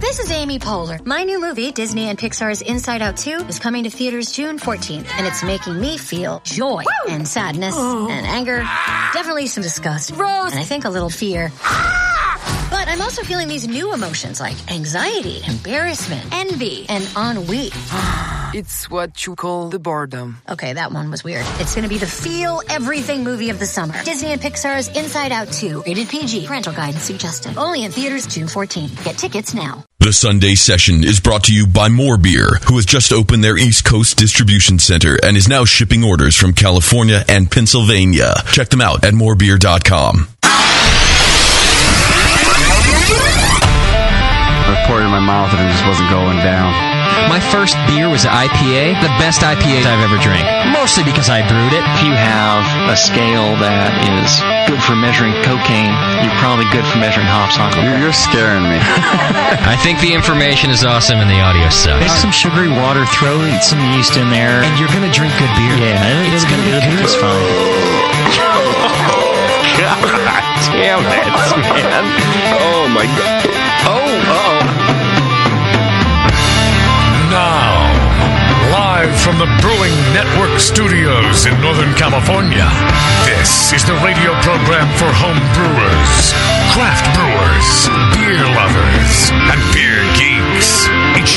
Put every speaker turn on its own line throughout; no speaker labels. This is Amy Poehler. My new movie, Disney and Pixar's Inside Out 2, is coming to theaters June 14th, and it's making me feel joy and sadness
Oh.
and anger, definitely some disgust, Rose, and I think a little fear.
Ah!
But I'm also feeling these new emotions like anxiety, embarrassment, envy, and ennui.
It's what you call the boredom.
Okay, that one was weird. It's going to be the feel everything movie of the summer. Disney and Pixar's Inside Out 2, rated PG, parental guidance suggested. Only in theaters June 14th. Get tickets now.
The Sunday session is brought to you by More Beer, who has just opened their East Coast distribution center and is now shipping orders from California and Pennsylvania. Check them out at morebeer.com.
I poured it in my mouth and it just wasn't going down.
My first beer was IPA, the best IPA I've ever drank. Mostly because I brewed it.
If you have a scale that is good for measuring cocaine, you're probably good for measuring hops on cocaine.
You're, you're scaring me.
I think the information is awesome and the audio sucks.
Make some sugary water, throw some yeast in there,
and you're gonna drink good beer.
Yeah, it, it's gonna be good. It's fine.
God damn it, man! Oh my god! Oh, oh.
Now, live from the Brewing Network studios in Northern California, this is the radio program for home brewers, craft brewers, beer lovers, and beer geeks. It's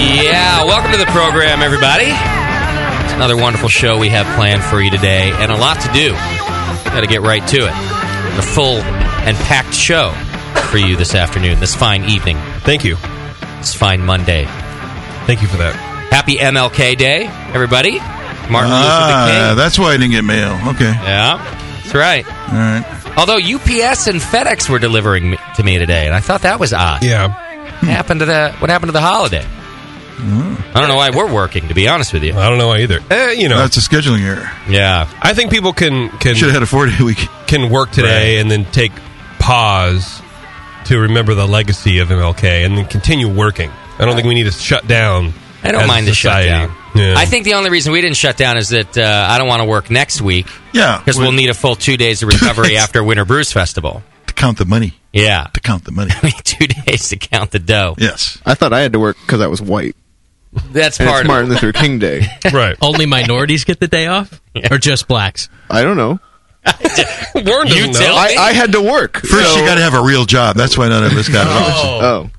Yeah, welcome to the program, everybody. It's another wonderful show we have planned for you today, and a lot to do. Got to get right to it. A full and packed show for you this afternoon, this fine evening.
Thank you.
It's fine Monday.
Thank you for that.
Happy MLK Day, everybody. Martin Luther King.
Ah, that's why I didn't get mail. Okay.
Yeah, that's right.
All right.
Although UPS and FedEx were delivering me- to me today, and I thought that was odd.
Yeah.
What happened to the What happened to the holiday?
Mm.
I don't know why we're working. To be honest with you,
Uh,
I don't know why either. Eh, you know,
That's a scheduling error.
yeah,
I think people can can
Should have had a four day week.
can work today and then take pause to remember the legacy of MLK and then continue working. I don't think we need to shut down.
I don't
as a
mind the
society.
shutdown.
Yeah.
I think the only reason we didn't shut down is that uh, I don't want to work next week
Yeah.
because we'll need a full two days of recovery after Winter Brews Festival.
to count the money.
Yeah,
To count the money.
we need two days to count the dough.
Yes.
I thought I had to work because I was white.
That's
And
part
it's
of it.
Martin Luther King Day.
right.
Only minorities get the day off? Or just blacks?
I don't know.
Warren doesn't
You
know.
tell-
I, I had to work.
First, you got to have a real job. That's why none of us got it.
Oh.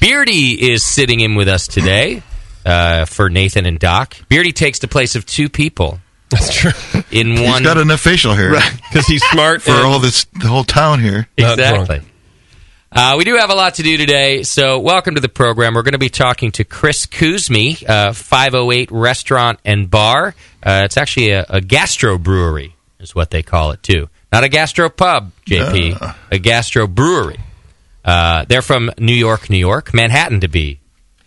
Beardy is sitting in with us today uh, for Nathan and Doc. Beardy takes the place of two people
That's true.
in
He's
one.
got enough facial hair
Because he's smart
for all this, the whole town here.
Not
exactly.
drunk.
Uh, we do have a lot to do today, so welcome to the program. We're going to be talking to Chris Kuzmi, uh, 508 Restaurant and Bar. Uh, it's actually a, a gastro brewery, is what they call it, too. Not a gastro pub, JP,
Uh.
a gastro brewery. Uh, they're from New York, New York, Manhattan to be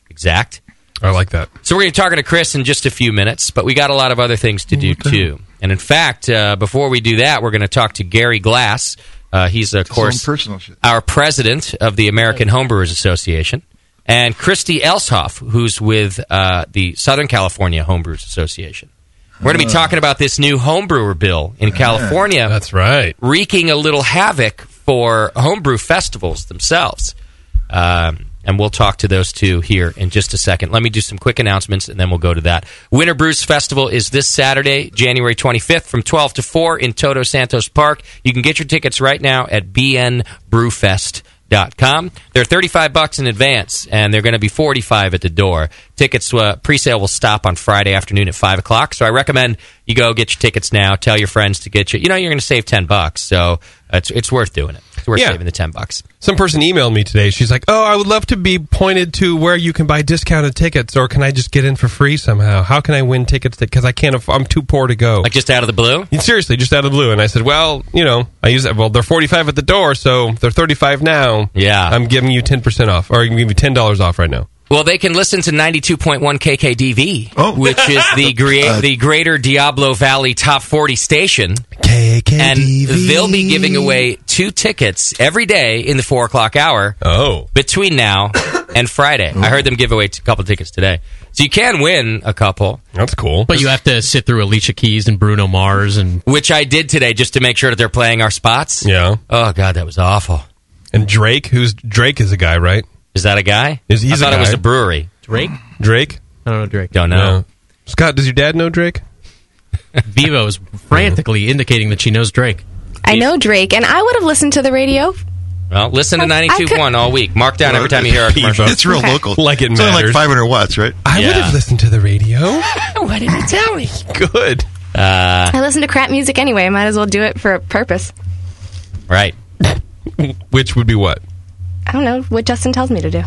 exact.
I like that.
So we're going to be talking to Chris in just a few minutes, but we got a lot of other things to do too. And in fact, uh, before we do that, we're going to talk to Gary Glass. Uh, he's of
His own
course
personal shit.
our president of the American Homebrewers Association. and Christy Elshoff, who's with uh, the Southern California Homebrewers Association. We're going to be
Ah.
talking about this new homebrewer bill in California. That's
right.
Wreaking a little havoc for homebrew festivals themselves. Um, and we'll talk to those two here in just a second. Let me do some quick announcements and then we'll go to that. Winter Brews Festival is this Saturday, January 25th from 12 to 4 in Toto Santos Park. You can get your tickets right now at bnbrewfest.com. They're 35 bucks in advance and they're going to be 45 at the door. Tickets uh, pre-sale will stop on Friday afternoon at 5 o'clock. So I recommend you go get your tickets now. Tell your friends to get you. You know, you're going to save 10 bucks. So it's, it's worth doing it. It's worth
Yeah.
saving the 10 bucks.
Some person emailed me today. She's like, "Oh, I would love to be pointed to where you can buy discounted tickets, or can I just get in for free somehow? How can I win tickets? Because I can't. aff- I'm too poor to go. Like
just out of the blue?
Seriously, just out of the blue." And I said, "Well, you know, I use that. Well, they're 45 at the door, so they're 35 now.
Yeah,
I'm giving you 10 percent off, or I can give you 10 dollars off right now."
Well, they can listen to 92.1 KKDV,
Oh.
which is the grea-
Uh,
the Greater Diablo Valley Top 40 station. KKDV. And they'll be giving away two tickets every day in the 4 o'clock hour.
Oh.
Between now and Friday. I heard them give away a couple tickets today. So you can win a couple.
That's cool.
But you have to sit through Alicia Keys and Bruno Mars and
Which I did today just to make sure that they're playing our spots.
Yeah.
Oh God, that was awful.
And Drake, who's Drake is a guy, right?
Is that a guy?
Is
I
he's
thought
a
it was
guy.
a brewery. Drake?
Drake?
I don't know Drake.
Don't know.
Scott, does your dad know Drake?
Vivo is frantically indicating that she knows Drake.
I know Drake, and I would have listened to the radio.
Well, listen to 92.1 all week. Mark down every time you hear our commercial.
It's real local.
Like it
it's only
matters.
like 500 watts, right?
I would have listened to the radio.
Why didn't you tell me?
Good.
Uh,
I listen to crap music anyway. I might as well do it for a purpose.
right.
Which would be what?
I don't know what Justin tells me to do.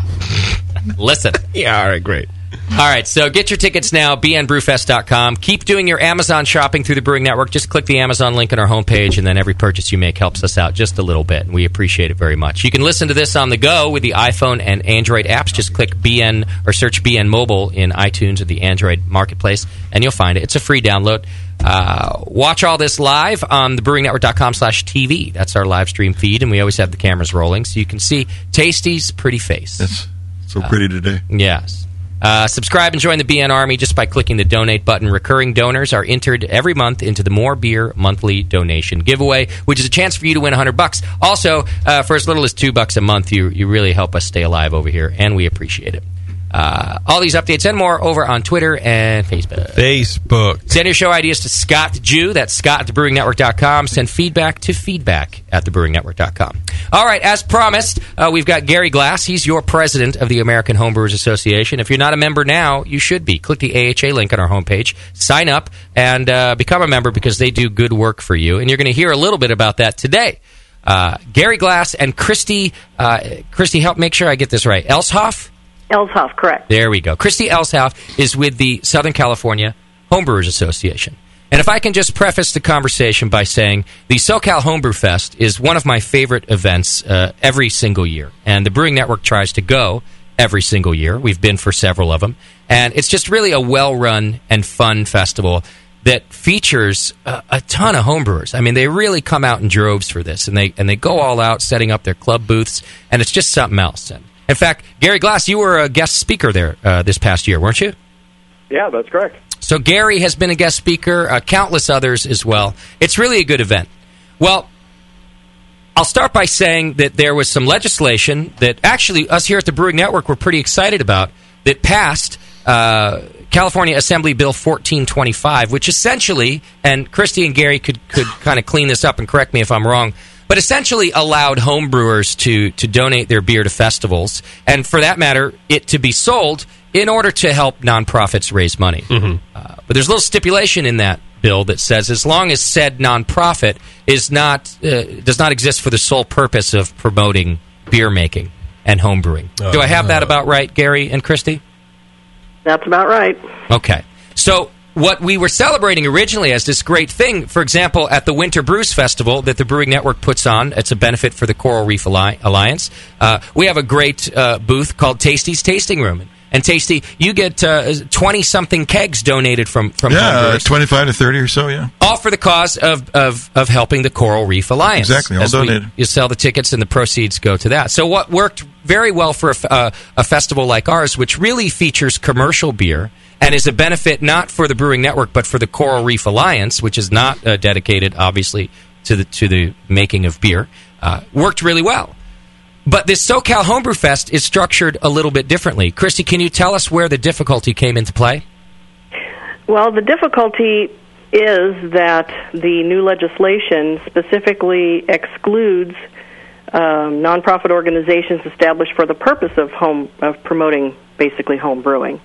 Listen.
yeah, all right, great.
All right, so get your tickets now, bnbrewfest.com. Keep doing your Amazon shopping through the Brewing Network. Just click the Amazon link on our homepage, and then every purchase you make helps us out just a little bit, and we appreciate it very much. You can listen to this on the go with the iPhone and Android apps. Just click BN or search BN Mobile in iTunes or the Android Marketplace, and you'll find it. It's a free download. Uh, watch all this live on thebrewingnetwork.com slash TV. That's our live stream feed, and we always have the cameras rolling, so you can see Tasty's pretty face.
So pretty today.
Yes. Uh, subscribe and join the BN Army just by clicking the donate button. Recurring donors are entered every month into the More Beer monthly donation giveaway, which is a chance for you to win 100 bucks. Also, uh, for as little as two bucks a month, you you really help us stay alive over here, and we appreciate it. Uh, all these updates and more over on Twitter and Facebook.
Facebook.
Send your show ideas to Scott Jew. That's Scott at thebrewingnetwork.com. Send feedback to feedback at thebrewingnetwork.com. All right, as promised, uh, we've got Gary Glass. He's your president of the American Homebrewers Association. If you're not a member now, you should be. Click the AHA link on our homepage, sign up, and uh, become a member because they do good work for you. And you're going to hear a little bit about that today. Uh, Gary Glass and Christy, uh, Christy, help make sure I get this right. Elshoff?
Elshoff, correct.
There we go. Christy Elshoff is with the Southern California Homebrewers Association. And if I can just preface the conversation by saying the SoCal Homebrew Fest is one of my favorite events uh, every single year. And the Brewing Network tries to go every single year. We've been for several of them. And it's just really a well run and fun festival that features a, a ton of homebrewers. I mean, they really come out in droves for this, and they and they go all out setting up their club booths, and it's just something else. And in fact, Gary Glass, you were a guest speaker there uh, this past year, weren't you?
Yeah, that's correct.
So Gary has been a guest speaker, uh, countless others as well. It's really a good event. Well, I'll start by saying that there was some legislation that actually us here at the Brewing Network were pretty excited about that passed uh, California Assembly Bill 1425, which essentially, and Christy and Gary could, could kind of clean this up and correct me if I'm wrong, but essentially allowed homebrewers to, to donate their beer to festivals, and for that matter, it to be sold in order to help nonprofits raise money. Uh, but there's a little stipulation in that bill that says as long as said nonprofit is not uh, does not exist for the sole purpose of promoting beer making and home brewing. Do I have that about right, Gary and Christy?
That's about right.
Okay. So what we were celebrating originally as this great thing, for example, at the Winter Brews Festival that the Brewing Network puts on, it's a benefit for the Coral Reef Alli- Alliance. Uh, we have a great uh, booth called Tasty's Tasting Room, And Tasty, you get twenty something kegs donated from from home
yeah, uh,
brewers,
twenty-five to thirty or so. Yeah,
all for the cause of, of of helping the Coral Reef Alliance.
Exactly, all
As we-
donated.
you sell the tickets, and the proceeds go to that. So what worked very well for a, f- uh, a festival like ours, which really features commercial beer. And is a benefit not for the Brewing Network, but for the Coral Reef Alliance, which is not uh, dedicated, obviously, to the to the making of beer. Uh, worked really well. But this SoCal Homebrew Fest is structured a little bit differently. Christy, can you tell us where the difficulty came into play?
Well, the difficulty is that the new legislation specifically excludes um, nonprofit organizations established for the purpose of home of promoting basically home brewing,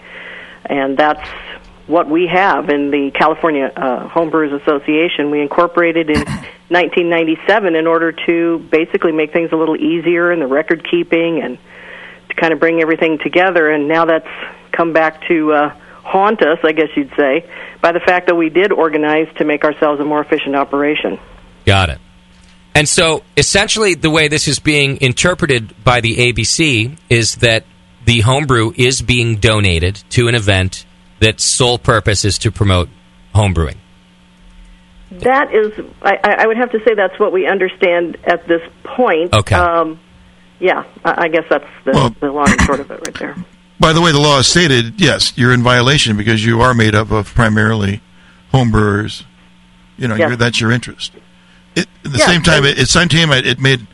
and that's what we have in the California uh, Homebrewers Association. We incorporated in 1997 in order to basically make things a little easier in the record keeping and to kind of bring everything together. And now that's come back to uh, haunt us, I guess you'd say, by the fact that we did organize to make ourselves a more efficient operation.
Got it. And so, essentially, the way this is being interpreted by the ABC is that the homebrew is being donated to an event that's sole purpose is to promote homebrewing.
That is, I, I I would have to say that's what we understand at this point.
Okay.
Um, yeah, I I guess that's the, the long and short of it right there.
By the way, the law is stated, yes, you're in violation because you are made up of primarily homebrewers. You know,
Yes.
you're, that's your interest. It, at the
Yeah,
same time, it, at the same time, it, it made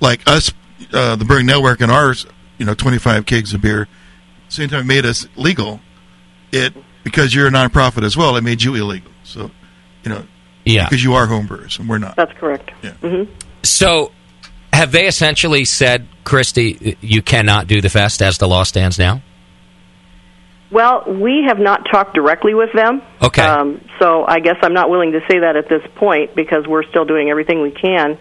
like us, uh, the Brewing Network, and ours, you know, 25 kegs of beer. Same time, it made us legal. It because you're a nonprofit as well. It made you illegal. So, you know,
Yeah.
because you are homebrewers and we're not.
That's correct. hmm
So, have they essentially said, Christy, you cannot do the fest as the law stands now?
Well, we have not talked directly with them.
Okay.
Um, so I guess I'm not willing to say that at this point because we're still doing everything we can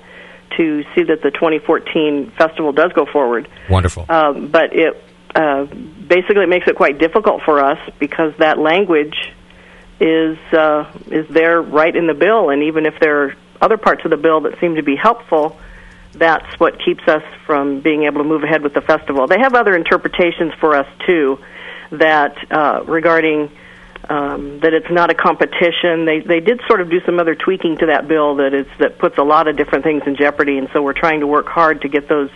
to see that the 2014 festival does go forward.
Wonderful.
Um, but it uh, basically it makes it quite difficult for us because that language is uh, is there right in the bill, and even if there are other parts of the bill that seem to be helpful, that's what keeps us from being able to move ahead with the festival. They have other interpretations for us too that uh, regarding. Um, that it's not a competition. They they did sort of do some other tweaking to that bill that is that puts a lot of different things in jeopardy, and so we're trying to work hard to get those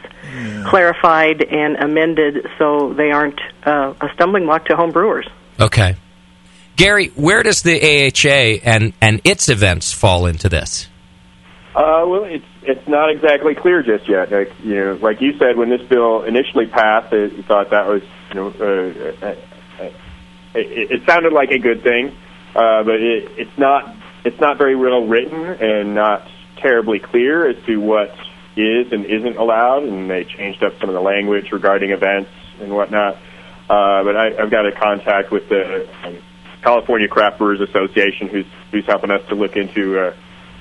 clarified and amended so they aren't uh, a stumbling block to home brewers.
Okay. Gary, where does the AHA and, and its events fall into this?
Uh, well, it's it's not exactly clear just yet. Like you know, like you said, when this bill initially passed, it, you thought that was you know, uh, uh, uh, it, it sounded like a good thing, uh, but it, it's not it's not very well written and not terribly clear as to what is and isn't allowed. And they changed up some of the language regarding events and whatnot. Uh, but I, I've got a contact with the um, California Craft Brewers Association, who's who's helping us to look into. Uh,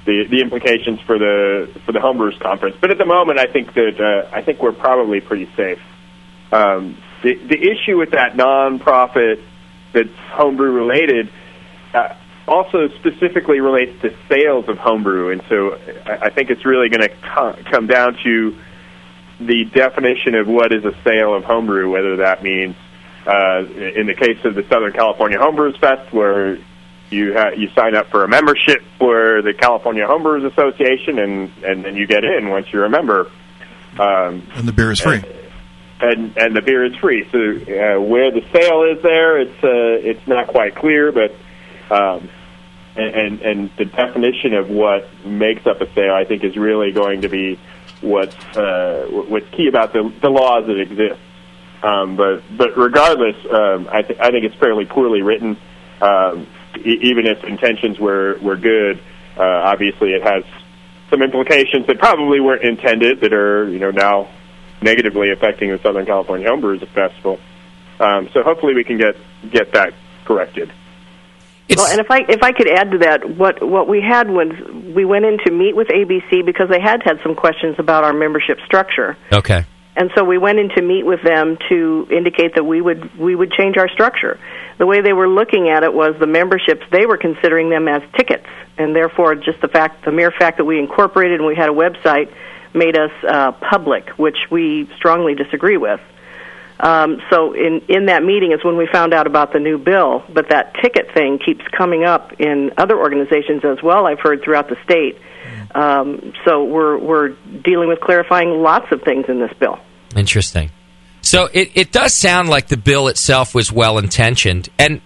the the implications for the for the homebrewers conference. But at the moment, I think that uh, I think we're probably pretty safe. Um, the the issue with that nonprofit that's homebrew related uh, also specifically relates to sales of homebrew, and so uh, I, I think it's really going to co- come down to the definition of what is a sale of homebrew, whether that means uh, in the case of the Southern California Homebrewers Fest, where you ha- you sign up for a membership for the California Homebrewers Association, and and then you get in once you're a member. Um,
And the beer is free.
and and the beer is free. So uh, where the sale is there, it's uh, it's not quite clear, but um, and and- and the definition of what makes up a sale, I think, is really going to be what's uh, what's key about the the laws that exist. Um, but but regardless, um, I th- I think it's fairly poorly written. Um, e- even if intentions were were good, uh, obviously it has some implications that probably weren't intended that are you know now negatively affecting the Southern California Homebrewers Festival. Um, so hopefully we can get get that corrected.
well, and if I if I could add to that, what what we had was we went in to meet with ABC because they had had some questions about our membership structure,
Okay.
and so we went in to meet with them to indicate that we would we would change our structure. The way they were looking at it was the memberships they were considering them as tickets, and therefore just the fact the mere fact that we incorporated and we had a website made us uh, public, which we strongly disagree with. Um, so in in that meeting is when we found out about the new bill. But that ticket thing keeps coming up in other organizations as well. I've heard throughout the state. Um, so we're we're dealing with clarifying lots of things in this bill.
Interesting. So it, it does sound like the bill itself was well intentioned. And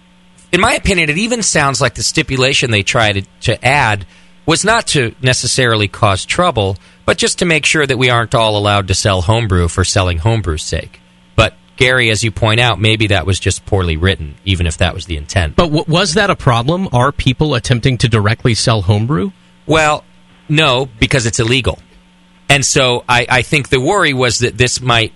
in my opinion, it even sounds like the stipulation they tried to, to add was not to necessarily cause trouble, but just to make sure that we aren't all allowed to sell homebrew for selling homebrew's sake. But, Gary, as you point out, maybe that was just poorly written, even if that was the intent.
But w- was that a problem? Are people attempting to directly sell homebrew?
Well, no, because it's illegal. And so I, I think the worry was that this might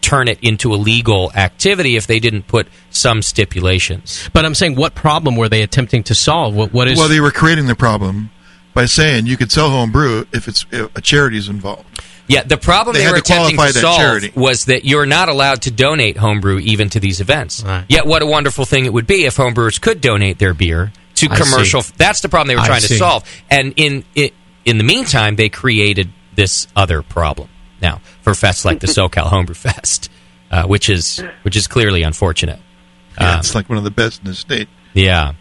turn it into illegal activity if they didn't put some stipulations.
But I'm saying, what problem were they attempting to solve? What, what is?
well, they were creating the problem by saying you could sell home brew if it's if a charity's involved.
Yeah, the problem
They
they,
had
were
to
attempting
qualify
to
that
solve
charity.
was that you're not allowed to donate homebrew even to these events. Yet, what a wonderful thing it would be if homebrewers could donate their beer to
I see.
commercial. That's the problem they were
I
trying to
see.
solve. And in it, in the meantime, they created this other problem now for fests like the SoCal Homebrew Fest, uh, which is which is clearly unfortunate.
Yeah,
Um,
it's like one of the best in the state.
yeah.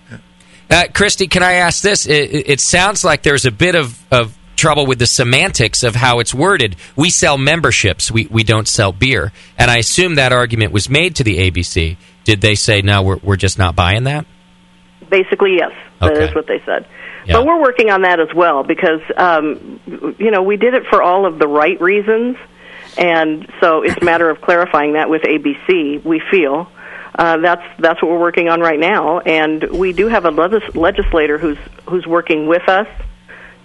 Uh, Christy, can I ask this? It, it- it sounds like there's a bit of, of trouble with the semantics of how it's worded. We sell memberships, we, we don't sell beer. And I assume that argument was made to the ABC. Did they say, no, we're, we're just not buying that?
Basically, yes. That
Okay.
is what they said. But we're working on that as well because, um, you know, we did it for all of the right reasons. And so it's a matter of clarifying that with ABC, we feel. Uh, that's that's what we're working on right now, and we do have a legis- legislator who's who's working with us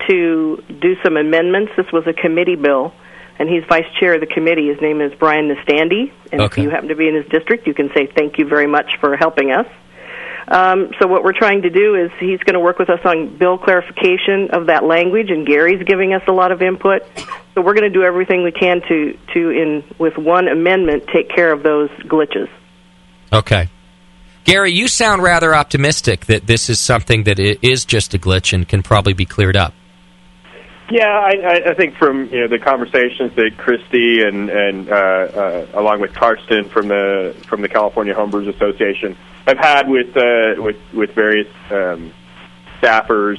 to do some amendments. This was a committee bill, and he's vice chair of the committee. His name is Brian Nastandi, and
Okay.
if you happen to be in his district, you can say thank you very much for helping us. Um, so what we're trying to do is he's going to work with us on bill clarification of that language, and Gary's giving us a lot of input. So we're going to do everything we can to to in with one amendment take care of those glitches.
Okay. Gary, you sound rather optimistic that this is something that i- is just a glitch and can probably be cleared up.
Yeah, I, I- I think from you know the conversations that Christy and and uh, uh, along with Karsten from the from the California Homebrewers Association have had with uh, with with various um, staffers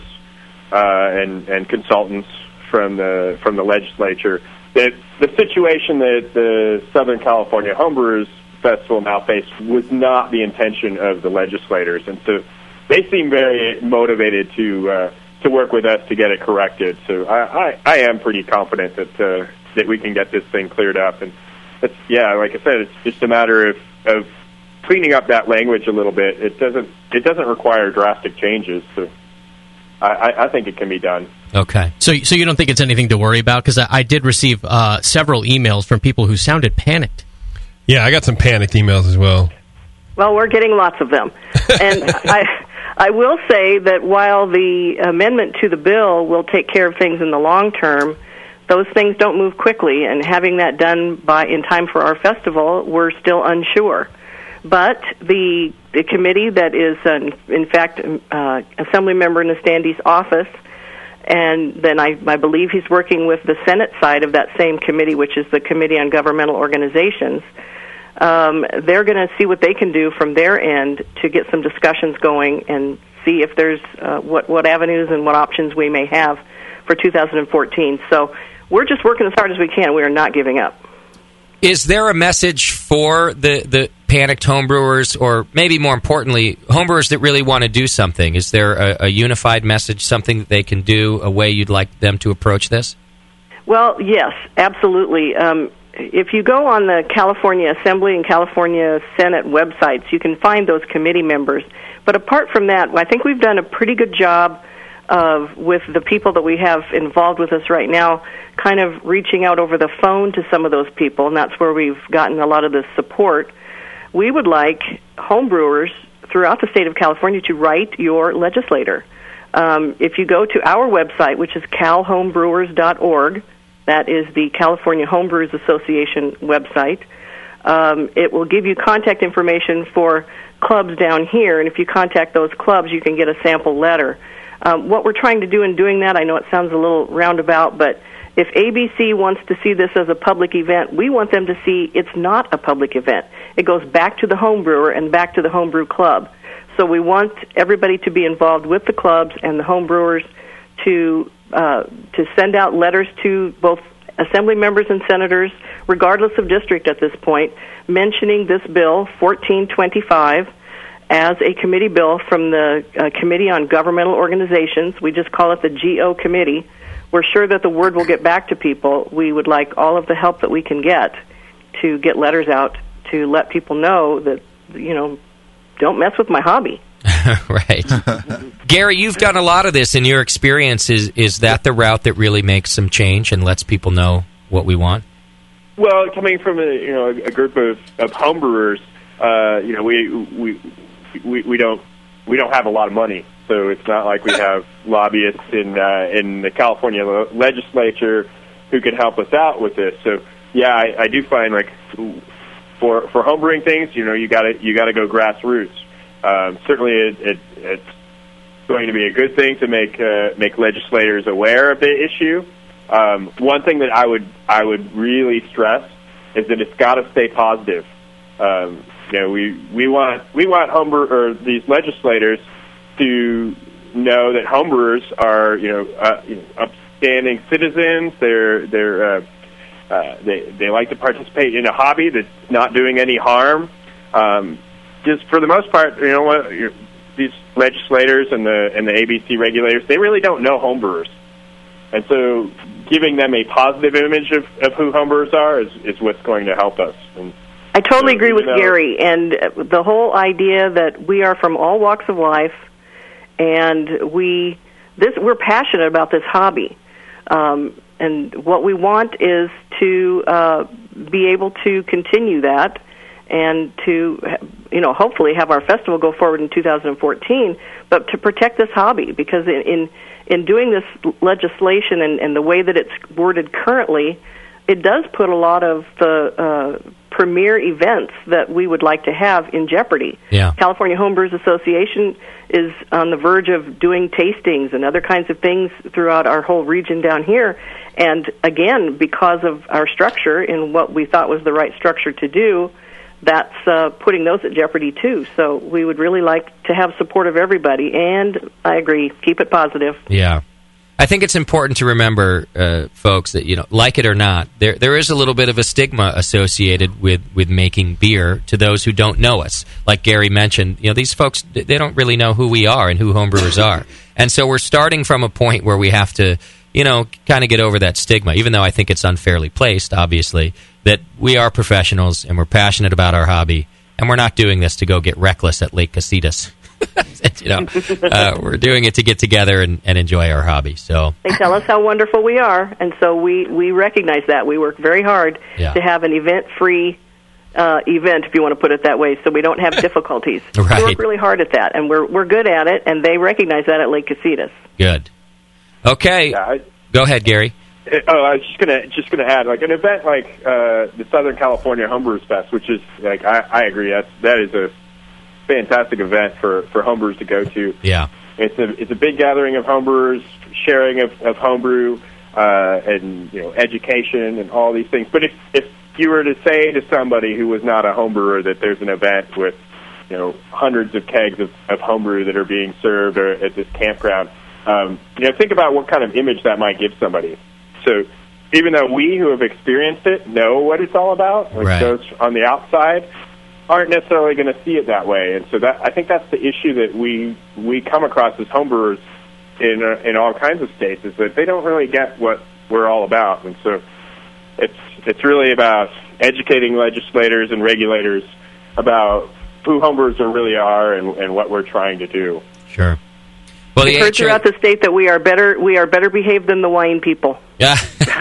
uh, and and consultants from the from the legislature that the situation that the Southern California Homebrewers Festival now faced was not the intention of the legislators, and so they seem very motivated to uh, to work with us to get it corrected. So I, I, I am pretty confident that uh, that we can get this thing cleared up. And that's, yeah, like I said, it's just a matter of, of cleaning up that language a little bit. It doesn't it doesn't require drastic changes. So I, I, I think it can be done.
Okay.
So, so you don't think it's anything to worry about? Because I, I did receive uh, several emails from people who sounded panicked.
Yeah, I got some panicked emails as well.
Well, we're getting lots of them. And I, I will say that while the amendment to the bill will take care of things in the long term, those things don't move quickly, and having that done by in time for our festival, we're still unsure. But the, the committee that is, uh, in fact, uh, Assemblymember Nastandy's office, and then I, I believe he's working with the Senate side of that same committee, which is the Committee on Governmental Organizations um, they're going to see what they can do from their end to get some discussions going and see if there's uh, what what avenues and what options we may have for 2014. So we're just working as hard as we can. We are not giving up.
Is there a message for the, the panicked homebrewers, or maybe more importantly, homebrewers that really want to do something? Is there a, a unified message, something that they can do, a way you'd like them to approach this?
Well, yes, absolutely. Um, if you go on the California Assembly and California Senate websites, you can find those committee members. But apart from that, I think we've done a pretty good job of with the people that we have involved with us right now, kind of reaching out over the phone to some of those people, and that's where we've gotten a lot of the support. We would like homebrewers throughout the state of California to write your legislator. Um, if you go to our website, which is calhomebrewers.org, that is the California Homebrewers Association website, um, it will give you contact information for clubs down here, and if you contact those clubs, you can get a sample letter. Um, what we're trying to do in doing that, I know it sounds a little roundabout, but If ABC wants to see this as a public event, we want them to see it's not a public event. It goes back to the home brewer and back to the homebrew club. So we want everybody to be involved with the clubs and the home brewers to uh, to send out letters to both assembly members and senators, regardless of district at this point, mentioning this bill 1425 as a committee bill from the uh, Committee on Governmental Organizations. We just call it the GO Committee. We're sure that the word will get back to people. We would like all of the help that we can get to get letters out to let people know that you know don't mess with my hobby.
right. Gary, you've done a lot of this in your experience. Is, is that the route that really makes some change and lets people know what we want?
Well, coming from a you know a group of, of homebrewers, uh, you know we, we we we don't we don't have a lot of money, so it's not like we have lobbyists in uh, in the California le- legislature who can help us out with this. So yeah, I, I do find like for for homebrewing things, you know, you got to you got to go grassroots. Um, certainly, it, it, it's going to be a good thing to make uh, make legislators aware of the issue. Um, one thing that I would I would really stress is that it's got to stay positive. Um, you know, we we want we want homebrew or these legislators to know that homebrewers are you know uh, you know, upstanding citizens. They're they're uh, uh, they they like to participate in a hobby that's not doing any harm. Um, just for the most part, you know what you these legislators and the and the ABC regulators they really don't know homebrewers, and so giving them a positive image of, of who homebrewers are is, is what's going to help us. And
I totally
Yeah,
agree with
you know.
Gary, and uh, the whole idea that we are from all walks of life, and we this we're passionate about this hobby, um, and what we want is to uh, be able to continue that, and to you know hopefully have our festival go forward in 2014, but to protect this hobby because in in, in doing this legislation and, and the way that it's worded currently, it does put a lot of the uh, premier events that we would like to have in jeopardy.
Yeah.
California Homebrewers Association is on the verge of doing tastings and other kinds of things throughout our whole region down here. And again, because of our structure and what we thought was the right structure to do, that's uh, putting those at jeopardy too. So we would really like to have support of everybody. And I agree, keep it positive.
Yeah. I think it's important to remember, uh, folks, that you know, like it or not, there there is a little bit of a stigma associated with with making beer to those who don't know us. Like Gary mentioned, you know, these folks they they don't really know who we are and who homebrewers are, and so we're starting from a point where we have to, you know, kind of get over that stigma. Even though I think it's unfairly placed, obviously, that we are professionals and we're passionate about our hobby, and we're not doing this to go get reckless at Lake Casitas. you know, uh, we're doing it to get together and, and enjoy our hobby. So.
They tell us how wonderful we are, and so we, we recognize that. We work very hard
Yeah.
to have an event free uh, event, if you want to put it that way, so we don't have difficulties.
Right.
We work really hard at that, and we're, we're good at it, and they recognize that at Lake Casitas.
Good. Okay. Go ahead, Gary.
Uh, Oh, I was just gonna just gonna add like an event like uh, the Southern California Homebrewers Fest, which is like I, I agree that's that is a fantastic event for for homebrewers to go to.
Yeah.
It's a it's a big gathering of homebrewers, sharing of, of homebrew, uh, and you know education and all these things. But if if you were to say to somebody who was not a homebrewer that there's an event with you know hundreds of kegs of, of homebrew that are being served or at this campground, um, you know think about what kind of image that might give somebody. So even though we who have experienced it know what it's all about, like
Right.
those on the outside aren't necessarily going to see it that way. And so that I think that's the issue that we we come across as homebrewers in uh, in all kinds of states is that they don't really get what we're all about. And so it's it's really about educating legislators and regulators about who homebrewers are really are and, and what we're trying to do.
Sure. Well,
We've heard throughout the state that we are better we are better behaved than the wine people.
Yeah.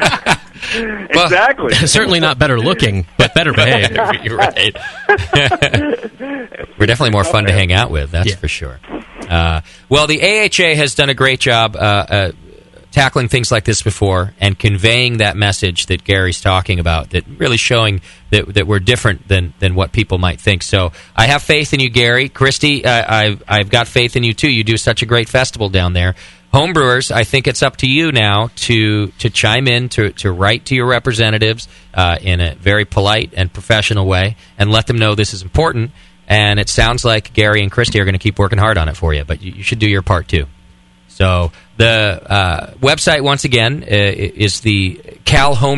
exactly.
Certainly not better looking, but better behaved.
You're right. We're definitely more fun to hang out with, that's for sure. Uh, well, the AHA has done a great job uh, uh, tackling things like this before and conveying that message that Gary's talking about, that really showing that, that we're different than, than what people might think. So I have faith in you, Gary. Christy, uh, I've, I've got faith in you, too. You do such a great festival down there. homebrewers, I think it's up to you now to to chime in to to write to your representatives uh, in a very polite and professional way, and let them know this is important. And it sounds like Gary and Christy are going to keep working hard on it for you, but you, you should do your part too. So the uh, website, once again, uh, is the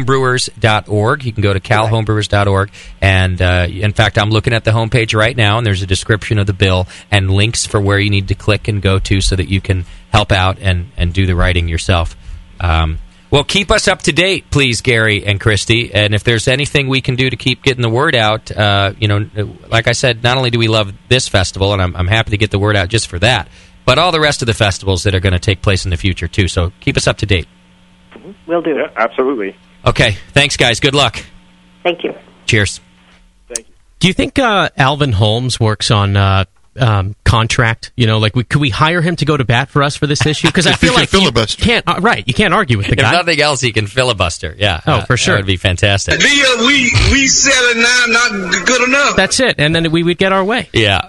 calhomebrewers.org. You can go to calhomebrewers.org. And uh, in fact, I'm looking at the homepage right now, and there's a description of the bill and links for where you need to click and go to so that you can help out and, and do the writing yourself. Um, well, keep us up to date, please, Gary and Christy. And if there's anything we can do to keep getting the word out, uh, you know, like I said, not only do we love this festival, and I'm, I'm happy to get the word out just for that, but all the rest of the festivals that are going to take place in the future, too. So keep us up to date.
Will do.
Yeah, absolutely.
Okay. Thanks, guys. Good luck.
Thank you.
Cheers.
Do you think uh, Alvin Holmes works on uh, um, contract? You know, like we, could we hire him to go to bat for us for this issue? Because I
If he
feel
can
like filibuster. You can't. Uh, right, you can't argue with the
If
guy.
nothing else, he can filibuster. Yeah.
Oh, for sure.
That would be fantastic.
Deal we we selling now not good enough.
That's it, and then we would get our way.
Yeah.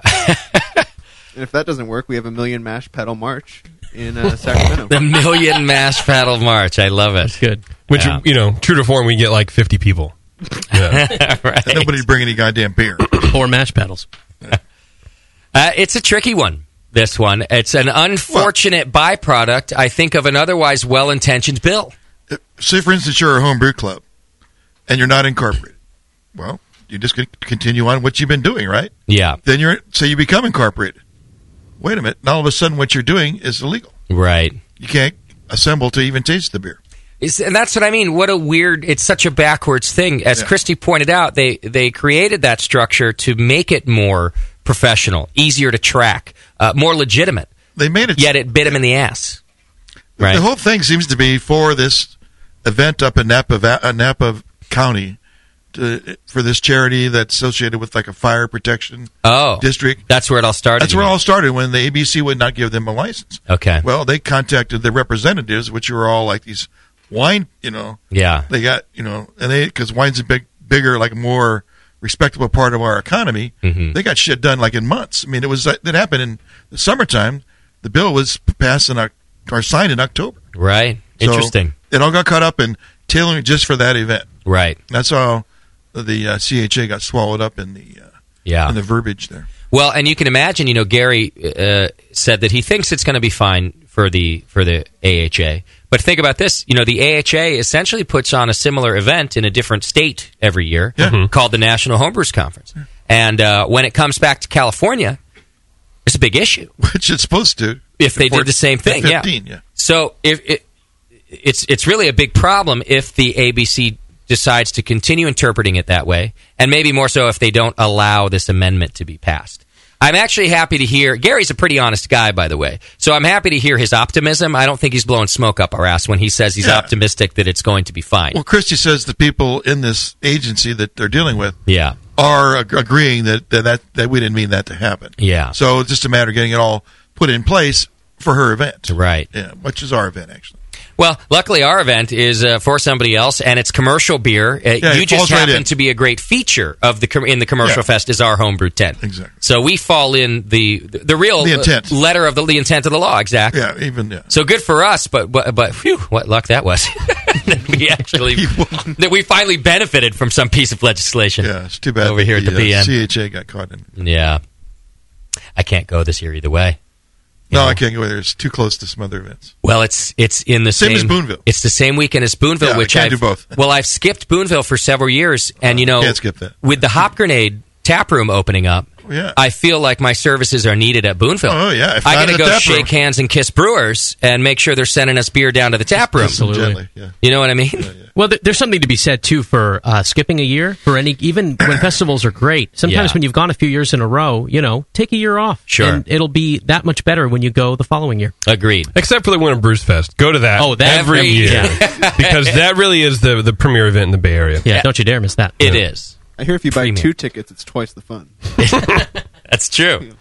And if that doesn't work, we have a million mash pedal march in uh, Sacramento.
the Million Mash Paddle March. I love it. good.
Which you know, true to form, we get like fifty people.
And nobody'd bring any goddamn beer.
Or mash pedals.
Uh, it's a tricky one. This one. It's an unfortunate byproduct, I think, of an otherwise well-intentioned bill.
Say, for instance, you're a home brew club, and you're not incorporated. Well, you just con- continue on what you've been doing, right?
Yeah.
Then you're so you become incorporated. Wait a minute! And all of a sudden, what you're doing is illegal.
Right.
You can't assemble to even taste the beer.
It's, and that's what I mean. What a weird! It's such a backwards thing. As Christy pointed out, they they created that structure to make it more professional, easier to track, uh, more legitimate.
They made it,
yet it bit him in the ass. Right.
The whole thing seems to be for this event up in Napa, Va- uh, Napa County, to, for this charity that's associated with like a fire protection
Oh,
district.
That's where it all started.
That's where it all started when the ABC would not give them a license.
Okay.
Well, they contacted the representatives, which were all like these wine, you know.
Yeah.
They got you know, and they because wine's a big, bigger, like more respectable part of our economy.
Mhm.
They got shit done like in months. I mean, it was like, that happened in the summertime. The bill was passed in Oc- or signed in October.
Right.
So
Interesting.
It all got caught up in tailoring just for that event.
Right.
That's how the uh, CHA got swallowed up in the uh,
Yeah.
in the verbiage there.
Well, and you can imagine, you know, Gary uh, said that he thinks it's going to be fine for the for the AHA. But think about this, you know, the AHA essentially puts on a similar event in a different state every year
Mm-hmm.
called the National Homebrewers Conference. And uh, when it comes back to California, it's a big issue.
Which it's supposed to.
If they
Before
did the same thing, yeah.
15, yeah.
So if it, it's it's really a big problem if the ABC decides to continue interpreting it that way, and maybe more so if they don't allow this amendment to be passed. I'm actually happy to hear Gary's a pretty honest guy, by the way. So I'm happy to hear his optimism. I don't think he's blowing smoke up our ass when he says he's optimistic that it's going to be fine.
Well, Christie says the people in this agency that they're dealing with
yeah,
are ag- agreeing that that, that that we didn't mean that to happen.
yeah,
So it's just a matter of getting it all put in place for her event.
right.
Yeah, which is our event actually.
Well, luckily our event is uh, for somebody else, and it's commercial beer. Uh,
Yeah,
you
it
just
falls right
happen
in.
to be a great feature of the com- in the commercial
Yeah.
fest is our homebrew tent.
Exactly.
So we fall in the the, real
The intent.
uh, letter of the, the intent of the law. Exactly.
Yeah, even yeah.
So good for us, but but, but whew, what luck that was. that we actually that we finally benefited from some piece of legislation.
Yeah, it's too bad
over here at the
uh,
PN.
CHA got caught in.
yeah, I can't go this year either way.
No, I can't go there. It's too close to some other events.
Well, it's it's in the
Same
same,
as Boonville.
It's the same weekend as Boonville,
Yeah, I
which
can't
I've,
do both. Uh,
Well, I've skipped Boonville for several years, and you know,
can't skip that. Oh,
with the Hop Grenade tap room opening up.
Yeah.
I feel like my services are needed at Boonville.
Oh, yeah, if
I
not
gotta
at
go
the tap
shake
room.
hands and kiss brewers and make sure they're sending us beer down to the tap room.
Absolutely. Gently,
yeah.
You know what I mean?
Well, there, there's something to be said too for uh, skipping a year for any, even when festivals are great. Sometimes
Yeah.
when you've gone a few years in a row, you know, take a year off.
Sure.
and it'll be that much better when you go the following year.
Agreed.
Except for the one at Bruce Fest. Go to that.
Oh, that-
every,
every-
year
yeah.
because that really is the the premier event in the Bay Area.
Yeah, don't you dare miss that.
It is.
I hear if you buy two tickets, it's twice the fun.
That's true. Why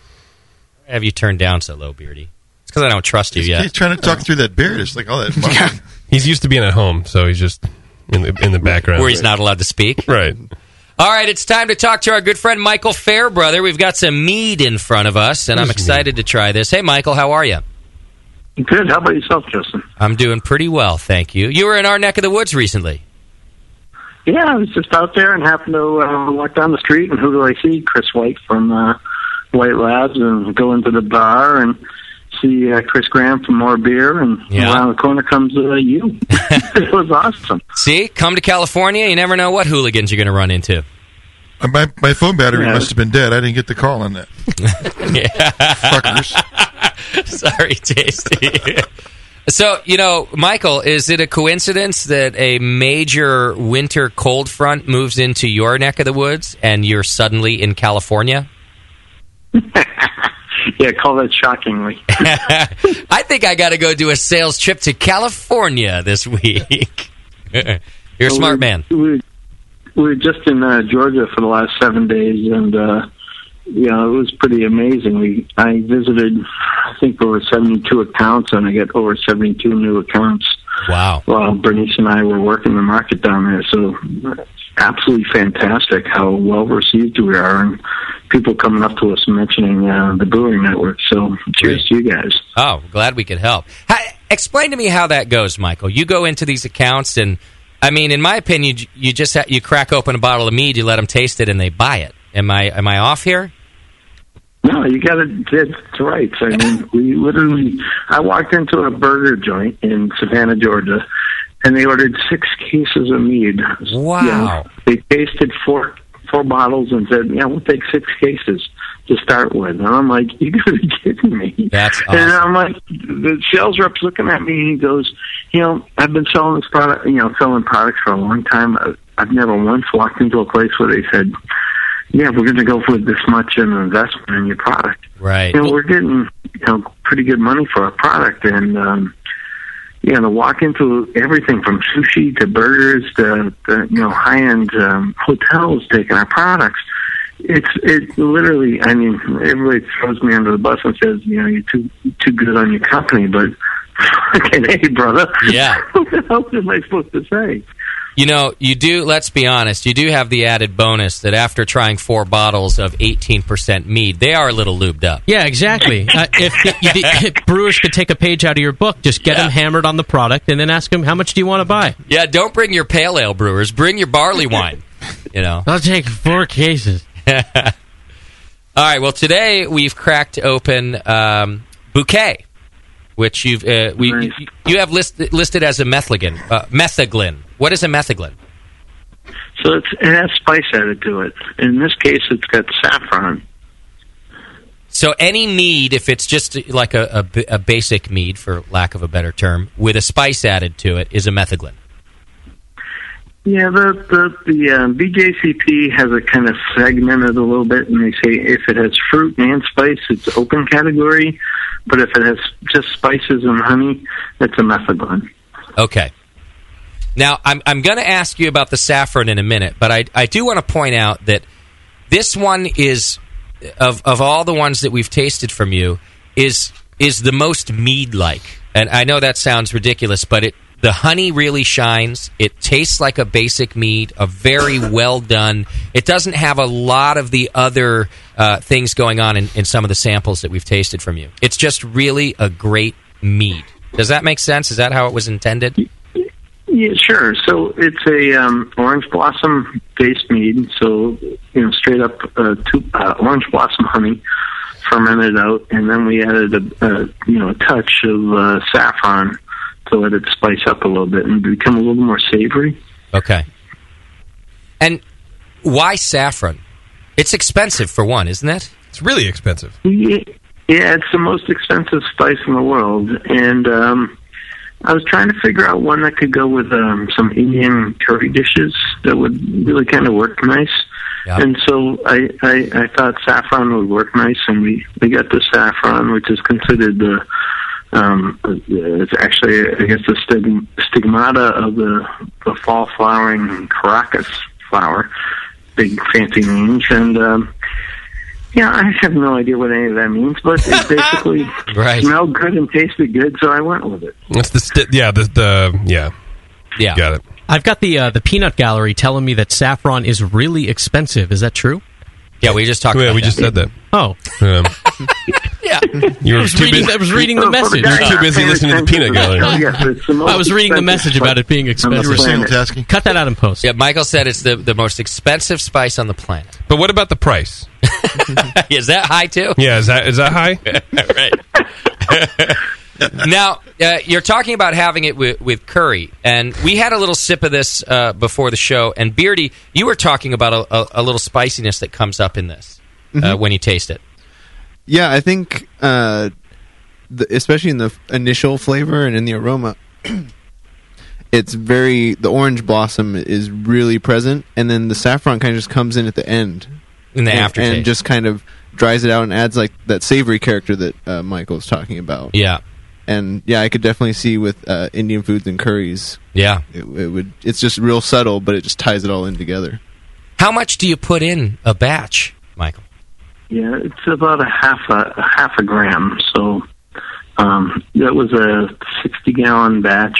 Have you turned down so low, Beardy? It's because I don't trust you
He's,
yet.
he's trying to talk through that beard. It's like all that. yeah.
He's used to being at home, so he's just in the in the background
Where he's not allowed to speak.
Right.
All right, it's time to talk to our good friend Michael Fairbrother. We've got some mead in front of us, and I'm excited to try this. Hey, Michael, how are you?
Good. How about yourself, Justin?
I'm doing pretty well, thank you. You were in our neck of the woods recently.
Yeah, I was just out there and happened to uh, walk down the street, and who do I see? Chris White from uh, White Labs, and go into the bar and see uh, Chris Graham from More Beer, and
Yeah.
around the corner comes uh, you. it was awesome.
See, come to California, you never know what hooligans you're going to run into.
Uh, My, my phone battery
Yeah.
must have been dead. I didn't get the call on that.
Fuckers. Sorry, Tasty. so, you know, Michael, is it a coincidence that a major winter cold front moves into your neck of the woods and you're suddenly in California?
Yeah, call that shockingly.
I think I got to go do a sales trip to California this week. you're a smart man.
We, we were just in uh, Georgia for the last seven days, and uh, you know it was pretty amazing. We I visited, I think over seventy-two accounts, and I got over seventy-two new accounts.
Wow!
While Bernice and I were working the market down there, so absolutely fantastic how well received we are, and people coming up to us mentioning uh, the Brewing Network. So cheers to you guys.
Oh, glad we could help. How, explain to me how that goes, Michael. You go into these accounts, and I mean, in my opinion, you, you just ha- you crack open a bottle of mead, you let them taste it, and they buy it. Am I am I off here?
No, you got it that's right. I mean, we literally, I walked into a burger joint in Savannah, Georgia, and they ordered six cases of mead.
Wow.
they tasted four four bottles and said, yeah, we'll take six cases to start with. And I'm like, you got to be kidding me.
That's
And I'm like, the sales rep's looking at me and he goes, you know, I've been selling this product, you know, selling products for a long time. I- I've never once walked into a place where they said, yeah, we're going to go for this much in investment in your product.
Right.
You know, we're getting you know pretty good money for our product, and um, you know, to walk into everything from sushi to burgers to, to you know high end um, hotels taking our products. It's it literally. I mean, everybody throws me under the bus and says, you know, you're too too good on your company, but fucking hey, brother.
Yeah.
what the hell am I supposed to say?
You know, you do. Let's be honest. You do have the added bonus that after trying four bottles of eighteen percent mead, they are a little lubed up.
Yeah, exactly. uh, if, if, if brewers could take a page out of your book, just get them hammered on the product, and then ask them how much do you want to buy.
Yeah, don't bring your pale ale brewers. Bring your barley wine. You know.
I'll take four cases.
All right. Well, today we've cracked open um, bouquet, which you've uh, we you, you have list, listed as a methaglin. Uh, methaglin. What is a methaglin?
So it's it has spice added to it. In this case, it's got saffron.
So any mead, if it's just like a, a b- a basic mead, for lack of a better term, with a spice added to it, is a methaglin.
Yeah, the the the uh, BJCP has it kind of segmented a little bit, and they say if it has fruit and spice, it's open category, but if it has just spices and honey, it's a methadone.
Okay. Now, I'm, I'm going to ask you about the saffron in a minute, but I, I do want to point out that this one is, of, of all the ones that we've tasted from you, is, is the most mead like. And I know that sounds ridiculous, but it, the honey really shines. It tastes like a basic mead, a very well done. It doesn't have a lot of the other uh, things going on in, in some of the samples that we've tasted from you. It's just really a great mead. Does that make sense? Is that how it was intended?
Yeah, sure. So it's a um, orange blossom based mead. So you know, straight up uh, two, uh, orange blossom honey fermented out, and then we added a, a you know a touch of uh, saffron to let it spice up a little bit and become a little more savory.
Okay. And why saffron? It's expensive for one, isn't it? It's really expensive.
Yeah, yeah, it's the most expensive spice in the world, and um, I was trying to figure out one that could go with um, some Indian curry dishes that would really kind of work nice. And so I, I I thought saffron would work nice, and we we got the saffron, which is considered the um, it's actually I guess the stig- stigmata of the the fall flowering Caracas flower, big fancy names, and. Um, yeah, I have no idea what any of that means, but it basically
Right.
smelled good and tasted good, so I went with it.
That's the sti- yeah the the yeah
yeah.
Got it.
I've got the uh, the peanut gallery telling me that saffron is really expensive. Is that true?
Yeah, we just talked.
Yeah,
about
we just said that.
Oh,
yeah.
You were
I was
too
reading-
busy.
I was reading the message.
You were too busy listening to Peanut
Oh,
Gallery.
yes, it's the most I was reading the expensive message about spice it being on the expensive. planet.
multitasking.
Cut that out
Oh,
and post.
Yeah, Michael said it's the, the most expensive spice on the planet.
But what about the price?
is that high too?
Yeah, is that is that high?
right. now uh, you're talking about having it with, with curry, and we had a little sip of this uh, before the show. And Beardy, you were talking about a, a, a little spiciness that comes up in this uh,
Mhm.
when you taste it.
Yeah, I think, uh, the, especially in the f- initial flavor and in the aroma, it's very the orange blossom is really present, and then the saffron kind of just comes in at the end,
In the
and,
aftertaste.
and just kind of dries it out and adds like that savory character that uh, Michael was talking about.
Yeah.
and yeah, I could definitely see with uh, Indian foods and curries.
Yeah,
it, it would. It's just real subtle, but it just ties it all in together.
How much do you put in a batch?
Yeah, it's about a half a, a half a gram. So um, that was a sixty gallon batch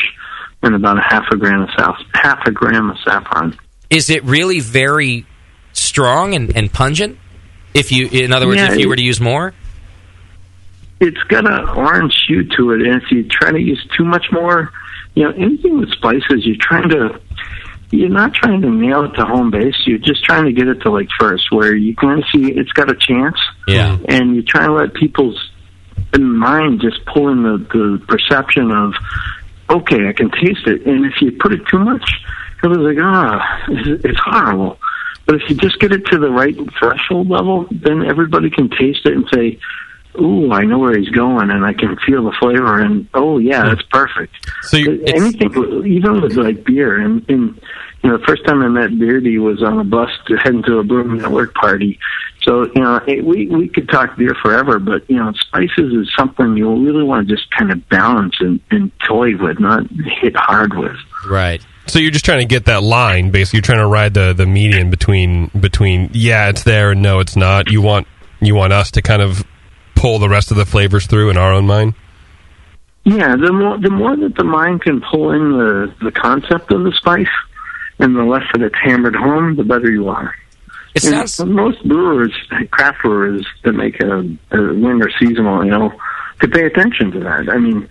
and about a half a gram of saff half a gram of saffron.
Is it really very strong and, and pungent? If you, in other words,
Yeah,
if you
it-
were to use more,
It's got an orange hue to it, and if you try to use too much more, you know, anything with spices, you're trying to. You're not trying to nail it to home base. You're just trying to get it to like first, where you kind of see it's got a chance.
yeah,
and you try to let people's mind just pull in the, the perception of, okay, I can taste it. And if you put it too much, it was like, ah, it's it's horrible. But if you just get it to the right threshold level, then everybody can taste it and say, ooh, I know where he's going, and I can feel the flavor, and oh yeah, that's perfect.
So you,
anything, even with like beer, and, and you know, the first time I met Beardy was on a bus to heading to a Bloom Network party. So you know, it, we we could talk beer forever, but you know, spices is something you really want to just kind of balance and, and toy with, not hit hard with.
Right.
So you're just trying to get that line. Basically, you're trying to ride the the median between between yeah, it's there and no, it's not. You want you want us to kind of pull the rest of the flavors through in our own mind.
Yeah, the more the more that the mind can pull in the the concept of the spice, and the less that it's hammered home, the better you are.
It
And most brewers, craft brewers that make a, a winter seasonal, you know, to pay attention to that. I mean,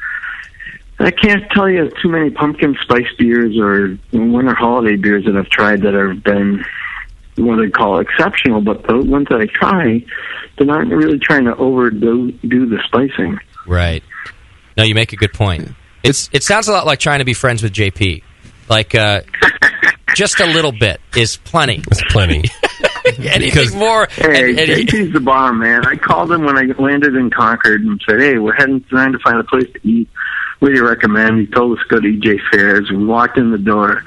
I can't tell you too many pumpkin spice beers or winter holiday beers that I've tried that have been what they call exceptional, but the ones that I try, they're not really trying to overdo do the spicing.
Right. No, you make a good point. It's it sounds a lot like trying to be friends with JP. Like uh, just a little bit is plenty.
It's plenty.
Anything more?
Hey, JP's the bomb, man. I called him when I landed in Concord and said, "Hey, we're heading trying to find a place to eat. What do you recommend?" He told us to go to EJ Fairs. We walked in the door.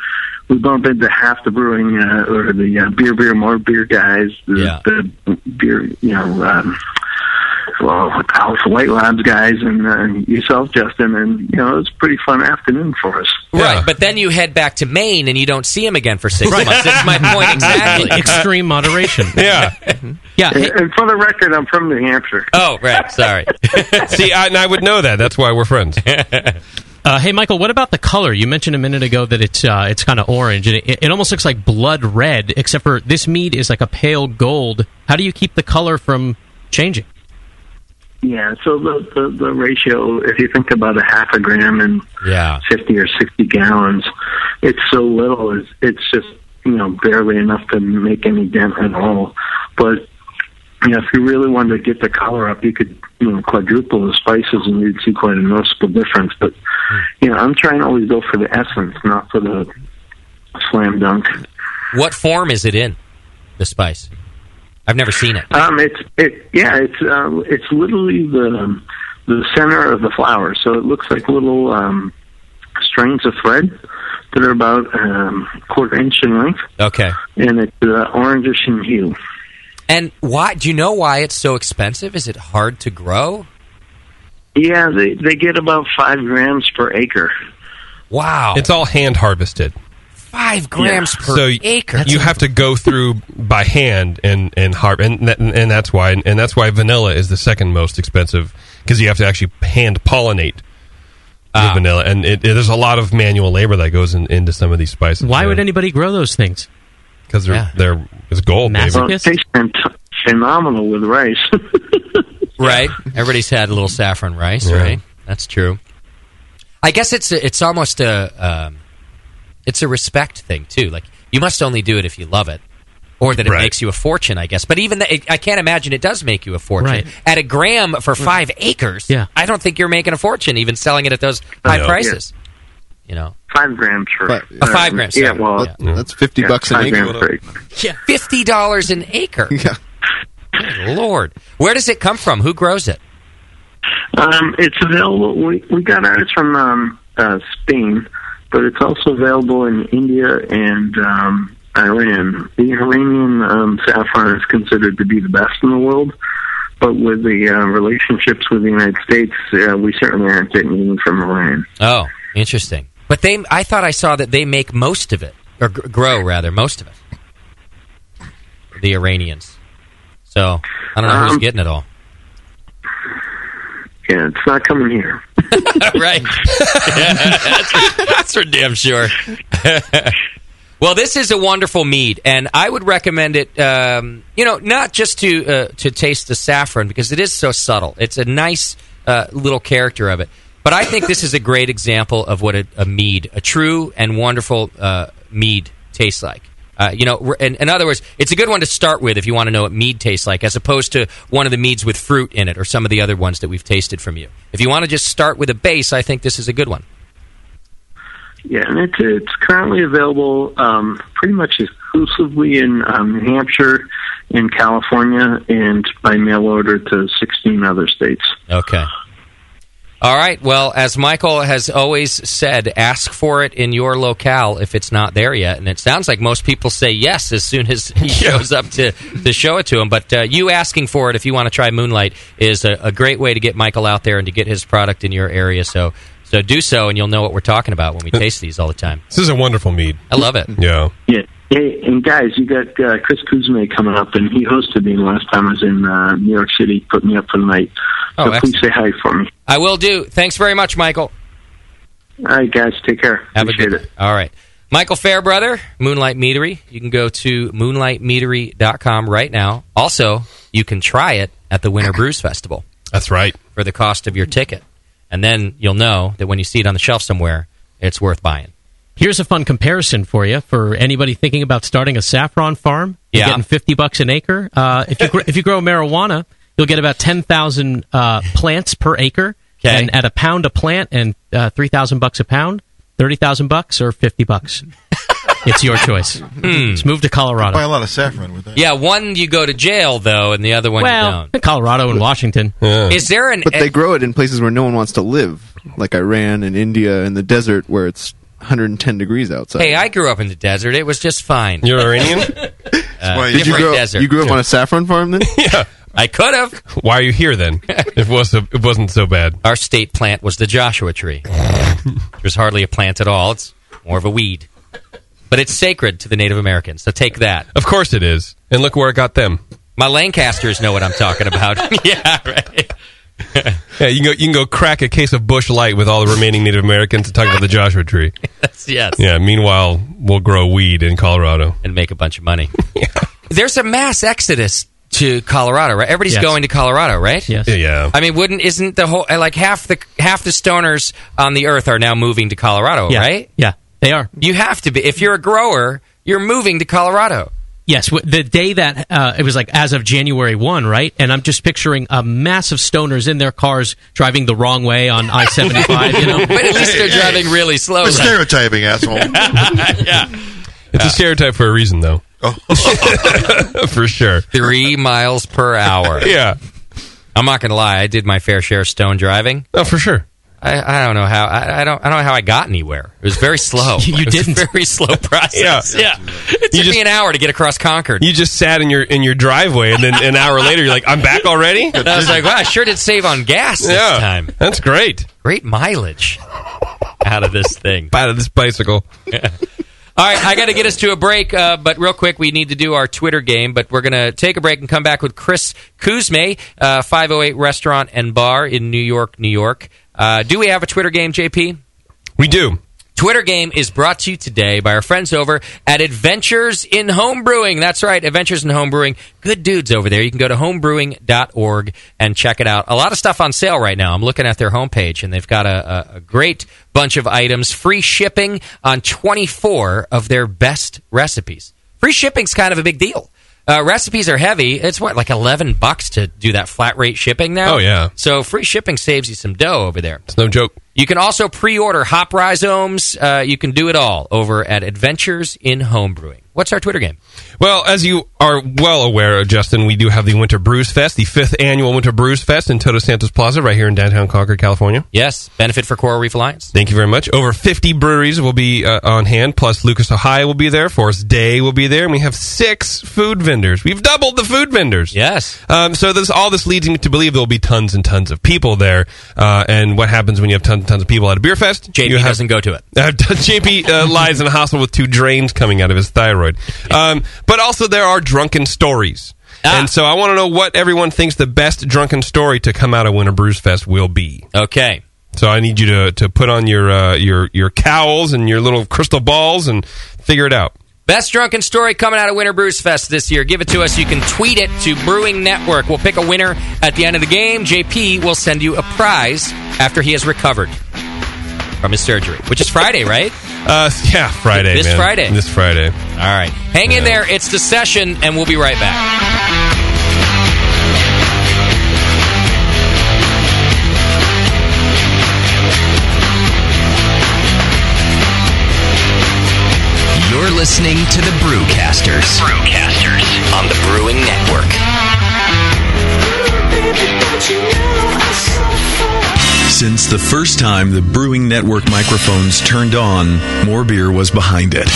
We bump into half the brewing uh, or the uh, beer, beer, more beer guys. The, the beer, you know, um, well, what the hell's the White Labs guys and uh, yourself, Justin. And you know, it was a pretty fun afternoon for us.
Right, but then you head back to Maine and you don't see him again for six
Right.
months. That's my point exactly.
Extreme moderation.
yeah.
Yeah.
And, and for the record, I'm from New Hampshire.
Oh, right. Sorry.
See, I, and I would know that. That's why we're friends.
Uh, hey, Michael, what about the color? You mentioned a minute ago that it's uh, it's kind of orange, and it, it almost looks like blood red, except for this mead is like a pale gold. How do you keep the color from changing?
Yeah, so the, the, the ratio, if you think about a half a gram and
yeah.
50 or 60 gallons, it's so little, it's, it's just, you know, barely enough to make any dent at all. But, you know, if you really wanted to get the color up, you could, you know, quadruple the spices and you'd see quite a noticeable difference. But, you know, I'm trying to always go for the essence, not for the slam dunk.
What form is it in? The spice. I've never seen it.
Um, it's it yeah, it's um, it's literally the um, the center of the flower, so it looks like little um, strings of thread that are about um, quarter inch in length,
Okay.
and it's uh, orangish in hue.
And why? Do you know why it's so expensive? Is it hard to grow?
Yeah, they they get about five grams per acre.
Wow.
It's all hand harvested.
Five grams per
so y-
acre.
You have to go through by hand and and harp, and that, and that's why and that's why vanilla is the second most expensive because you have to actually hand pollinate
Ah.
the vanilla, and it, it- there's a lot of manual labor that goes in, into some of these spices.
Why would anybody grow those things?
Because they're, they're it's gold, baby.
Well, it takes fant- phenomenal with rice.
right? Everybody's had a little saffron rice,
Yeah.
right? That's true. I guess it's a, it's almost a um, it's a respect thing too. Like you must only do it if you love it, or that it makes you a fortune. I guess, but even that, it, I can't imagine it does make you a fortune.
Right.
At a gram for five acres,
Yeah.
I don't think you're making a fortune even selling it at those high
No.
prices. You know,
five grams for
But- A five grams,
Yeah,
sorry.
well,
That- that's
50 um, bucks an
five
acre.
grams per acre.
yeah, fifty dollars an acre.
Yeah.
Lord, where does it come from? Who grows it?
Um, it's available. We, we got ours from um, uh, Spain, but it's also available in India and um, Iran. The Iranian um, saffron is considered to be the best in the world, but with the uh, relationships with the United States, uh, we certainly aren't getting anything from Iran.
Oh, interesting. But they, I thought I saw that they make most of it, or gr- grow rather, most of it. The Iranians. So I don't know who's
Um,
getting it all.
Yeah, it's not coming here.
right. that's, that's for damn sure. well, this is a wonderful mead, and I would recommend it. Um, you know, not just to uh, to taste the saffron because it is so subtle. It's a nice uh, little character of it. But I think this is a great example of what a, a mead, a true and wonderful uh, mead, tastes like. Uh, you know, r- in, in other words, it's a good one to start with if you want to know what mead tastes like, as opposed to one of the meads with fruit in it or some of the other ones that we've tasted from you. If you want to just start with a base, I think this is a good one.
Yeah, and it's it's currently available um, pretty much exclusively in um, New Hampshire, in California, and by mail order to 16 other states.
Okay. All right. Well, as Michael has always said, ask for it in your locale if it's not there yet. And it sounds like most people say yes as soon as he shows up to, to show it to him. But uh, you asking for it if you want to try Moonlight is a, a great way to get Michael out there and to get his product in your area. So, so do so, and you'll know what we're talking about when we taste these all the time.
This is a wonderful mead.
I love it.
Yeah.
Yeah. Hey, and guys, you got uh, Chris Kuzme coming up, and he hosted me last time I was in uh, New York City, put me up for the night.
Oh,
so please say hi for me.
I will do. Thanks very much, Michael.
All right, guys, take care.
Have a good All right. Michael Fairbrother, Moonlight Meadery. You can go to moonlightmeadery.com right now. Also, you can try it at the Winter Brews Festival.
That's right.
For the cost of your ticket. And then you'll know that when you see it on the shelf somewhere, it's worth buying.
Here's a fun comparison for you for anybody thinking about starting a saffron farm. You're
Yeah.
getting 50 bucks an acre. Uh, if you gr- if you grow marijuana, you'll get about 10,000 uh, plants per acre. And at a pound a plant and uh, 3,000 bucks a pound, 30,000 bucks or 50 bucks. it's your choice. Let's move to Colorado.
Buy a lot of saffron with that.
Yeah, one you go to jail though, and the other one you
well,
don't.
Colorado and Washington.
Is there an
But
e-
they grow it in places where no one wants to live, like Iran and India and the desert where it's 110 degrees outside.
Hey, I grew up in the desert. It was just fine.
You're Iranian?
uh,
Did you
different
grow,
desert.
You grew up on a saffron farm then?
yeah.
I could have.
Why are you here then? it was it wasn't so bad.
Our state plant was the Joshua tree. There's hardly a plant at all. It's more of a weed. But it's sacred to the Native Americans, so take that.
Of course it is. And look where I got them.
My Lancasters know what I'm talking about. yeah, right.
Yeah, you can go you can go crack a case of Bush Light with all the remaining Native Americans and talk about the Joshua tree.
That's, yes.
Yeah, meanwhile we'll grow weed in Colorado.
And make a bunch of money. There's a mass exodus to Colorado, right? Everybody's
Yes.
going to Colorado, right?
Yes. Yeah.
I mean, wouldn't isn't the whole like half the half the stoners on the earth are now moving to Colorado,
Yeah.
right?
Yeah, they are.
You have to be if you're a grower, you're moving to Colorado.
Yes, w- the day that uh, it was like as of January 1, right? And I'm just picturing a mass of stoners in their cars driving the wrong way on I 75, you know?
But at least they're driving really slow.
It's stereotyping, asshole.
It's a stereotype for a reason though. for sure.
Three miles per hour.
Yeah.
I'm not gonna lie. I did my fair share of stone driving.
Oh, for sure.
I, I don't know how. I, I don't. I don't know how I got anywhere. It was very slow.
You
It was
didn't.
A very slow process. yeah.
Yeah.
It took me an hour to get across Concord.
You just sat in your in your driveway and then an hour later you're like, I'm back already?
And I was like, wow, I sure did save on gas this
Yeah.
time.
That's great.
Great mileage out of this thing.
out of this bicycle.
All right, I got to get us to a break, uh, but real quick, we need to do our Twitter game. But we're going to take a break and come back with Chris Kuzme, uh, 508 Restaurant and Bar in New York, New York. Uh, do we have a Twitter game, JP?
We do.
Twitter game is brought to you today by our friends over at Adventures in Homebrewing. That's right, Adventures in Homebrewing. Good dudes over there. You can go to homebrewing.org and check it out. A lot of stuff on sale right now. I'm looking at their homepage, and they've got a, a, a great bunch of items. Free shipping on 24 of their best recipes. Free shipping's kind of a big deal. Uh, recipes are heavy. It's what like eleven bucks to do that flat rate shipping now.
Oh, yeah.
So free shipping saves you some dough over there. It's
no joke.
You can also pre-order hop rhizomes. Uh, you can do it all over at Adventures in Homebrewing. What's our Twitter game?
Well, as you are well aware, Justin, we do have the Winter Brews Fest, the fifth annual Winter Brews Fest in Toto Santos Plaza, right here in downtown Concord, California.
Yes, benefit for Coral Reef Alliance.
Thank you very much. Over 50 breweries will be uh, on hand, plus Lucas Ohio will be there, Forest Day will be there, and we have six food vendors. We've doubled the food vendors.
Yes.
Um, so this all this leads me to believe there will be tons and tons of people there. Uh, and what happens when you have tons and tons of people at a beer fest?
JP
you have,
doesn't go to it.
Uh, JP uh, lies in a hospital with two drains coming out of his thyroid. Um, but also, there are drunken stories.
Ah.
And so I want to know what everyone thinks the best drunken story to come out of Winter Brews Fest will be.
Okay.
So I need you to, to put on your uh, your your cowls and your little crystal balls and figure it out.
Best drunken story coming out of Winter Brews Fest this year. Give it to us. You can tweet it to Brewing Network. We'll pick a winner at the end of the game. JP will send you a prize after he has recovered from his surgery, which is Friday, right?
Uh, yeah, Friday.
This
man.
Friday.
This Friday.
All right. Hang in there. It's the session, and we'll be right back.
You're listening to the Brewcasters. Brewcasters on the Brewing Network.
Since the first time the Brewing Network microphones turned on, More Beer was behind it.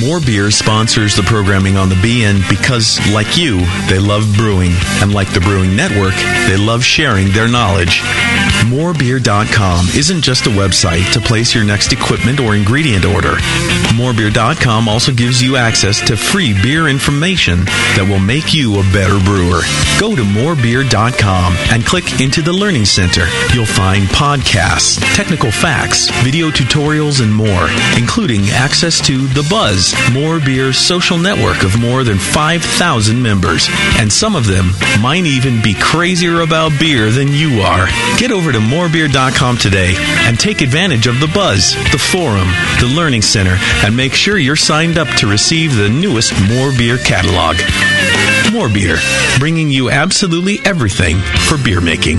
More Beer sponsors the programming on the BN because, like you, they love brewing. And like the Brewing Network, they love sharing their knowledge. Morebeer.com isn't just a website to place your next equipment or ingredient order. Morebeer.com also gives you access to free beer information that will make you a better brewer. Go to morebeer.com and click into the Learning Center. You'll find podcasts, technical facts, video tutorials, and more, including access to The Buzz, More Beer's social network of more than 5,000 members. And some of them might even be crazier about beer than you are. Get over to morebeer.com today and take advantage of The Buzz, the forum, the Learning Center, and make sure you're signed up to receive the newest More Beer catalog. More Beer, bringing you absolutely everything for beer making.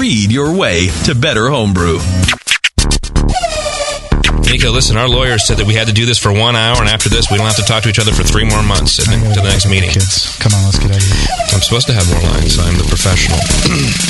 read your way to better homebrew.
Nico, listen, our lawyer said that we had to do this for one hour, and after this, we don't have to talk to each other for three more months to the next meeting.
Kids, come on, let's get out of here.
I'm supposed to have more lines. I'm the professional.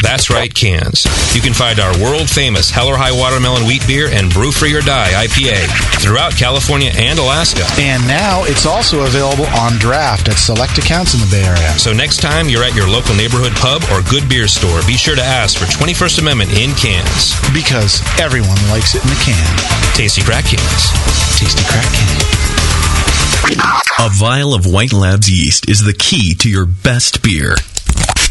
That's right, cans. You can find our world famous Hell or High Watermelon Wheat Beer and Brew Free or Die IPA throughout California and Alaska.
And now it's also available on draft at select accounts in the Bay Area.
So next time you're at your local neighborhood pub or good beer store, be sure to ask for 21st Amendment in cans.
Because everyone likes it in the can.
Tasty crack cans.
Tasty crack can.
A vial of White Labs yeast is the key to your best beer.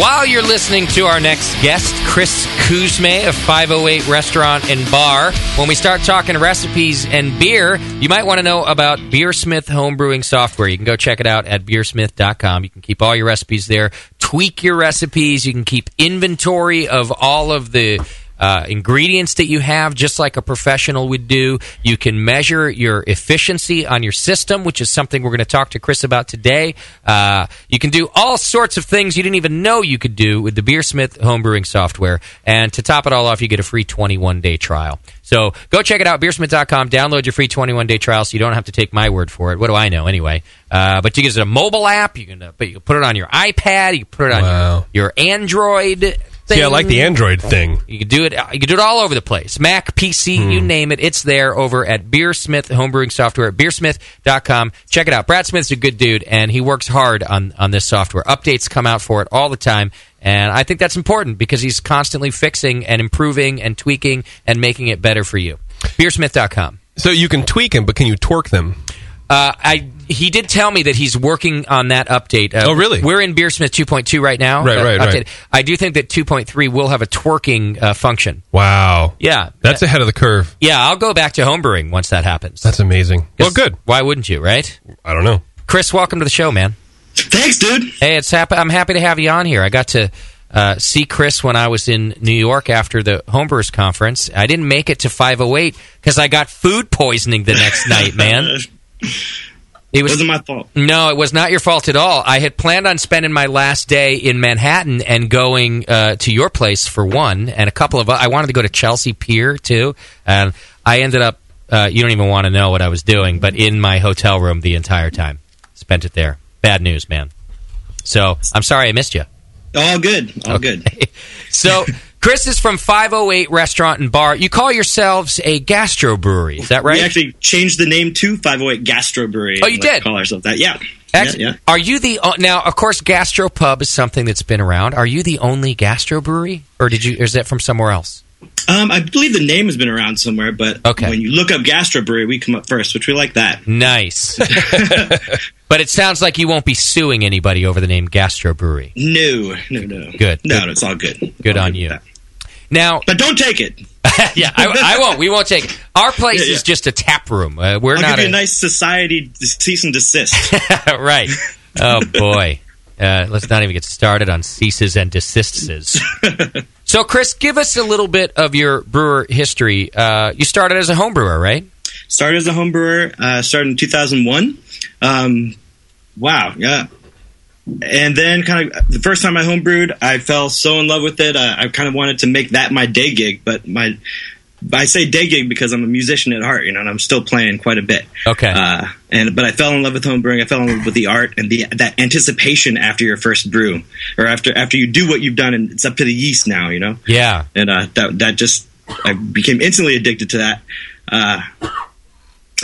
While you're listening to our next guest, Chris Kuzme of 508 Restaurant and Bar, when we start talking recipes and beer, you might want to know about Beersmith homebrewing software. You can go check it out at beersmith.com. You can keep all your recipes there, tweak your recipes, you can keep inventory of all of the uh, ingredients that you have, just like a professional would do. You can measure your efficiency on your system, which is something we're going to talk to Chris about today. Uh, you can do all sorts of things you didn't even know you could do with the Beersmith homebrewing software. And to top it all off, you get a free 21 day trial. So go check it out, beersmith.com. Download your free 21 day trial so you don't have to take my word for it. What do I know anyway? Uh, but you can use a mobile app. You can, uh, but you can put it on your iPad. You can put it on your, your Android. Thing.
See, I like the Android thing.
You can do it. You can do it all over the place. Mac, PC, you name it. It's there over at Beersmith Homebrewing Software at beersmith.com. Check it out. Brad Smith's a good dude, and he works hard on on this software. Updates come out for it all the time, and I think that's important because he's constantly fixing and improving and tweaking and making it better for you. Beersmith.com.
So you can tweak them, but can you torque them?
Uh, I he did tell me that he's working on that update. Uh,
Oh, really?
We're in Beersmith 2.2 right now.
Right,
uh,
right, right.
I do think that 2.3 will have a twerking uh, function.
Wow.
Yeah. Uh,
That's ahead of the curve.
Yeah, I'll go back to homebrewing once that happens.
That's amazing. Well, good.
Why wouldn't you, right?
I don't know.
Chris, welcome to the show, man.
Thanks, dude.
Hey, it's happy. I'm happy to have you on here. I got to uh, see Chris when I was in New York after the homebrewers conference. I didn't make it to 508 because I got food poisoning the next night, man. It was,
wasn't my fault.
No, it was not your fault at all. I had planned on spending my last day in Manhattan and going uh, to your place for one, and a couple of. I wanted to go to Chelsea Pier too, and I ended up. Uh, you don't even want to know what I was doing, but in my hotel room the entire time. Spent it there. Bad news, man. So I'm sorry I missed you.
All good. All good.
So Chris is from 508 Restaurant and Bar. You call yourselves a gastro brewery, is that right?
We actually changed the name to 508 Gastro Brewery.
Oh, you
and,
did?
Call ourselves that. Yeah.
Ex-
yeah, yeah.
Are you the o- now? Of course, gastropub is something that's been around. Are you the only gastro brewery, or did you? Or is that from somewhere else?
Um, I believe the name has been around somewhere, but when you look up Gastro Brewery, we come up first, which we like that.
Nice. but it sounds like you won't be suing anybody over the name Gastro Brewery.
No, no, no.
Good.
No,
Good.
it's all good.
Good on you. Now,
but don't take it.
yeah, I, I won't. We won't take it. Our place
Yeah, yeah.
is just a tap room. Uh, we're
I'll
not
give you a
a-
nice society cease and desist.
right. Oh boy. Uh, let's not even get started on ceases and desistses. so, Chris, give us a little bit of your brewer history. Uh, you started as a home brewer, right?
started as a home brewer. Uh, started in 2001. Um, wow, yeah. And then, kind of, the first time I homebrewed, I fell so in love with it. Uh, I kind of wanted to make that my day gig, but my I say day gig because I'm a musician at heart, you know, and I'm still playing quite a bit.
Okay.
Uh, and but I fell in love with homebrewing. I fell in love with the art and the that anticipation after your first brew, or after after you do what you've done, and it's up to the yeast now, you know
Yeah.
and uh, that that just I became instantly addicted to that. Uh,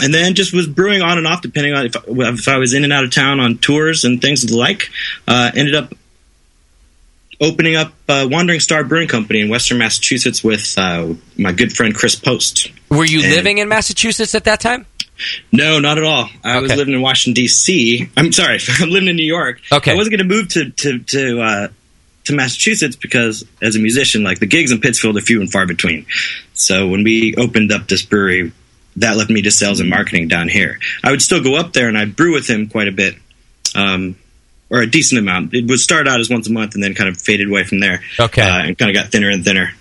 and then just was brewing on and off, depending on if I, if I was in and out of town on tours and things of the like. Uh, ended up opening up uh, Wandering Star Brewing Company in Western Massachusetts with uh, my good friend Chris Post.
Were you
And-
living in Massachusetts at that time?
No, not at all. I was
Okay.
living in Washington D.C. I'm sorry, I'm living in New York.
Okay.
I wasn't going to move to to to uh, to Massachusetts because as a musician, like the gigs in Pittsfield are few and far between. So when we opened up this brewery, that left me to sales and marketing down here. I would still go up there and I brew with him quite a bit. Um, or a decent amount. It would start out as once a month, and then kind of faded away from there.
Okay,
uh, and kind of got thinner and thinner.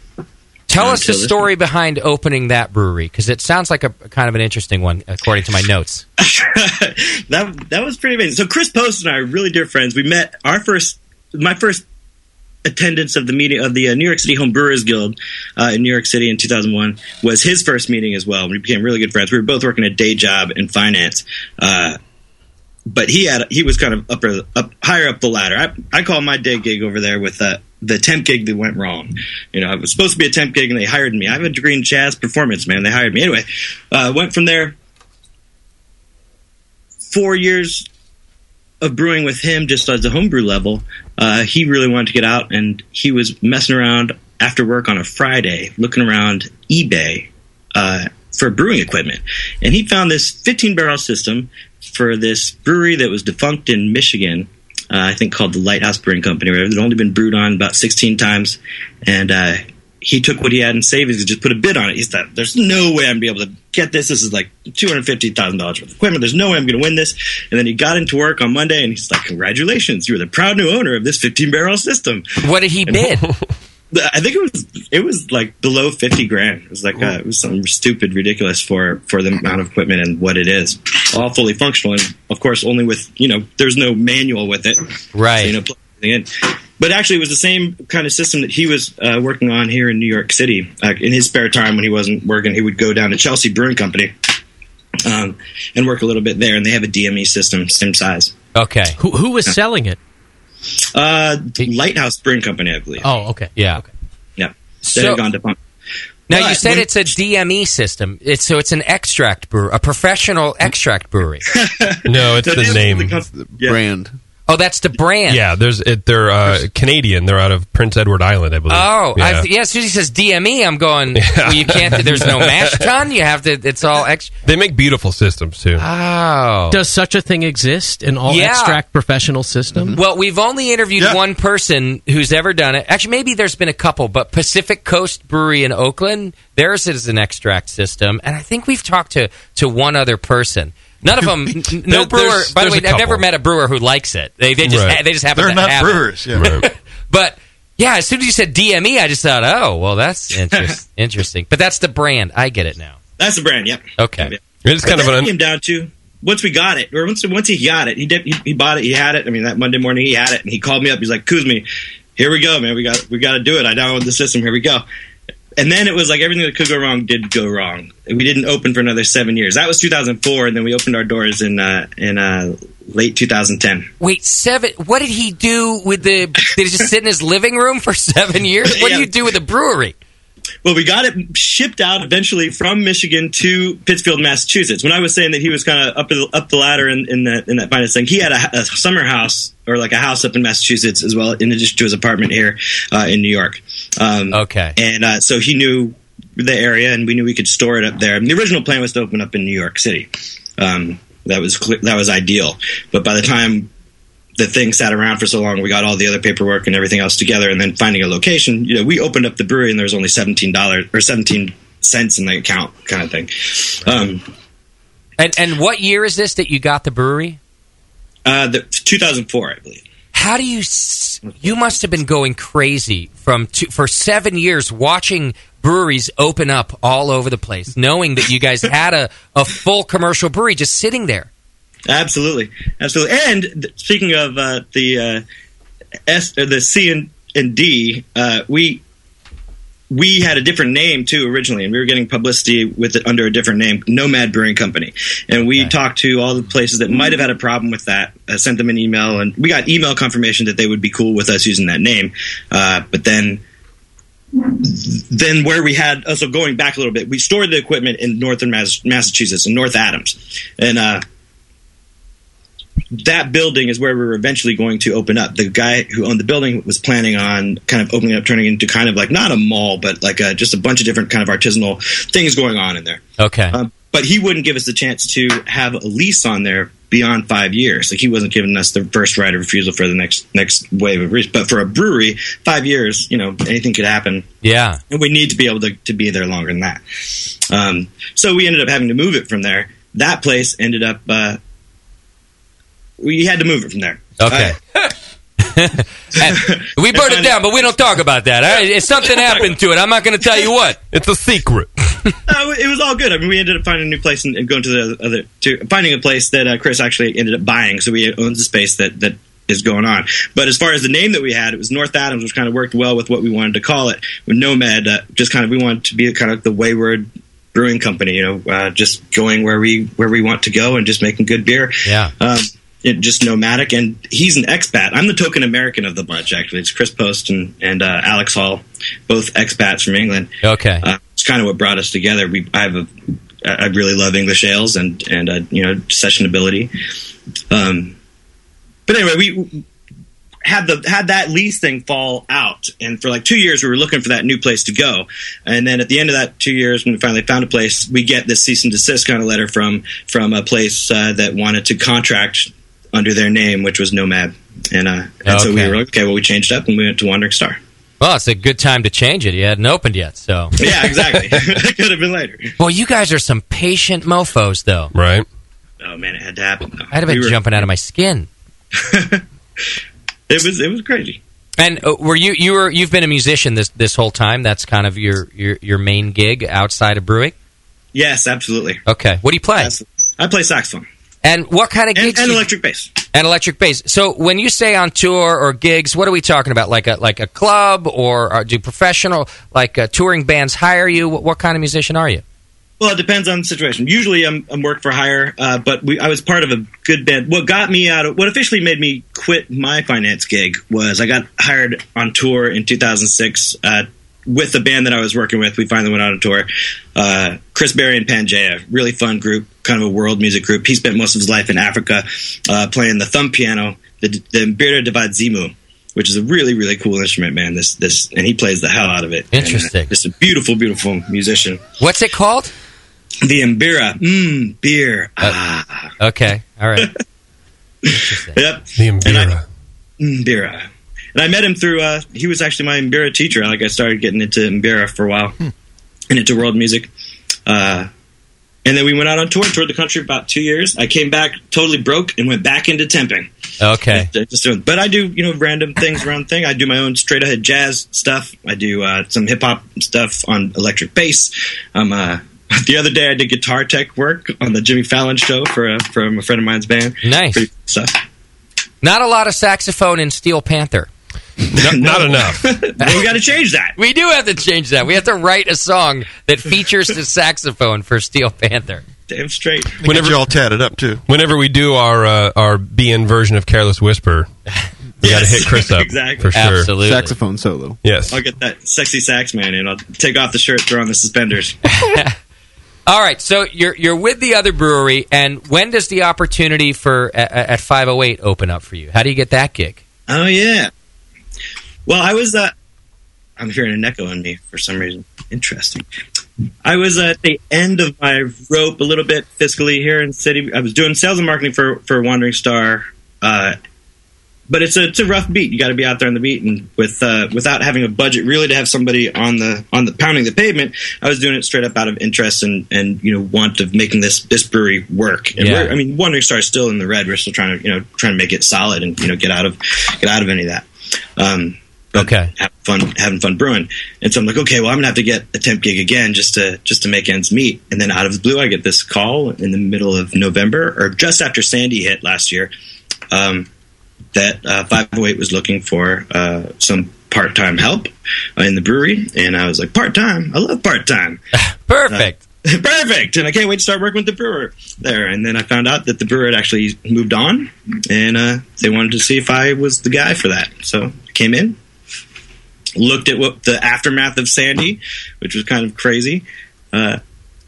Tell
Um,
us
so
the
this-
story behind opening that brewery because it sounds like a kind of an interesting one, according to my notes.
that that was pretty amazing. So Chris Post and I are really dear friends. We met our first, my first attendance of the meeting of the uh, New York City Home Brewers Guild uh, in New York City in 2001 was his first meeting as well. We became really good friends. We were both working a day job in finance. Uh, but he had he was kind of upper up higher up the ladder. I, I call my day gig over there with uh, the temp gig that went wrong. You know, I was supposed to be a temp gig and they hired me. I have a degree in jazz performance, man. They hired me anyway. Uh, went from there. Four years of brewing with him just as a homebrew level, uh, he really wanted to get out and he was messing around after work on a Friday looking around eBay uh, for brewing equipment. And he found this 15 barrel system for this brewery that was defunct in Michigan. Uh, I think called the Lighthouse Brewing Company, where it had only been brewed on about 16 times. And uh, he took what he had in savings and just put a bid on it. He's like, there's no way I'm going to be able to get this. This is like $250,000 worth of equipment. There's no way I'm going to win this. And then he got into work on Monday and he's like, congratulations, you're the proud new owner of this 15 barrel system.
What did he bid?
I think it was it was like below fifty grand. It was like uh it was something stupid, ridiculous for for the amount of equipment and what it is. All fully functional, and of course, only with you know, there's no manual with it,
right?
you know, plug everything in. But actually, it was the same kind of system that he was uh, working on here in New York City. Uh, in his spare time, when he wasn't working, he would go down to Chelsea Brewing Company um, and work a little bit there. And they have a DME system, same size.
Okay.
Who, who was selling it?
Uh, Lighthouse Brewing Company, I believe.
Oh, okay.
Yeah.
Yeah.
So-
That had gone defunct.
Now you
But
said
when-
it's a DME system. It's so it's an extract brewer, a professional extract brewery.
No, it's the name.
brand.
Oh, that's the brand.
Yeah, there's it, they're uh, Canadian. They're out of Prince Edward Island, I believe.
Oh,
yeah.
I th- yeah. As soon as he says DME, I'm going. Well, you can't. There's no mash tun. You have to. It's all extra.
they make beautiful systems too.
Oh,
Does such a thing exist in all
Yeah.
extract professional system?
Well, we've only interviewed one person who's ever done it. Actually, maybe there's been a couple, but Pacific Coast Brewery in Oakland, theirs is an extract system, and I think we've talked to to one other person. None of them, n- n- no
There-
brewer.
there's-
By the
there's
way,
a
I've never
couple.
met a brewer who likes it. They they just
Right.
ha- they just happen
They're
to
not
have it.
brewers, yeah. Right.
but yeah, as soon as you said DME, I just thought, oh, well, that's interest- interesting. But that's the brand. I get it now.
That's the brand. Yep.
Okay,
But that came down to once we got it, or once once he got it, he did, he, he bought it, he had it. I mean, that Monday morning he had it, and he called me up. He's like, "Kuzmi, here we go, man. We got we got to do it. I downloaded the system. Here we go." And then it was like everything that could go wrong did go wrong. We didn't open for another seven years. That was 2004, and then we opened our doors in uh, in uh, late 2010.
Wait, seven. What did he do with the? Did he just sit in his living room for seven years? What do you do with a brewery?
Well, we got it shipped out eventually from Michigan to Pittsfield, Massachusetts. When I was saying that he was kind of up the, up the ladder in, in that in that finance thing, he had a, a summer house or like a house up in Massachusetts as well, in addition to his apartment here uh, in New York. Um, okay. And uh, so he knew the area, and we knew we could store it up there. And the original plan was to open up in New York City. Um, that was cl- that was ideal. But by the time the thing sat around for so long, we got all the other paperwork and everything else together, and then finding a location. You know, we opened up the brewery, and there was only seventeen dollars or seventeen cents in the account, kind of thing. Um,
And and what year is this that you got the brewery?
Uh, the, 2004, I believe.
How do you? s- You must have been going crazy from two, for seven years watching breweries open up all over the place, knowing that you guys had a, a full commercial brewery just sitting there.
Absolutely, absolutely. And th- speaking of uh, the uh, S, or the C and, and D, uh, we we had a different name too originally, and we were getting publicity with it under a different name, Nomad Brewing Company. And we talked to all the places that might have had a problem with that, uh, sent them an email, and we got email confirmation that they would be cool with us using that name. Uh, but then then where we had uh, so going back a little bit, we stored the equipment in northern Mass- Massachusetts in North Adams, and uh, that building is where we were eventually going to open up. The guy who owned the building was planning on kind of opening up, turning into kind of like not a mall, but like a, just a bunch of different kind of artisanal things going on in there.
Mm-hmm. Okay.
Um, but he wouldn't give us the chance to have a lease on there beyond five years. Like he wasn't giving us the first right of refusal for the next next wave of breweries. But for a brewery, five years, you know, anything could happen
yeah.
and we need to be able to, to be there longer than that. Um, so we ended up having to move it from there. That place ended up uh, we had to move it from there.
Okay. And we burned it down, but we don't talk about that. All right? If something happened to it, I'm not going to tell you what.
It's a secret.
Uh, it was all good. I mean, we ended up finding a new place and, and going to the other to finding a place that uh, Chris actually ended up buying. So we owned the space that that is going on. But as far as the name that we had, it was North Adams, which kind of worked well with what we wanted to call it. With Nomad, uh, just kind of we wanted to be kind of the wayward brewing company. You know, uh, just going where we where we want to go and just making good beer.
Yeah.
Um, it- just nomadic, and he's an expat. I'm the token American of the bunch. Actually, it's Chris Post and and uh, Alex Hall, both expats from England.
Okay.
Uh, it's kind of what brought us together. We I have a I I really love English ales and and uh, you know sessionability. Um, but anyway, we had the had that lease thing fall out, and for like two years we were looking for that new place to go, and then at the end of that two years, when we finally found a place, we get this cease and desist kind of letter from from a place uh, that wanted to contract under their name, which was Nomad, and uh, and so we
Okay.
were like, okay, well we changed up and we went to Wandering Star.
Well, it's a good time to change it. You hadn't opened yet, so
Yeah, exactly. it could have been later.
Well, you guys are some patient mofos, though.
Right.
Oh man, it had to happen.
I'd have been jumping out of my skin.
It was it was crazy.
And uh, were you you were you've been a musician this this whole time? That's kind of your your, your main gig outside of brewing.
Yes, absolutely.
Okay, what do you play?
I play saxophone.
And what kind of gigs?
and
do you-
electric bass.
And electric bass. So when you say on tour or gigs, what are we talking about? Like a like a club or, or do professional like uh, touring bands hire you? What, what kind of musician are you?
Well, it depends on the situation. Usually, I'm, I'm work for hire, uh, but we, I was part of a good band. What got me out of what officially made me quit my finance gig was I got hired on tour in 2006 uh, with the band that I was working with. We finally went on a tour. Uh, Chris Berry and Pangea, really fun group, kind of a world music group. He spent most of his life in Africa uh, playing the thumb piano, the the mbira Divadzimu, which is a really really cool instrument, man. This this and he plays the hell out of it.
Interesting.
And, uh, just a beautiful beautiful musician.
What's it called?
The Imbira. Mmm, beer. ah.
Okay, all right.
Yep.
The Imbira.
Mm, Imbira. And I met him through, uh, he was actually my Imbira teacher. Like, I started getting into Imbira for a while and into world music. Uh, and then we went out on tour, toured the country for about two years. I came back totally broke and went back into temping.
Okay.
I just doing- but I do you know random things around thing. I do my own straight ahead jazz stuff. I do uh, some hip hop stuff on electric bass. Um, uh, the other day I did guitar tech work on the Jimmy Fallon show for a, from a friend of mine's band.
Nice
Pretty cool stuff.
Not a lot of saxophone in Steel Panther.
Not enough.
we got to change that.
We do have to change that. We have to write a song that features the saxophone for Steel Panther.
Damn straight.
Whenever you all
tatted up too.
Whenever we do our uh, our BN version of Careless Whisper, we got to hit Chris up for sure.
Saxophone solo.
Yes.
I'll get that sexy sax man and I'll take off the shirt, throw on the suspenders.
All right, so you're you're with the other brewery, and when does the opportunity for at, at 508 open up for you? How do you get that gig?
Oh yeah. Well, I was uh, I'm hearing an echo in me for some reason. Interesting. I was at the end of my rope a little bit fiscally here in the city. I was doing sales and marketing for for Wandering Star, uh, but it's a it's a rough beat. You got to be out there on the beat, and with uh, without having a budget really to have somebody on the on the pounding the pavement. I was doing it straight up out of interest and and you know want of making this this brewery work. And
Yeah.
we're, I mean, Wandering Star is still in the red. We're still trying to you know trying to make it solid and you know get out of get out of any of that. Um,
okay
having fun having fun brewing and so i'm like okay well i'm gonna have to get a temp gig again just to just to make ends meet and then out of the blue i get this call in the middle of november or just after sandy hit last year um, that uh, 508 was looking for uh, some part-time help in the brewery and i was like part-time i love part-time Uh,
perfect
perfect and i can't wait to start working with the brewer there and then i found out that the brewer had actually moved on and uh, they wanted to see if i was the guy for that so i came in looked at what the aftermath of Sandy, which was kind of crazy. Uh,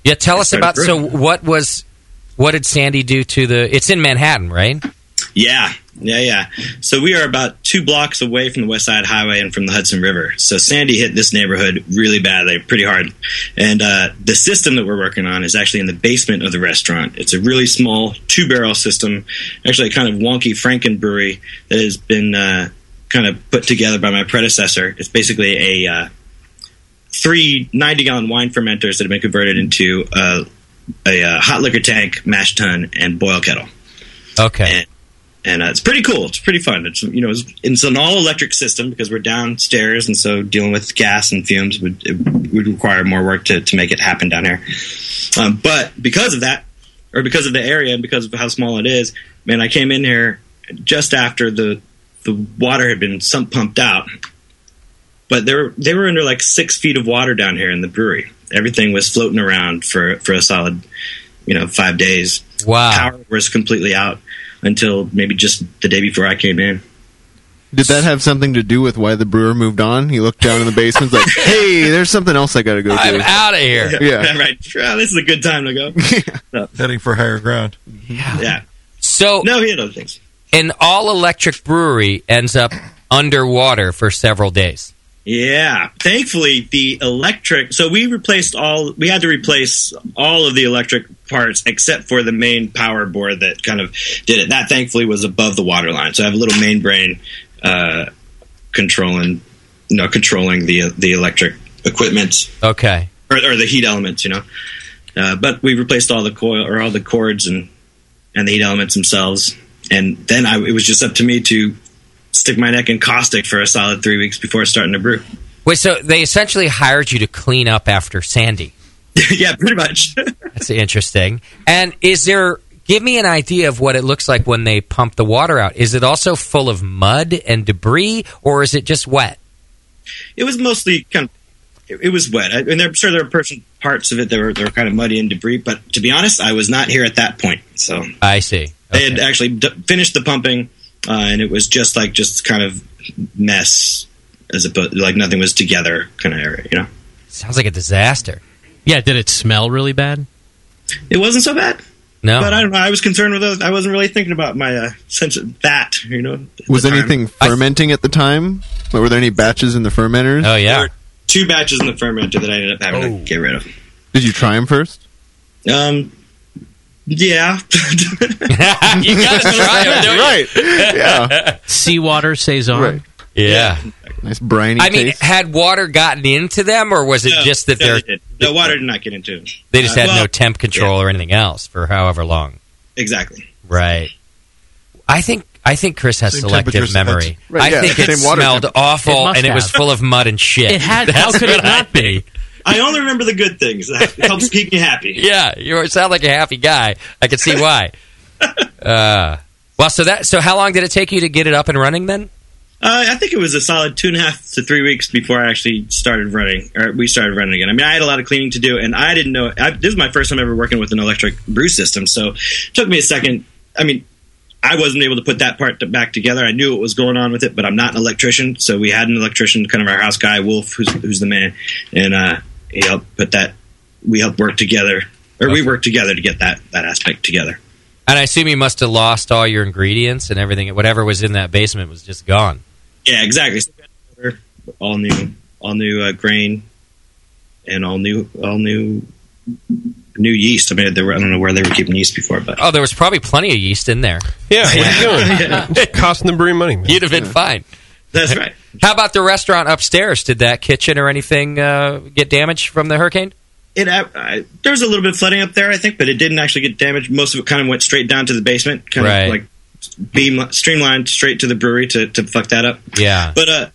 yeah, tell us
started
about so
brewing.
what was what did Sandy do to the? It's in Manhattan, right?
Yeah, yeah, yeah. So we are about two blocks away from the West Side Highway and from the Hudson River. So Sandy hit this neighborhood really badly, pretty hard. And uh, the system that we're working on is actually in the basement of the restaurant. It's a really small two barrel system, actually a kind of wonky Franken brewery that has been uh, kind of put together by my predecessor. It's basically a uh, three 90 gallon wine fermenters that have been converted into uh, a uh, hot liquor tank, mash tun, and boil kettle
Okay.
and uh, it's pretty cool. It's pretty fun. It's you know it's, it's an all electric system because we're downstairs, and so dealing with gas and fumes would it would require more work to to make it happen down here. Um, but because of that, or because of the area, and because of how small it is, man, I came in here just after the the water had been sump pumped out, but they were they were under like six feet of water down here in the brewery. Everything was floating around for for a solid, you know, five days.
Wow,
power was completely out until maybe just the day before I came in.
Did that have something to do with why the brewer moved on? He looked down in the basement, like, "Hey, there's something else I got to go do."
I'm
outta here.
Yeah,
right. Ah, This is a good time to go.
Heading for higher ground.
Yeah. yeah.
So
no, he had other things.
An all electric brewery ends up underwater for several days.
Yeah. Thankfully, the electric. So we replaced all. We had to replace all of the electric parts except for the main power board that kind of did it. That thankfully was above the water line. So I have a little main brain uh, controlling, you know, controlling the the electric equipment
Okay.
or, or the heat elements, you know. Uh, but we replaced all the coil or all the cords and and the heat elements themselves. And then I, it was just up to me to stick my neck in caustic for a solid three weeks before starting to brew.
Wait, so they essentially hired you to clean up after Sandy.
yeah, pretty much.
That's interesting. And is there? Give me an idea of what it looks like when they pump the water out. Is it also full of mud and debris, or is it just wet?
It was mostly kind of it, it was wet, I, and I'm sure there were person, parts of it that were that were kind of muddy and debris. But to be honest, I was not here at that point, so
I see.
they had actually d- finished the pumping, uh, and it was just like just kind of mess as opposed like nothing was together kind of area, you know.
Sounds like a disaster.
Yeah, did it smell really bad?
It wasn't so bad.
No.
But I don't know. I was concerned with those. I wasn't really thinking about my uh, sense of that. You know, at
was
the time.
anything fermenting at the time? Like, were there any batches in the fermenters?
Oh yeah.
two batches in the fermenter that I ended up having
Oh.
to get rid of.
Did you try them first?
Um, yeah,
you gotta try it, don't you?
right?
Yeah. Seawater saison.
Yeah.
Nice briny.
I mean,
taste.
had water gotten into them, or was it
No,
just that
no,
they're
they did. the water did not get into. it.
they just
Uh,
had no
well,
temp control or anything else for however long?
Exactly.
Right. I think I think Chris has
Same
selective
temperatures as
memory.
Hudson. Right,
I
yeah,
think it
same water
smelled
temperature. It
awful
must
and it was
have.
full of mud and shit.
It had- how
That's
could it
what I
not be?
think.
I only remember the good things. It helps keep me happy.
Yeah, you sound like a happy guy. I can see why. uh, well, so that so how long did it take you to get it up and running then?
Uh, I think it was a solid two and a half to three weeks before I actually started running, or we started running again. I mean, I had a lot of cleaning to do, and I didn't know. I, this is my first time ever working with an electric brew system, so it took me a second. I mean, I wasn't able to put that part to, back together. I knew what was going on with it, but I'm not an electrician, so we had an electrician, kind of our house guy, Wolf, who's who's the man, and uh, he helped put that. We helped work together, or we worked together to get that that aspect together.
And I assume you must have lost all your ingredients and everything. Whatever was in that basement was just gone.
Yeah, exactly. So we had to order All new all new uh, grain and all new all new new yeast. I mean, they were, I don't know where they were keeping yeast before, but
Oh, there was probably plenty of yeast in there.
Yeah, what are you doing? It's costing the brewery money.
You'd have been fine.
That's right.
How about the restaurant upstairs? Did that kitchen or anything uh, get damaged from the hurricane?
it uh, I, there was a little bit of flooding up there, I think, but it didn't actually get damaged. Most of it kind of went straight down to the basement, kind
Right.
of like beam streamlined straight to the brewery to, to fuck that up.
Yeah.
But uh,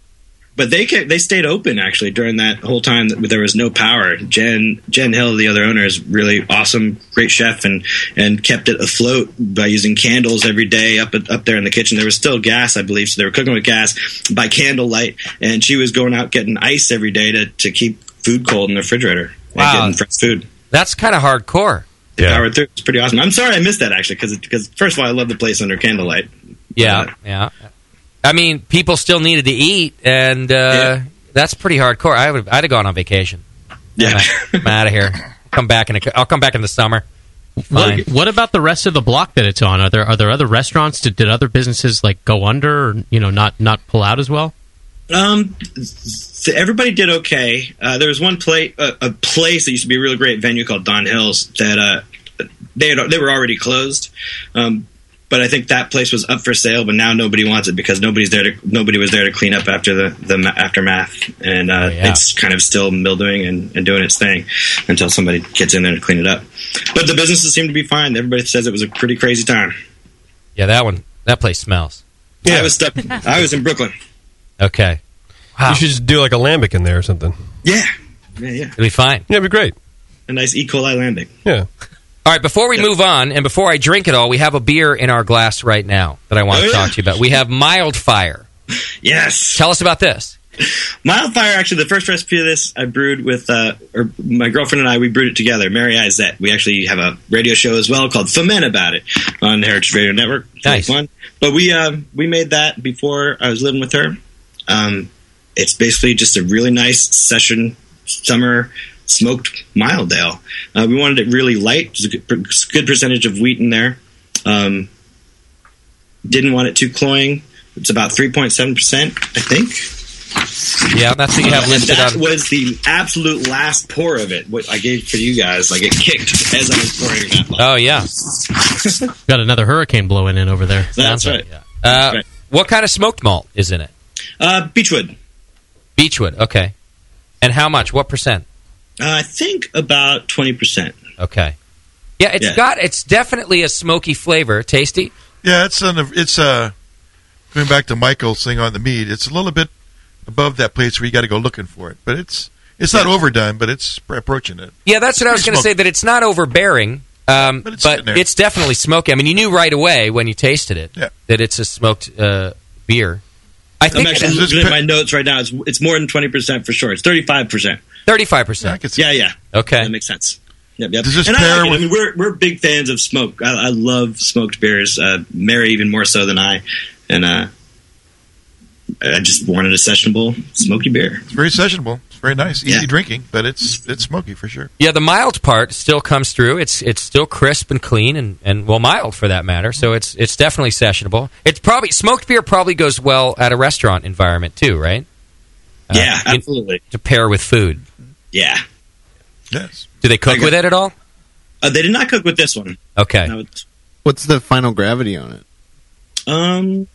but they kept, they stayed open actually during that whole time that there was no power. Jen Jen Hill, the other owner, is really awesome, great chef, and and kept it afloat by using candles every day up at- up there in the kitchen. There was still gas, I believe, so they were cooking with gas by candlelight, and she was going out getting ice every day to to keep food cold in the refrigerator. and
Wow.
getting fresh food.
That's kind of hardcore.
Yeah, powered through. It's pretty awesome. I'm sorry I missed that actually because because first of all, I love the place under candlelight.
Yeah, yeah. I mean, people still needed to eat, and uh, that's pretty hardcore. I would, I'd have gone on vacation.
Yeah,
I'm, out of here. Come back in. A, I'll come back in the summer. Fine.
What, what about the rest of the block that it's on? Are there are there other restaurants? Did, did other businesses like go under or you know not not pull out as well?
Um, th- everybody did okay. Uh, there was one play uh, a place that used to be a really great venue called Don Hills that uh, they had, they were already closed, um, but I think that place was up for sale, but now nobody wants it because nobody's there. To, nobody was there to clean up after the the ma- aftermath, and uh,
yeah.
it's kind of still mildewing and, and doing its thing until somebody gets in there to clean it up. But the businesses seem to be fine. Everybody says it was a pretty crazy time.
Yeah, that one. That place smells.
I was stuck. I was in Brooklyn.
Okay.
You should just do like a lambic in there or something.
Yeah, yeah, yeah.
It'll be fine.
Yeah, it'd be great.
A nice E. coli landing.
Yeah.
All right, before we move on and before I drink it all, we have a beer in our glass right now that I want to talk to you about. We have Mild Fire.
Oh, Yes.
Tell us about this.
Mildfire, actually, the first recipe of this I brewed with, uh, or my girlfriend and I, we brewed it together. Mary Izette. We actually have a radio show as well called Foment About It on Heritage Radio Network. It's really
Nice.
fun. But we uh, we made that before I was living with her. Um, it's basically just a really nice session summer smoked mild ale. Uh, we wanted it really light. There's a good, per- good percentage of wheat in there. Um, didn't want it too cloying. It's about 3.7%, I think.
Yeah, that's what you have
Uh, and
listed
That
on-
was the absolute last pour of it, what I gave for you guys. Like it kicked as I was pouring that.
Oh yeah,
got another hurricane blowing in over there.
That's right.
Uh, What kind of smoked malt is in it?
Uh, beechwood.
Beechwood. Okay. And how much? What percent?
Uh, I think about twenty percent.
Okay. Yeah, it's
Yeah.
got. It's definitely a smoky flavor. Tasty.
Yeah, it's on the, it's uh going back to Michael's thing on the mead. It's a little bit above that place where you got to go looking for it, but it's it's not overdone, but it's approaching it.
Yeah, that's what I was going to
Smoky.
say. That it's not overbearing, um, but, it's,
there.
definitely smoky. I mean, you knew right away when you tasted it
Yeah.
that it's a smoked uh, beer. I
I'm
think
actually looking at my notes right now. It's, it's more than twenty percent for sure. It's thirty five percent.
Thirty five percent.
Yeah, yeah.
Okay,
that makes sense. Yep, yep.
Does this
and I,
pair
like it. I
with-
mean, we're we're big fans of smoke. I, I love smoked beers. Uh, Mary even more so than I. And uh, I just wanted a sessionable smoky beer.
It's very sessionable. It's very nice, easy drinking, but it's it's smoky for sure.
Yeah, the mild part still comes through. It's it's still crisp and clean and, and well mild for that matter. So it's it's definitely sessionable. It's probably smoked beer probably goes well at a restaurant environment too, right?
Yeah,
in-
absolutely.
To pair with food.
Yeah.
Yes.
Do they cook with it at all?
Uh, they did not cook with this one.
Okay.
No,
What's the final gravity on it?
Um,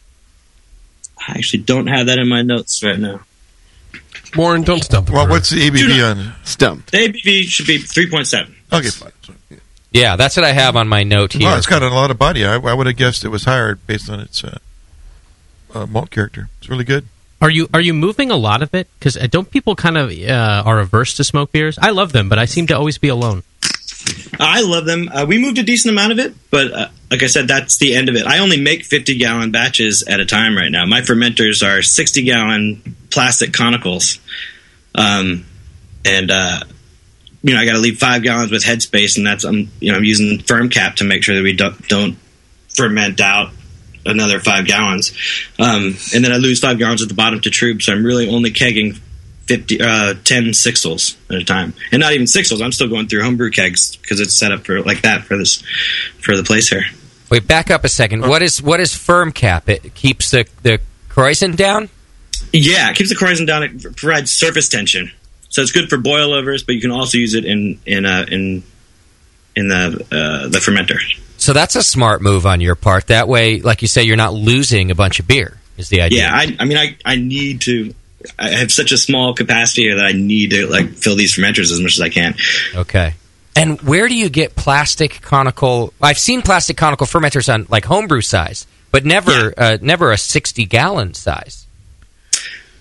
I actually don't have that in my notes right now.
Warren, don't stump.
Well, what's the ABV on?
Stump.
The ABV should be three point seven.
Okay, fine.
Yeah, that's what I have on my note here.
Well, it's got a lot of body. I, I would have guessed it was higher based on its uh, uh, malt character. It's really good.
Are you are you moving a lot of it? Because don't people kind of uh, are averse to smoke beers? I love them, but I seem to always be alone.
I love them. Uh, we moved a decent amount of it, but uh, like I said, that's the end of it. I only make 50 gallon batches at a time right now. My fermenters are 60 gallon plastic conicals. Um, and, uh, you know, I got to leave five gallons with headspace, and that's, I'm, you know, I'm using firm cap to make sure that we don't, don't ferment out another five gallons. Um, and then I lose five gallons at the bottom to troob, so I'm really only kegging 50, uh, 10 sixels at a time. And not even sixels, I'm still going through homebrew kegs because it's set up for like that for this for the place here.
Wait, back up a second. What is what is firm cap? It keeps the the croissant down.
Yeah, it keeps the horizon down. It provides surface tension, so it's good for boilovers. But you can also use it in in uh, in in the uh, the fermenter.
So that's a smart move on your part. That way, like you say, you're not losing a bunch of beer. Is the idea?
Yeah, I, I mean, I, I need to. I have such a small capacity here that I need to like fill these fermenters as much as I can.
Okay. And where do you get plastic conical? I've seen plastic conical fermenters on like homebrew size, but never uh, never a sixty gallon size.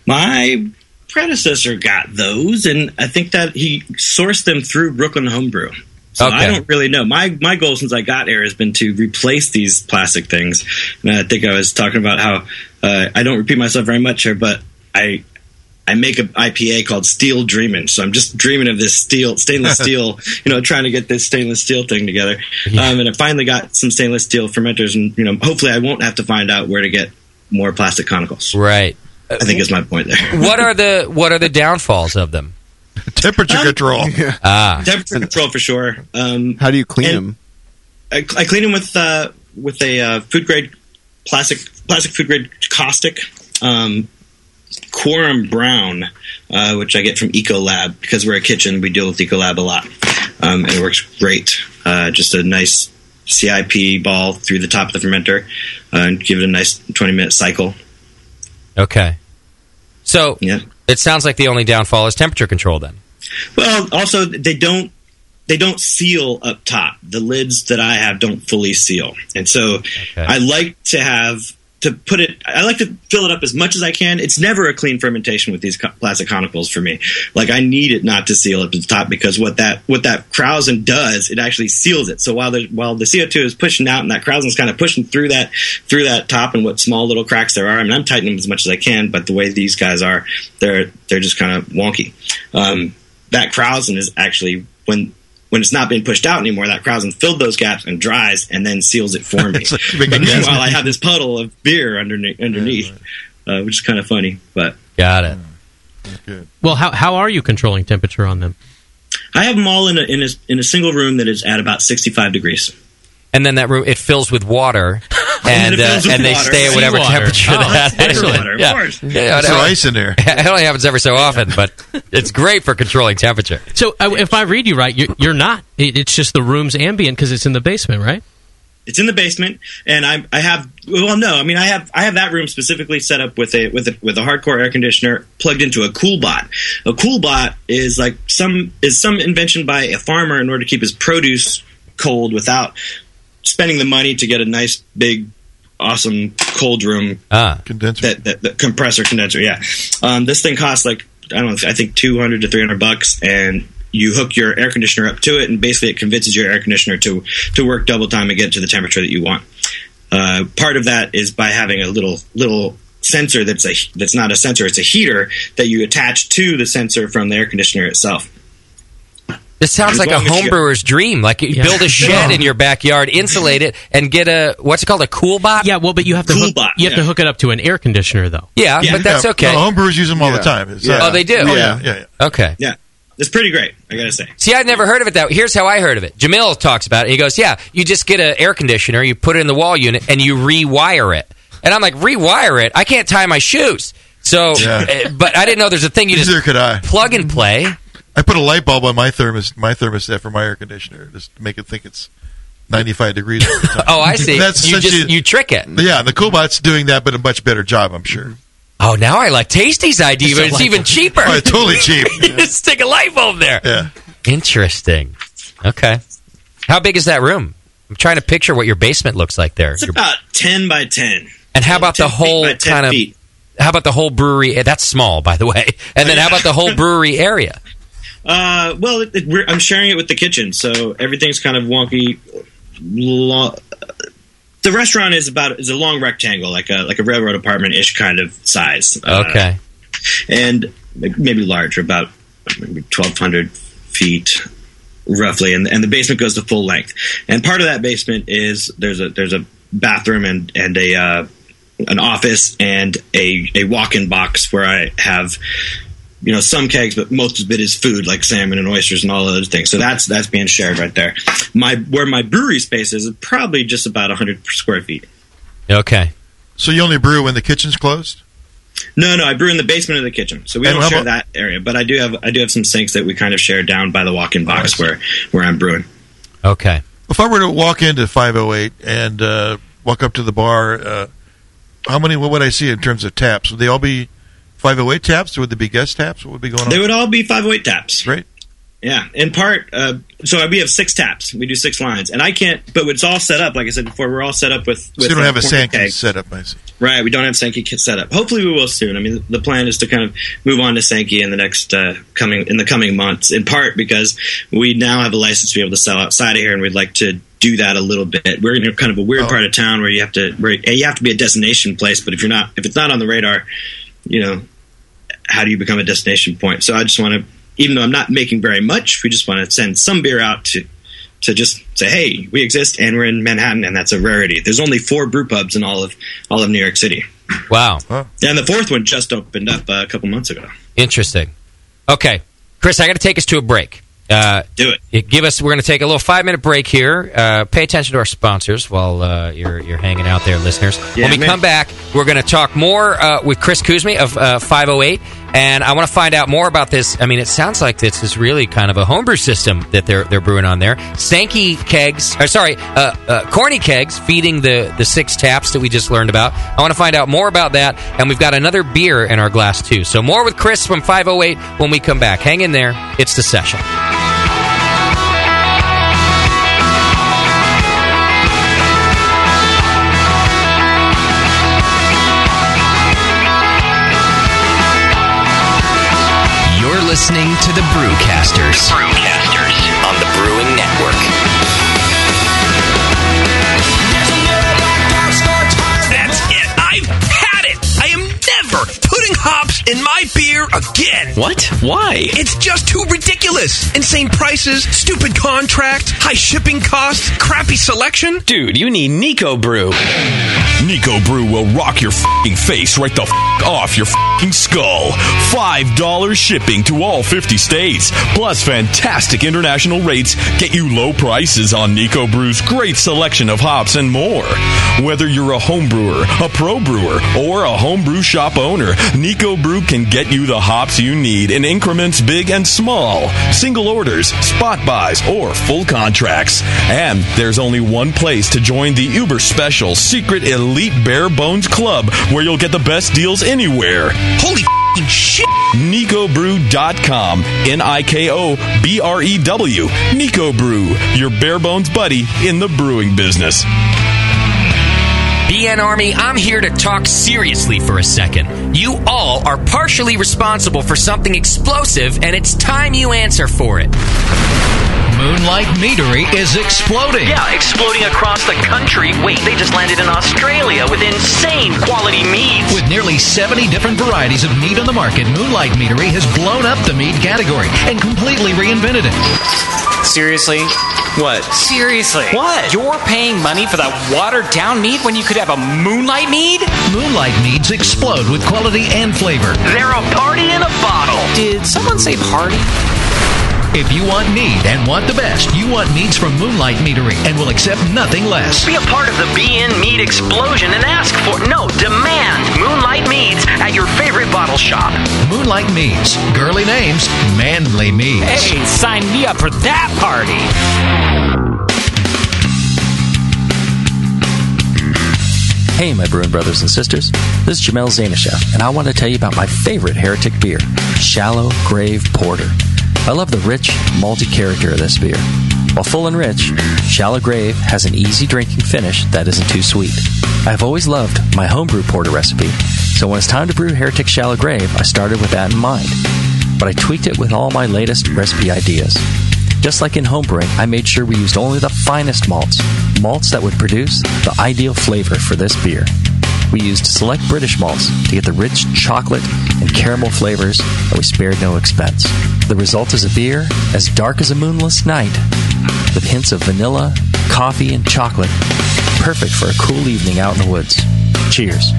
My predecessor got those, and I think that he sourced them through Brooklyn Homebrew. So
Okay.
I don't really know. My my goal since I got here has been to replace these plastic things. And I think I was talking about how uh, I don't repeat myself very much here, but I I make an IPA called Steel Dreamin'. So I'm just dreaming of this steel stainless steel, you know, trying to get this stainless steel thing together. Um, and I finally got some stainless steel fermenters, and you know, hopefully I won't have to find out where to get more plastic conicals.
Right.
I think is my point there.
What are the what are the downfalls of them?
Temperature
Um,
control.
Ah.
Temperature control for sure. Um,
How do you clean them?
I, I clean them with uh, with a uh, food grade plastic plastic food grade caustic, um, quorum brown, uh, which I get from EcoLab because we're a kitchen. We deal with EcoLab a lot, um, and it works great. Uh, just a nice CIP ball through the top of the fermenter, uh, and give it a nice twenty minute cycle.
Okay. So it sounds like the only downfall is temperature control. Then
Well, also they don't they don't seal up top. The lids that I have don't fully seal, and so I like to have to put it. I like to fill it up as much as I can. It's never a clean fermentation with these co- plastic conicals for me. Like I need it not to seal up at the top because what that what that Krausen does, it actually seals it. So while the while the CO two is pushing out and that Krausen's kind of pushing through that through that top and what small little cracks there are. I mean, I'm tightening them as much as I can, but the way these guys are, they're they're just kind of wonky. Um, that Krausen is actually when when it's not being pushed out anymore, that Krausen filled those gaps and dries and then seals it for me.
It's like a big
And
gas-
meanwhile, I have this puddle of beer underneath, underneath uh, which is kind of funny. But
got it.
Well, how how are you controlling temperature on them?
I have them all in a, in a in a single room that is at about 65 degrees.
and then that room it fills with water, and
And it
uh,
fills with
and they
water.
stay at whatever
Seawater.
temperature
Oh,
that
that's
is.
water, water, of course.
it
Some
only-
ice in there.
It only happens every so often, but it's great for controlling temperature.
So I, if I read you right, you're, you're not. It, it's just the room's ambient because it's in the basement, right?
It's in the basement, and I, I have well, no, I mean, I have I have that room specifically set up with a with a, with a hardcore air conditioner plugged into a CoolBot. A CoolBot is like some is some invention by a farmer in order to keep his produce cold without spending the money to get a nice big awesome cold room
Ah.
condenser
that, that, that compressor condenser yeah um, this thing costs like i don't know i think 200 to 300 bucks and you hook your air conditioner up to it and basically it convinces your air conditioner to to work double time and get to the temperature that you want uh, part of that is by having a little little sensor that's a that's not a sensor it's a heater that you attach to the sensor from the air conditioner itself
This sounds
As
like a
long as you-
homebrewer's dream. Like you
Yeah.
build a shed
Yeah.
in your backyard, insulate it, and get a what's it called a cool bot.
Yeah, well, but you have to
cool
hook, you have to hook it up to an air conditioner, though.
Yeah, but that's okay.
homebrewers use them all the Yeah. time. It's, uh,
Oh, they do.
Oh, yeah, yeah,
Okay.
Yeah. It's pretty great, I gotta say.
See, I'd never heard of it that. Here's how I heard of it. Jamil talks about it. He goes, "Yeah, you just get an air conditioner, you put it in the wall unit, and you rewire it." And I'm like, "Rewire it? I can't tie my shoes." So, uh, but I didn't know there's a thing you just plug and play.
I put a light bulb on my thermos, my thermostat for my air conditioner, just to make it think it's ninety-five degrees. all the time.
Oh, I see. You just-
essentially-
you trick it.
Yeah, the CoolBot's doing that, but a much better job, I'm sure.
Oh, now I like Tasty's idea, but it's even cheaper.
Oh, it's totally cheap.
you just stick a light bulb there.
Yeah.
Interesting. Okay. How big is that room? I'm trying to picture what your basement looks like there.
it's about 10 by 10
and how about the whole kind of how about the whole brewery? Eh, That's small, by the way. And then how about the whole brewery area?
Uh, well, it, it, we're, I'm sharing it with the kitchen, so everything's kind of wonky. Lo- the restaurant is about is a long rectangle, like a like a railroad apartment ish kind of size. Uh,
Okay.
and like, maybe larger, about maybe 1,200 feet roughly, and and the basement goes to full length. And part of that basement is there's a there's a bathroom and and a uh, an office and a a walk-in box where I have you know some kegs, but most of it is food like salmon and oysters and all those things. So that's that's being shared right there. My where my brewery space is is probably just about 100 square feet.
Okay.
So you only brew when the kitchen's closed?
No, no, I brew in the basement and the kitchen, so we
And
don't
how
share
about-
that area. But I do have I do have some sinks that we kind of share down by the walk-in box where where I'm brewing.
Okay.
If I were to walk into 508 and uh, walk up to the bar, uh, how many? What would I see in terms of taps? Would they all be 508 taps? Or would they be guest taps? What would be going on?
They would all be 508 taps.
Right.
Yeah, in part. Uh, so we have six taps. We do six lines, and I can't. But it's all set up. Like I said before, we're all set up with.
So
with
you don't
uh,
have a
corn
Sankey
keg.
set up, I see.
Right, we don't have Sankey kit set up. Hopefully, we will soon. I mean, the plan is to kind of move on to Sankey in the next uh, coming in the coming months. In part because we now have a license to be able to sell outside of here, and we'd like to do that a little bit. We're in a kind of a weird part of town where you have to where you have to be a destination place, but if you're not, if it's not on the radar, you know, how do you become a destination point? So I just want to, even though I'm not making very much, we just want to send some beer out to to just say, hey, we exist and we're in Manhattan, and that's a rarity. There's only four brew pubs in all of all of New York City.
Wow.
And the fourth one just opened up uh, a couple months ago.
Interesting. Okay, Chris, I got to take us to a break. Uh,
Do it.
Give us. We're going to take a little five minute break here. Uh, pay attention to our sponsors while uh, you're you're hanging out there, listeners.
Yeah,
when we
man.
come back, we're going to talk more uh, with Chris Kuzmi of uh, 508, and I want to find out more about this. I mean, it sounds like this is really kind of a homebrew system that they're they're brewing on there. Sankey kegs, or sorry, uh, uh, corny kegs, feeding the the six taps that we just learned about. I want to find out more about that, and we've got another beer in our glass too. So more with Chris from 508 when we come back. Hang in there. It's the session.
You're listening to the Brewcasters. Brewcasters on the Brewing Network.
That's it. I've had it. I am never putting hops in my beer again.
What? Why?
It's just too ridiculous. Insane prices, stupid contracts, high shipping costs, crappy selection.
Dude, you need Nico Brew.
Nico Brew will rock your fing face right the f- off your fing skull. Five dollars shipping to all fifty states, plus fantastic international rates get you low prices on Nico Brew's great selection of hops and more. Whether you're a home brewer, a pro brewer, or a homebrew shop owner, Nico Brew can get you the hops you need in increments big and small, single orders, spot buys, or full contracts. And there's only one place to join the uber special secret elite bare bones club where you'll get the best deals anywhere. Holy shit! NicoBrew.com. E N I K O B R E W. Nico Brew, E your bare bones buddy in the brewing business.
BN Army, I'm here to talk seriously for a second. You all are partially responsible for something explosive, and it's time you answer for it.
Moonlight Meadery is exploding.
Yeah, exploding across the country. Wait, they just landed in Australia with insane quality meats.
With nearly 70 different varieties of meat on the market, Moonlight Meadery has blown up the meat category and completely reinvented it. Seriously? What?
Seriously. What? You're paying money for that watered down meat when you could have a moonlight mead?
Moonlight meads explode with quality and flavor.
They're a party in a bottle. Did someone say party?
If you want mead and want the best, you want meads from Moonlight Meadery and will accept nothing less.
Be a part of the BN Mead explosion and ask for, no, demand Moonlight Meads at your favorite bottle shop.
Moonlight Meads, girly names, manly meads.
Hey, sign me up for that party.
Hey, my brewing brothers and sisters. This is Jamel Zanishev, and I want to tell you about my favorite heretic beer, Shallow Grave Porter. I love the rich, malty character of this beer. While full and rich, Shallow Grave has an easy drinking finish that isn't too sweet. I've always loved my homebrew porter recipe, so when it's time to brew Heretic Shallow Grave, I started with that in mind. But I tweaked it with all my latest recipe ideas. Just like in homebrewing, I made sure we used only the finest malts, malts that would produce the ideal flavor for this beer. We used select British malts to get the rich chocolate and caramel flavors, and we spared no expense. The result is a beer as dark as a moonless night, with hints of vanilla, coffee, and chocolate. Perfect for a cool evening out in the woods. Cheers.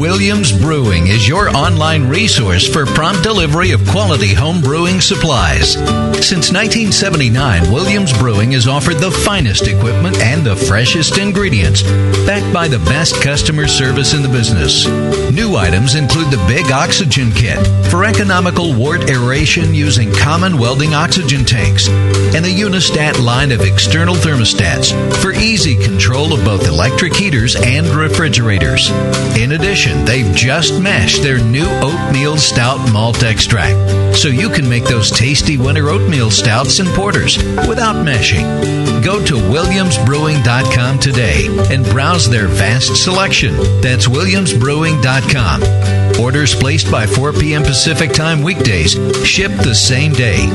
Will Williams Brewing is your online resource for prompt delivery of quality home brewing supplies. Since 1979, Williams Brewing has offered the finest equipment and the freshest ingredients, backed by the best customer service in the business. New items include the Big Oxygen Kit for economical wart aeration using common welding oxygen tanks and the Unistat line of external thermostats for easy control of both electric heaters and refrigerators. In addition, they've just mashed their new oatmeal stout malt extract, so you can make those tasty winter oatmeal stouts and porters without meshing. Go to WilliamsBrewing.com today and browse their vast selection. That's WilliamsBrewing.com. Orders placed by 4 p.m. Pacific Time weekdays ship the same day.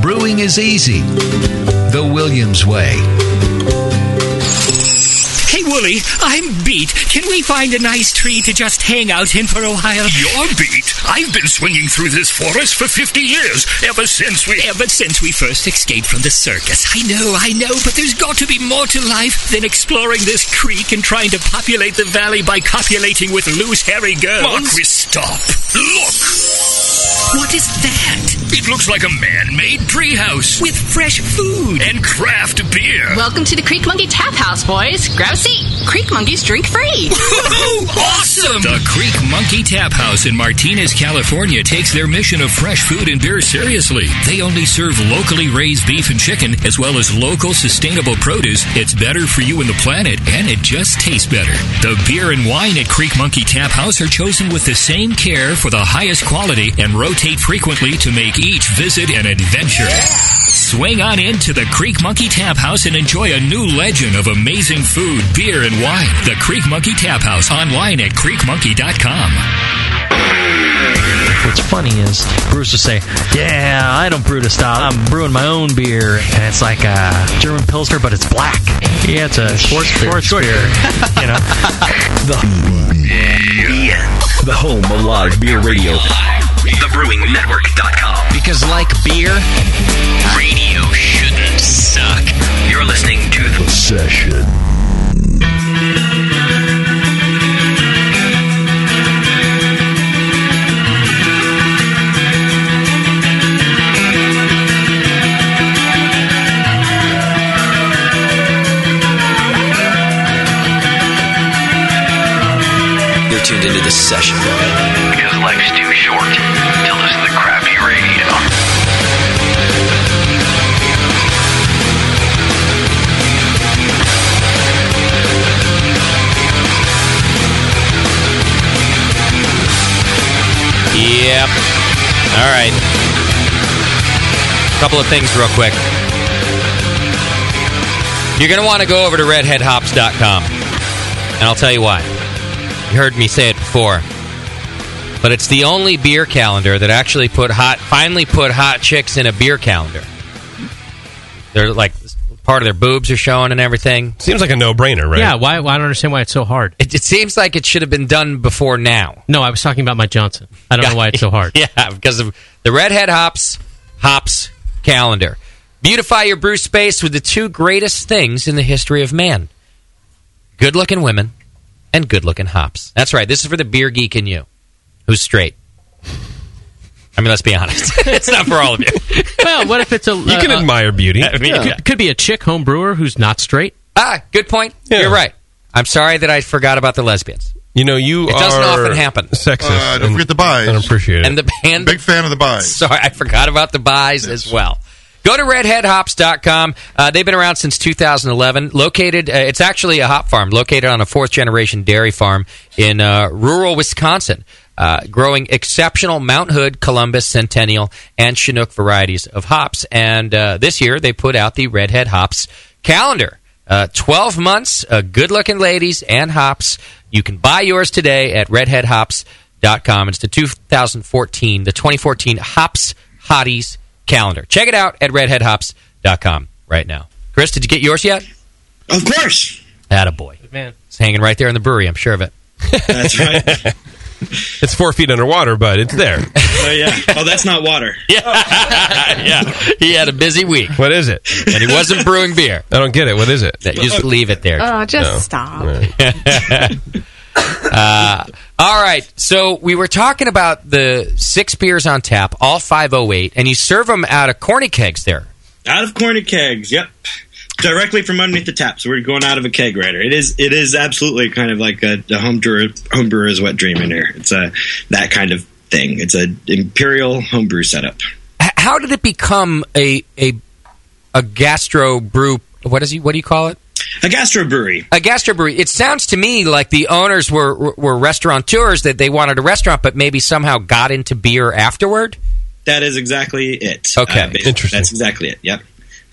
Brewing is easy. The Williams Way.
Hey, Wooly, I'm beat. Can we find a nice tree to just hang out in for a while?
You're beat. I've been swinging through this forest for 50 years, ever since we.
Ever since we first escaped from the circus. I know, I know, but there's got to be more to life than exploring this creek and trying to populate the valley by copulating with loose, hairy girls.
Marquis, stop. Look!
What is that?
It looks like a man made treehouse.
With fresh food.
And craft beer.
Welcome to the Creek Monkey Tap House, boys. Grab a seat. Creek Monkeys drink free.
awesome!
The Creek Monkey Tap House in Martinez, California takes their mission of fresh food and beer seriously. They only serve locally raised beef and chicken, as well as local sustainable produce. It's better for you and the planet, and it just tastes better. The beer and wine at Creek Monkey Tap House are chosen with the same care for the highest quality and rotate frequently to make each visit an adventure. Swing on into the Creek Monkey Tap House and enjoy a new legend of amazing food, beer, and wine. The Creek Monkey Tap House online at creekmonkey.com.
What's funny is Bruce will say, "Yeah, I don't brew to style. I'm brewing my own beer, and it's like a German Pilsner, but it's black. Yeah, it's a sports beer. Sports beer. you know,
The whole melodic beer radio. TheBrewingNetwork.com.
Because, like beer, radio shouldn't suck. You're listening to The Session.
You're tuned into the session.
Because life's too short to listen to crappy radio.
Yep. All right. Couple of things, real quick. You're going to want to go over to redheadhops.com. And I'll tell you why. You heard me say it before. But it's the only beer calendar that actually put hot, finally put hot chicks in a beer calendar. They're like, part of their boobs are showing and everything.
Seems like a no-brainer, right?
Yeah, why, why I don't understand why it's so hard.
It, it seems like it should have been done before now.
No, I was talking about Mike Johnson. I don't know why it's so hard.
yeah, because of the Redhead Hops Hops calendar. Beautify your brew space with the two greatest things in the history of man good looking women and good looking hops. That's right. This is for the beer geek in you who's straight. I mean, let's be honest. it's not for all of you.
well, what if it's a uh,
You can admire beauty.
I mean, yeah.
could, could be a chick home brewer who's not straight.
Ah, good point. You're right. I'm sorry that I forgot about the lesbians.
You know, you
It
are
doesn't often happen.
Sexist.
Uh, don't forget the
buys. I don't appreciate it.
And the band. Big
fan of the buys.
Sorry, I forgot about the buys as well. Go to redheadhops.com. Uh, they've been around since 2011. Located, uh, it's actually a hop farm located on a fourth generation dairy farm in uh, rural Wisconsin, uh, growing exceptional Mount Hood, Columbus, Centennial, and Chinook varieties of hops. And uh, this year they put out the Redhead Hops calendar. Uh, 12 months, uh, good looking ladies and hops. You can buy yours today at redheadhops.com. It's the 2014, the 2014 Hops Hotties calendar. Check it out at redheadhops.com right now. Chris, did you get yours yet?
Of course.
Attaboy.
Man.
It's hanging right there in the brewery, I'm sure of it.
That's right.
It's four feet underwater, but it's there.
Oh yeah. Oh, that's not water.
yeah. yeah. He had a busy week.
What is it?
And he wasn't brewing beer.
I don't get it. What is it?
Just leave it there.
Oh, just stop.
Right.
Uh, all right. So we were talking about the six beers on tap, all 508, and you serve them out of corny kegs there.
Out of corny kegs. Yep. Directly from underneath the tap, so we're going out of a keg right here. It is it is absolutely kind of like a, a home brewer home brewer's wet dream in here. It's a that kind of thing. It's an imperial homebrew setup.
H- how did it become a a a gastro brew? What is he? What do you call it?
A gastrobrewery.
A gastrobrewery. It sounds to me like the owners were were restaurateurs that they wanted a restaurant, but maybe somehow got into beer afterward.
That is exactly it. Uh,
Okay.
basically.
Interesting.
That's exactly it. Yep.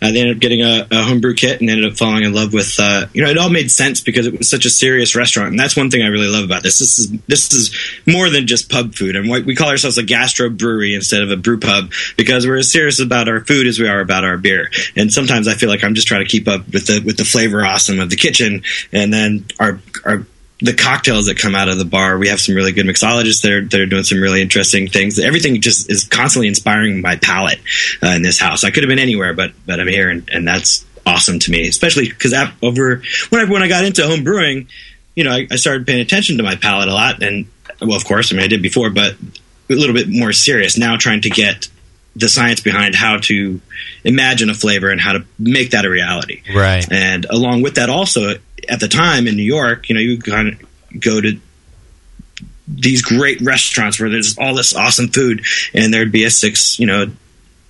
Uh, they ended up getting a, a homebrew kit and ended up falling in love with. Uh, you know, it all made sense because it was such a serious restaurant, and that's one thing I really love about this. This is this is more than just pub food, and what, we call ourselves a gastro brewery instead of a brew pub because we're as serious about our food as we are about our beer. And sometimes I feel like I'm just trying to keep up with the with the flavor awesome of the kitchen, and then our our the cocktails that come out of the bar. We have some really good mixologists that are, that are doing some really interesting things. Everything just is constantly inspiring my palate uh, in this house. I could have been anywhere, but but I'm here, and, and that's awesome to me. Especially because over when I, when I got into home brewing, you know, I, I started paying attention to my palate a lot, and well, of course, I mean, I did before, but a little bit more serious now, trying to get the science behind how to imagine a flavor and how to make that a reality.
Right.
And along with that, also at the time in New York, you know, you kind of go to these great restaurants where there's all this awesome food, and there'd be a six, you know,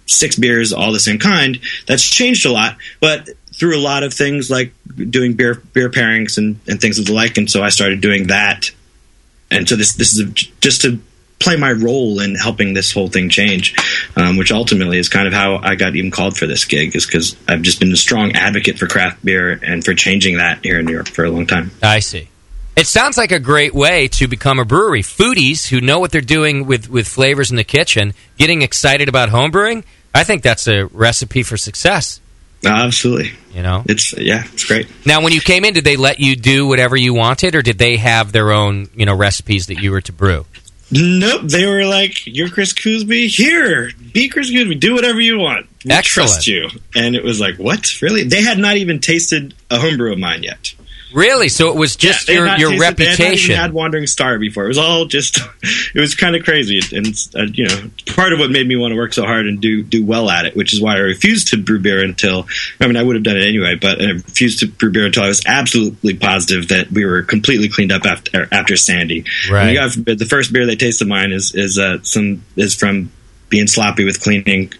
six beers all the same kind. That's changed a lot, but through a lot of things like doing beer beer pairings and, and things of the like, and so I started doing that. And so this this is a, just to play my role in helping this whole thing change, um, which ultimately is kind of how I got even called for this gig, is because I've just been a strong advocate for craft beer and for changing that here in New York for a long time.
I see. It sounds like a great way to become a brewery. Foodies who know what they're doing with, with flavors in the kitchen, getting excited about homebrewing, I think that's a recipe for success.
Uh, Absolutely.
You know?
It's, yeah, it's great.
Now, when you came in, did they let you do whatever you wanted, or did they have their own, you know, recipes that you were to brew?
Nope, they were like, "You're Chris Coosby. Here, be Chris Coosby. Do whatever you want. We
Excellent.
trust you." And it was like, "What? Really?" They had not even tasted a homebrew of mine yet.
Really? So it was just
they had
your,
not
your
tasted- they had not even
reputation.
had Wandering Star before. It was all just. It was kind of crazy, and uh, you know, part of what made me want to work so hard and do do well at it, which is why I refused to brew beer until. I mean, I would have done it anyway, but I refused to brew beer until I was absolutely positive that we were completely cleaned up after er, after Sandy.
Right.
And God forbid, the first beer they taste of mine is is uh, some is from being sloppy with cleaning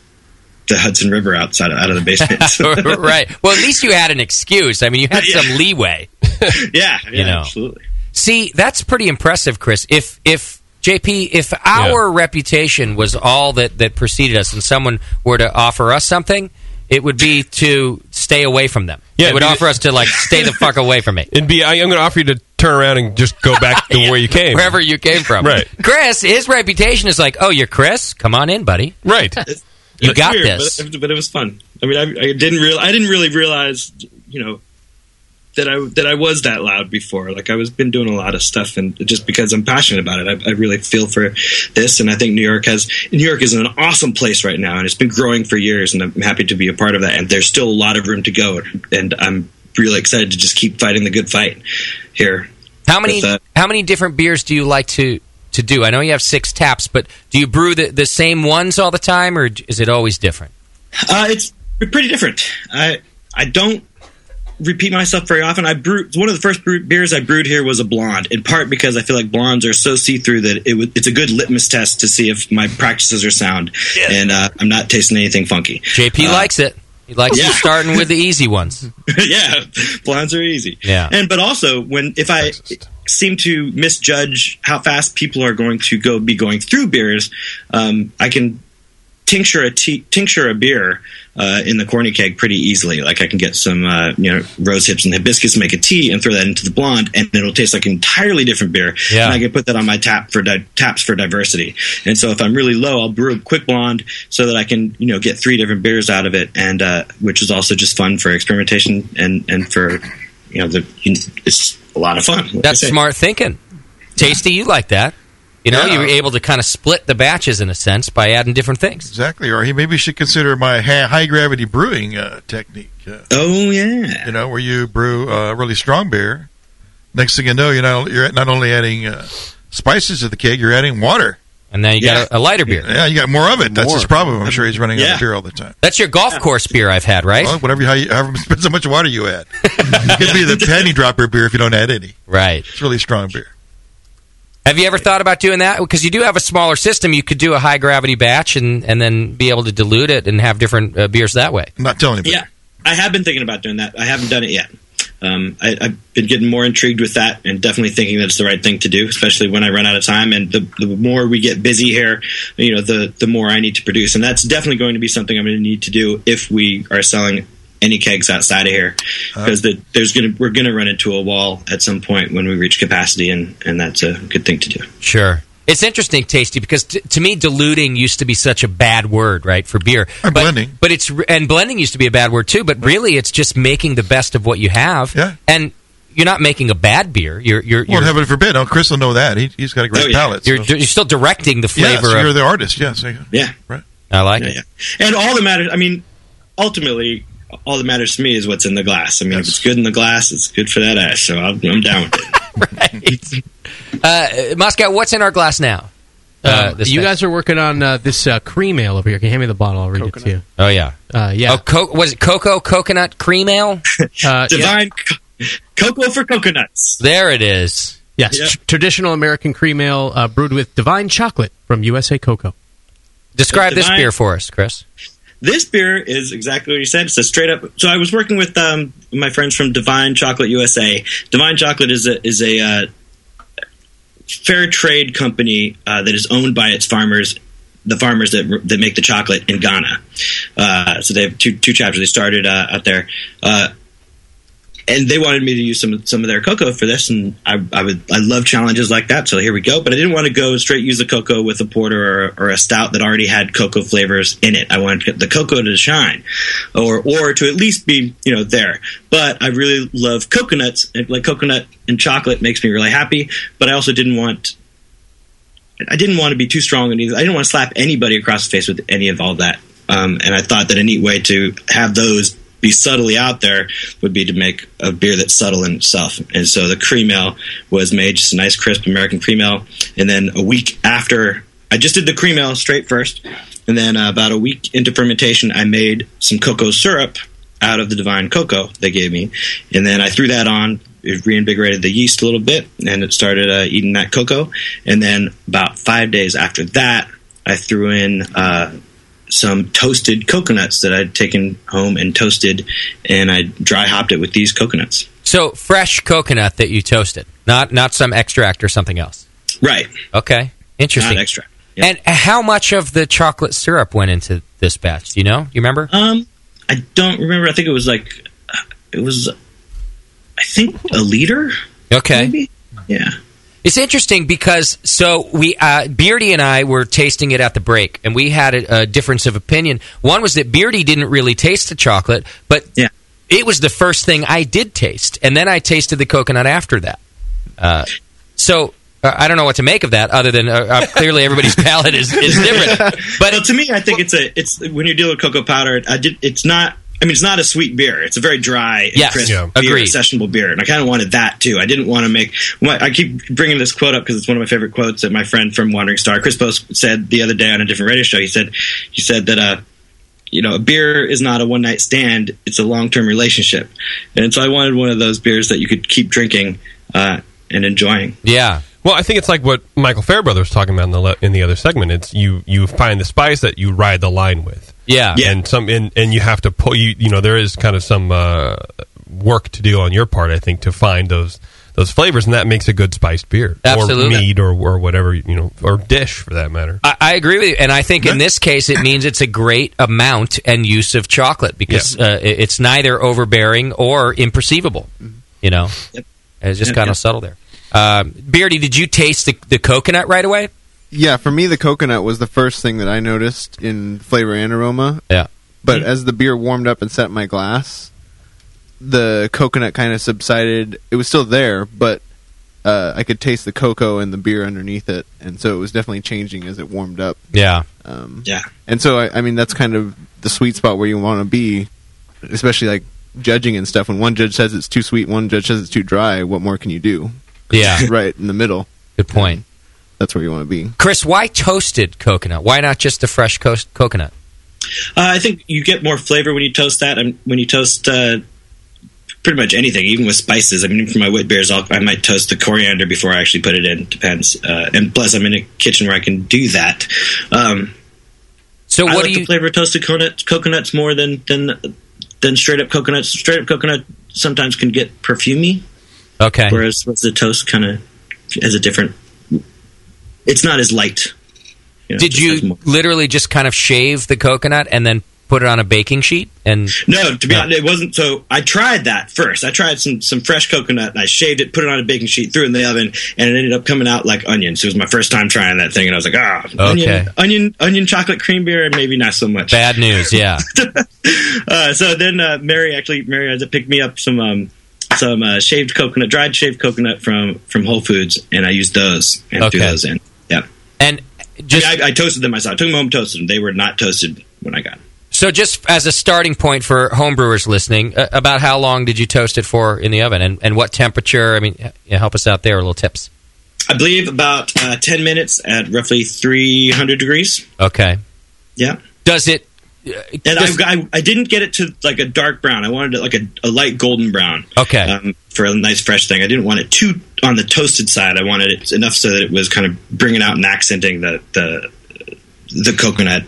the Hudson River outside out of the basement.
right. Well, at least you had an excuse. I mean, you had some leeway.
yeah,
You know.
absolutely.
See, that's pretty impressive, Chris. If if JP, if our reputation was all that that preceded us, and someone were to offer us something, it would be to stay away from them.
Yeah,
it would
it'd be-
offer us to like stay the fuck away from it.
It'd be. I, I'm going to offer you to turn around and just go back to where you came,
wherever you came from.
Right.
Chris, his reputation is like, oh, you're Chris. Come on in, buddy.
Right.
you
It's
got
weird,
this.
but, but it was fun. I mean, I, I didn't real I didn't really realize, you know, that I that I was that loud before. Like I was been doing a lot of stuff, and just because I'm passionate about it, I, I really feel for this. And I think New York has New York is an awesome place right now, and it's been growing for years. And I'm happy to be a part of that. And there's still a lot of room to go, and I'm really excited to just keep fighting the good fight here.
How many
With, uh,
how many different beers do you like to to do? I know you have six taps, but do you brew the, the same ones all the time, or is it always different?
Uh, it's pretty different. I I don't repeat myself very often. I brew one of the first brew, beers I brewed here was a blonde, in part because I feel like blondes are so see through that it, would- it's a good litmus test to see if my practices are sound, and uh, I'm not tasting anything funky.
JP
Uh,
likes it. He likes you
Yeah.
starting with the easy ones.
yeah, blondes are easy.
Yeah.
and but also when if I seem to misjudge how fast people are going to go be going through beers, um, I can tincture a tea, tincture a beer uh, in the corny keg pretty easily. Like I can get some uh, you know rose hips and hibiscus, make a tea, and throw that into the blonde, and it'll taste like an entirely different beer.
Yeah.
And I can put that on my tap for di- taps for diversity. And so if I'm really low, I'll brew a quick blonde so that I can you know get three different beers out of it, and uh, which is also just fun for experimentation and and for you know the it's a lot of fun.
That's smart thinking. Tasty, you like that. You know, you were able to kind of split the batches in a sense by adding different things.
Exactly. Or he maybe should consider my ha- high gravity brewing uh, technique. Uh,
oh yeah.
You know where you brew uh, really strong beer, Next thing you know, you're not you're not only adding uh, spices to the cake, you're adding water.
And then you got a- a lighter beer.
Yeah, you got more of it. That's
More.
his problem. I'm sure he's running out
Yeah.
of beer all the time.
That's your golf course beer I've had, right?
Well, whatever, how you, however depends how much water you add. it could be the penny dropper beer if you don't add any.
Right.
It's really strong beer.
Have you ever thought about doing that? Because you do have a smaller system. You could do a high gravity batch and, and then be able to dilute it and have different uh, beers that way.
I'm not telling
you.
Yeah, I have been thinking about doing that. I haven't done it yet. Um, I, I've been getting more intrigued with that, and definitely thinking that it's the right thing to do, especially when I run out of time. And the, the more we get busy here, you know, the the more I need to produce, and that's definitely going to be something I'm going to need to do if we are selling any kegs outside of here, because the, there's going to we're going to run into a wall at some point when we reach capacity, and and that's a good thing to do.
Sure. It's interesting, Tasty, because t- to me, diluting used to be such a bad word, right, for beer. Or but, blending. But it's, re- and blending used to be a bad word, too, but really it's just making the best of what you have. Yeah. And you're not making a bad beer. You're, you're,
Well,
you're,
heaven forbid. Oh, Chris will know that. He, he's got a great palate.
you're, you're still directing the
Yes,
flavor
you're
of.
the artist. Yes.
Yeah.
Right.
I like it.
And all that matters, I mean, ultimately, all that matters to me is what's in the glass. I mean, if it's good in the glass, it's good for that ass. So I'm, I'm down with it.
Uh, Moscow, what's in our glass now?
Uh,
this
you
thing.
guys are working on uh, this uh, cream ale over here. Can you hand me the bottle? I'll read it to you.
Oh, yeah.
Uh, yeah.
Oh, co- was it cocoa coconut cream ale?
Uh,
Divine cocoa for coconuts.
There it is.
Yes,
Yeah.
tr- traditional American cream ale uh, brewed with divine chocolate from USA Cocoa.
Describe this
Divine-
beer for us, Chris.
This beer is exactly what you said. It's a straight up. So I was working with um, my friends from Divine Chocolate USA. Divine Chocolate is a is a uh, fair trade company uh, that is owned by its farmers, the farmers that that make the chocolate in Ghana. Uh, so they have two two chapters. They started uh, out there. Uh, and they wanted me to use some some of their cocoa for this, and I, I would I love challenges like that. So here we go. But I didn't want to go straight use the cocoa with a porter or, or a stout that already had cocoa flavors in it. I wanted the cocoa to shine, or or to at least be you know there. But I really love coconuts, and like coconut and chocolate makes me really happy. But I also didn't want I didn't want to be too strong on either. I didn't want to slap anybody across the face with any of all that. Um, and I thought that a neat way to have those be subtly out there would be to make a beer that's subtle in itself. And so the cream ale was made just a nice, crisp American cream ale. And then a week after, I just did the cream ale straight first. And then uh, about a week into fermentation, I made some cocoa syrup out of the divine cocoa they gave me. And then I threw that on. It reinvigorated the yeast a little bit, and it started uh, eating that cocoa. And then about five days after that, I threw in uh, some toasted coconuts that I'd taken home and toasted, and I dry hopped it with these coconuts.
So fresh coconut that you toasted, not not some extract or something else.
Right.
Okay. Interesting.
Not extract.
And how much of the chocolate syrup went into this batch? Do you know? You remember?
Um, I don't remember. I think it was like uh, it was, I think a liter.
Okay.
Yeah.
It's interesting because so we uh, Beardy and I were tasting it at the break, and we had a, a difference of opinion. One was that Beardy didn't really taste the chocolate, but it was the first thing I did taste, and then I tasted the coconut after that. Uh, so uh, I don't know what to make of that, other than uh, uh, clearly everybody's palate is, is different. But
to me, I think it's a it's when you're dealing with cocoa powder. I did, it's not. I mean, it's not a sweet beer. It's a very dry, and
Yes.
crisp
Yeah.
beer,
Agreed.
sessionable beer, and I kind of wanted that too. I didn't want to make. my- I keep bringing this quote up because it's one of my favorite quotes that my friend from Wandering Star, Chris Post, said the other day on a different radio show. He said, he said that uh, you know, a beer is not a one night stand; it's a long term relationship. And so, I wanted one of those beers that you could keep drinking uh, and enjoying.
Yeah.
Well, I think it's like what Michael Fairbrother was talking about in the le- in the other segment. It's you you find the spice that you ride the line with.
Yeah. Yeah.
And some and, and you have to pull you you know there is kind of some uh, work to do on your part I think to find those those flavors and that makes a good spiced beer
Absolutely.
or meat or or whatever you know or dish for that matter.
I, I agree with you, and I think in this case it means it's a great amount and use of chocolate because uh, it- it's neither overbearing or imperceivable. You know, it's just
Mm-hmm. Yep,
kind of
yep.
subtle there. Um, Beardy, did you taste the, the coconut right away?
Yeah, for me, the coconut was the first thing that I noticed in flavor and aroma.
Yeah.
But as the beer warmed up and set in my glass, the coconut kind of subsided. It was still there, but uh, I could taste the cocoa and the beer underneath it, and so it was definitely changing as it warmed up.
Yeah.
Um,
yeah.
And so, I, I mean, that's kind of the sweet spot where you want to be, especially like judging and stuff, when one judge says it's too sweet, one judge says it's too dry, what more can you do? 'Cause
Yeah.
it's right in the middle.
Good point.
That's where you want to be.
Chris, why toasted coconut? Why not just the fresh coast coconut?
Uh, I think you get more flavor when you toast that, and when you toast uh, pretty much anything, even with spices. I mean, for my wheat bears, I'll, I might toast the coriander before I actually put it in. Depends. Uh, and plus, I'm in a kitchen where I can do that. Um,
so,
what I like do you the flavor of toasted coconut, coconuts more than than than straight up coconuts? Straight up coconut sometimes can get perfumey.
Okay.
Whereas with the toast kind of has a different. It's not as light. You know,
Did
just has
you literally just kind of shave the coconut and then put it on a baking sheet? And
No, to be honest, it wasn't. So I tried that first. I tried some some fresh coconut and I shaved it, put it on a baking sheet, threw it in the oven, and it ended up coming out like onions. It was my first time trying that thing, and I was like, ah,
Okay.
onion, onion, onion chocolate cream beer, maybe not so much.
bad news, yeah.
Uh, so then uh, Mary actually Mary had to pick me up some um, some uh, shaved coconut, dried shaved coconut from from Whole Foods, and I used those and threw
Okay.
those in. Yeah,
and just
I, mean, I, I toasted them myself. I took them home, toasted them. They were not toasted when I got. them.
So, just as a starting point for homebrewers listening, uh, about how long did you toast it for in the oven, and, and what temperature? I mean, h- yeah, help us out there. Little tips.
I believe about uh, ten minutes at roughly three hundred degrees.
Okay.
Yeah.
Does it? uh,
And I, I, I didn't get it to like a dark brown. I wanted it like a, a light golden brown.
Okay.
Um, for a nice fresh thing. I didn't want it too on the toasted side. I wanted it enough so that it was kind of bringing out and accenting the the the coconut.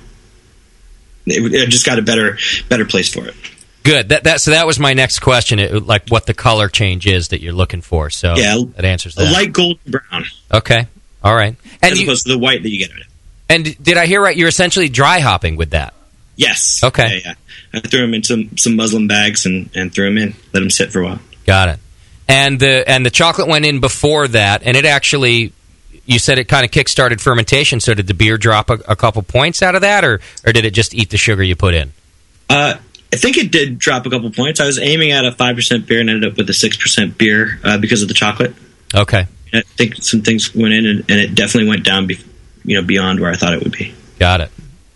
It, it just got a better better place for it.
Good. That, that so that was my next question. It, like what the color change is that you're looking for. So
Yeah,
that answers
A
that.
light golden brown
okay. All right.
as opposed to the white that you get in it.
And did I hear right? You're essentially dry hopping with that.
Yes.
Okay.
Yeah, yeah. I threw them in some some muslin bags and and threw them in. Let them sit for a while.
Got it. And the and the chocolate went in before that, and it actually. You said it kind of kick-started fermentation. So did the beer drop a, a couple points out of that, or or did it just eat the sugar you put in?
Uh, I think it did drop a couple points. I was aiming at a five percent beer and ended up with a six percent beer uh, because of the chocolate.
Okay.
I think some things went in, and, and it definitely went down, be- you know, beyond where I thought it would be.
Got it.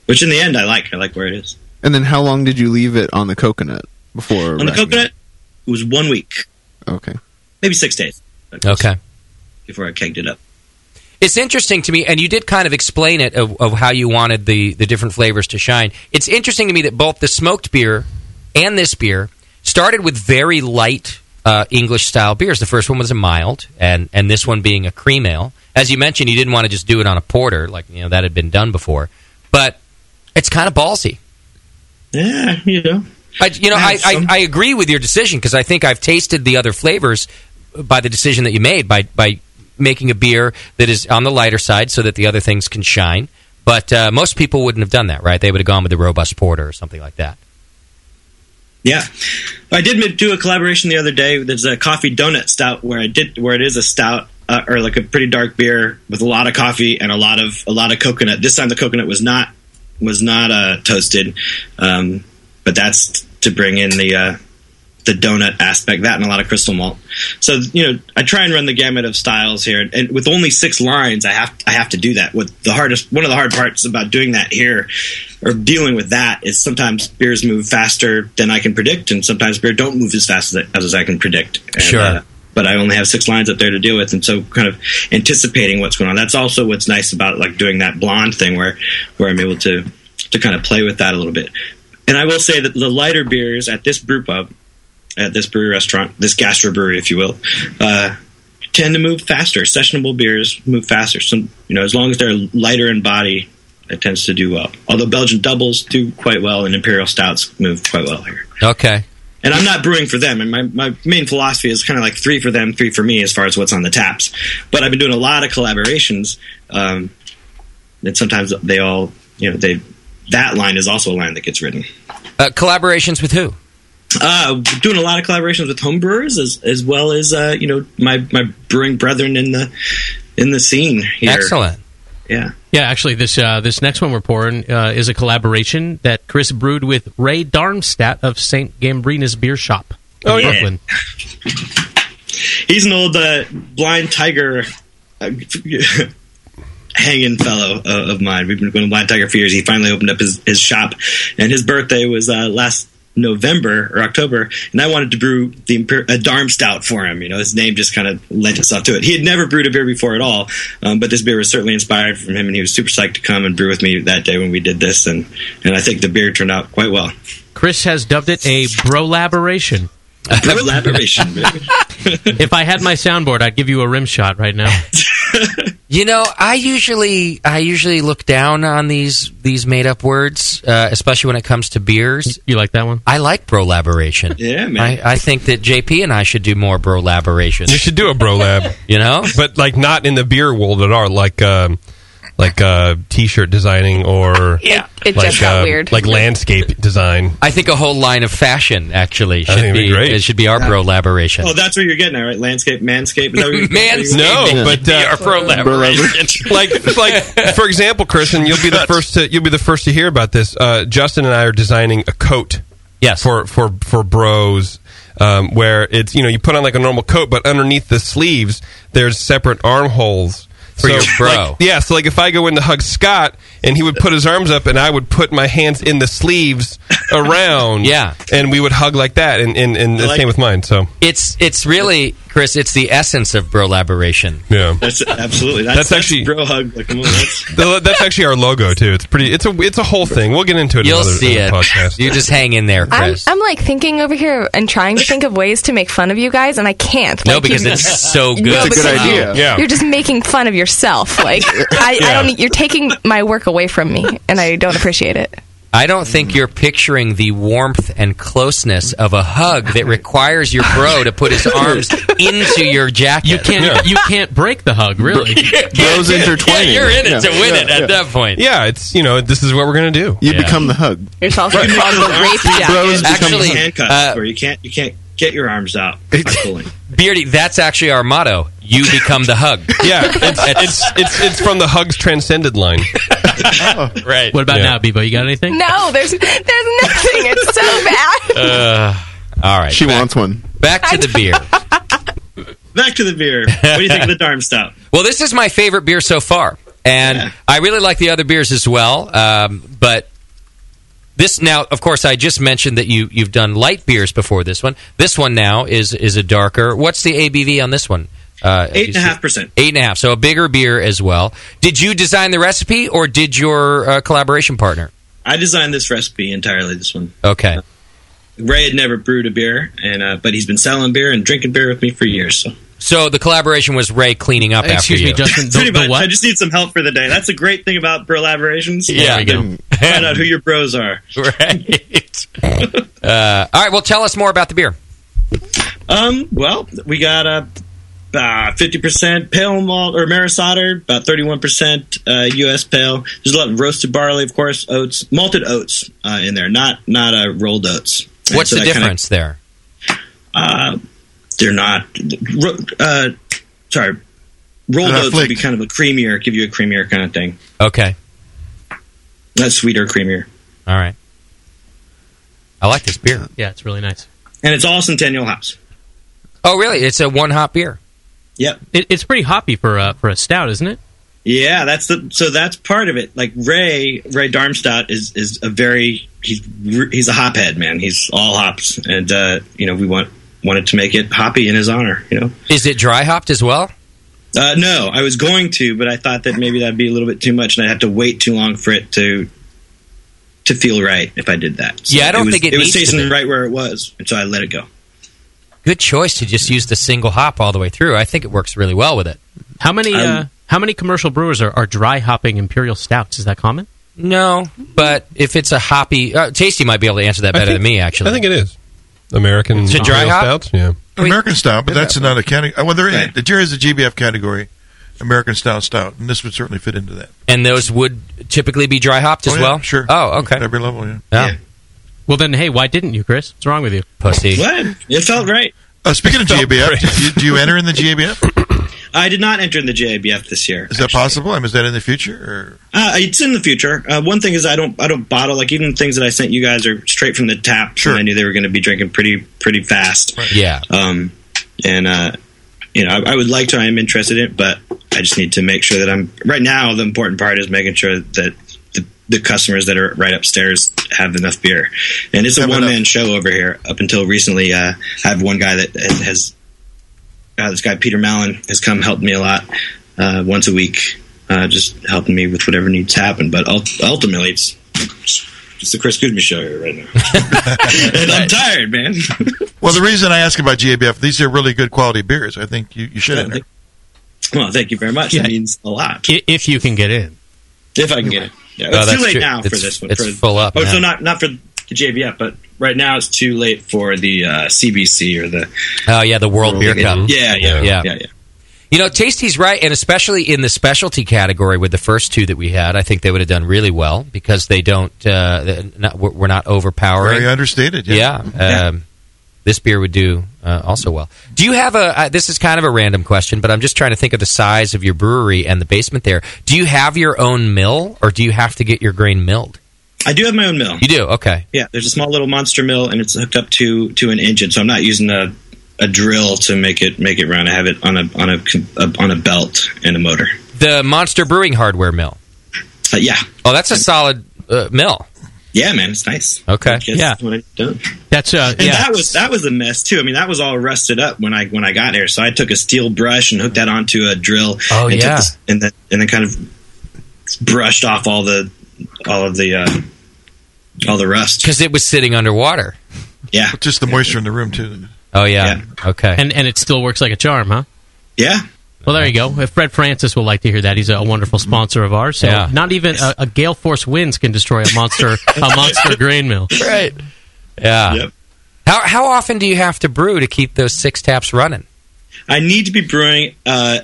Which in the end, I like. I like where it is.
And then how long did you leave it on the coconut before?
On the
racking
coconut, it was one week,
it? Okay.
maybe six days
Okay.
before I kegged it up.
It's interesting to me, and you did kind of explain it of, of how you wanted the, the different flavors to shine. It's interesting to me that both the smoked beer and this beer started with very light uh, English style beers. The first one was a mild, and, and this one being a cream ale. As you mentioned, you didn't want to just do it on a porter, like you know that had been done before. But it's kind of ballsy.
Yeah, you know.
I, you know, I, I, I agree with your decision because I think I've tasted the other flavors by the decision that you made by by making a beer that is on the lighter side so that the other things can shine. But uh, most people wouldn't have done that, right? They would have gone with the robust porter or something like that.
Yeah, I did mi- do a collaboration the other day. There's a coffee donut stout where I did where it is a stout uh, or like a pretty dark beer with a lot of coffee and a lot of a lot of coconut. This time the coconut was not was not uh, toasted, um, but that's t- to bring in the uh, the donut aspect that and a lot of crystal malt. So you know I try and run the gamut of styles here, and with only six lines, I have I have to do that. What the hardest one of the hard parts about doing that here or dealing with that is sometimes beers move faster than I can predict, and sometimes beer don't move as fast as I, as I can predict. And,
Sure.
uh, but I only have six lines up there to deal with, and so kind of anticipating what's going on. That's also what's nice about like doing that blonde thing, where where I'm able to to kind of play with that a little bit. And I will say that the lighter beers at this brew pub, at this brewery restaurant, this gastro brewery, if you will, uh, tend to move faster. Sessionable beers move faster. Some, you know, as long as they're lighter in body, it tends to do well. Although Belgian doubles do quite well, and imperial stouts move quite well here.
Okay.
And I'm not brewing for them. And my, my main philosophy is kind of like three for them, three for me, as far as what's on the taps. But I've been doing a lot of collaborations, um, and sometimes they all, you know, they that line is also a line that gets written.
Uh, collaborations with who?
Uh, doing a lot of collaborations with homebrewers as as well as uh, you know my my brewing brethren in the in the scene here.
Excellent.
Yeah.
Yeah, actually, this uh, this next one we're pouring uh, is a collaboration that Chris brewed with Ray Darmstadt of St. Gambrina's Beer Shop in
Oh, yeah.
Brooklyn.
He's an old uh, blind tiger uh, hanging fellow of, of mine. We've been going to Blind Tiger for years. He finally opened up his, his shop, and his birthday was uh, last November or October, and I wanted to brew the Imper- a Darm Stout for him. You know, his name just kind of lent itself to it. He had never brewed a beer before at all, um, but this beer was certainly inspired from him, and he was super psyched to come and brew with me that day when we did this, and and I think the beer turned out quite well.
Chris has dubbed it a brolaboration.
Brolaboration, baby.
if I had my soundboard, I'd give you a rim shot right now.
You know, I usually I usually look down on these these made up words, uh, especially when it comes to beers.
You like that one?
I like brolaboration.
Yeah,
man.
I, I think that JP and I should do more brolaboration.
You should do a bro lab,
you know,
but like not in the beer world at all. Like, um, like uh, t-shirt designing or
Yeah. It
like, um,
just got weird.
Like landscape design.
I think a whole line of fashion actually
I
should
think it'd be
be
great.
it should be our brolaboration.
Oh, that's what you're getting at, right? Landscape, manscape. Is that what you're-
Manscaping.
No, but uh,
Our brolaboration.
like like for example, Chris, and you'll be the first to you'll be the first to hear about this. Uh, Justin and I are designing a coat.
Yes.
For for for bros. Um, where it's you know you put on like a normal coat, but underneath the sleeves there's separate armholes
For your bro.
like, yeah, so like if I go in to hug Scott and he would put his arms up and I would put my hands in the sleeves around,
Yeah.
and we would hug like that, and and, and
I
the
like
same
it.
with mine. So
It's it's really Chris. It's the essence of brolaboration.
Yeah,
That's absolutely. That's,
That's actually-
bro hug. Like, come on, that's-
Th- That's actually our logo too. It's pretty. It's a it's a whole thing. We'll get into it.
You'll
in another,
see
another
it.
Podcast.
You just hang in there,
I'm,
Chris.
I'm like thinking over here and trying to think of ways to make fun of you guys, and I can't.
No,
Like,
because
you-
it's so good.
No,
It's a good
because
idea.
you-
Yeah.
You're just making fun of yourself. Like I, I
Yeah.
don't. e, You're taking my work away from me, and I don't appreciate it.
I don't think you're picturing the warmth and closeness of a hug that requires your bro to put his arms into your jacket. You
can't- Yeah. you can't break the hug, really.
Those
intertwining.
you're in it to win it
Yeah,
at
yeah.
that point.
Yeah, it's you know this is what we're gonna do. You
become the hug.
It's also
Right.
called the rape jacket.
Actually,
handcuffs
uh,
where you can't you can't get your arms out. by pulling.
Beardy, that's actually our motto. You become the hug.
Yeah, it's, it's it's it's from the hugs transcended line.
right.
What about now, Bebo? You got anything?
No, there's there's nothing. It's so bad.
Uh, all right.
She wants one.
Back to the beer.
Back to the beer. What do you think of the Darm Stout?
Well, this is my favorite beer so far, and I really like the other beers as well. Um, but this now, of course, I just mentioned that you you've done light beers before this one. This one now is is a darker. What's the ABV on this one? Uh,
Eight and a half percent.
Eight and a half. So a bigger beer as well. Did you design the recipe, or did your uh, collaboration partner?
I designed this recipe entirely. This one.
Okay.
Ray had never brewed a beer, and uh, but he's been selling beer and drinking beer with me for years. So.
So the collaboration was Ray cleaning up after you.
Pretty much. I just need some help for the day. That's a great thing about brolaborations.
Yeah. There we go.
Find out who your bros are.
Right. uh, all right. Well, tell us more about the beer.
Um, well, we got a uh, fifty percent pale malt or Maris Otter, about thirty-one percent uh, U.S. pale. There's a lot of roasted barley, of course, oats, malted oats uh, in there, not not uh, rolled oats. And
What's
so
the
that kinda-
difference there?
uh, they're not. ro- Uh, sorry, rolled
They're not
oats would be kind of a creamier, give you a creamier kind of thing.
Okay.
That's sweeter, creamier.
All right. I like this beer.
Yeah, it's really nice.
And it's all Centennial hops.
Oh, really? It's a one hop beer.
Yep.
It, it's pretty hoppy for uh, for a stout, isn't it?
Yeah, that's the so that's part of it. Like Ray, Ray Darmstadt is is a very he's re- he's a hophead man. He's all hops, and uh, you know we want wanted to make it hoppy in his honor. You know,
Is it dry hopped as well?
uh, no, I was going to, but I thought that maybe that'd be a little bit too much, and I'd have to wait too long for it to to feel right if I did that.
Yeah, I don't
was-
think it
it was
needs to
tasting
be.
right where it was, and so I let it go.
Good choice to just use the single hop all the way through. I think it works really well with it.
How many
Um,
uh, how many commercial brewers are, are dry hopping imperial stouts? Is that common?
No, but if it's a hoppy, uh, Tasty might be able to answer that better than me. Actually,
I think it is American
Is it dry
imperial
hop?
stouts. Yeah,
American stout, but that's another category. Well, they're in
Right.
it. The Jerry is a GBF category, American style stout, and this would certainly fit into that.
and those would typically be dry hopped as
Oh, yeah,
well.
sure.
Oh, okay.
Every level, yeah.
Yeah.
Well, then, hey, why didn't you, Chris? What's wrong with you,
pussy?
What? It felt right.
Uh, speaking of GABF, do you, do you enter in the GABF?
I did not enter in the JABF this year.
Is that possible? I mean, is that in the future?
Uh, it's in the future. Uh, one thing is I don't I don't bottle like even things that I sent you guys are straight from the tap. Sure, I knew they were going to be drinking pretty pretty fast.
Yeah.
Um, and uh, you know I, I would like to. I am interested in, it, but I just need to make sure that I'm right now. The important part is making sure that the the customers that are right upstairs have enough beer. And it's a
Have
one man show over here. Up until recently, uh, I have one guy that has, has uh, this guy Peter Mallon has come helped me a lot uh, once a week, uh, just helping me with whatever needs to happen. But ul- ultimately, it's it's the Chris Goodman show here right now. and I'm tired, man.
Well, the reason I ask about GABF, these are really good quality beers. I think you, you should
Yeah,
enter.
Well, thank you very much.
Yeah.
That means a lot.
If you can get in.
If I can get it. Yeah,
Oh,
it's
that's
too late
true.
now for
It's-
this one.
it's
for,
full up
Oh,
now.
so not not for the JVF, but right now it's too late for the uh, CBC or the.
Oh yeah, the World, Beer
League.
Cup.
Yeah, yeah,
yeah,
yeah,
yeah. You know, Tasty's right, and especially in the specialty category with the first two that we had, I think they would have done really well because they don't. Uh, they're not, we're we're not overpowering.
Very understated, yeah.
Yeah,
Yeah.
Um, this beer would do uh, also well. Do you have a? Uh, this is kind of a random question, but I'm just trying to think of the size of your brewery and the basement there. Do you have your own mill, or do you have to get your grain milled?
I do have my own mill.
You do. Okay.
Yeah, there's a small little monster mill, and it's hooked up to to an engine. So I'm not using a a drill to make it make it run. I have it on a on a, a on a belt and a motor.
The Monster Brewing Hardware mill.
Uh, yeah.
Oh, that's a solid uh, mill.
Yeah, man, it's nice.
Okay.
Guess that's what I've done.
That's uh,
And
yeah.
that was that was a mess too. I mean, that was all rusted up when I when I got here. So I took a steel brush and hooked that onto a drill.
Oh,
and took
yeah.
this- and then and then kind of brushed off all the all of the uh, all the rust
because it was sitting underwater.
Yeah,
just the moisture in the room too.
Oh yeah. Okay.
And and it still works like a charm, huh?
Yeah.
Well, there you go. If Fred Francis would like to hear that, he's a wonderful sponsor of ours. So
Yeah.
not even a, a gale force winds can destroy a monster a monster grain mill.
Right. Yeah. How how often do you have to brew to keep those six taps running?
I need to be brewing uh,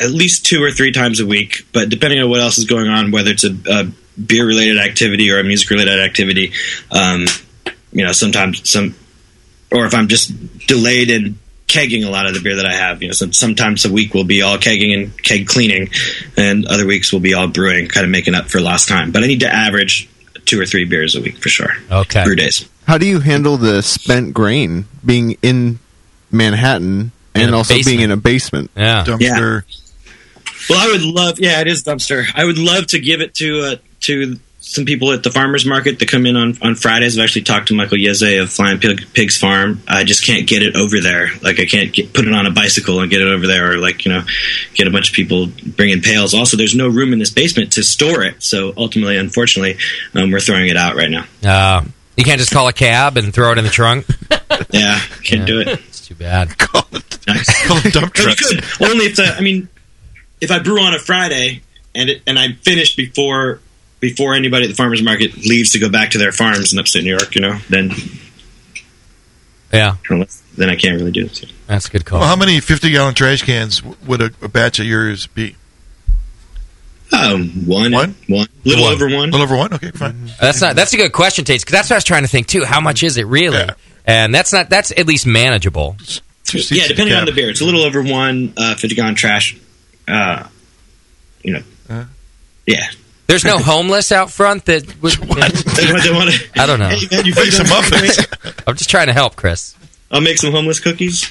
at least two or three times a week, but depending on what else is going on, whether it's a, a beer related activity or a music related activity, um, you know, sometimes some, or if I'm just delayed in kegging a lot of the beer that I have, you know, some, sometimes a week will be all kegging and keg cleaning, and other weeks will be all brewing, kind of making up for lost time. But I need to average two or three beers a week for sure.
Okay.
Brew days.
How do you handle the spent grain being in Manhattan
In
and
a
also
basement.
being in a basement?
Yeah.
Dumpster. Well, I would love. Yeah, it is dumpster. I would love to give it to uh, to some people at the farmers market that come in on on Fridays. I've actually talked to Michael Yeze of Flying Pig, Pigs Farm. I just can't get it over there. Like I can't get, put it on a bicycle and get it over there, or like you know, get a bunch of people bringing pails. Also, there's no room in this basement to store it. So ultimately, unfortunately, um, we're throwing it out right now.
Uh, you can't just call a cab and throw it in the trunk.
Yeah, can't do it.
It's too bad.
dump Good. Only if the, I mean, if I brew on a Friday and it, and I finish before before anybody at the farmers market leaves to go back to their farms in upstate New York, you know, then
yeah,
then I can't really do it.
That's a good call.
Well, how many 50 gallon trash cans w- would a, a batch of yours be?
Um, one. One? One. Little over one.
little over one? Okay, fine.
That's not. That's a good question, Tates. 'cause that's what I was trying to think too. How much is it really? And that's not. That's at least manageable.
Yeah, depending on the beer, it's a little over one uh, fifty gallon trash. Uh, you know, yeah.
There's no homeless out front that would. I don't know.
Hey, man, you bake some muffins.
I'm just trying to help, Chris.
I'll make some homeless cookies.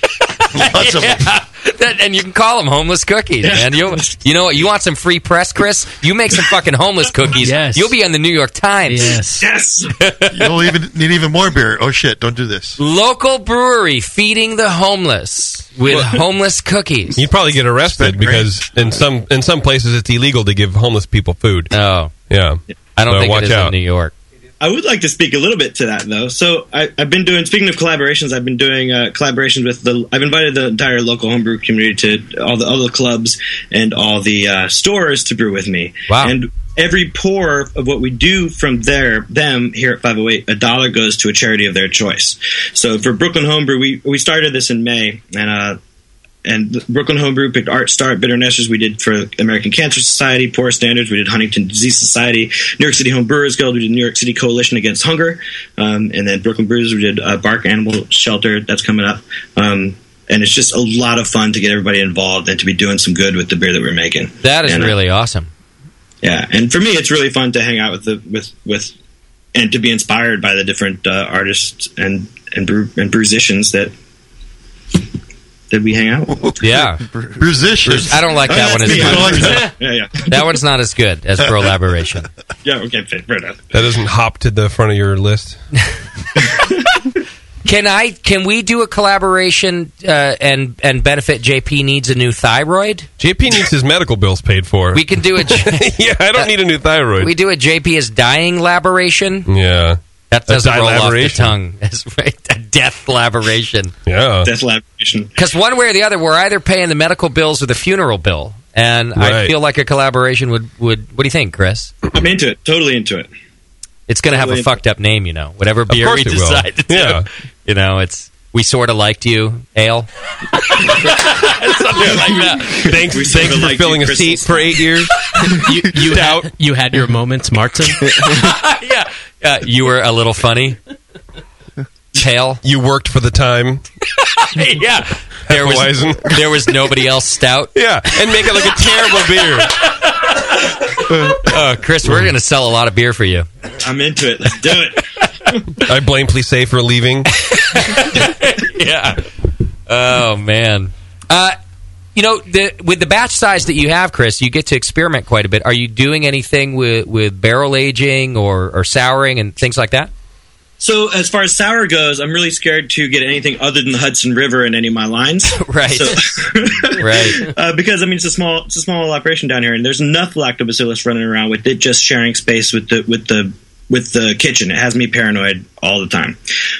Lots of That, and you can call them homeless cookies, man. You you know what? You want some free press, Chris? You make some fucking homeless cookies. Yes. You'll be on the New York Times.
Yes.
Yes.
You'll even need even more beer. Oh shit! Don't do this.
Local brewery feeding the homeless with homeless cookies.
You'd probably get arrested because in some in some places it's illegal to give homeless people food.
Oh,
yeah.
I don't
So
think it
watch
is in
out.
New York.
I would like to speak a little bit to that though. So I, I've been doing. Speaking of collaborations, I've been doing uh, collaborations with the. I've invited the entire local homebrew community to all the all the clubs and all the uh, stores to brew with me. Wow! And every pour of what we do from their them here at 508, a dollar goes to a charity of their choice. So for Brooklyn Homebrew, we we started this in May, and uh, and the Brooklyn Homebrew picked Art Star at Bitter Nesters. We did for American Cancer Society, Poor Standards. We did Huntington Disease Society, New York City Home Brewers Guild. We did New York City Coalition Against Hunger, um, and then Brooklyn Brewers. We did uh, Bark Animal Shelter. That's coming up, um, and it's just a lot of fun to get everybody involved and to be doing some good with the beer that we're making.
That is
And, uh,
really awesome.
yeah, and for me, it's really fun to hang out with the with with and to be inspired by the different uh, artists and and brew, and musicians that that we hang out with.
Yeah.
Brusicious.
I don't like
Oh,
that one
that's
as
me. I don't like
much.
that. Yeah, yeah.
That one's not as good as Pro Laboration.
Yeah, okay, fair fair enough.
That doesn't hop to the front of your list.
Can I? Can we do a collaboration uh, and and benefit? JP needs a new thyroid.
JP needs his medical bills paid for.
We can do it.
yeah, I don't need a new thyroid.
We do a JP is dying laboration.
yeah.
That
A
doesn't roll off the
dilaboration.
tongue. That's right. A death laboration.
Yeah.
Death laboration.
Because one way or the other, we're either paying the medical bills or the funeral bill. And I
Right.
feel like a collaboration would, would. What do you think, Chris?
I'm into it. Totally into it.
It's going to have a
Totally.
fucked up name, you know. Whatever
Of
beer
course
we
it will.
decide to do.
Yeah.
You know, it's. We sort of liked you, Ale. Something like that.
Thanks, thanks for filling a seat for eight years.
you, you, had, you had your moments, Martin.
yeah. Uh, you were a little funny. Tail.
You worked for the time.
yeah. There was, there was nobody else stout.
Yeah. And make it like a terrible beer.
Uh, Chris, we're going to sell a lot of beer for you.
I'm into it. Let's do it.
I blame Plissé for leaving.
yeah. Oh man. Uh, you know, the, with the batch size that you have, Chris, you get to experiment quite a bit. Are you doing anything with, with barrel aging or, or souring and things like that?
So as far as sour goes, I'm really scared to get anything other than the Hudson River in any of my lines.
right. right.
Uh, because I mean, it's a small it's a small operation down here, and there's enough lactobacillus running around with it just sharing space with the with the with the kitchen. It has me paranoid all the time.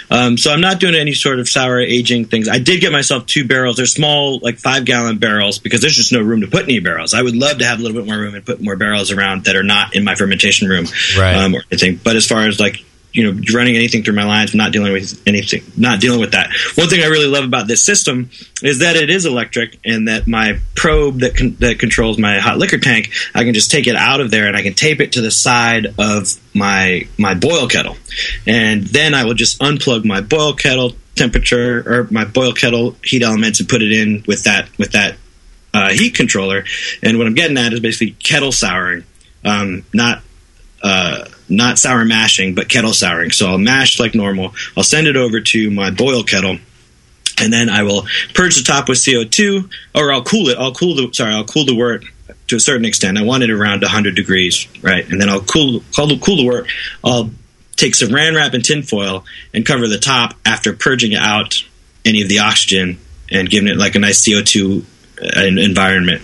Um, so I'm not doing any sort of sour aging things. I did get myself two barrels. They're small, like five gallon barrels, because there's just no room to put any barrels. I would love to have a little bit more room and put more barrels around that are not in my fermentation room
Right.
um, or anything. But as far as like you know running anything through my lines, not dealing with anything, not dealing with that. One thing I really love about this system is that it is electric, and that my probe that con- that controls my hot liquor tank, I can just take it out of there and I can tape it to the side of my my boil kettle, and then I will just unplug my boil kettle temperature or my boil kettle heat elements and put it in with that with that uh, heat controller. And what I'm getting at is basically kettle souring, um, not uh, not sour mashing, but kettle souring. So I'll mash like normal. I'll send it over to my boil kettle. And then I will purge the top with CO2, or I'll cool it. I'll cool the sorry, I'll cool the wort to a certain extent. I want it around 100 degrees, right? And then I'll cool cool, cool the wort. I'll take some Saran wrap and tinfoil and cover the top after purging out any of the oxygen and giving it like a nice CO2 en- environment.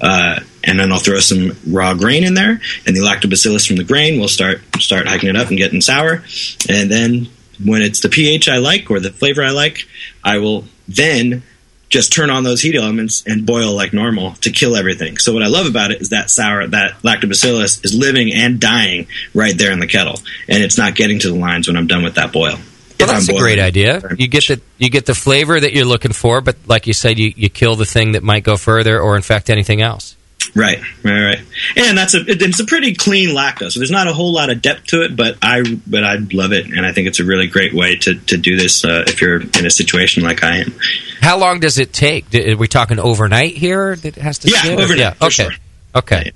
Uh, and then I'll throw some raw grain in there, and the lactobacillus from the grain will start start hiking it up and getting sour. And then when it's the pH I like or the flavor I like, I will then just turn on those heat elements and boil like normal to kill everything. So what I love about it is that sour that lactobacillus is living and dying right there in the kettle, and it's not getting to the lines when I'm done with that boil.
Well, that's a great idea. You get the you get the flavor that you're looking for, but like you said, you, you kill the thing that might go further or infect anything else.
Right, right, right. And that's a it- it's a pretty clean lacto. So there's not a whole lot of depth to it, but I but I love it, and I think it's a really great way to to do this uh, if you're in a situation like I am.
How long does it take? D- Are we talking overnight here? That it has to
Yeah,
sit?
overnight,
Yeah,
for
okay, okay.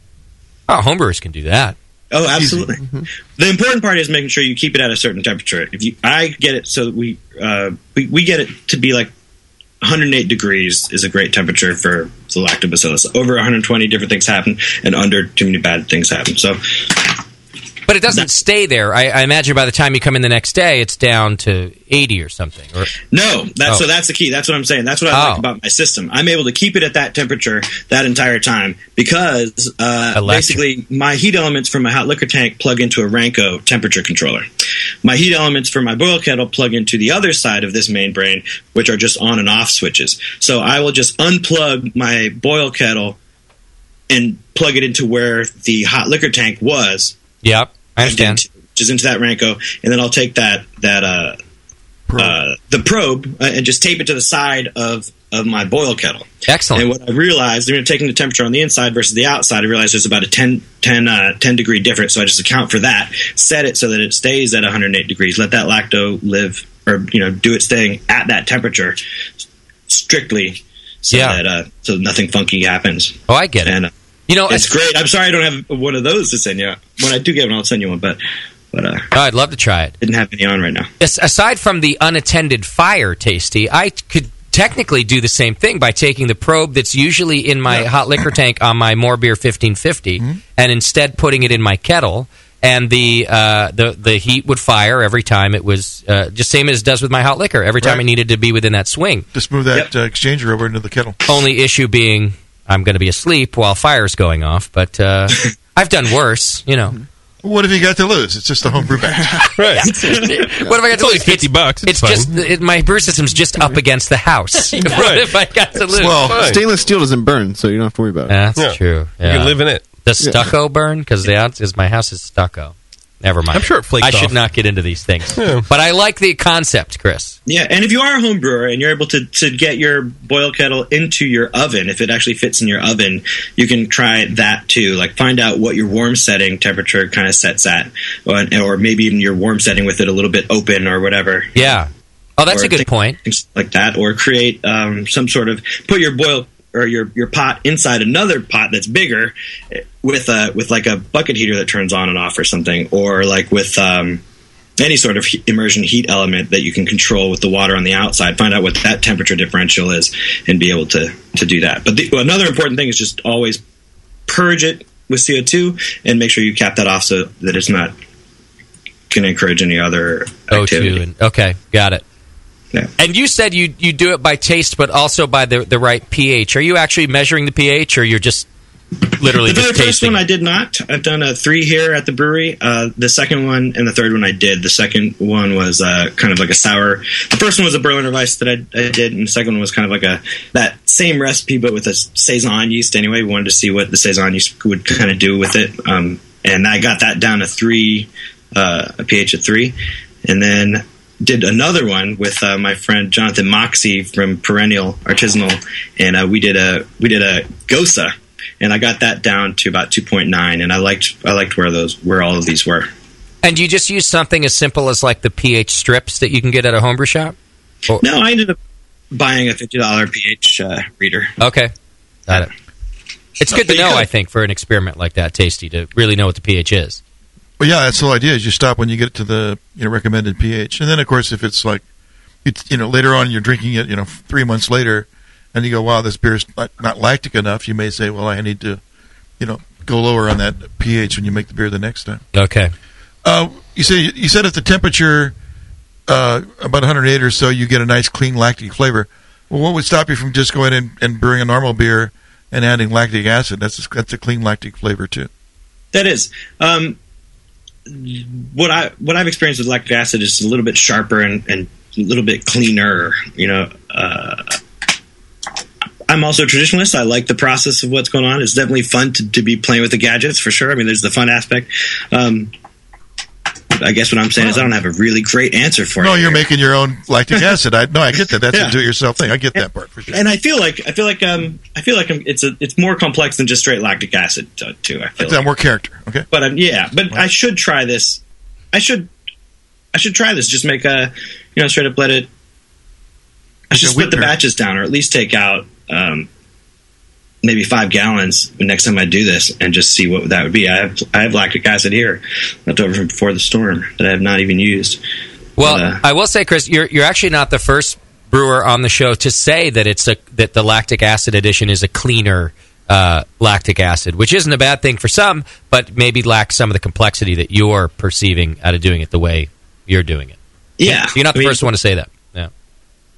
Oh, homebrewers can do that.
Oh, absolutely. The important part is making sure you keep it at a certain temperature. If you, I get it so that we uh, we we get it to be like 108 degrees is a great temperature for the lactobacillus. Over 120, different things happen, and under too many bad things happen. So
But it doesn't stay there. I, I imagine by the time you come in the next day, it's down to eighty or something. Or,
No, that,
Oh.
so that's the key. That's what I'm saying. That's what I like
Oh.
about my system. I'm able to keep it at that temperature that entire time because uh,
Electric.
basically my heat elements from my hot liquor tank plug into a Ranko temperature controller. My heat elements from my boil kettle plug into the other side of this main brain, which are just on and off switches. So I will just unplug my boil kettle and plug it into where the hot liquor tank was,
yep, I understand.
which is into that Ranko, and then I'll take that that uh, uh, the probe uh, and just tape it to the side of of my boil kettle.
Excellent.
And what I realized, you know, taking the temperature on the inside versus the outside, I realized there's about a 10, 10, uh, 10 degree difference. So I just account for that, set it so that it stays at 108 degrees. Let that lacto live, or you know, do its thing at that temperature strictly, so that uh, so nothing funky happens.
Oh, I get it.
And, uh,
you know,
it's great. I'm sorry I don't have one of those to send you. When I do get one, I'll send you one. But but uh,
I'd love to try it.
Didn't have any on right now.
As- aside from the unattended fire, tasty, I could technically do the same thing by taking the probe that's usually in my hot liquor tank on my More Beer 1550
Mm-hmm.
and instead putting it in my kettle. And the uh, the the heat would fire every time it was uh, just same as it does with my hot liquor. Every time
Right.
I needed to be within that swing.
Just move that uh, exchanger over into the kettle.
Only issue being I'm going to be asleep while fire's going off. But uh, I've done worse, you know.
What have you got to lose? It's just a homebrew batch.
right.
what have I got to lose? Fifty bucks. It's, just it, my brew system's just up against the house.
Yeah.
What have I got to lose?
well, stainless steel doesn't burn, so you don't have to worry about it.
That's true. Yeah. Does stucco burn? Because the outs- is my house is stucco. Never mind.
I'm sure it flakes
I should
off.
not get into these things. But I like the concept, Chris.
Yeah, and if you are a home brewer and you're able to, to get your boil kettle into your oven, if it actually fits in your oven, you can try that too. Like find out what your warm setting temperature kind of sets at, or, or maybe even your warm setting with it a little bit open or whatever.
Yeah. Oh, that's a good point.
Things like that, or create um, some sort of put your boil or your your pot inside another pot that's bigger eh, with a with like a bucket heater that turns on and off or something, or like with um, any sort of he- immersion heat element that you can control with the water on the outside. Find out what that temperature differential is and be able to to do that. But the, another important thing is just always purge it with CO two and make sure you cap that off so that it's not going to encourage any other activity.
O2 and okay, got it. And you said you you do it by taste, but also by the the right pH. Are you actually measuring the pH, or you're just literally
the very
just
first
tasting?
one I did not. I've done a three here at the brewery. Uh, the second one and the third one I did. The second one was uh, kind of like a sour. The first one was a Berliner Weiss that I, I did, and the second one was kind of like a that same recipe but with a saison yeast. Anyway, we wanted to see what the saison yeast would kind of do with it, um, and I got that down to three, uh, a pH of three, and then did another one with uh, my friend Jonathan Moxie from Perennial Artisanal, and uh, we did a we did a gosa, and I got that down to about two point nine, and I liked I liked where those where all of these were.
And you just use something as simple as like the pH strips that you can get at a homebrew shop. Or-
No, I ended up buying a fifty dollar pH uh, reader.
Okay, got it. It's good to
But you
know,
gotta-
I think, for an experiment like that, tasty to really know what the pH is.
Well, yeah, that's the whole idea. Is you stop when you get to the you know recommended pH, and then of course if it's like, it's you know later on you're drinking it, you know three months later, and you go, wow, this beer's not, not lactic enough. You may say, well, I need to, you know, go lower on that pH when you make the beer the next time.
Okay.
Uh, you say you said at the temperature uh, about 108 or so, you get a nice clean lactic flavor. Well, what would stop you from just going in and brewing a normal beer and adding lactic acid? That's that's a clean lactic flavor too.
That is. Um, what I what I've experienced with lactic acid is a little bit sharper and, and a little bit cleaner. You know, uh, I'm also a traditionalist. I like the process of what's going on. It's definitely fun to, to be playing with the gadgets for sure. I mean, there's the fun aspect. Um, I guess what I'm saying is I don't have a really great answer for
No,
it.
you're making your own lactic acid. I no, I get that. That's
Yeah.
a do-it-yourself thing. I get that part for sure.
And I feel like I feel like um I feel like I'm, it's a it's more complex than just straight lactic acid uh, too. I feel
It's got
like.
more character. Okay.
But um, yeah, but I should try this. I should, I should try this. Just make a, you know, straight up let it. I should split the batches down, or at least take out um, maybe five gallons the next time I do this, and just see what that would be. I have I have lactic acid here, left over from before the storm that I have not even used. uh,
Well, I will say, Chris, you're you're actually not the first brewer on the show to say that it's a that the lactic acid addition is a cleaner uh, lactic acid, which isn't a bad thing for some, but maybe lacks some of the complexity that you're perceiving out of doing it the way you're doing it.
Yeah.
you're not the
I mean-
first one to say that. Yeah.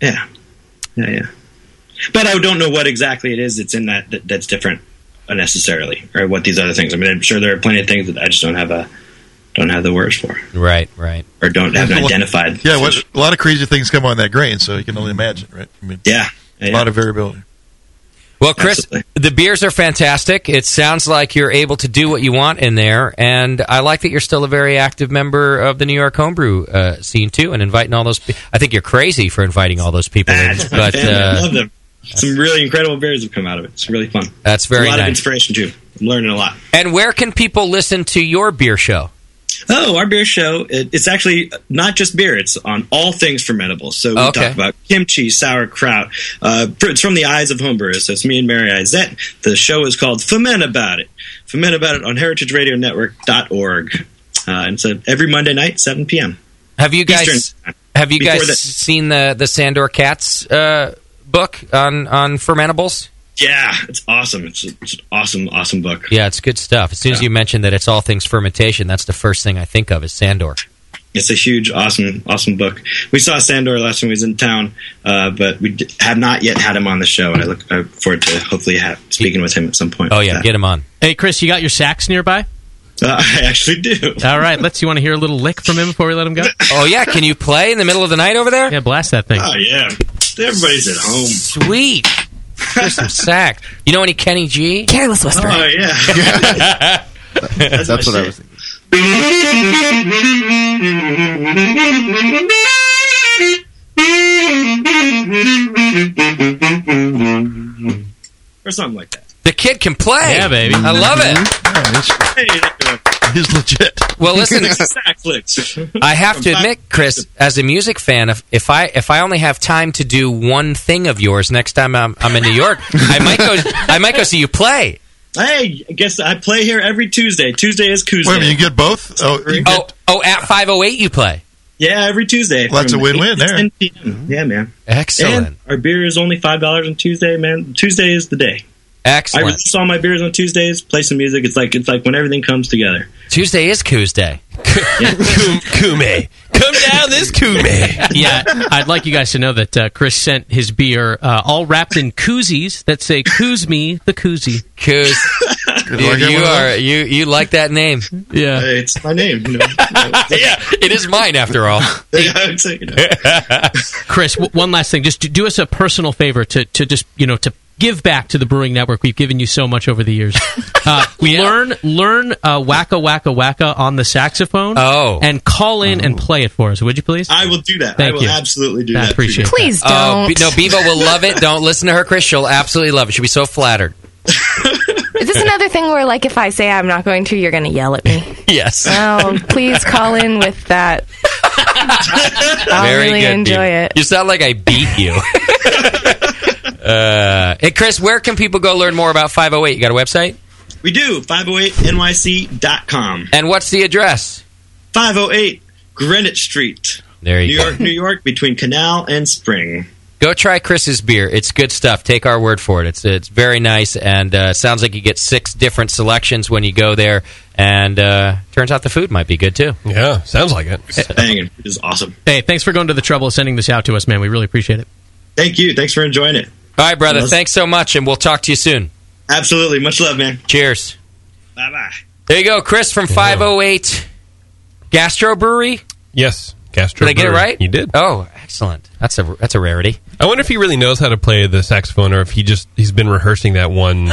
Yeah, yeah, yeah. But I don't know what exactly it is that's in that, that that's different unnecessarily, or what these other things. I mean, I'm sure there are plenty of things that I just don't have a don't have the words for,
Right, right.
or don't have
Well,
identified.
Yeah, what, a lot of crazy things come on that grain, so you can only imagine, right? I mean,
yeah,
a lot of variability.
Well, Chris, the beers are fantastic. It sounds like you're able to do what you want in there, and I like that you're still a very active member of the New York homebrew uh, scene too, and inviting all those. Pe- I think you're crazy for inviting all those people, in,
It's my
but
family. I love
uh,
them. Some really incredible beers have come out of it. It's really fun.
that's very
a lot of
nice.
inspiration too. I'm learning a lot.
And where can people listen to your beer show?
Oh, our beer show. It, it's actually not just beer. It's on all things fermentable. So we
Oh, okay.
talk about kimchi, sauerkraut. Uh, fr- it's from the eyes of homebrewers. So it's me and Mary Izette. The show is called Ferment About It. Ferment About It on heritageradionetwork.org. Uh, and so every Monday night, 7 p.m.
Have you guys
Eastern time.
have you
Before
guys
that-
seen the the Sandor Cats uh, book on on fermentables?
Yeah, it's awesome. It's, it's an awesome, awesome book.
Yeah, it's good stuff. As soon as you mentioned that it's all things fermentation, that's the first thing I think of is Sandor.
It's a huge, awesome, awesome book. We saw Sandor last time he was in town, uh, but we d- have not yet had him on the show, and I look, I look forward to hopefully ha- speaking with him at some point.
Oh yeah, get him on.
Hey, Chris, you got your sax nearby?
Uh, I actually do.
All right, let's. You want to hear a little lick from him before we let him go?
Oh yeah, can you play in the middle of the night over there?
Yeah, blast that thing.
Oh yeah, everybody's at home.
Sweet. Here's some sack. You know any Kenny G? Careless
Whisperer. Oh, yeah.
That's,
That's what I was
or something like that.
The kid can play. Yeah, baby. I love
it.
He's legit.
Well, listen, uh,
Sack licks.
I have to
From
admit, Chris, as a music fan, if, if I if I only have time to do one thing of yours next time I'm, I'm in New York, I might go. I might go see you play.
Hey, I guess I play here every Tuesday. Tuesday is Tuesday.
Wait a minute, you
get both? Oh,
oh, oh, at five oh eight you play.
Yeah, every Tuesday.
Well, that's
from
a win-win
8 to
there.
10
Mm-hmm.
p.m. Yeah, man.
Excellent.
And our beer is only five dollars on Tuesday, man. Tuesday is the day.
Excellent.
I release all my beers on Tuesdays. Play some music. It's like it's like when everything comes together.
Tuesday is Coos Day. Kume, come down this Kume.
yeah, I'd like you guys to know that uh, Chris sent his beer uh, all wrapped in koozies that say "Kooz me the koozie."
Kooz, Dude, you are you you like that name?
Yeah,
it's my name.
yeah, it is mine after all.
Chris, w- one last thing. Just do- do us a personal favor to, to just you know to give back to the Brewing Network. We've given you so much over the years. Uh, Learn learn uh, wacka wacka wacka on the saxophone.
Oh,
and call in and play it for us, would you please?
I will do that. I
Thank
will
you.
absolutely do
I
that.
appreciate. that.
Oh, be- no, Bevo will love it. Don't listen to her, Chris. She'll absolutely love it. She'll be so flattered.
Is this another thing where, like, if I say I'm not going to, you're going to yell at me?
Yes.
Oh, please call in with that. I'll
Very
really
good,
enjoy
Bevo.
it.
You sound like I beat you. uh, hey, Chris, where can people go learn more about 508? You got a website?
We do. 508nyc.com.
And what's the address?
508 Greenwich Street.
There you
New
go.
York, New York, between Canal and Spring.
Go try Chris's beer. It's good stuff. Take our word for it. It's it's very nice, and uh, sounds like you get six different selections when you go there. And uh, turns out the food might be good too. Uh,
Yeah, sounds like it.
Banging. It is awesome.
Hey, thanks for going to the trouble of sending this out to us, man. We really appreciate it.
Thank you. Thanks for enjoying it.
All right, brother.
Yes.
Thanks so much, and we'll talk to you soon.
Absolutely. Much love, man.
Cheers.
Bye bye.
There you go, Chris from 508 Gastro Brewery.
Yes, Castro.
Did I get it
Brewery.
right?
You did.
Oh, excellent. That's a that's a rarity.
I wonder if he really knows how to play the saxophone, or if he just he's been rehearsing that one,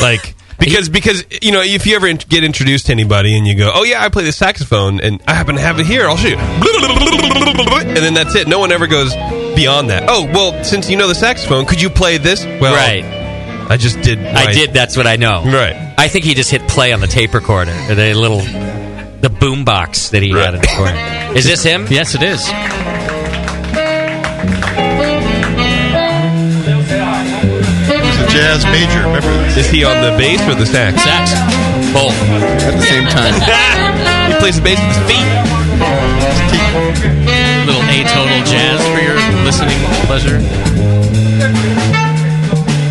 like because because you know if you ever int- get introduced to anybody and you go, oh yeah, I play the saxophone, and I happen to have it here, I'll show you, and then that's it. No one ever goes beyond that. Oh well, since you know the saxophone, could you play this? Well,
Right.
I just did.
I
my-
did. That's what I know. Right. I think he just hit play on the tape recorder, or the little the boom box that he had in the corner. Is this him?
Yes, it is.
jazz major. Remember this? Is he on the bass or the sax?
Sax.
Both.
At the same time. he plays the bass with his feet.
Little atonal jazz for your listening pleasure.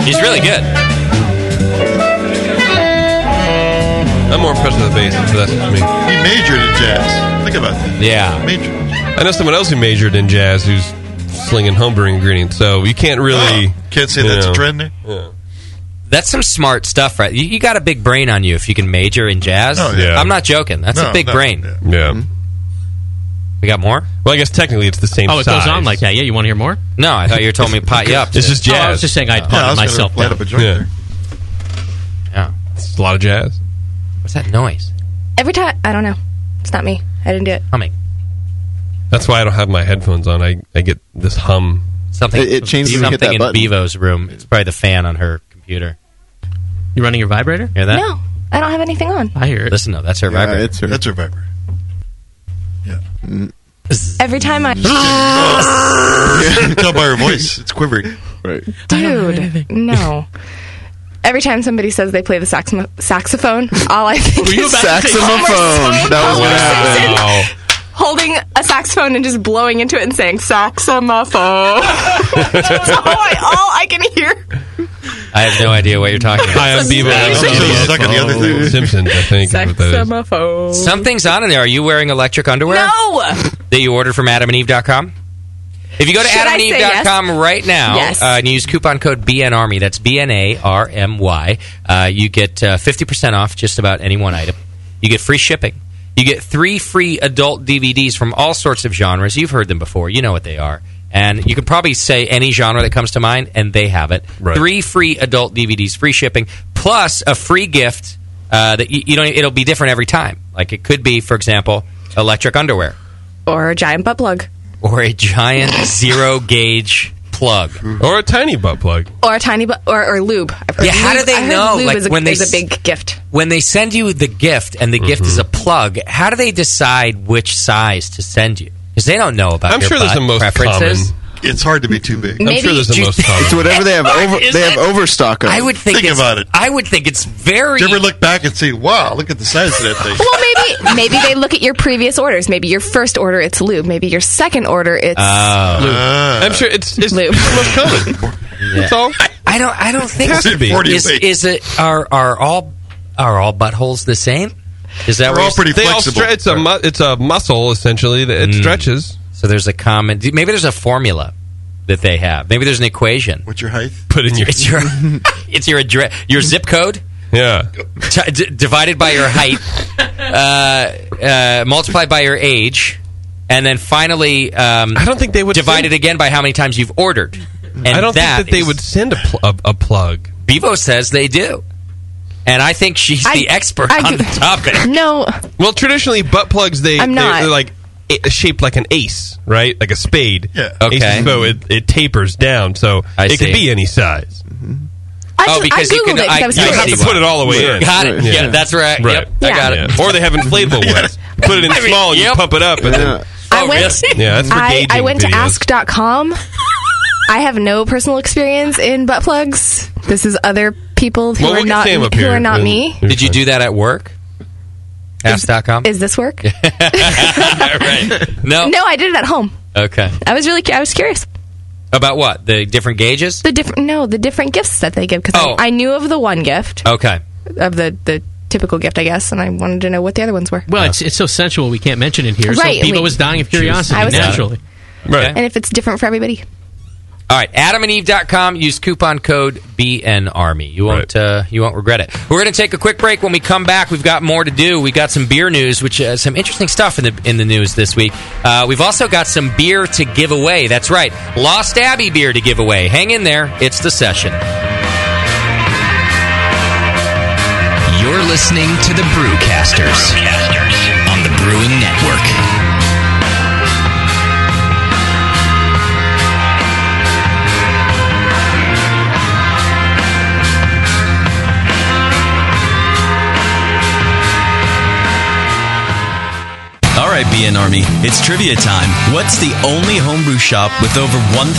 He's really good.
I'm more impressed with the bass, so that's me. He majored in jazz. Think about that.
Yeah.
Major. I know someone else who majored in jazz who's slinging homebrewing ingredients, so you Oh, can't really.
Can't say
you
that's
know.
a trend there.
That's some smart stuff, right? You, you got a big brain on you if you can major in jazz.
Oh, yeah.
I'm not joking. That's a
No,
big
no,
brain.
Yeah.
We got more?
Well, I guess technically it's the same
Oh, it
size.
goes on like that. Yeah, you want to hear more?
No, I thought you were telling me to pot you up.
It's just
Oh, I
jazz.
was just saying I'd pot Yeah, I was gonna myself light down. up a joint
yeah.
yeah.
It's a lot of jazz.
What's that noise?
Every time, I don't know. It's not me. I didn't do it.
Humming.
That's why I don't have my headphones on. I, I get this hum.
Something. something in Bevo's room. It's probably the fan on her computer.
You running your vibrator?
Hear that?
No, I don't have anything on.
I hear it.
Listen, though, that's her
Yeah,
vibrator.
it's her. That's
her vibrator.
Every time I.
Tell by her voice, it's quivering. Right.
Dude, no. Every time somebody says they play the sax- saxophone, all I think
Were you
is
about to say-
Homer
Saxophone.
Simpson
That was what
Homer
happened.
Simpson Holding a saxophone and just blowing into it and saying saxophone. That's all I, all I can hear.
I have no idea what you're talking about.
I am Bebo. I'm so stuck at the other thing. Simpsons, I think. is what that is.
Saxophone.
Something's on in there. Are you wearing electric underwear?
No.
That you ordered from adamandeve.com? If you go to
Should I say
adamandeve.com
yes?
right now
Yes.
uh, and you use coupon code BNARMY, that's B N A R M Y, uh, you get uh, 50% off just about any one item. You get free shipping. You get three free adult DVDs from all sorts of genres. You've heard them before, you know what they are. And you can probably say any genre that comes to mind, and they have it. Three free adult DVDs, free shipping, plus a free gift uh, that you, you know it'll be different every time. Like it could be, for example, electric underwear
Or a giant butt plug.
or a giant zero gauge plug
or a tiny butt plug.
Or a tiny butt. Or, or lube. I've heard
Yeah, how
lube-
do they
I heard
know,
Lube
like,
is a,
when they
is
s-
a big gift.
When they send you the gift and the gift is a
Mm-hmm.
plug, how do they decide which size to send you? Because they don't know about.
I'm
your
sure there's
butt
the most
preferences.
common. It's hard to be too big.
I'm Maybe- sure there's the most common.
It's whatever they have over.
Is
They have
it?
overstock. Of.
I would think, it's-
about it.
I would think it's very.
Did you ever look back and see, wow, look at the size of that thing?
Well, maybe maybe they look at your previous orders. Maybe your first order it's lube. Maybe your second order it's
Lube. I'm sure it's, it's
lube.
That's all.
I don't. I don't think
Has to be.
Is, is it are are all are all buttholes the same? Is that what you're-
They all stre- it's a mu- it's a muscle essentially that it
Mm.
stretches.
So there's a common. Maybe there's a formula that they have. Maybe there's an equation.
What's your height?
Put in your
it's your it's your address your zip code.
Yeah.
T- d- divided by your height, uh, uh, multiplied by your age, and then finally. Um, I
don't think they would
divided again by how many times you've ordered. And
I don't think that they
is-
would send a, pl- a, a plug.
Bevo says they do, and I think she's the expert on the topic.
No.
Well, traditionally, butt plugs they
I'm
they-
not.
they're like a- shaped like an ace, right? Like a spade. Yeah.
Okay.
so it, it tapers down, so it
see.
could be any size.
I
Oh,
ju- I googled it 'cause I was
you don't have to
curious.
put it all the way in.
Got it. Yeah, that's right. Yep, I Yeah. got it.
Or they have inflatable ones. Put it in
I mean,
small, and
yep.
you pump it up, and then
I went.
Oh, Yeah, that's for
I, I
gauging
went
videos.
to ask.com. I have no personal experience in butt plugs. This is other people who
Well,
are
we'll get
not
Sam up
who
here
are not
and-
me.
Did you do that at work? Ask.com?
Is this work?
no.
No, I did it at home.
Okay.
I was really cu- I was curious.
About what? The different gauges?
The different no, the different gifts that they give because
Oh.
I, I knew of the one gift
Okay.
of the the typical gift, I guess, and I wanted to know what the other ones were.
Well, it's, it's so sensual we can't mention it here.
Right,
so Bebo
we-
was dying of
She was-
curiosity
I was-
naturally.
Right.
And if it's different for everybody,
All right, adamandeve.com. Use coupon code BNARMY. You won't uh, you won't regret it. We're going to take a quick break. When we come back, we've got more to do. We got some beer news, which uh, some interesting stuff in the in the news this week. Uh, we've also got some beer to give away. That's right, Lost Abbey beer to give away. Hang in there. It's the session.
You're listening to the Brewcasters, on the Brewing Network.
All right, BN Army, it's trivia time. What's the only homebrew shop with over 1,000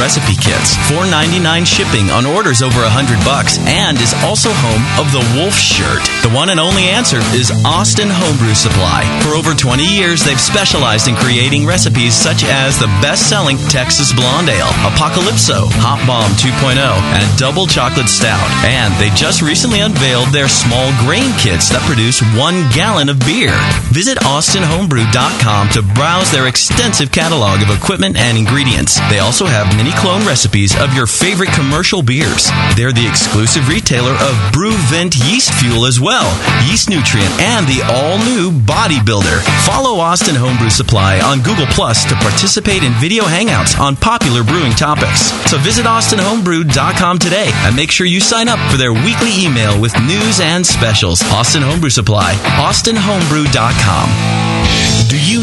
recipe kits, $4.99 shipping on orders over 100 bucks, and is also home of the Wolf shirt? The one and only answer is Austin Homebrew Supply. For over 20 years, they've specialized in creating recipes such as the best-selling Texas Blonde Ale, Apocalypso, Hot Bomb 2.0, and Double Chocolate Stout. And they just recently unveiled their small grain kits that produce one gallon of beer. Visit AustinHomebrew.com to browse their extensive catalog of equipment and ingredients. They also have mini clone recipes of your favorite commercial beers. They're the exclusive retailer of Brewvent yeast fuel as well, yeast nutrient, and the all-new Bodybuilder. Follow Austin Homebrew Supply on Google Plus to participate in video hangouts on popular brewing topics. So visit AustinHomebrew.com today and make sure you sign up for their weekly email with news and specials. Austin Homebrew Supply, AustinHomebrew.com. Do you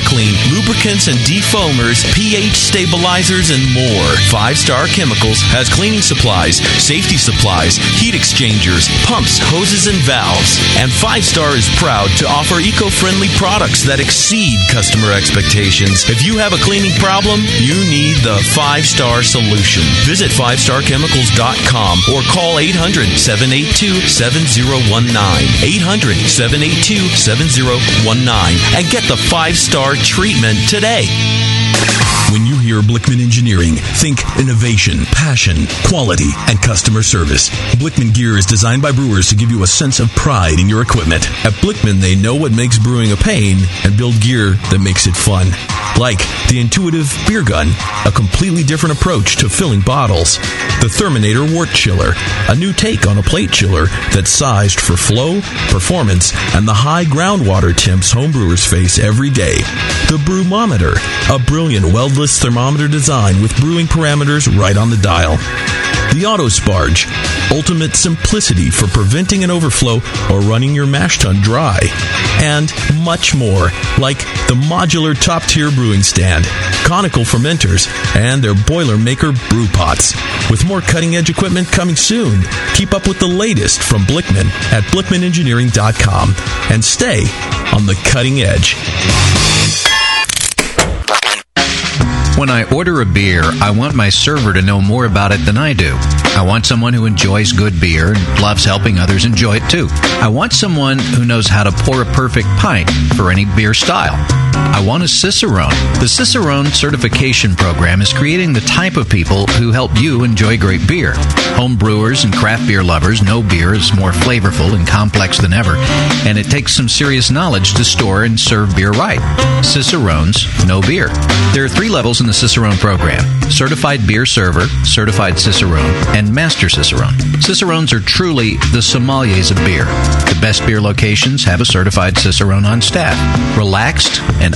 Clean, lubricants and defoamers, pH stabilizers, and more. Five Star Chemicals has cleaning supplies, safety supplies, heat exchangers, pumps, hoses, and valves. And Five Star is proud to offer eco friendly products that exceed customer expectations. If you have a cleaning problem, you need the Five Star Solution. Visit 5starchemicals.com or call 800 782 7019. 800 782 7019 and get the five star treatment today.
When you hear Blickman Engineering, think innovation, passion, quality, and customer service. Blickman gear is designed by brewers to give you a sense of pride in your equipment. At Blickman, they know what makes brewing a pain and build gear that makes it fun. Like the intuitive beer gun, a completely different approach to filling bottles. The Terminator wort chiller, a new take on a plate chiller that's sized for flow, performance, and the high groundwater temps homebrewers face every day. The Brewmometer, a brilliant weldless thermometer design with brewing parameters right on the dial. The Auto Sparge, ultimate simplicity for preventing an overflow or running your mash tun dry. And much more, like the modular top tier brewing stand, conical fermenters, and their Boilermaker brew pots. With more cutting edge equipment coming soon, keep up with the latest from Blickman at blickmanengineering.com and stay on the cutting edge.
When I order a beer, I want my server to know more about it than I do. I want someone who enjoys good beer and loves helping others enjoy it too. I want someone who knows how to pour a perfect pint for any beer style. I want a Cicerone. The Cicerone certification program is creating the type of people who help you enjoy great beer. Home brewers and craft beer lovers know beer is more flavorful and complex than ever, and it takes some serious knowledge to store and serve beer right. Cicerones know beer. There are three levels in the Cicerone program certified beer server, certified Cicerone, and master Cicerone. Cicerones are truly the sommeliers of beer. The best beer locations have a certified Cicerone on staff. Relaxed and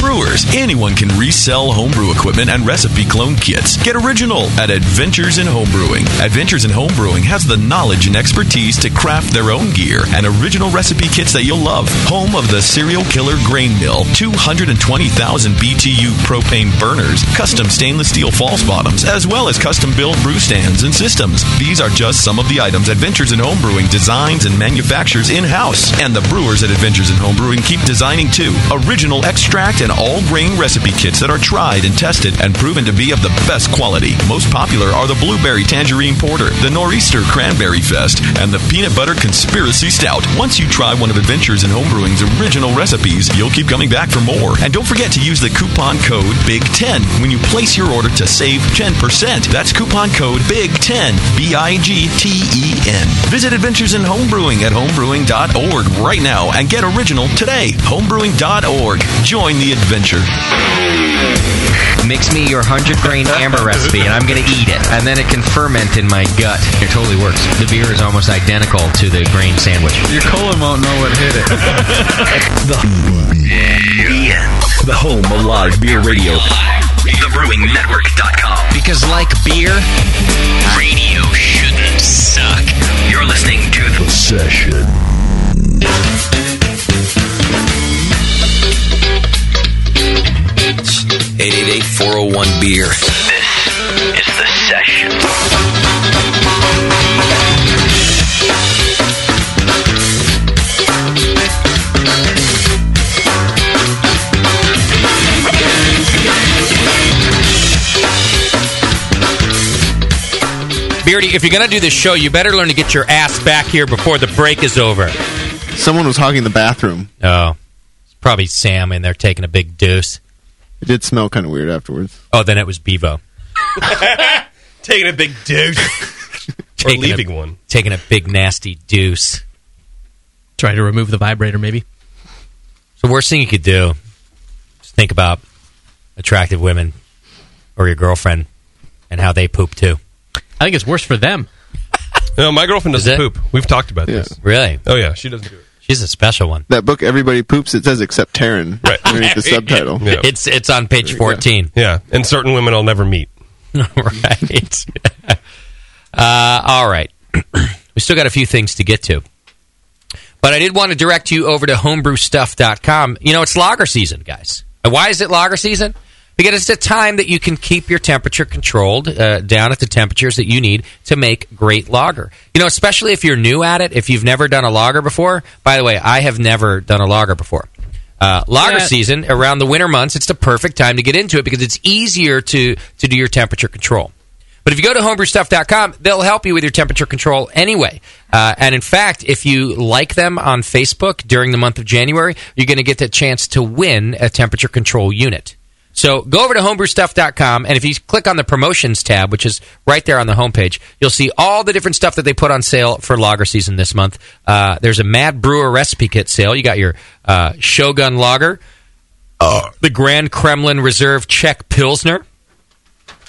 Brewers, anyone can resell homebrew equipment and recipe clone kits. Get original at Adventures in Homebrewing. Adventures in Homebrewing has the knowledge and expertise to craft their own gear and original recipe kits that you'll love. Home of the Serial Killer Grain Mill, 220,000 BTU propane burners, custom stainless steel false bottoms, as well as custom built brew stands and systems. These are just some of the items Adventures in Homebrewing designs and manufactures in house. And the brewers at Adventures in Homebrewing keep designing too. Original extract and all grain recipe kits that are tried and tested and proven to be of the best quality. Most popular are the Blueberry Tangerine Porter, the Nor'easter Cranberry Fest, and the Peanut Butter Conspiracy Stout. Once you try one of Adventures in Homebrewing's original recipes, you'll keep coming back for more. And don't forget to use the coupon code BIG10 when you place your order to save 10%. That's coupon code BIG10, B I G T E N. Visit Adventures in Homebrewing at homebrewing.org right now and get original today. Homebrewing.org. Join the adventure.
Mix me your 100 grain amber recipe and I'm going to eat it. And then it can ferment in my gut. It totally works. The beer is almost identical to the grain sandwich.
Your colon won't know what hit it.
The home of live beer radio.
TheBrewingNetwork.com.
Because, like beer,
radio shouldn't suck. You're listening to The Session.
Eight eight eight four zero one beer.
This is The Session.
Beardy, if you're going to do this show, you better learn to get your ass back here before the break is over.
Someone was hogging the bathroom.
Oh, it's probably Sam in there taking a big deuce.
It did smell kind of weird afterwards.
Oh, then it was Bevo.
Taking a big deuce. or
Taking a-
leaving one.
Taking a big nasty deuce.
Trying to remove the vibrator, maybe.
So worst thing you could do is think about attractive women or your girlfriend and how they poop too.
I think it's worse for them.
No, my girlfriend doesn't poop. We've talked about this.
Really?
Oh yeah, she doesn't do it.
She's a special one.
That book, everybody poops. It says except Taryn. Right. Underneath the subtitle.
It's it's on page fourteen.
Yeah, and certain women I'll never meet.
right. uh, all right. we still got a few things to get to. But I did want to direct you over to homebrewstuff.com. You know, it's lager season, guys. And why is it lager season? Because it's a time that you can keep your temperature controlled uh, down at the temperatures that you need to make great lager. You know, especially if you're new at it, if you've never done a lager before. By the way, I have never done a lager before. Uh, lager
Yeah.
season around the winter months, it's the perfect time to get into it because it's easier to to do your temperature control. But if you go to homebrewstuff.com, they'll help you with your temperature control anyway. Uh, and in fact, if you like them on Facebook during the month of January, you're going to get the chance to win a temperature control unit. So go over to homebrewstuff.com, and if you click on the promotions tab, which is right there on the homepage, you'll see all the different stuff that they put on sale for lager season this month. Uh, there's a Mad Brewer recipe kit sale. You got your uh, Shogun Lager, the Grand Kremlin Reserve Czech Pilsner,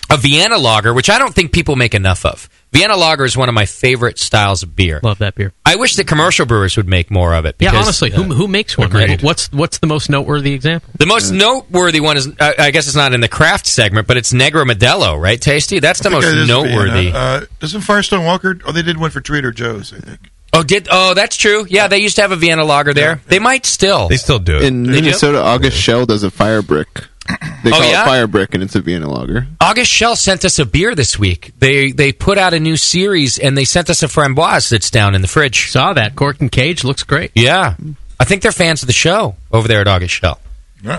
a Vienna lager, which I don't think people make enough of. Vienna lager is one of my favorite styles of beer.
Love that beer.
I wish that commercial brewers would make more of it.
Yeah,
because,
honestly,
uh,
who, who makes one? right?
agreed.
What's what's the most noteworthy example?
the most noteworthy one is, I I guess it's not in the craft segment, but it's Negro Modelo, right, Tasty? That's the
I think
most
that is
noteworthy.
Vienna. Uh, doesn't Firestone Walker? Oh, they did one for Trader Joe's. I think.
oh, did oh, that's true. Yeah, they used to have a Vienna lager there. They might still.
They still do
In Minnesota, August Shell does a fire brick. They
Oh,
call
yeah?
it fire brick, and it's a Vienna lager.
August Shell sent us a beer this week. They they put out a new series and they sent us a framboise that's down in the fridge.
Saw that cork and cage looks great.
Yeah, I think they're fans of the show over there at August Shell.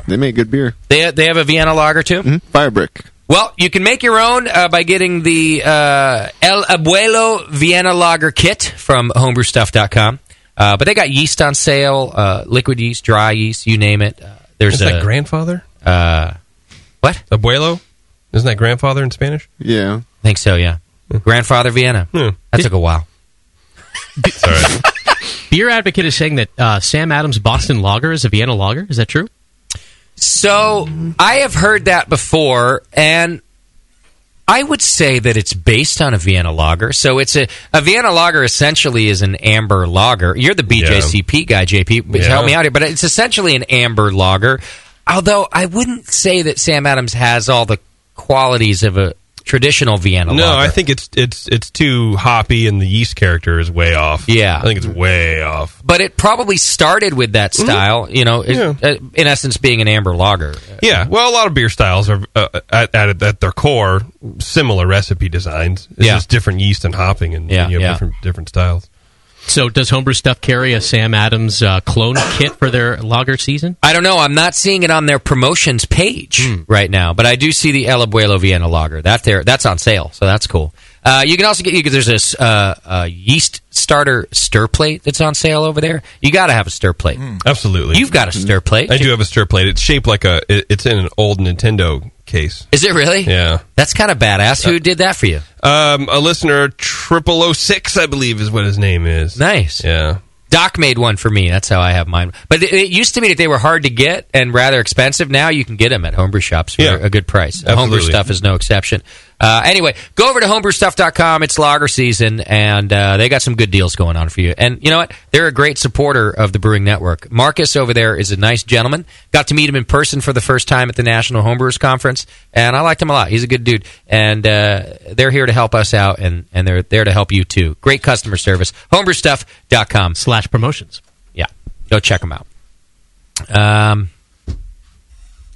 They make good beer.
They they have a Vienna lager too.
Fire brick.
Well, you can make your own uh, by getting the uh, El Abuelo Vienna Lager Kit from homebrewstuff.com. Uh, but they got yeast on sale, uh, liquid yeast, dry yeast, you name it. Uh, there's
Isn't
a
that grandfather?
Uh, what?
Abuelo? Isn't that grandfather in Spanish?
Yeah.
I think so, yeah. Grandfather Vienna. That took a while.
Beer Advocate is saying that uh, Sam Adams Boston Lager is a Vienna lager. Is that true?
So I have heard that before, and I would say that it's based on a Vienna lager. So it's a, a Vienna lager essentially is an amber lager. You're the BJCP guy, JP. but
Yeah.
Help me out here, but it's essentially an amber lager. Although I wouldn't say that Sam Adams has all the qualities of a traditional
Mm-hmm.
Vienna
No,
lager.
I think it's it's it's too hoppy, and the yeast character is way off.
Yeah,
I think it's way off.
but it probably started with that style, you know, it-
Yeah.
uh, in essence being an amber lager.
Yeah, well, a lot of beer styles are uh, at, at at their core similar recipe designs. It's
Yeah.
just different yeast and hopping, and,
Yeah,
and you have
yeah.
different different styles.
So does Homebrew Stuff carry a Sam Adams uh, clone kit for their lager season?
I don't know. I'm not seeing it on their promotions page Mm. right now, but I do see the El Abuelo Vienna Lager. That there, that's on sale, so that's cool. Uh, you can also get. You, can- there's this uh, uh, yeast starter stir plate that's on sale over there. You got to have a stir plate.
Mm. Absolutely, Mm-hmm.
you've got a stir plate.
I do have a stir plate. It's shaped like a. it- It's in an old Nintendo case.
Is it really?
Yeah,
that's kind of badass.
Uh,
Who did that for you?
Um, a listener, 0006, I believe, is what his name is.
Nice.
Yeah.
Doc made one for me. That's how I have mine. But it, it used to be that they were hard to get and rather expensive. Now you can get them at homebrew shops for a good price. Homebrew
Absolutely.
stuff is no exception. Uh, anyway, go over to homebrewstuff.com. It's lager season, and uh, they got some good deals going on for you. And you know what? They're a great supporter of the Brewing Network. Marcus over there is a nice gentleman. Got to meet him in person for the first time at the National Homebrewers Conference, and I liked him a lot. He's a good dude, and uh, they're here to help us out, and, and they're there to help you too. Great customer service. Homebrewstuff.com
slash promotions.
Yeah, go check them out. Um,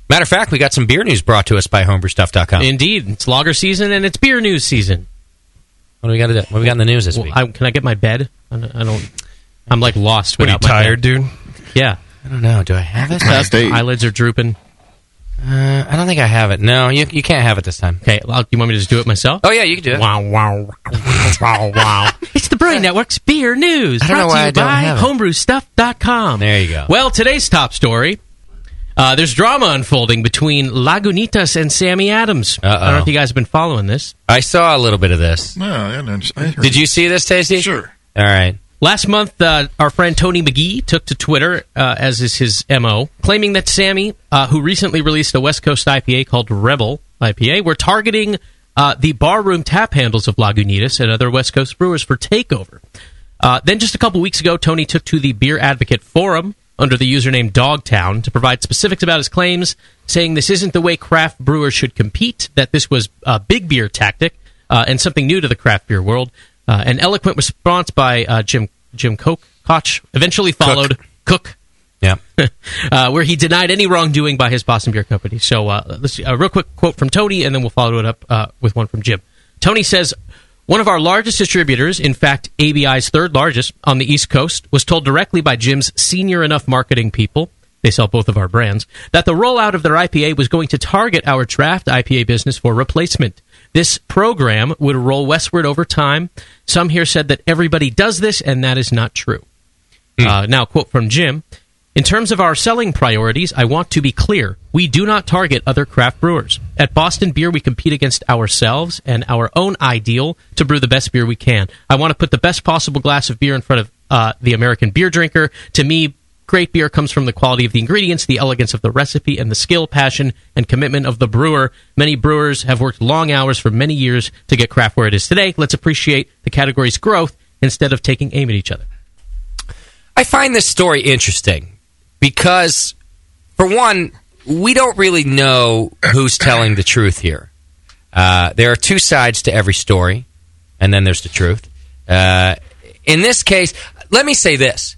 matter of fact, we got some beer news brought to us by homebrewstuff.com.
Indeed, it's lager season and it's beer news season.
What do we got? What do we got in the news this week?
I, can I get my bed? I don't. I don't I'm like lost.
What, are you
without my
tired,
bed.
dude?
Yeah.
I don't know. Do I have it?
My Eyelids are drooping.
Uh, I don't think I have it. No, you, you can't have it this time.
Okay, well, you want me to just do it myself?
Oh yeah, you can do it.
Wow, wow, wow, wow. It's the Brewing Network's beer news.
I don't know
brought to
why
you
I don't
by
have it.
homebrewstuff.com.
There you go.
Well, today's top story. Uh, there's drama unfolding between Lagunitas and Sammy Adams. I don't know if you guys have been following this.
I saw a little bit of this.
No, I don't understand.
Did you see this, Tasty?
Sure.
All right.
Last month, uh, our friend Tony McGee took to Twitter, uh, as is his MO, claiming that Sammy, uh, who recently released a West Coast IPA called Rebel IPA, were targeting uh, the barroom tap handles of Lagunitas and other West Coast brewers for takeover. Uh, Uh, then just a couple weeks ago, Tony took to the Beer Advocate Forum under the username Dogtown to provide specifics about his claims, saying this isn't the way craft brewers should compete, that this was a big beer tactic uh, and something new to the craft beer world. Uh, an eloquent response by uh, Jim Jim Koch, Koch eventually followed Cook,
Yeah.
uh, where he denied any wrongdoing by his Boston Beer Company. So, uh, let's, a real quick quote from Tony, and then we'll follow it up uh, with one from Jim. Tony says, one of our largest distributors, in fact, ABI's third largest on the East Coast, was told directly by Jim's senior enough marketing people, they sell both of our brands, that the rollout of their IPA was going to target our draft IPA business for replacement. This program would roll westward over time. Some here said that everybody does this, and that is not true. Uh, now, quote from Jim In terms of our selling priorities, I want to be clear. We do not target other craft brewers. At Boston Beer, we compete against ourselves and our own ideal to brew the best beer we can. I want to put the best possible glass of beer in front of uh, the American beer drinker. To me, great beer comes from the quality of the ingredients, the elegance of the recipe, and the skill, passion, and commitment of the brewer. Many brewers have worked long hours for many years to get craft where it is today. Let's appreciate the category's growth instead of taking aim at each other.
I find this story interesting because, for one, we don't really know who's telling the truth here. Uh, there are two sides to every story, and then there's the truth. Uh, in this case, let me say this.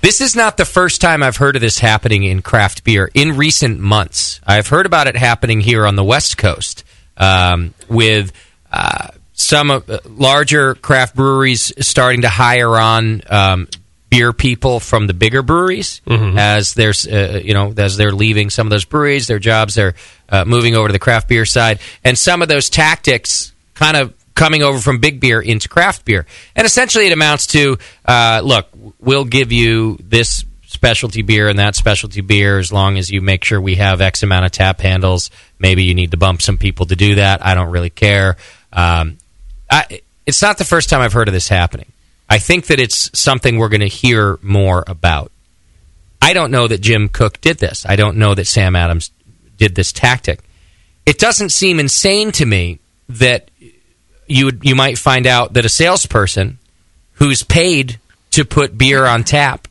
This is not the first time I've heard of this happening in craft beer in recent months. I've heard about it happening here on the West Coast um, with uh, some of, uh, larger craft breweries starting to hire on um, beer people from the bigger breweries as there's uh, you know as they're leaving some of those breweries, their jobs they're uh, moving over to the craft beer side, and some of those tactics kind of coming over from big beer into craft beer. And essentially, it amounts to uh, look, we'll give you this specialty beer and that specialty beer as long as you make sure we have X amount of tap handles. Maybe you need to bump some people to do that. I don't really care. Um, I, it's not the first time I've heard of this happening. I think that it's something we're going to hear more about. I don't know that Jim Cook did this. I don't know that Sam Adams did this tactic. It doesn't seem insane to me that you would, you might find out that a salesperson who's paid to put beer on tap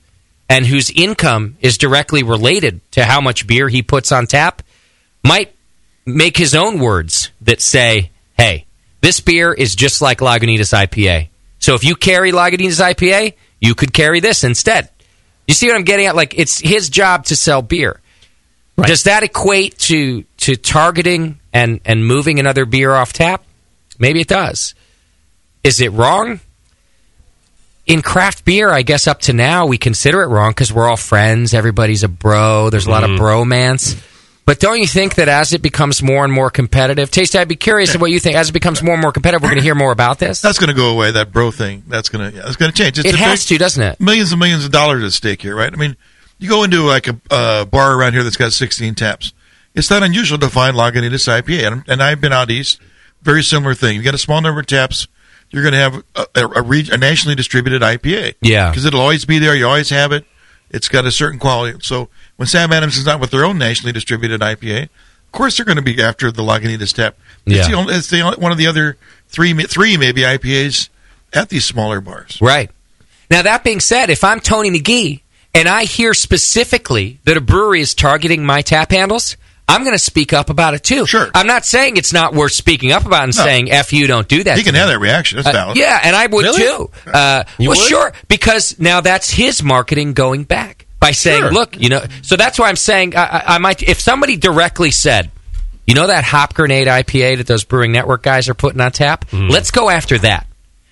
and whose income is directly related to how much beer he puts on tap might make his own words that say, "Hey, this beer is just like Lagunitas IPA. So if you carry Lagunitas IPA, you could carry this instead." You see what I'm getting at? Like it's his job to sell beer. Does that equate to to targeting and and moving another beer off tap? Maybe it does. Is it wrong? In craft beer, I guess up to now we consider it wrong because we're all friends. Everybody's a bro. There's a lot of bromance. But don't you think that as it becomes more and more competitive, Tasty, I'd be curious of what you think. As it becomes more and more competitive, we're going to hear more about this.
That's going to go away. That bro thing. That's going to. That's going to change.
It
a
has to, doesn't it?
Millions and millions of dollars at stake here, right? I mean, you go into like a uh, bar around here that's got 16 taps. It's not unusual to find Lagunitas IPA, and, and I've been out east. Very similar thing. You got a small number of taps. You're going to have a, a, a, reg- a nationally distributed IPA.
Yeah.
because it'll always be there. You always have it. It's got a certain quality. So when Sam Adams is not with their own nationally distributed IPA, of course they're going to be after the Lagunitas tap. It's
Yeah.
the only, it's the only, one of the other three three maybe IPAs at these smaller bars.
Right. Now, that being said, if I'm Tony McGee and I hear specifically that a brewery is targeting my tap handles, I'm going to speak up about it too. Sure. I'm not saying it's not worth speaking up about and
No.
saying, F you, don't do that.
He
to
can
me."
have that reaction. That's
Uh,
valid.
yeah, and I would
Really?
too. Uh,
You
well,
would?
sure, because now that's his marketing going back by saying, "Look, you know." So that's why I'm saying I, I, I might. If somebody directly said, "You know that hop grenade IPA that those Brewing Network guys are putting on tap," let's go after that.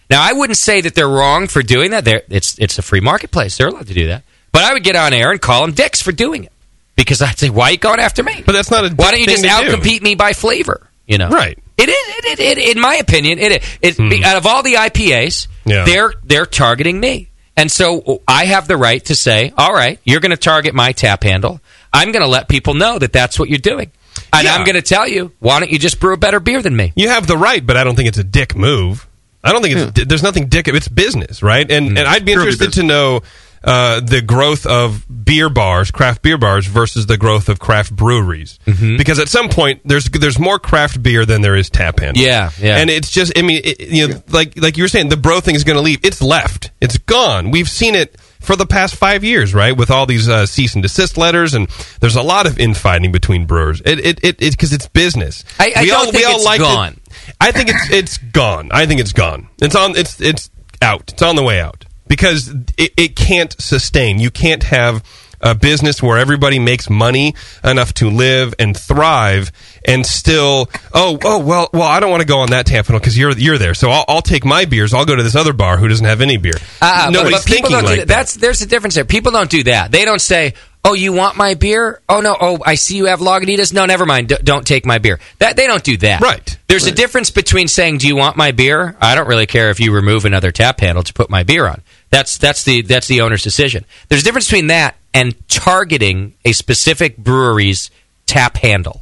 Now, I wouldn't say that they're wrong for doing that. They're, it's it's a free marketplace; they're allowed to do that. But I would get on air and call them dicks for doing it because I'd say, "Why are you going after me?" But
that's not a.
Why don't you
thing
just
to
out
do.
compete me by flavor? You know,
Right.
It is. It, it, it, in my opinion, it is. It, be- Out of all the IPAs,
Yeah.
they're they're targeting me, and so I have the right to say, "All right, you're going to target my tap handle. I'm going to let people know that that's what you're doing, and I'm going to tell you, why don't you just brew a better beer than me?"
You have the right, but I don't think it's a dick move. I don't think it's. There's nothing dick. It's business, right? And and I'd be
Mm. Purely
interested to know
uh, the growth of beer bars, craft beer bars, versus the growth of craft breweries.
Mm-hmm.
Because at some point, there's there's more craft beer than there is tap handles.
Yeah, yeah.
And it's just, I mean, it, you know, like like you were saying, the bro thing is going to leave. It's left. It's gone. We've seen it for the past five years, right? With all these uh, cease and desist letters, and there's a lot of infighting between brewers. It it it because it's business.
I- I don't think it's
it.
gone.
I think it's it's gone. I think it's gone. It's on. It's it's out. It's on the way out because it, it can't sustain. You can't have a business where everybody makes money enough to live and thrive, and still oh oh well well I don't want to go on that tap handle because you're you're there. So I'll, I'll take my beers. I'll go to this other bar who doesn't have any beer.
Uh, but-
Nobody's
but, people
thinking
don't
like
do that. That's there's a difference there. People don't do that. They don't say, "Oh, you want my beer? Oh no. Oh, I see you have Lagunitas. No, never mind. D- don't take my beer." That they don't do that. Right. There's a difference between saying, "Do you want my beer? I don't really care if you remove another tap handle to put my beer on." That's that's the that's the owner's decision. There's a difference between that and targeting a specific brewery's tap handle.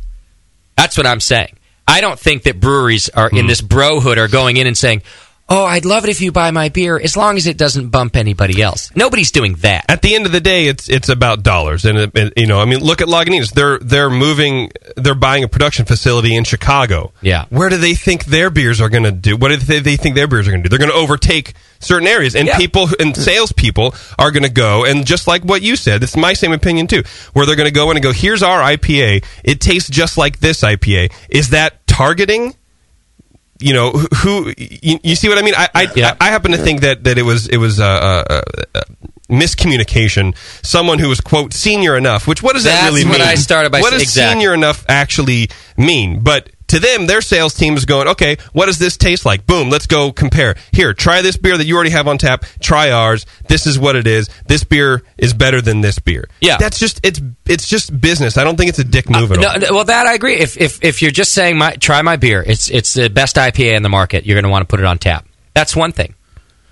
That's what I'm saying. I don't think that breweries are in this brohood are going in and saying, "Oh, I'd love it if you buy my beer, as long as it doesn't bump anybody else." Nobody's doing that.
At the end of the day, it's it's about dollars, and, it, it- you know, I mean, look at Lagunitas. They're they're moving, they're buying a production facility in Chicago.
Yeah.
where do they think their beers are going to do? What do they, they think their beers are going to do? They're going to overtake certain areas, and people who- and salespeople are going to go and just like what you said, it's my same opinion too. Where they're going to go in and go, here's our IPA. It tastes just like this IPA. Is that targeting? you know who- who you, you see what I mean. I I, I I happen to think that that it was it was uh, uh, uh, miscommunication. Someone who was quote senior enough. Which what does
That's
that really
what
mean?
I started by
What
saying.
does
Exactly.
senior enough actually mean? But to them, their sales team is going, okay, what does this taste like? Boom, let's go compare. Here, try this beer that you already have on tap. Try ours. This is what it is. This beer is better than this beer. Yeah, that's just it's it's just business. I don't think it's a dick move at all.
Uh, No, no, well, that I agree. If if if you're just saying, my, "Try my beer," it's it's the best IPA in the market. You're going to want to put it on tap. That's one thing.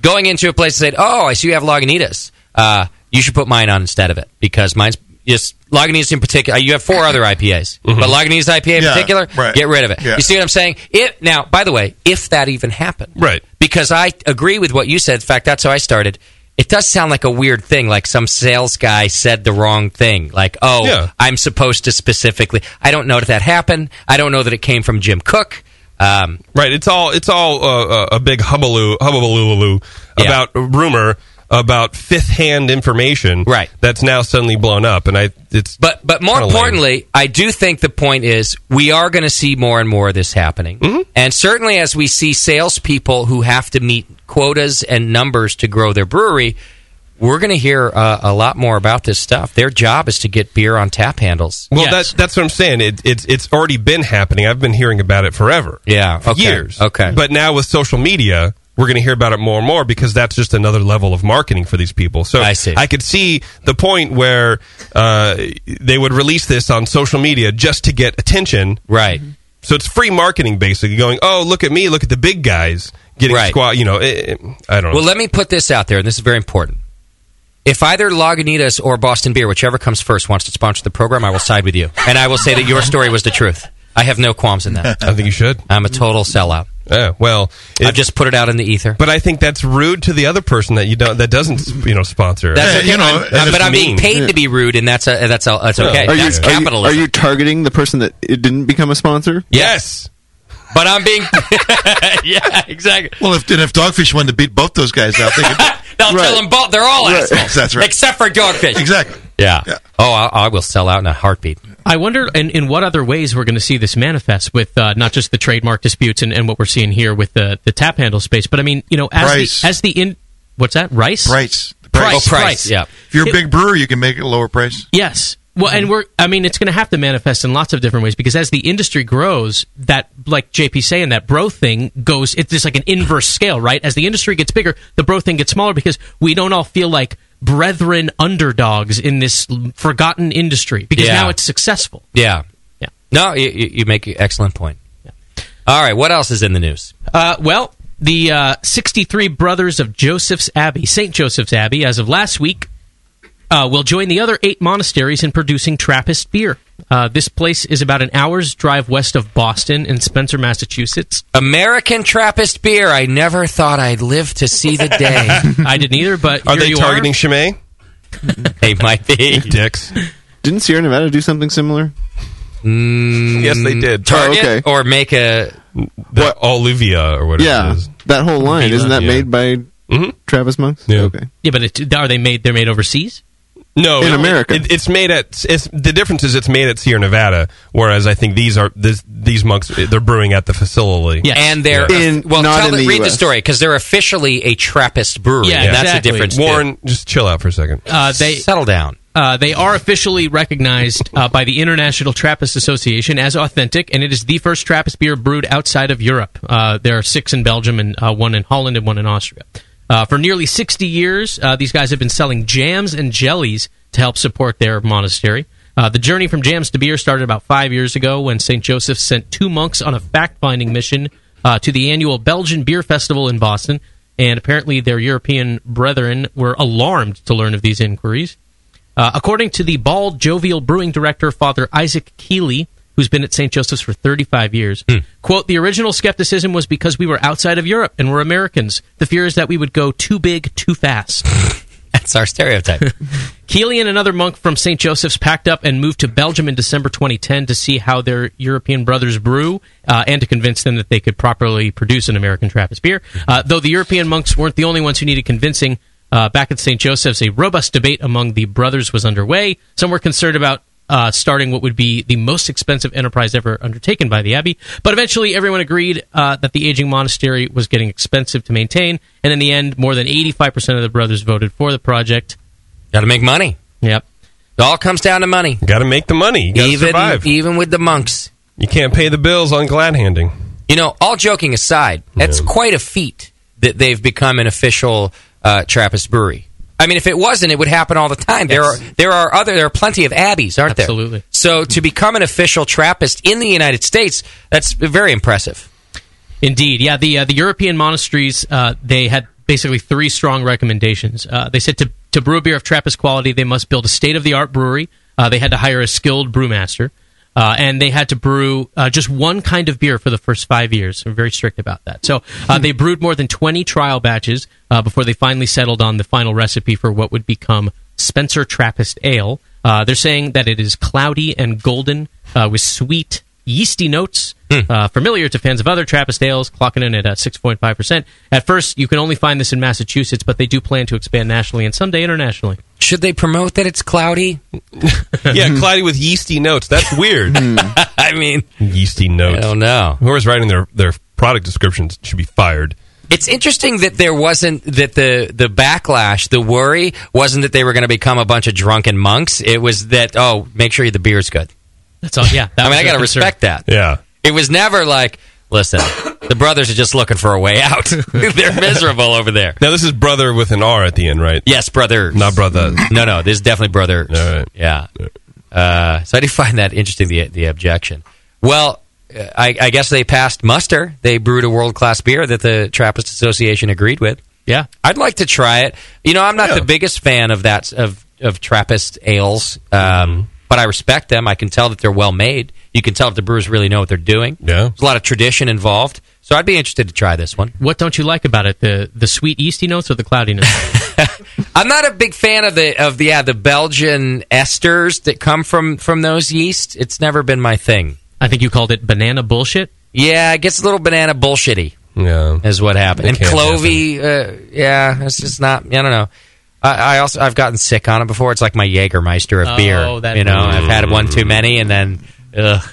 Going into a place and saying, "Oh, I see you have Lagunitas. Uh, you should put mine on instead of it because mine's just Lagunitas in particular. You have four other IPAs, but Lagunitas IPA in
Mm-hmm. Yeah,
particular,
right.
get rid of it.
Yeah.
You see what I'm saying? It now, by the way, if that even happened,
right?
Because I agree with what you said. In fact, that's how I started. It does sound like a weird thing, like some sales guy said the wrong thing. Like, oh,
Yeah.
I'm supposed to specifically. I don't know if that happened. I don't know that it came from Jim Cook. Um,
right. It's all it's all uh, uh, a big hubbaloo hubbaloo about rumor about fifth hand information. Right. That's now suddenly blown up, and I it's
but but more
Kinda lame.
importantly, I do think the point is we are going to see more and more of this happening,
Mm-hmm.
and certainly as we see salespeople who have to meet quotas and numbers to grow their brewery, we're going to hear uh, a lot more about this stuff. Their job is to get beer on tap handles.
well that's that's what I'm saying. It, it's it's already been happening. I've been hearing about it forever.
Yeah.
For
okay,
years.
Okay.
But now with social media. We're going to hear about it more and more because that's just another level of marketing for these people. So I, see. I could see the point where uh, they would release this on social media just to get attention,
right?
So it's free marketing, basically. Going, oh, look at me, look at the big guys getting
Right.
squat. You know, eh, eh, I don't know.
Well, let me put this out there, and this is very important. If either Lagunitas or Boston Beer, whichever comes first, wants to sponsor the program, I will side with you, and I will say that your story was the truth. I have no qualms in that.
I think you should.
I'm a total sellout.
Yeah, well,
I've just put it out in the ether.
But I think that's rude to the other person that you don't that doesn't you know sponsor.
That's okay. I'm- I'm- but I'm being paid to be rude, and that's a, that's a, that's okay.
Are you,
that's
are, you,
capitalism.
are you targeting the person that it didn't become a sponsor?
Yes.
But I'm being. yeah, exactly.
Well, if and if Dogfish wanted to beat both those guys out, they could,
They'll tell them both. They're all assholes.
That's right.
Except for Dogfish.
Exactly.
Yeah. Oh, I, I will sell out in a heartbeat.
I wonder in, in what other ways we're going to see this manifest with uh, not just the trademark disputes and, and what we're seeing here with the, the tap handle space, but I mean, you know, as
Price.
the as the in what's that rice
price.
price
If you're a
It-
big brewer, you can make it a lower price.
Yes. Well, and we're, I mean, it's going to have to manifest in lots of different ways because as the industry grows, that, like JP saying, that bro thing goes, it's just like an inverse scale, right? As the industry gets bigger, the bro thing gets smaller because we don't all feel like brethren underdogs in this l- forgotten industry because
Yeah.
now it's successful.
Yeah. Yeah. No, you, you you make an excellent point. All right. What else is in the news?
Uh, well, the uh, 63 brothers of Joseph's Abbey, St. Joseph's Abbey, as of last week, uh, will join the other eight monasteries in producing Trappist beer. Uh, this place is about an hour's drive west of Boston in Spencer, Massachusetts.
American Trappist beer. I never thought I'd live to see the day.
I didn't either, but
Are
here
they
you
targeting
are.
Chimay?
they might be
dicks.
Didn't Sierra Nevada do something similar? Oh,
yes, they did.
Mm, Target or make a
Oh, what Olivia or whatever.
yeah,
it is.
that whole line isn't that
Yeah.
made by
Mm-hmm.
Travis Monks?
Yeah.
Okay.
Yeah, but it, are they made? They're made overseas.
No,
In
it-
America.
it, it's made at. It's, the difference is it's made at Sierra Nevada, whereas I think these are this, these monks they're brewing at the facility.
And they're
In-
well.
not
tell
in
it-
the
read the
US.
story because they're officially a Trappist brewery.
Yeah,
and that's
exactly.
the difference.
Warren, just chill out for a second.
Uh, they
settle down.
Uh, they are officially recognized uh, by the International Trappist Association as authentic, and it is the first Trappist beer brewed outside of Europe. Uh, there are six in Belgium, and uh, one in Holland, and one in Austria. Uh, for nearly 60 years, uh, these guys have been selling jams and jellies to help support their monastery. Uh, the journey from jams to beer started about five years ago when St. Joseph sent two monks on a fact finding mission uh, to the annual Belgian Beer Festival in Boston, and apparently their European brethren were alarmed to learn of these inquiries. Uh, according to the bald, jovial brewing director, Father Isaac Keeley, who's been at St. Joseph's for 35 years,
Hmm.
quote, the original skepticism was because we were outside of Europe and we're Americans. The fear is that we would go too big too fast.
That's our stereotype.
Keeley and another monk from St. Joseph's packed up and moved to Belgium in December 2010 to see how their European brothers brew uh, and to convince them that they could properly produce an American Trappist beer. Uh, though the European monks weren't the only ones who needed convincing, uh, back at St. Joseph's, a robust debate among the brothers was underway. Some were concerned about uh, starting what would be the most expensive enterprise ever undertaken by the abbey. But eventually, everyone agreed uh, that the aging monastery was getting expensive to maintain. And in the end, more than 85% of the brothers voted for the project.
Got to make money.
Yep.
It all comes down to money.
Got to make the money. You gotta
even
survive.
even with the monks,
you can't pay the bills on glad handing.
You know, all joking aside, that's quite a feat that they've become an official uh, Trappist brewery. I mean, if it wasn't, it would happen all the time. There are there are other there are plenty of abbeys, aren't
Absolutely.
there? Absolutely. So to become an official Trappist in the United States, that's very impressive.
Indeed, yeah. The uh, the European monasteries uh, they had basically three strong recommendations. Uh, they said to to brew a beer of Trappist quality, they must build a state of the art brewery. Uh, they had to hire a skilled brewmaster, uh, and they had to brew uh, just one kind of beer for the first five years. They're very strict about that. So uh, they brewed more than twenty trial batches uh, before they finally settled on the final recipe for what would become Spencer Trappist Ale. Uh, they're saying that it is cloudy and golden uh, with sweet yeasty notes,
Hmm.
uh, familiar to fans of other Trappist ales, clocking in at uh, 6.5%. At first, you can only find this in Massachusetts, but they do plan to expand nationally and someday internationally.
Should they promote that it's cloudy?
yeah, cloudy with yeasty notes. That's weird.
I mean,
yeasty notes. I don't
know.
Whoever's writing their their product descriptions should be fired.
It's interesting that there wasn't that the the backlash, the worry wasn't that they were going to become a bunch of drunken monks. It was that oh, make sure the beer's good.
That's all. Yeah.
I mean,
was their
I got to
concern.
respect that.
Yeah.
It was never like, listen, the brothers are just looking for a way out. They're miserable over there.
Now this is brother with an R at the end, right?
Yes, brother.
Not brother.
No, no, this is definitely brother. Yeah. Uh, so I do find that interesting, the, the objection. Well, uh, I, I guess they passed muster. They brewed a world class beer that the Trappist Association agreed with.
Yeah.
I'd like to try it. You know, I'm not the biggest fan of that of of Trappist ales, um,
Mm-hmm.
but I respect them. I can tell that they're well made. You can tell that the brewers really know what they're doing.
Yeah,
there's a lot of tradition involved. So I'd be interested to try this one.
What don't you like about it? The the sweet yeasty notes or the cloudiness?
I'm not a big fan of the of the yeah the Belgian esters that come from from those yeasts. It's never been my thing.
I think you called it banana bullshit.
Yeah, it gets a little banana bullshitty.
Yeah,
is what happened.
It
and
can't
clovey, uh, yeah, it's just not. I don't know. I, I also I've gotten sick on it before. It's like my Jägermeister of
Oh,
beer.
that-
you know, I've had
Mm.
one too many, and then ugh,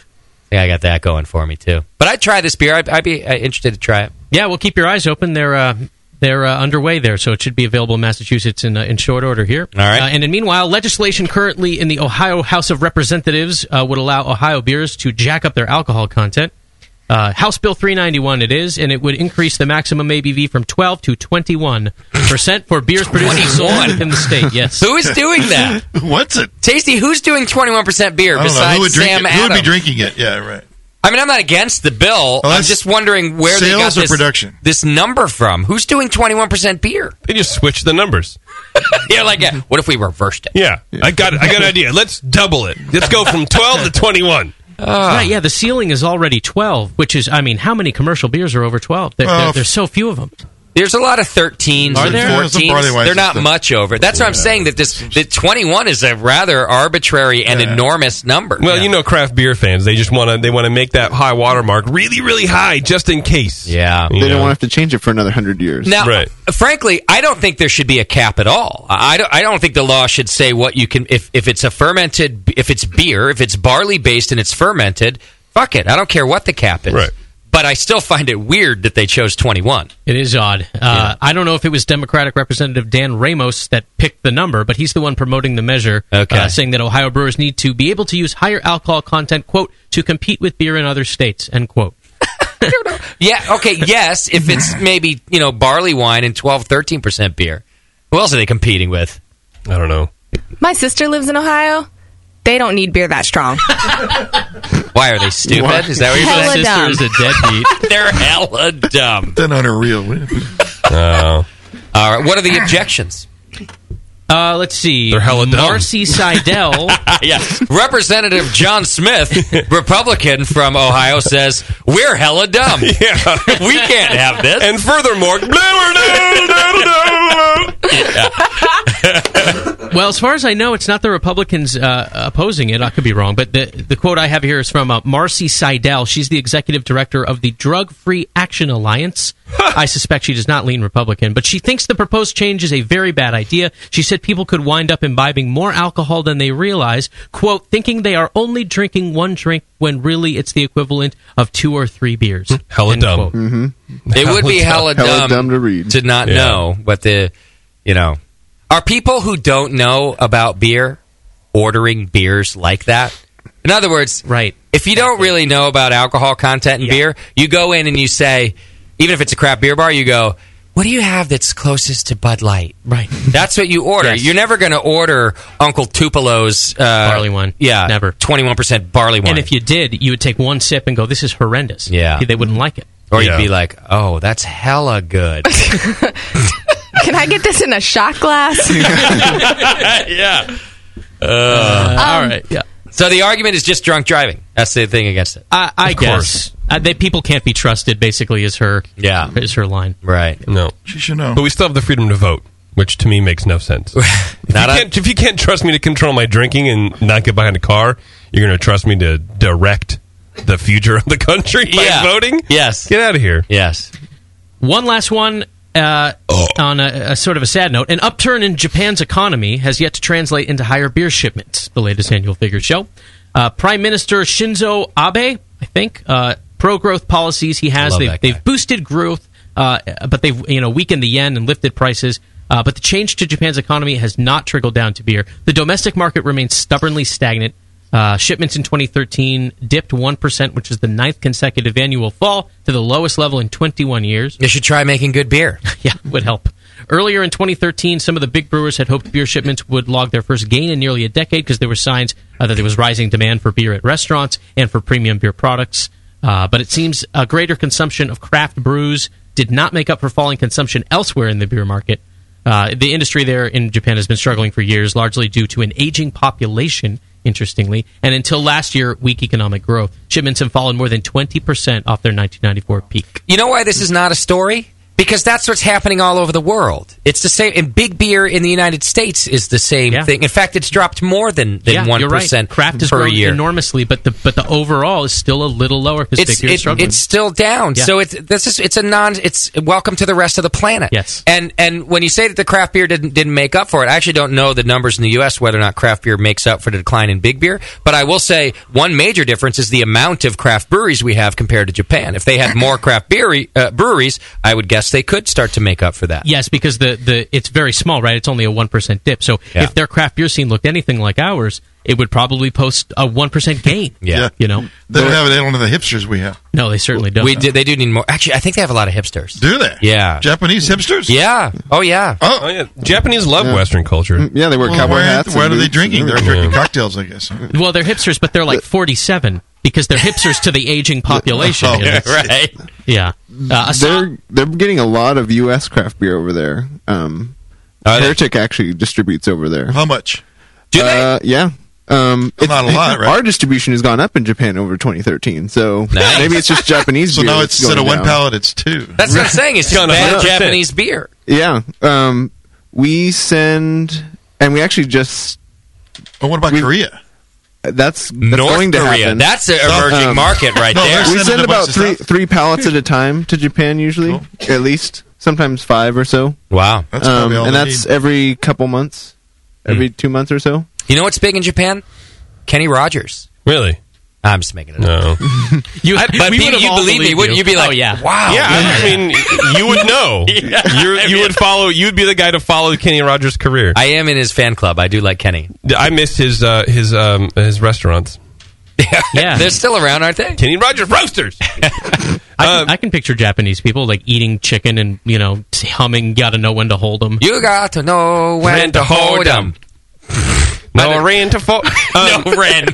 yeah, I got that going for me too. But I'd try this beer. I'd, I'd be uh, interested to try it.
Yeah, well, keep your eyes open. They're uh, they're uh, underway there, so it should be available in Massachusetts in uh, in short order here. All right. Uh, and in meanwhile, legislation currently in the Ohio House of Representatives uh, would allow Ohio beers to jack up their alcohol content. Uh, House Bill 391 it is, and it would increase the maximum ABV from 12 to 21 percent for beers produced and sold within the state. Yes.
Who is doing that?
What's it?
Tasty. Who's doing twenty one percent beer
I don't know.
besides
Who would drink
Sam
it? Who
Adams?
would be drinking it? Yeah, right.
I mean, I'm not against the bill.
Well,
I'm
that's
just wondering where they got
sales or
this,
production?
this number from. Who's doing 21% beer?
They just switch the numbers.
You're like, uh, what if we reversed it?
Yeah, I got it. I got an idea. Let's double it. Let's go from twelve to twenty one.
right, yeah, the ceiling is already 12, which is, I mean, how many commercial beers are over 12? There, there-
Well,
there's so few of them.
There's a lot of 13s
Are
and
there? Yeah, some
14s.
barley wines
They're
and
not
stuff.
much over. That's what I'm saying. That this that 21 is a rather arbitrary and enormous number.
Well, you know, craft beer fans, they just want to they want to make that high water mark really, really high just in case.
Yeah.
They don't want to have to change it for another hundred years.
Uh, Now, frankly, I don't think there should be a cap at all. I I don't, I don't think the law should say what you can if if it's a fermented if it's beer if it's barley based and it's fermented. Fuck it, I don't care what the cap is. Right. But I still find it weird that they chose twenty one.
It is odd. Uh, I don't know if it was Democratic Representative Dan Ramos that picked the number, but he's the one promoting the measure,
Okay.
uh, saying that Ohio brewers need to be able to use higher alcohol content, quote, to compete with beer in other states, end quote.
Yeah. Okay. Yes. If it's maybe you know barley wine and 12, 13 percent beer. Who else are they competing with?
I don't know.
My sister lives in Ohio. They don't need beer that strong.
Why are they stupid?
Why?
Is that what you're
Hella
saying?
dumb.
Sister is a deadbeat.
They're hella dumb.
Then on a real whim.
Oh.
All right. What are the objections?
Uh, let's see. They're
hella dumb.
Marcy Seidel.
yeah. Representative John Smith, Republican from Ohio, says we're hella dumb.
Yeah.
we can't have this.
And furthermore,
well, as far as I know, it's not the Republicans uh, opposing it. I could be wrong, but the the quote I have here is from uh, Marcy Seidel. She's the executive director of the Drug Free Action Alliance. I suspect she does not lean Republican, but she thinks the proposed change is a very bad idea. She said people could wind up imbibing more alcohol than they realize. Quote, thinking they are only drinking one drink when really it's the equivalent of two or three beers.
Hella dumb.
It would be hella dumb,
to read
to not
Yeah.
know what the you know are people who don't know about beer ordering beers like that. In other words,
right?
If you don't really know about alcohol content in beer, you go in and you say, even if it's a crap beer bar, you go. What do you have that's closest to Bud Light?
Right.
That's what you order. You're never going to order Uncle Tupelo's uh, barley
wine.
Yeah, never. Twenty-one percent barley wine.
And if you did, you would take one sip and go, "This is horrendous."
Yeah.
they wouldn't like it.
or you'd be like, "Oh, that's hella good."
Can I get this in a shot glass?
yeah. all right.
Uh, Yeah.
So the argument is just drunk driving. That's the thing against it.
I, I
Of
guess
course.
Uh, that people can't be trusted. Basically, is her
yeah
is her line
right?
No,
she should know.
But we still have the freedom to vote, which to me makes no sense. if, you
Not a-
can't, if you can't trust me to control my drinking and not get behind a car, you're going to trust me to direct the future of the country by
Yeah.
voting.
Yes,
get out of here.
Yes.
One last one uh, on a, a sort of a sad note. An upturn in Japan's economy has yet to translate into higher beer shipments, the latest annual figures show. Uh, Prime Minister Shinzo Abe, I think, uh, pro growth policies he has,
Love
they've,
that guy.
they've boosted growth, uh, but they've you know weakened the yen and lifted prices. Uh, but the change to Japan's economy has not trickled down to beer. The domestic market remains stubbornly stagnant. Uh, shipments in 2013 dipped 1%, which is the ninth consecutive annual fall to the lowest level in 21 years.
You should try making good beer.
yeah, would help. Earlier in 2013, some of the big brewers had hoped beer shipments would log their first gain in nearly a decade because there were signs uh, that there was rising demand for beer at restaurants and for premium beer products. Uh, but it seems a greater consumption of craft brews did not make up for falling consumption elsewhere in the beer market. Uh, the industry there in Japan has been struggling for years, largely due to an aging population, interestingly, and until last year, weak economic growth. Shipments have fallen more than 20% off their 1994 peak.
You know why this is not a story? Because that's what's happening all over the world. It's the same. And big beer in the United States is the same thing. In fact, it's dropped more than than one
you're right. Craft has
per
grown
year.
enormously, but the but the overall is still a little lower because
It's
big beer
it-
is struggling.
it's still down.
Yeah.
So it's this is it's a non. It's welcome to the rest of the planet.
Yes.
And and when you say that the craft beer didn't didn't make up for it, I actually don't know the numbers in the U.S. whether or not craft beer makes up for the decline in big beer. But I will say one major difference is the amount of craft breweries we have compared to Japan. If they had more craft beer uh, breweries, I would guess they could start to make up for that.
yes, because the, the it's very small, right? It's only a one percent dip. So
Yeah.
if their craft beer scene looked anything like ours, it would probably post a one percent gain. you know
They don't have it. They don't have the hipsters we have.
No, they certainly don't.
We do, they do need more. Actually, I think they have a lot of hipsters.
Do they?
Yeah.
Japanese hipsters?
Yeah. Oh yeah.
Oh,
yeah. Japanese love
Yeah.
Western culture.
Mm, Yeah, they wear
Well,
cowboy
where-
hats.
where
and
are they
boots
drinking?
and
They're
everything.
drinking cocktails, I guess.
Well, they're hipsters, but they're like forty seven because they're hipsters to the aging
Oh,
population. you know? Yeah. Uh,
they're they're getting a lot of U.S. craft beer over there. Um, Heretic actually distributes over there.
How much?
Do
they? Uh, yeah. Um, it's,
Not a lot, right?
Our distribution has gone up in Japan over 2013, so
Nice.
maybe it's just Japanese.
So
beer
now
that's
it's instead
going
of one
down.
pallet, it's two.
That's what I'm saying. It's just
Gone up
bad
100%.
Japanese beer.
Yeah. Um, we send, and we actually just.
Oh, what about Korea?
That's, that's
North
going to
Korea.
happen. um,
That's an emerging market right No, there.
We
they're
send
sending a bunch
about
of
three three pallets at a time to Japan usually, at least sometimes five or so.
Wow,
That's um, and that's every couple months, every
Hmm.
two months or so.
You know what's big in Japan? Kenny Rogers.
Really?
I'm just making it
up.
No. you, but
we
be-
would've
you
all
believe me,
believed
wouldn't
you.
you be like,
Oh, yeah.
wow.
Yeah, I mean, you would know. You're, you would follow. You'd be the guy to follow Kenny Rogers' career.
I am in his fan club. I do like Kenny.
I miss his uh, his um, his restaurants.
Yeah.
They're still around, aren't they?
Kenny Rogers Roasters.
I,
Um,
can, I can picture Japanese people like eating chicken and you know t- humming. Got to know when to hold them.
You got to know when to hold 'em.
No ran to fo- no ran.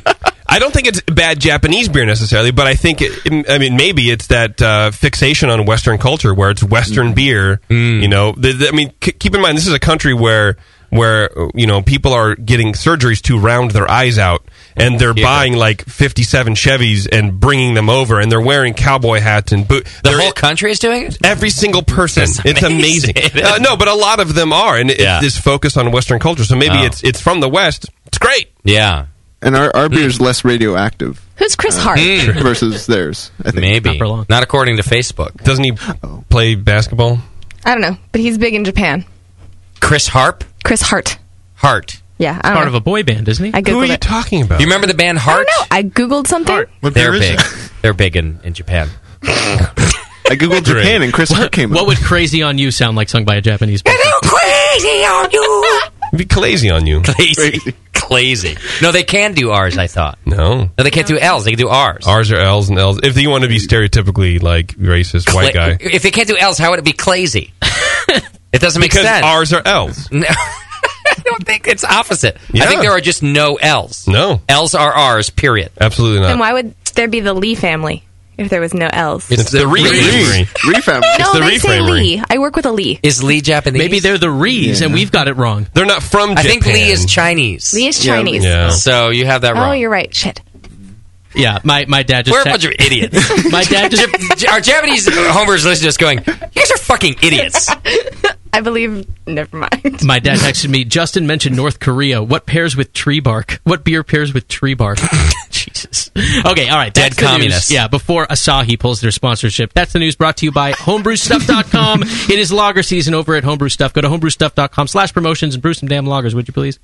I don't think it's bad Japanese beer necessarily, but I think it, I mean maybe it's that uh, fixation on Western culture where it's
Mm.
Western beer. You know, the, the- I mean, c- keep in mind this is a country where where you know people are getting surgeries to round their eyes out, and they're buying like fifty-seven Chevys and bringing them over, and they're wearing cowboy hats and boots.
The whole country is doing it?
Every single person. It's amazing.
amazing.
Uh, no, but a lot of them are, and it's
Yeah.
this focus on Western culture. So maybe
Oh.
it's it's from the West. It's great.
Yeah. Hmm.
And our our beer is less radioactive.
Who's Chris
uh,
Hart?
versus theirs? I think.
Maybe. Not, according to Facebook.
Doesn't he play basketball?
I don't know, but he's big in Japan.
Chris Harp?
Chris Hart.
Hart.
Yeah, I don't know.
boy band, isn't he?
I Who are googled you it.
talking
You remember the band Heart?
I googled something.
They're big. They're big in, in Japan.
I googled
Japan
and Chris Hart came.
What would "Crazy on You" sound like sung by a Japanese? Band?
Crazy on you.
Be crazy on you.
Crazy. Crazy. No, they can do R's, I thought.
No.
No, they can't do L's. They can do R's.
R's or L's and L's. If you want to be stereotypically like racist white
Cla-
guy,
If they can't do L's, how would it be crazy? it doesn't make
because
sense.
R's or L's.
No, I don't think it's opposite. I
Yeah.
think there are just no L's.
No.
L's are R's, period.
Absolutely
Then why would there be the Lee family if there was no L's?
It's, the, re.
Reefery.
no, they say Lee. I work with a Lee.
Is Lee Japanese?
Maybe they're the Rees, and we've got it wrong.
They're not from.
I think Lee is Chinese.
Lee is Yeah, Chinese. yeah.
So you have that
Oh,
wrong.
you're right. Shit.
Yeah, my my dad just.
We're a
text-
bunch of idiots.
My dad just.
Our Japanese homers listen to us going, you guys are fucking idiots.
I believe. Never mind.
My dad texted me. Justin mentioned North Korea. What pairs with tree bark? What beer pairs with tree bark? Jesus. Okay, all right.
Dead
that's the news.
communists.
Yeah, before Asahi pulls their sponsorship. That's the news brought to you by homebrewstuff.com. it is lager season over at Homebrew Stuff. Go to homebrewstuff.com slash promotions and brew some damn lagers, would you please?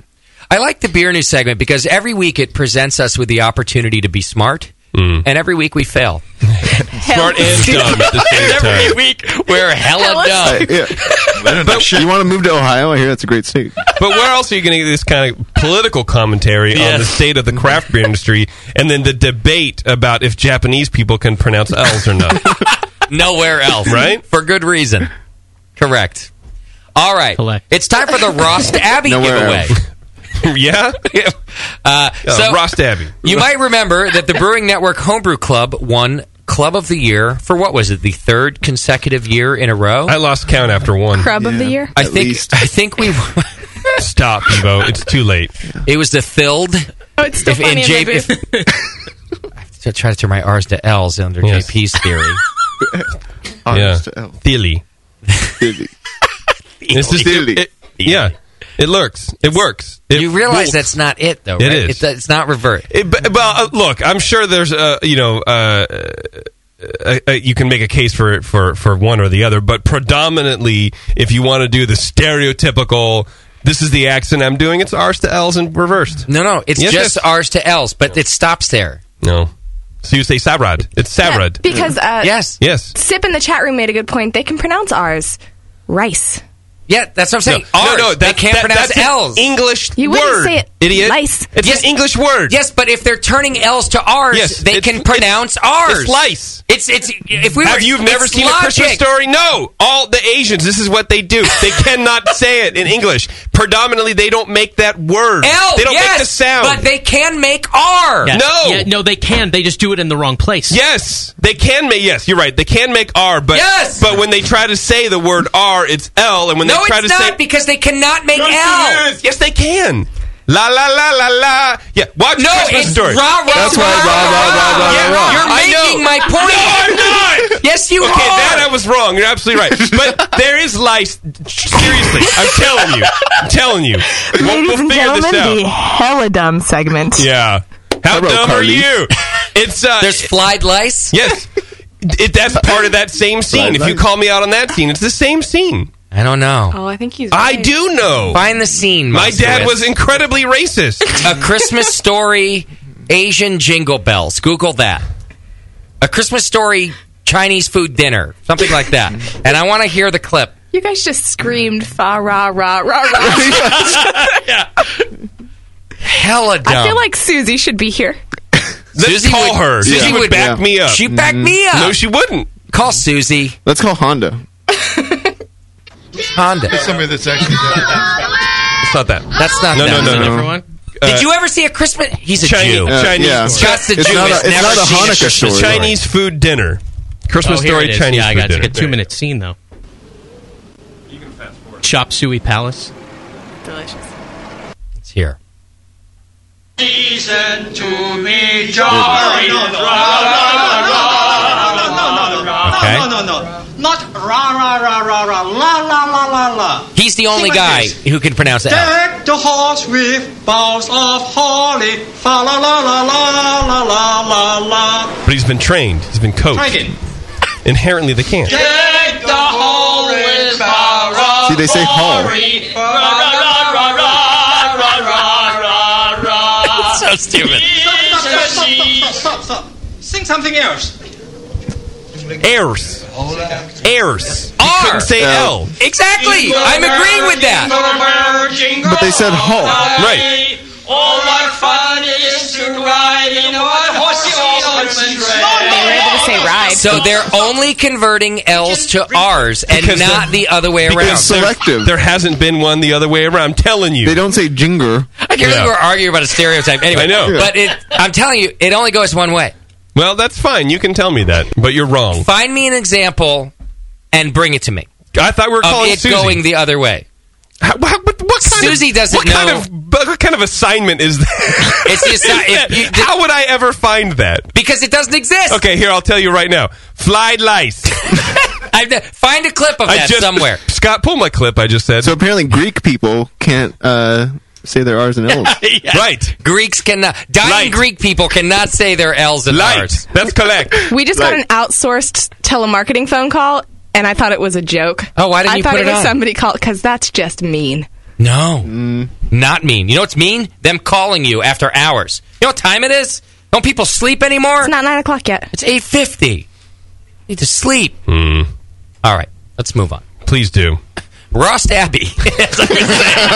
I like the beer news segment because every week it presents us with the opportunity to be smart,
Mm.
and every week we fail.
Smart and dumb at the same
every
time.
week we're hella dumb.
Yeah. you want to move to Ohio? I hear that's a great state.
But where else are you going to get this kind of political commentary on the state of the craft beer industry, and then the debate about if Japanese people can pronounce L's or not?
Nowhere else.
Right?
For good reason. Correct. All right. It's time for the Rost Abbey
Nowhere
giveaway.
yeah? Oh,
Uh, so
Rost Abbey.
You might remember that the Brewing Network Homebrew Club won Club of the Year for what was it? The third consecutive year in a row. I
lost count after one.
Crub of the year?
I think. I think we
stop, Evo. It's too late.
It was the filled.
Oh, it's still
If-
funny.
and
in
Jay-
my booth.
to try to turn my R's to L's under JP's theory.
yeah.
Oh.
Theory. It's just it, it- yeah. It lurks. It works. It
you realize
works.
that's not it, though.
It
right?
is.
It's, it's not revert.
It, but, well, uh, look, I'm sure there's uh, you know uh, uh, uh, you can make a case for for for one or the other, but predominantly, if you want to do the stereotypical, this is the accent I'm doing. It's R's to L's and reversed.
No, no, it's just R's to L's, but it stops there.
No, so you say Sabrad. It's Sabrad
because uh,
yes,
Sip in the chat room made a good point. They can pronounce R's. Rice.
Yeah, that's what I'm saying.
No, no,
R's.
no,
they
that-
can't
that-
pronounce
that's an
L's.
English
You wouldn't word, say it idiot. lice.
It's an English word.
Yes, but if they're turning L's to R's,
Yes,
they
it's-
can pronounce R's.
it's lice.
It's it's if we
have
were,
you never
it's
seen a Christmas
logic.
story? No. All the Asians, this is what they do. They cannot say it in English. Predominantly, they don't make that word.
L,
they don't make
yes,
the sound.
but they can make R.
Yeah.
No.
Yeah, no, they can. They just do it in the wrong place.
Yes, they can make. Yes, you're right. They can make R, but
Yes!
but when they try to say the word R, it's L, and when
no,
they try
it's
to
not
say
because they cannot make
Yes,
L.
Yes, they can. La la la la la. Yeah. Why
No, it's rah, rah,
That's why
rah,
rah rah
rah,
rah
rah.
rah
Yeah,
rah. rah.
you're making my point.
No, I'm not.
Yes, you
okay,
are.
that I was wrong. You're absolutely right. But there is lice. Seriously, I'm telling you. I'm telling you. We'll,
Ladies
we'll
and
figure
gentlemen,
this out.
the hella dumb segment.
Yeah. How
Hello,
dumb
Carly.
are you? It's uh, there's
flied lice.
Yes, it, that's part of that same scene.
Flied
If you
lice.
call me out on that scene, it's the same scene.
I don't know.
Oh, I think he's.
I do know.
Find the scene.
My
Monster
dad
West.
was incredibly racist.
A Christmas Story Asian Jingle Bells. Google that. A Christmas Story Chinese Food Dinner. Something like that. And I want to hear the clip.
You guys just screamed fa ra ra ra ra.
Hella dumb.
I feel like Susie should be here.
Let's
Susie
call
would-
her.
Susie
She would
would-
back
Yeah.
me up.
She'd back me up.
No, she wouldn't.
Call Susie.
Mm-hmm. Let's call Honda.
Honda.
It's somebody that's actually.
It's not that.
That's not
no,
that.
No, no,
It's a
no.
different one? Did you ever see a Christmas? He's a
Uh, Chinese, uh,
Jew.
Chinese.
Scott's a Jew. has never seen
It's a Chinese food dinner. Christmas
Christmas oh, here
story
it is.
Chinese
Yeah, I
food
got it's
dinner.
like a two minute scene though. Chop Suey Palace.
Delicious.
It's here.
Listen to me,
Jory.
No, no, no, no,
Okay.
no, no, no, no. Not ra ra ra ra ra la la la la la.
He's the only
See what
guy
it is.
who can pronounce it. out.
Deck the halls with boughs of holly. Fa la la la la la la la la.
But he's been trained. He's been coached.
Try again.
Inherently, they can't.
Deck the hall with boughs of
See, they say hall.
holly. Ra ra ra ra ra ra ra ra ra.
So stupid.
Stop, stop, stop, stop, stop, stop. Sing something else.
Airs. Airs. He
R.
couldn't say
L.
L.
Exactly. I'm agreeing with
that.
But they said Hall.
Right.
All my fun is to ride in a one-horse open
say ride.
So they're only converting L's to R's and
Because
not the other way around.
Because there- There hasn't been one the other way around. I'm telling you. They
don't say jinger.
I can't believe we're arguing about a stereotype. Anyway,
I know.
But it, I'm telling you, it only goes one way.
Well, that's fine. You can tell me that, but you're wrong.
Find me an example and bring it to me.
I thought we were
of
calling
it
Susie.
going the other way.
what kind
Susie
of,
doesn't
what
know.
Kind of, but what kind of assignment is that?
It's the assi-
Is
if
that-
you-
how would I ever find that?
Because it doesn't exist.
Okay, here I'll tell you right now. Fly lice.
I've, ne- find a clip of
I
that
just-
somewhere.
Scott, pull my clip. I just said.
So apparently, Greek people can't uh, say their R's and L's.
Right.
Greeks cannot. Dying Greek people cannot say their L's and R's.
That's correct.
We just got an outsourced telemarketing phone call, and I thought it was a joke.
Oh, why didn't
I
you
thought
put
it
it
was
on?
somebody called because that's just mean.
No. Not mean. You know what's mean? Them calling you after hours. You know what time it is? Don't people sleep anymore? It's
not nine o'clock yet.
It's eight fifty. Need to sleep. All right, let's move on.
Please do.
Ross Abbey.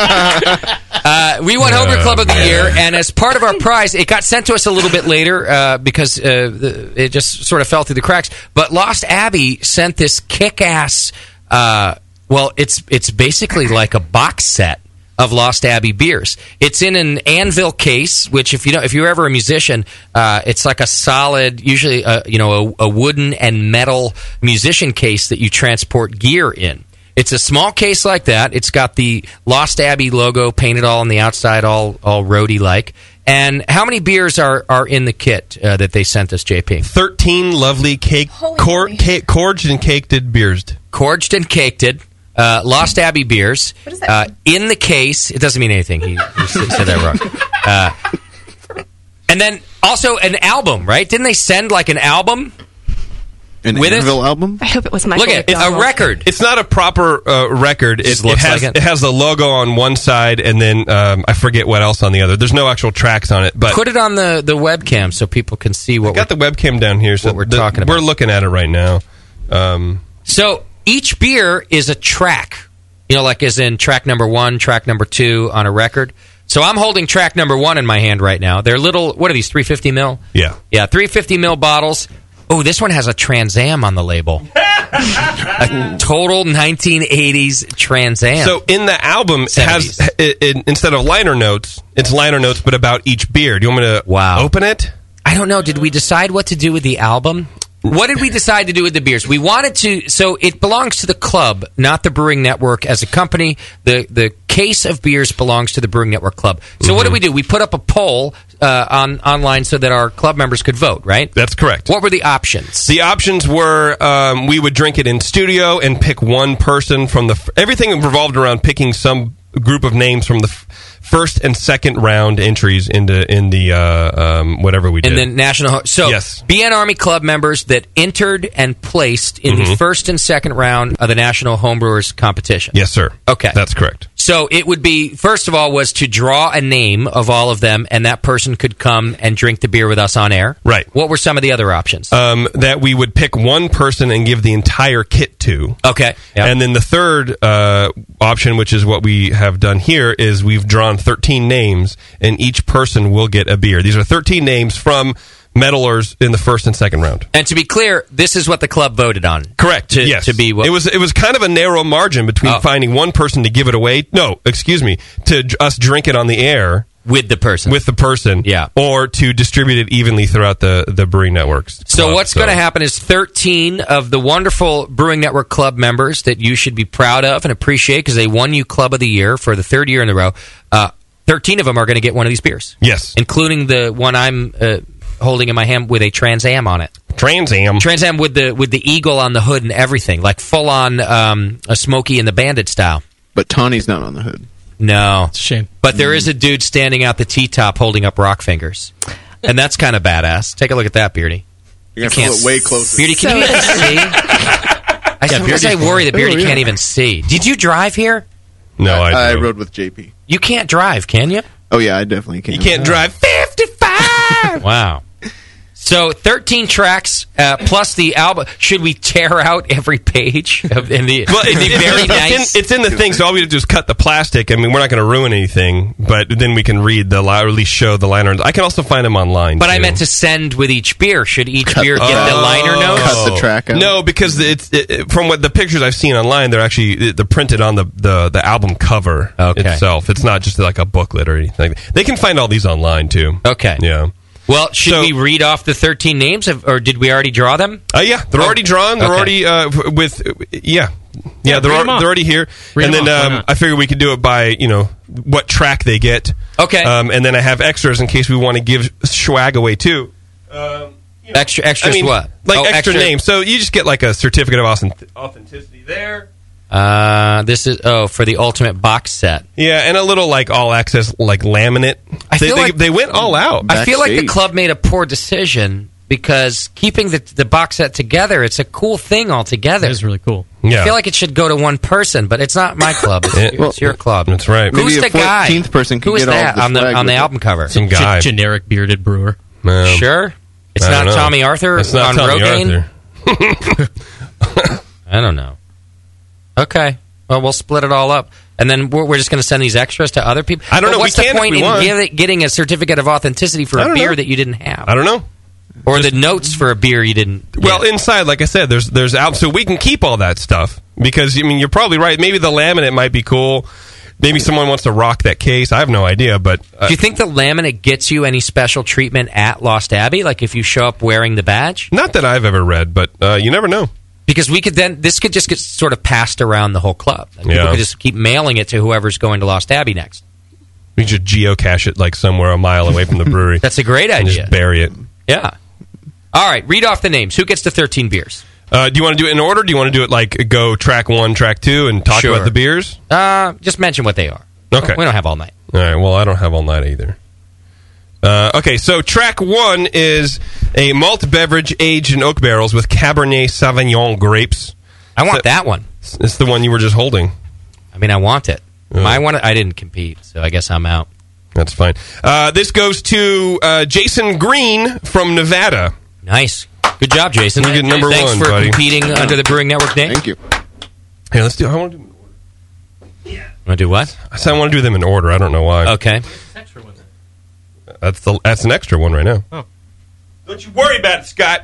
uh, we won Homer
Oh,
Club of the
man.
Year, and as part of our prize, it got sent to us a little bit later uh, because uh, the, it just sort of fell through the cracks. But Lost Abbey sent this kick-ass. Uh, well, it's it's basically like a box set of Lost Abbey beers. It's in an anvil case, which if you know if you're ever a musician, uh, it's like a solid, usually uh, you know a, a wooden and metal musician case that you transport gear in. It's a small case like that. It's got the Lost Abbey logo painted all on the outside, all all roadie like. And how many beers are are in the kit uh, that they sent us, JP?
Thirteen lovely cake, cor- cake corged and cakeded beers.
Corged and caked it. Uh, Lost Abbey beers uh, in the case. It doesn't mean anything. He, he said that wrong. Uh, and then also an album, right? Didn't they send like an album?
An
With it?
Anvil album.
I hope it was
Look at it, a record.
It's not a proper uh, record. It,
Just looks
it has
like it.
has the logo on one side, and then um, I forget what else on the other. There's no actual tracks on it, but
Put it on the, the webcam so people can see what
got the webcam down here. So we're talking We're looking at it right now. Um,
So each beer is a track, you know, like as in track number one, track number two on a record. So I'm holding track number one in my hand right now. They're little, what are these, 350 mil?
Yeah.
Yeah, 350 mil bottles. Oh, this one has a Trans Am on the label. a total 1980s Trans Am.
so in the album it has it, it, instead of liner notes, it's liner notes, but about each beer. Do you want me to wow. open it?
I don't know. Did we decide what to do with the album? What did we decide to do with the beers? We wanted to, so it belongs to the club, not the Brewing Network as a company. The the case of beers belongs to the Brewing Network Club. So what did we do? We put up a poll uh, on online so that our club members could vote. Right?
That's correct.
What were the options?
The options were um, we would drink it in studio and pick one person from the. F- everything revolved around picking some group of names from the f- first and second round entries into in the uh, um, whatever we did.
And then national. ho- So BN Army Club members that entered and placed in the
Mhm.
first and second round of the National Homebrewers Competition.
yes, sir.
Okay.
that's correct.
So it would be first of all was to draw a name of all of them, and that person could come and drink the beer with us on air.
Right.
What were some of the other options?
Um, that we would pick one person and give the entire kit to.
Okay.
And then the third uh, option, which is what we have done here, is we've drawn 13 names, and each person will get a beer. These are 13 names from medalers in the first and second round.
And to be clear, this is what the club voted on.
Correct.
To,
yes.
To be what Oh.
it was, it was kind of a narrow margin between finding one person to give it away. No, excuse me, to dr- us drink it on the air
with the person,
with the person, yeah, or to distribute it evenly throughout the the brewing networks.
So what's going to happen is 13 of the wonderful Brewing Network Club members that you should be proud of and appreciate because they won you Club of the Year for the third year in a row. Uh, 13 of them are going to get one of these beers.
Yes.
Including the one I'm uh, holding in my hand with a Trans Am on it.
Trans Am.
Trans Am with the with the eagle on the hood and everything, like full on um, a Smokey and the Bandit style.
But Tawny's not on the hood.
No. It's
a shame.
But there is a dude standing out the T top holding up rock fingers. And that's kind of badass. Take a look at that, Beardy.
You're gonna pull it way closer.
Beardy, can
So-
you even see? I
Yeah,
sometimes I
Beardy's-
worry that Beardy
Oh, yeah.
can't even see. Did you drive here?
No,
I, rode with JP.
You can't drive, can you?
Oh yeah, I definitely can.
You can't drive Wow. So thirteen tracks uh, plus the album. Should we tear out every page of, in the,
Well,
in
it,
the
it-
very
it's,
nice?
in, it's in the thing, so all we have to do is cut the plastic. I mean, we're not going to ruin anything, but then we can read the li- or at least show the liner. I can also find them online.
But I
too.
meant to send with each beer. Should each beer get the liner notes?
No, because it's it, it- from what the pictures I've seen online, they're actually it- they're printed on the the, the album cover itself. It's not just like a booklet or anything. They can find all these online too.
Okay.
Yeah.
Well, should we read off the thirteen names, of, or did we already draw them? Oh.
Uh, yeah, they're already drawn. They're already
Okay.
uh, f- with yeah. Yeah, they're,
read
al-
'em off.
they're already here,
Read
and
'em
then
off, why
um,
not?
I figure we could do it by you know what track they get.
Okay,
um, and then I have extras in case we want to give swag away too. Um, you know,
Extra- extras
I mean,
what?
Like
Oh,
extra,
extra-
names. So you just get like a certificate of authenticity. authenticity there.
Uh, this is oh for the ultimate box set.
Yeah, and a little like all access like laminate.
I
they,
feel
they,
like-
they went all out.
I feel like the club made a poor decision because keeping the the box set together, it's a cool thing altogether. It is
really cool.
Yeah.
I feel like it should go to one person, but it's not my club. It's, it's
well,
your club.
That's right.
Who's
Maybe
the
a
guy?
14th person could
Who is
get all
that
of the
on the
swag
on the
with
album
it.
cover?
Some Ge- generic bearded brewer.
Sure. It's
I
not
don't know.
Tommy Arthur
It's not
on
Tommy
Rogaine. I don't know. Okay. Well, we'll split it all up, and then we're, we're just going to send these extras to other people.
I don't
But
know. We
What's
can
the
if
point
we
in
want.
get- getting a certificate of authenticity for
I
a
don't
beer
know.
that you didn't have?
I don't know.
Or the notes for a beer you didn't.
Well, inside, like I said, there's there's out, so we can keep all that stuff because I mean you're probably right. Maybe the laminate might be cool. Maybe someone wants to rock that case. I have no idea, but uh,
Do you think the laminate gets you any special treatment at Lost Abbey? Like if you show up wearing the badge?
Not that I've ever read, but uh, you never know.
Because we could then this could just get sort of passed around the whole club. Like
Yeah.
People could just keep mailing it to whoever's going to Lost Abbey next.
we just geocache it like somewhere a mile away from the brewery.
That's a great
and
idea.
Just bury it.
Yeah. All right, read off the names. Who gets the 13 beers?
Uh, do you want to do it in order? Do you want to do it like go track one, track two, and talk
Sure.
about the beers?
Uh, just mention what they are.
Okay.
We don't have all night.
All right. Well, I don't have all night either. Uh, okay, so track one is a malt beverage aged in oak barrels with Cabernet Sauvignon grapes.
I want that one.
It's the one you were just holding.
I mean, I want it. I want it. I didn't compete, so I guess I'm out.
That's fine. Uh, this goes to uh, Jason Green from Nevada.
Nice. Good job, Jason.
We get number
Thanks
one,
for
buddy.
competing under the Brewing Network name. Thank
you.
Here, let's do. I want to do.
Want to do what?
I said I want to do them in order. I don't know why.
Okay.
That's the. That's an extra one right now. Don't you worry about it, Scott.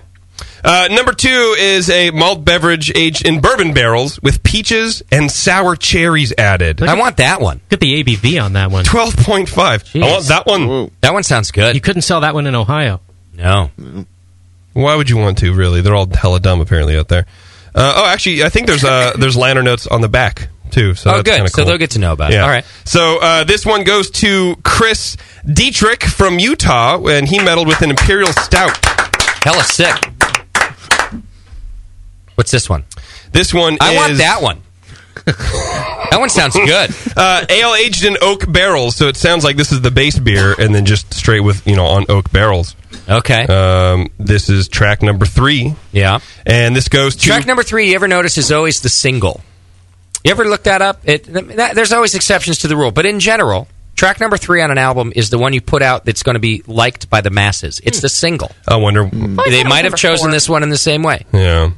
Uh, number two is a malt beverage aged in bourbon barrels with peaches and sour cherries added.
I want that one.
Get the ABV on that one.
Twelve point
Oh,
five. I want that one.
That one sounds good.
You couldn't sell that one in Ohio.
No.
Mm-hmm. Why would you want to? Really, they're all hella dumb apparently out there. Uh, oh, actually, I think there's uh, there's liner notes on the back too. So
Oh,
that's
good.
kinda
So
cool.
they'll get to know about it. All right.
So uh, this one goes to Chris Dietrich from Utah, and he meddled with an imperial stout.
Hella sick. What's this one?
This one.
I want
is-
that one. that one sounds good.
Uh, ale aged in oak barrels, so it sounds like this is the base beer, and then just straight with you know on oak barrels.
Okay.
Um, this is track number three.
Yeah,
and this goes to
Track number three, you ever notice, is always the single. You ever look that up? It, that, there's always exceptions to the rule, but in general, track number three on an album is the one you put out that's going to be liked by the masses. It's the single.
Hmm. I wonder.
They might have chosen this one in the same way.
Yeah.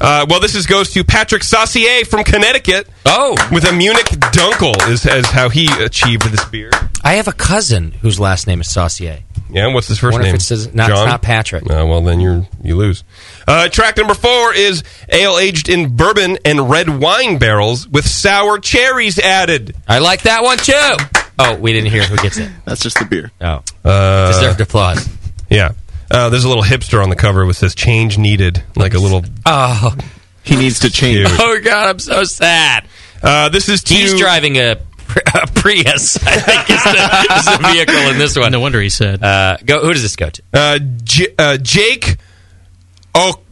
Uh, well, this is goes to Patrick Saucier from Connecticut.
Oh,
with a Munich Dunkel is, is how he achieved this beer.
I have a cousin whose last name is Saucier.
Yeah, and what's his first
Wonder if
name?
it says- no, it's not Patrick.
Uh, well, then you are you lose. Uh, track number four is ale aged in bourbon and red wine barrels with sour cherries added.
I like that one too. Oh, we didn't hear who gets it.
That's just the beer.
Oh,
uh,
deserved applause.
Yeah, uh, there's a little hipster on the cover which says "Change needed," like a little.
Oh,
he needs to change.
Oh God, I'm so sad.
Uh, this is
he's driving a, Pri- a Prius. I think is the, is the vehicle in this one. No
wonder he said.
Uh, go. Who does this go to?
Uh, J- uh, Jake Oque.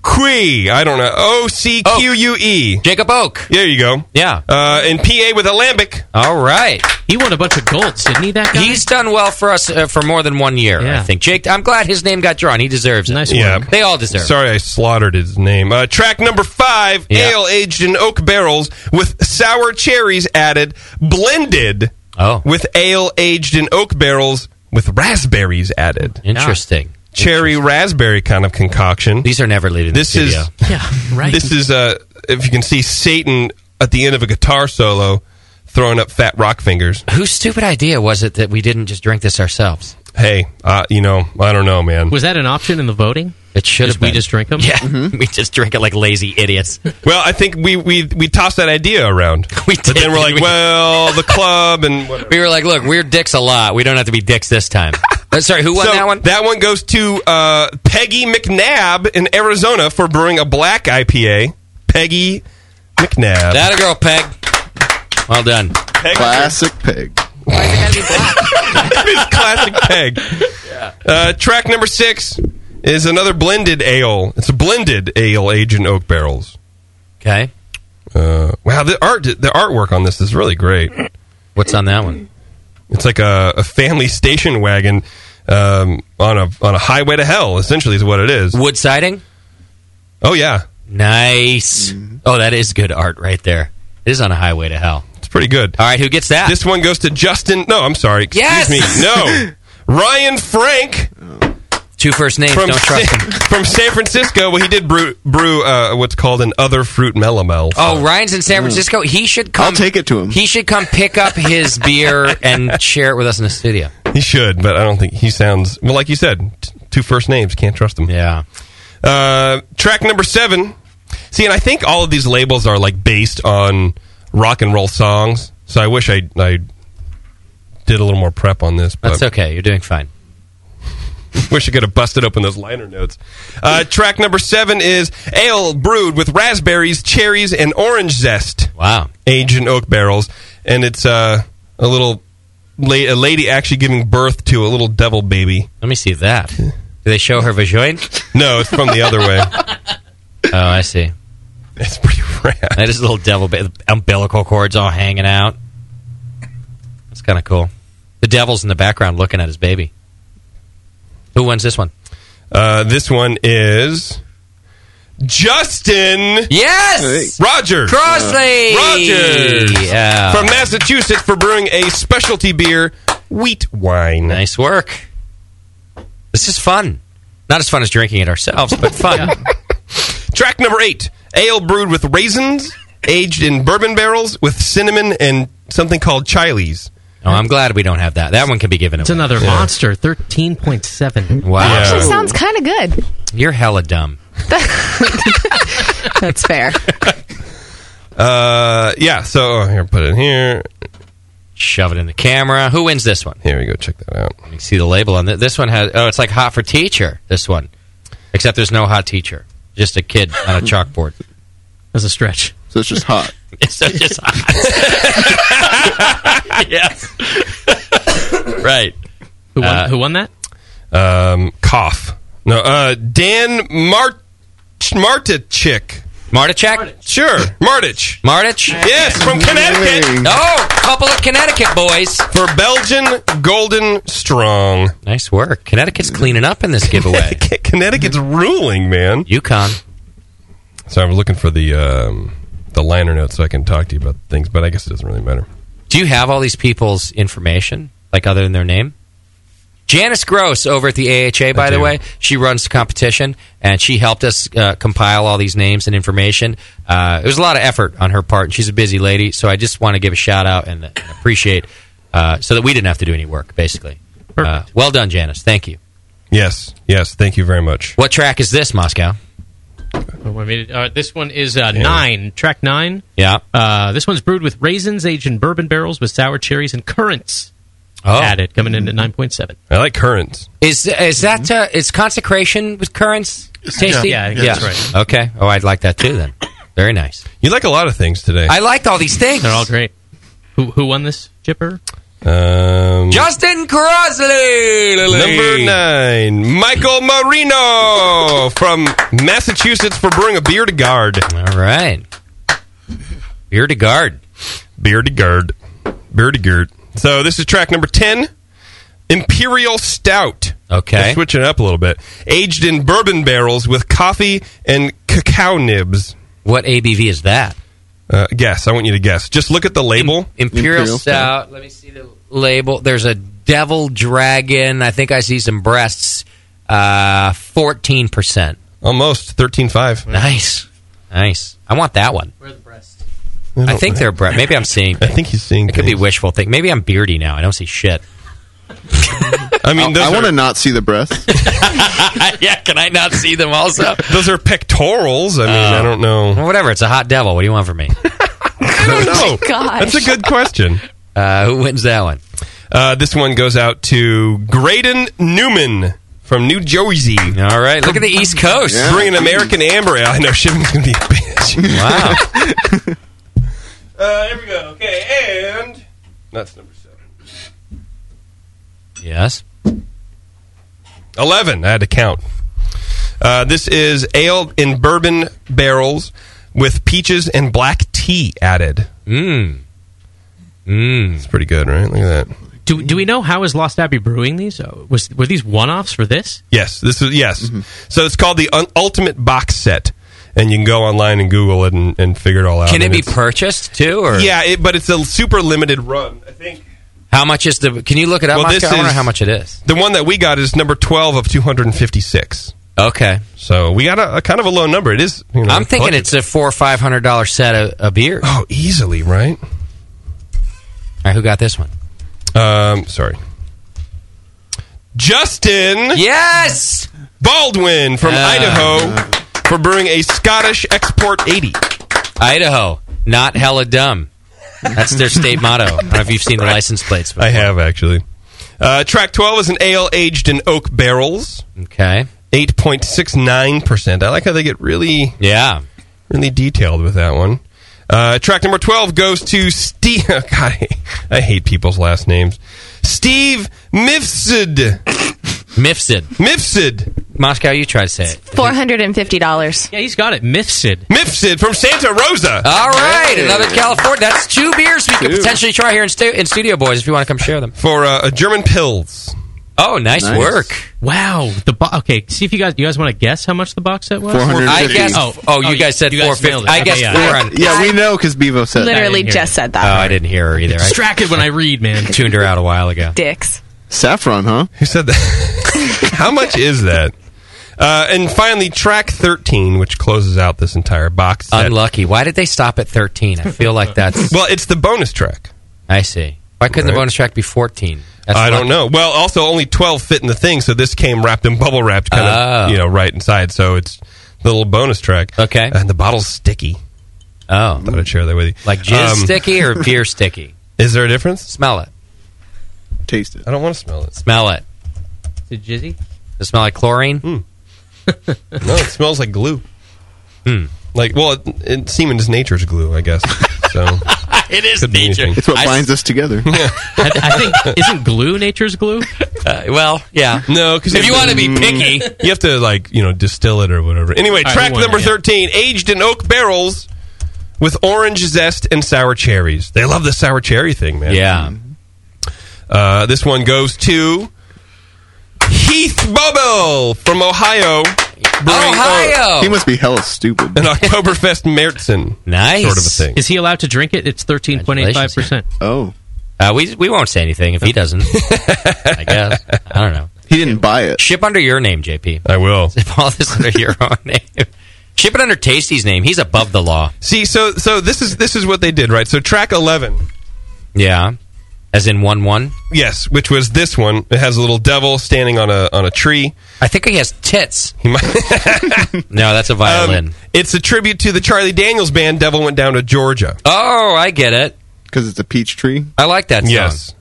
I don't know. O C Q U E.
Jacob Oak.
There you go.
Yeah.
Uh, and PA with a lambic.
All right.
He won a bunch of golds, didn't he? That guy.
He's done well for us uh, for more than one year. I think Jake. I'm glad his name got drawn. He deserves it. Nice
Yeah.
They all deserve. it.
Sorry, I slaughtered his name. Uh, track number five: ale aged in oak barrels with sour cherries added, blended
oh.
with ale aged in oak barrels with raspberries added.
Interesting.
Cherry raspberry kind of concoction.
These are never leaving.
This
the studio.
is
yeah, right.
This is uh, if you can see Satan at the end of a guitar solo throwing up fat rock fingers.
Whose stupid idea was it that we didn't just drink this ourselves?
Hey, uh, you know, I don't know, man.
Was that an option in the voting?
It should
have. We just drink Mm-hmm. them.
Yeah, we just drink it like lazy idiots.
Well, I think we we we tossed that idea around.
We did.
But then we're like, well, the club and whatever.
We were like, look, we're dicks a lot. We don't have to be dicks this time. Uh, Sorry, who won
So,
that one?
That one goes to uh, Peggy McNabb in Arizona for brewing a black IPA. Peggy McNabb.
That a girl, Peg. Well done.
Classic pig.
It's classic Peg. Uh, track number six is another blended ale. It's a blended ale aged in oak barrels.
Okay.
Uh, wow, the art the artwork on this is really great.
What's on that one?
It's like a, a family station wagon um, on a on a highway to hell. Essentially, is what it is.
Wood siding.
Oh yeah, Mm-hmm.
nice. Oh, that is good art right there. It is on a highway to hell.
It's pretty good.
All right, who gets that?
This one goes to Justin. No, I'm sorry. Excuse
Yes!
me. No. Ryan Frank.
Two first names.
From
don't trust
San,
them.
from San Francisco. Well, he did brew, brew uh, what's called an other fruit melomel.
Oh, Ryan's in San Francisco. He should come. I'll take it to him. He should come pick up his beer and share it with us in the studio.
He should, but I don't think he sounds well. Like you said, t- two first names can't trust them.
Yeah.
Uh, track number seven. See, and I think all of these labels are like based on rock and roll songs. So I wish I I did a little more prep on this. But
That's okay. You're doing fine.
wish I could have busted open those liner notes. Uh, track number seven is ale brewed with raspberries, cherries, and orange zest.
Wow.
Aged in oak barrels, and it's uh, a little la- a lady actually giving birth to a little devil baby.
Let me see that. Do they show her vagina?
No, it's from the other way.
Oh, I see.
That's pretty rad.
That is a little devil. Ba- umbilical cords all hanging out. That's kind of cool. The devil's in the background looking at his baby. Who wins this one?
Uh, this one is Justin.
Yes,
Rogers
Crossley!
Rogers
Yeah.
from Massachusetts for brewing a specialty beer, wheat wine.
Nice work. This is fun. Not as fun as drinking it ourselves, but fun.
Track number eight: ale brewed with raisins, aged in bourbon barrels with cinnamon and something called chiles.
Oh, I'm glad we don't have that. That one can be given away.
It's another monster. Thirteen point seven.
Wow.
Actually, sounds kind of good.
You're hella dumb.
That's fair.
Uh, yeah. So oh, here, put it in here.
Shove it in the camera. Who wins this one?
Here we go. Check that out.
You can see the label on this. This one has. Oh, it's like hot for teacher. This one. Except there's no hot teacher, just a kid on a chalkboard.
That's a stretch.
So it's just hot.
it's just hot. yes. right.
Who won, who won that?
Uh, Um, cough. No, uh, Dan Mart Martichik.
Martichak?
Sure, Martich.
Martich?
Yes, from Connecticut.
Oh, couple of Connecticut boys.
For Belgian Golden Strong.
Nice work. Connecticut's cleaning up in this giveaway.
Connecticut's ruling, man.
Yukon.
So I was looking for the um, the liner notes so I can talk to you about things, but I guess it doesn't really matter.
Do you have all these people's information, like other than their name? Janice Gross over at the AHA, by the way, she runs the competition and she helped us uh, compile all these names and information. Uh, it was a lot of effort on her part, and she's a busy lady. So I just want to give a shout out and, and appreciate uh, so that we didn't have to do any work, basically. Uh, well done, Janice. Thank you.
Yes, yes. Thank you very much.
What track is this, Moscow?
Oh, wait a minute. All right, this one is uh, nine, track nine.
Yeah.
Uh, this one's brewed with raisins, aged in bourbon barrels with sour cherries and currants
Oh.
added, coming in at 9.7.
I like currants.
Is is that uh, is consecration with currants tasty?
Yeah, yeah, that's right.
Okay. Oh, I'd like that too. Then, very nice.
You like a lot of things today.
I liked all these things.
They're all great. Who, who won this, Chipper?
Um,
Justin Crosley.
Number nine, Michael Marino from Massachusetts for brewing a beer to guard.
All right. Beer to guard.
Beer to guard. Beer to guard. So this is track number 10, Imperial Stout.
Okay.
Let's switch it up a little bit. Aged in bourbon barrels with coffee and cacao nibs.
What ABV is that?
Uh, guess. I want you to guess. Just look at the label.
Imperial, Stout. Let me see the label. There's a Devil Dragon. I think I see some breasts. Uh, Fourteen percent.
Almost thirteen five.
Nice, nice. I want that one. Where are the breasts? I,
don't-
think they're bre- maybe I'm seeing.
I think he's seeing.
It could be wishful thinking. Maybe I'm beardy now. I don't see shit.
I mean,
I want to not see the breasts.
yeah, can I not see them also?
Those are pectorals. I mean, I don't know.
Uh, whatever. It's a hot devil. What do you want from me?
I
Oh,
don't know. That's a good question.
Uh, who wins that one?
Uh, this one goes out to Graydon Newman from New Jersey.
All right, look at the East Coast. Yeah.
Bring an American Amber Ale. I know shipping's going to be a bitch.
Wow.
uh, here we go. Okay, and that's number seven.
Yes.
Eleven. I had to count. Uh, this is ale in bourbon barrels with peaches and black tea added.
Mmm. Mmm.
It's pretty good, right? Look at that.
Do, do we know how is Lost Abbey brewing these? Uh, Was Were these one offs for this?
Yes, this is yes. So it's called the un- Ultimate Box Set, and you can go online and Google it and, and figure it all out.
Can it
And Oh,
be
it's-
purchased too? Or
Yeah, it, but it's a super limited run. I think
How much is the? Can you look it up?
Well,
Moscow?
this
I wonder
is-
how much it is.
the one that we got is number twelve of two hundred and fifty-six.
Okay.
So we got a, a kind of a low number. It is. You know,
I'm thinking
collected.
it's a four or five hundred dollar set of, of beer. All
oh easily right.
right, who got this one?
Um, sorry, Justin
Yes.
Baldwin from
Uh.
Idaho for brewing a Scottish Export eighty.
Idaho, not hella dumb. That's their state motto. I don't know if you've seen the license plates. Before.
I have actually. Uh, track twelve is an ale aged in oak barrels.
Okay.
eight point six nine percent. I like how they get really,
Yeah.
really detailed with that one. Uh, track number twelve goes to Steve. God, I, I hate people's last names. Steve Mifsud.
Mifsud.
Mifsud.
Moscow, you try to say it.
Four hundred and fifty dollars.
Yeah, he's got it. Mifsid.
Mifsud from Santa Rosa.
All right, another California. That's two beers we could potentially try here in, stu- in studio, boys. If you want to come share them.
for uh, uh, German pills.
Oh, nice,
Nice.
work.
Wow. The bo- okay, see if you guys you guys want to guess how much the box set was?
400.
I
50.
guess. Oh,
Oh,
you
oh,
guys said
you
four
guys nailed
fifty.
it.
I
Okay,
guess
yeah.
four hundred.
yeah, we know because Bevo said that.
I
Literally
didn't hear
just
it.
said
Oh,
that.
I didn't hear her either. I
Distracted when I read, man.
tuned her out a while ago.
Dicks.
Saffron, huh?
Who said that? How much is that? Uh, and finally, track thirteen, which closes out this entire box set.
Unlucky. Why did they stop at thirteen? I feel like that's.
well, it's the bonus track.
I see. Why couldn't the
Right.
bonus track be fourteen? That's
I
lucky.
don't know. Well, also only twelve fit in the thing, so this came wrapped in bubble wrapped, kind of
Oh.
you know right inside. So it's the little bonus track.
Okay.
and the bottle's sticky.
Oh,
Thought I'd share that with you.
like jizz
Um,
sticky or beer sticky?
Is there a difference?
Smell it.
Taste it.
I don't want to smell it.
Smell it.
Is it Jizzy?
Does it smell like chlorine?
Hmm. no, it smells like glue.
Hmm.
Like, well, it, it, semen is nature's glue, I guess. So
it is
nature.
It's what binds us together.
I, I think isn't glue nature's glue?
Uh, well, yeah.
No, Mm. because
If you wanna be picky.
you have to like you know distill it or whatever. Anyway,
Mm. All right,
track
we'll
number
wait, yeah.
thirteen, aged in oak barrels with orange zest and sour cherries. They love the sour cherry thing, man.
Yeah.
Uh, this one goes to Heath Bobel from Ohio.
Ohio! He must be hella stupid.
An Oktoberfest Märzen.
Nice.
Sort of a thing.
Is he allowed to drink it? It's thirteen point eight five percent.
Oh,
Uh, we we won't say anything if he doesn't. I guess I don't know.
He didn't buy it.
Ship under your name, JP.
I will.
Ship all this under your own name. Ship it under Tasty's name. He's above the law.
See, so so this is this is what they did, right? So track eleven.
Yeah. As in one one.
Yes, which was this one. It has a little devil standing on a on a tree.
I think he has tits.
He might.
no, that's a violin.
Um, it's a tribute to the Charlie Daniels band. Devil went down to Georgia.
Oh, I get it.
Because it's a peach tree.
I like that song.
Yes.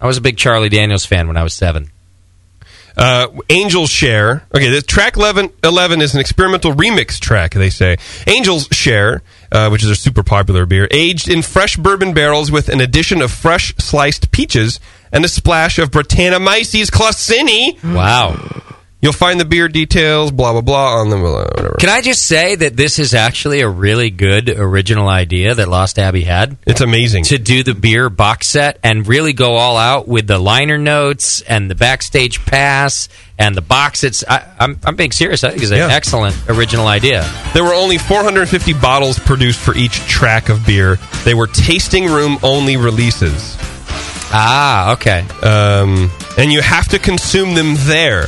I was a big Charlie Daniels fan when I was seven.
Uh, Angels Share. Okay, this track 11, 11 is an experimental remix track, they say. Angels Share, uh, which is a super popular beer, aged in fresh bourbon barrels with an addition of fresh sliced peaches and a splash of Britannomyces clausini.
Wow.
You'll find the beer details, blah, blah, blah, on the uh, whatever.
Can I just say that this is actually a really good original idea that Lost Abbey had?
It's amazing.
To do the beer box set and really go all out with the liner notes and the backstage pass and the box. It's I, I'm, I'm being serious. I think it's an
Yeah.
excellent original idea.
There were only 450 bottles produced for each track of beer. They were tasting room only releases.
Ah, okay.
Um, and you have to consume them there.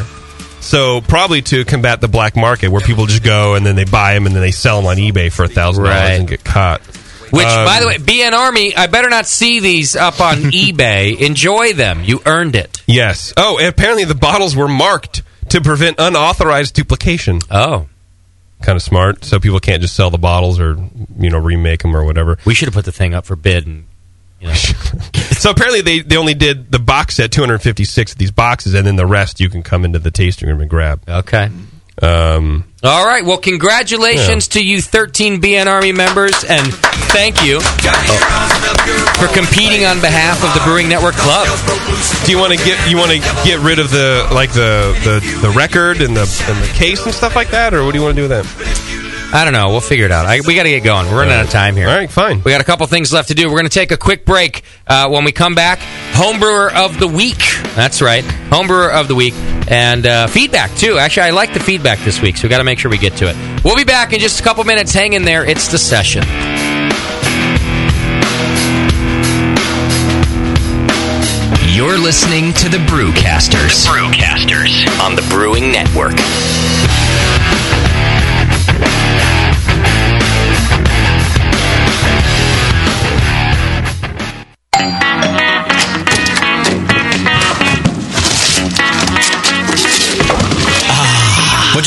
So probably to combat the black market, where people just go and then they buy them and then they sell them on eBay for a thousand dollars and get caught. Um,
Which, by the way, BN Army, I better not see these up on eBay. Enjoy them. You earned it.
yes. Oh, and apparently the bottles were marked to prevent unauthorized duplication.
Oh,
kind of smart. So people can't just sell the bottles or you know remake them or whatever.
We should have put the thing up for bid. And,
so apparently they, they only did the box set 256 of these boxes, and then the rest you can come into the tasting room and grab.
Okay.
Um,
All right. Well, congratulations to you, 13 BN Army members, and thank you for competing on behalf of the Brewing Network Club.
Do you want to get you want to get rid of the like the, the, the record and the and the case and stuff like that, or what do you want to do with that?
I don't know. We'll figure it out. I, we got to get going. We're running out of time here. All
right, fine.
We got a couple things left to do. We're going to take a quick break. Uh, when we come back, homebrewer of the week. That's right, homebrewer of the week, and uh, feedback too. Actually, I like the feedback this week, so we got to make sure we get to it. We'll be back in just a couple minutes. Hang in there. It's the session.
You're listening to the Brewcasters. Brewcasters on the Brewing Network.
What'd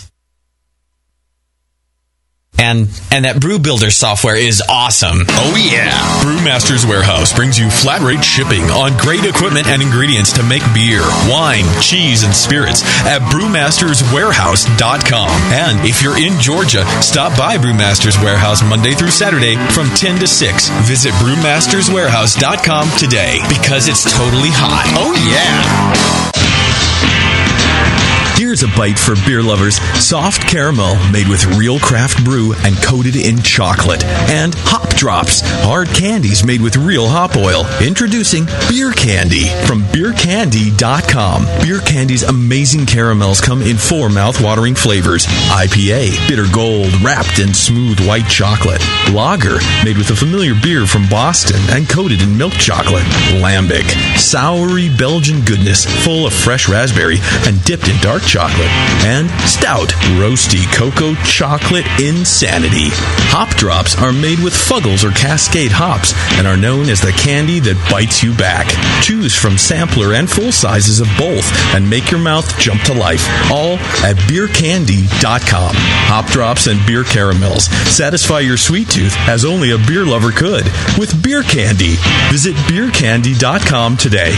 And and that brew builder software is awesome.
Oh yeah. Brewmasters Warehouse brings you flat rate shipping on great equipment and ingredients to make beer, wine, cheese, and spirits at brewmasterswarehouse.com. And if you're in Georgia, stop by Brewmasters Warehouse Monday through Saturday from 10 to 6. Visit brewmasterswarehouse.com today because it's totally hot. Oh yeah. Here's a bite for beer lovers. Soft caramel made with real craft brew and coated in chocolate. And hop drops, hard candies made with real hop oil. Introducing beer candy from beercandy.com. Beer candy's amazing caramels come in four mouth-watering flavors. IPA, bitter gold, wrapped in smooth white chocolate. Lager, made with a familiar beer from Boston and coated in milk chocolate. Lambic, soury Belgian goodness full of fresh raspberry and dipped in dark chocolate chocolate, and stout roasty cocoa chocolate insanity. Hop drops are made with Fuggles or Cascade hops and are known as the candy that bites you back. Choose from sampler and full sizes of both and make your mouth jump to life. All at beercandy.com. Hop drops and beer caramels satisfy your sweet tooth as only a beer lover could with beer candy. Visit beercandy.com today.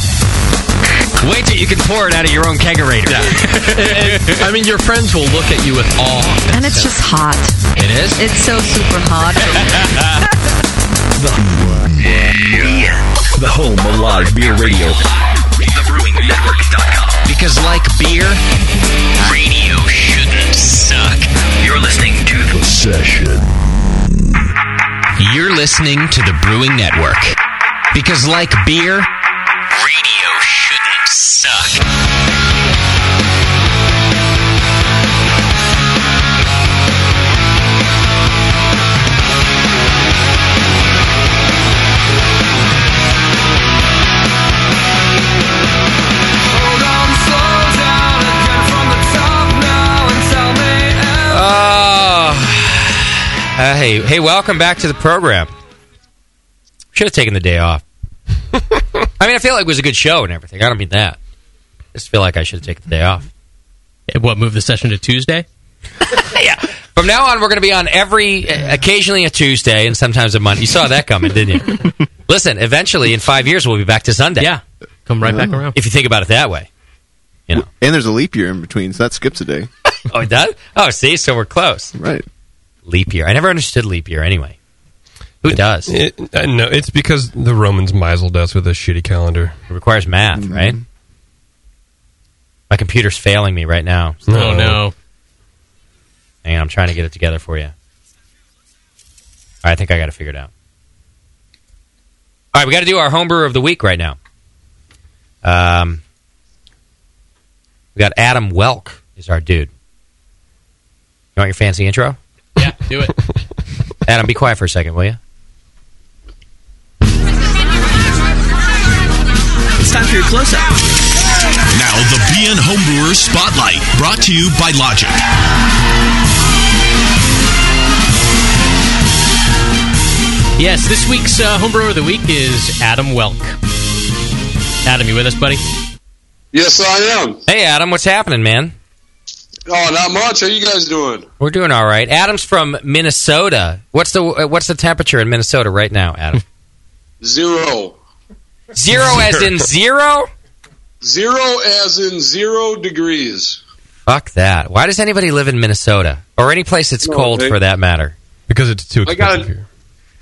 Wait till you can pour it out of your own kegerator.
I mean, your friends will look at you with awe.
And it's just hot.
It is?
It's so super hot.
The home of live beer radio.
Because, like beer, radio shouldn't suck. You're listening to The Session.
You're listening to the Brewing Network.
Because, like beer, radio shouldn't suck.
Oh. Ah. Uh, hey, hey, welcome back to the program. Should have taken the day off. I mean, I feel like it was a good show and everything. I don't mean that. I just feel like I should have taken the day off.
Eh, What move the session to Tuesday?
From now on, we're going to be on every, eh, occasionally a Tuesday and sometimes a Monday. You saw that coming, didn't you? Listen, eventually in five years, we'll be back to Sunday. Yeah.
Come right back around.
If you think about it that way.
And there's a leap year in between, so that skips a day.
Oh, it does? Oh, see, so we're close.
Right.
Leap year. I never understood leap year anyway. Who does?
It, uh, no, it's because the Romans misled us with a shitty calendar.
It requires math,
Mm-hmm.
right? My computer's failing me right now.
Oh, no.
Hang on, I'm trying to get it together for you. All right, I think I got to figure it out. All right, we got to do our homebrew of the week right now. Um, we got Adam Welk is our dude. You want your fancy intro?
Yeah, do it.
Adam, be quiet for a second, will you?
It's time for your close up.
Now, the BN Homebrewers Spotlight, brought to you by Logic.
Yes, this week's uh, homebrewer of the week is Adam Welk. Adam, you with us, buddy?
Yes, I am.
Hey, Adam, what's happening, man?
Oh, not much. How you guys doing?
We're doing all right. Adam's from Minnesota. What's the uh, what's the temperature in Minnesota right now, Adam?
Zero.
zero as in zero?
Zero as in zero degrees.
Fuck that. Why does anybody live in Minnesota or any place that's
No,
cold
they-
for that matter?
Because it's too
I got it.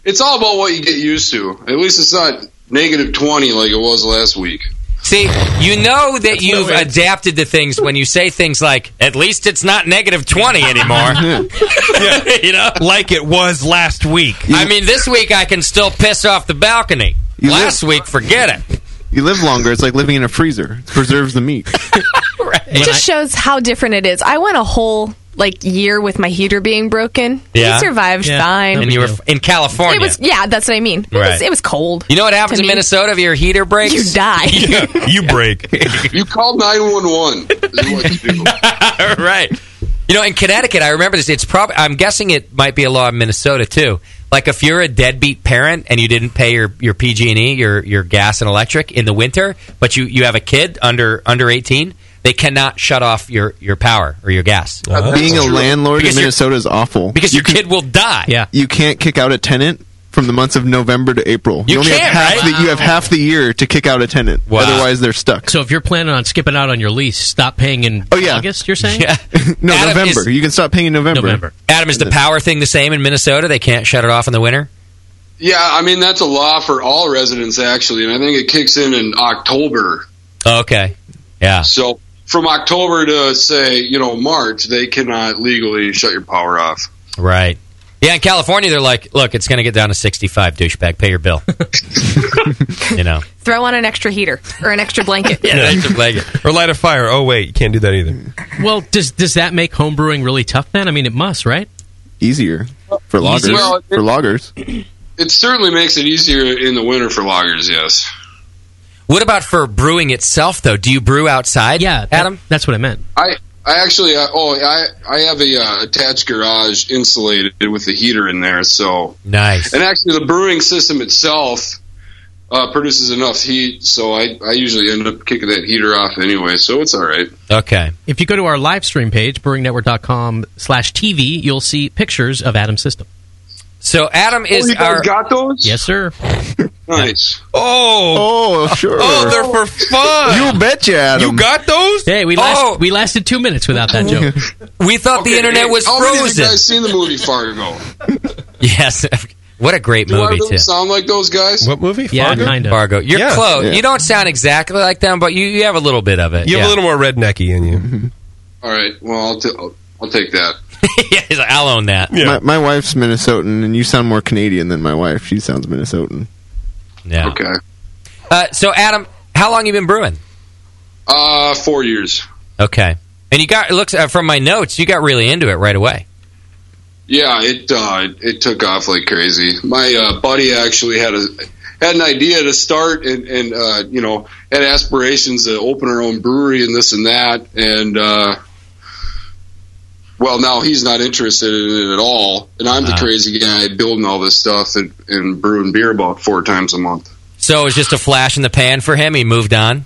It's all about what you get used to. At least it's not negative 20 like it was last week.
See, you know that you've adapted to things when you say things like, "At least it's not negative twenty anymore." you know,
like it was last week.
I mean, this week I can still piss off the balcony. last week, forget it.
You live longer. It's like living in a freezer. It preserves the meat.
It just shows how different it is. I went a whole like year with my heater being broken.
Yeah.
He survived fine.
And you were f- in California.
it was yeah, that's what I mean. It,
Right.
was, it was cold.
You know what happens
to
in
me.
Minnesota if your heater breaks?
You die. Yeah,
you break.
You call 911.
right. You know, in Connecticut, I remember this. It's probably. I'm guessing it might be a law in Minnesota too. Like if you're a deadbeat parent and you didn't pay your, your PG and E, your your gas and electric in the winter, but you, you have a kid under under 18, they cannot shut off your, your power or your gas.
Uh, Being a landlord in
Because you're-
Minnesota is awful.
Because your kid will die.
Yeah.
You can't kick out a tenant from the months of November to April.
You
only
can't,
have half
right?
the, you have half the year to kick out a tenant.
Wow.
Otherwise they're stuck.
So if you're planning on skipping out on your lease, stop paying in
Oh, yeah.
August, you're saying?
no,
Adam
November.
is-
you can stop paying in November.
November.
Adam, is the power thing the same in Minnesota? They can't shut it off in the winter.
Yeah, I mean that's a law for all residents actually, and I think it kicks in in October.
Okay. Yeah.
So from October to say you know March, they cannot legally shut your power off.
Right. Yeah, in California, they're like, look, it's going to get down to 65, douchebag. Pay your bill. you know.
Throw on an extra heater or an extra blanket.
or light a fire. Oh wait, you can't do that either.
Well, does does that make home brewing really tough then? I mean, it must, right?
Easier for loggers.
Well, it-
for loggers.
It certainly makes it easier in the winter for loggers. Yes,
What about for brewing itself, though? Do you brew outside? Yeah, Adam.
That's what I meant.
I I actually uh, oh I I have a uh, attached garage insulated with the heater in there, so
Nice.
And actually, the brewing system itself uh, produces enough heat, so I, I usually end up kicking that heater off anyway, so it's all right.
Okay.
If you go to our live stream page, brewingnetwork.com slash TV, you'll see pictures of Adam's system.
So Oh, Adam is
Oh, you guys
our.
got those?
Yes, sir.
Nice.
Oh, oh, sure.
Oh, they're for fun.
You betcha, Adam.
You got those?
Hey, we last, we lasted two minutes without that joke.
we thought the internet was
how Many of you
frozen.
guys seen the movie Fargo?
Yes. what a great
Do one
movie
of
too.
them sound like those guys?
What movie? Fargo?
Fargo. You're
Yeah.
close.
Yeah.
You don't sound exactly like them, but you, you have a little bit of it.
You have
yeah.
a little more rednecky in
Mm-hmm.
you.
All right. Well, I'll, t- I'll- I'll take that.
yeah, he's like, I'll own that.
My, my wife's Minnesotan, and you sound more Canadian than my wife. She sounds Minnesotan.
Yeah.
Okay.
Uh, so Adam, how long you been brewing?
Uh, four years.
Okay. And you got it looks uh, from my notes, you got really into it right away.
Yeah, it uh, it took off like crazy. My uh, buddy actually had a had an idea to start and, and uh, you know had aspirations to open our own brewery and this and that and uh, well now he's not interested in it at all and I'm the crazy guy building all this stuff and, and brewing beer about four times a month.
So it was just a flash in the pan for him. He moved on.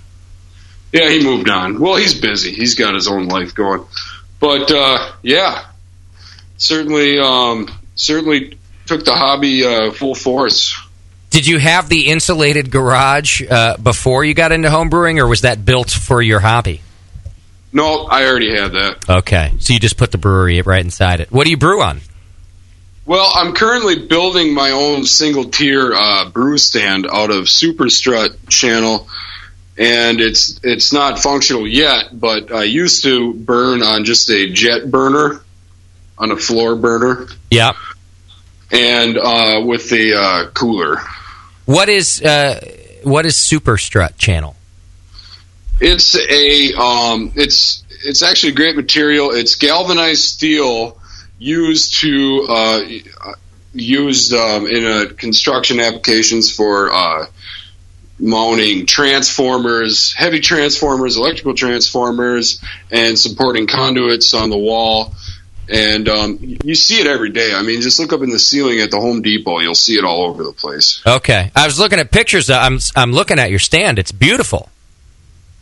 Yeah, he moved on. Well, he's busy. He's got his own life going. But uh, yeah, certainly um, certainly took the hobby uh, full force.
Did you have the insulated garage uh, before you got into home brewing, or was that built for your hobby?
No, I already had that.
Okay, so you just put the brewery right inside it. What do you brew on?
Well, I'm currently building my own single tier uh, brew stand out of Super Strut channel, and it's it's not functional yet. But I used to burn on just a jet burner, on a floor burner,
Yeah.
and uh, with the uh, cooler.
What is uh, what is Super Strut channel?
It's a um, it's it's actually great material. It's galvanized steel used to uh, used um, in uh construction applications for uh, mounting transformers, heavy transformers, electrical transformers, and supporting conduits on the wall. And um, you see it every day. I mean, just look up in the ceiling at the Home Depot; you'll see it all over the place.
Okay, I was looking at pictures. Of, I'm I'm looking at your stand. It's beautiful.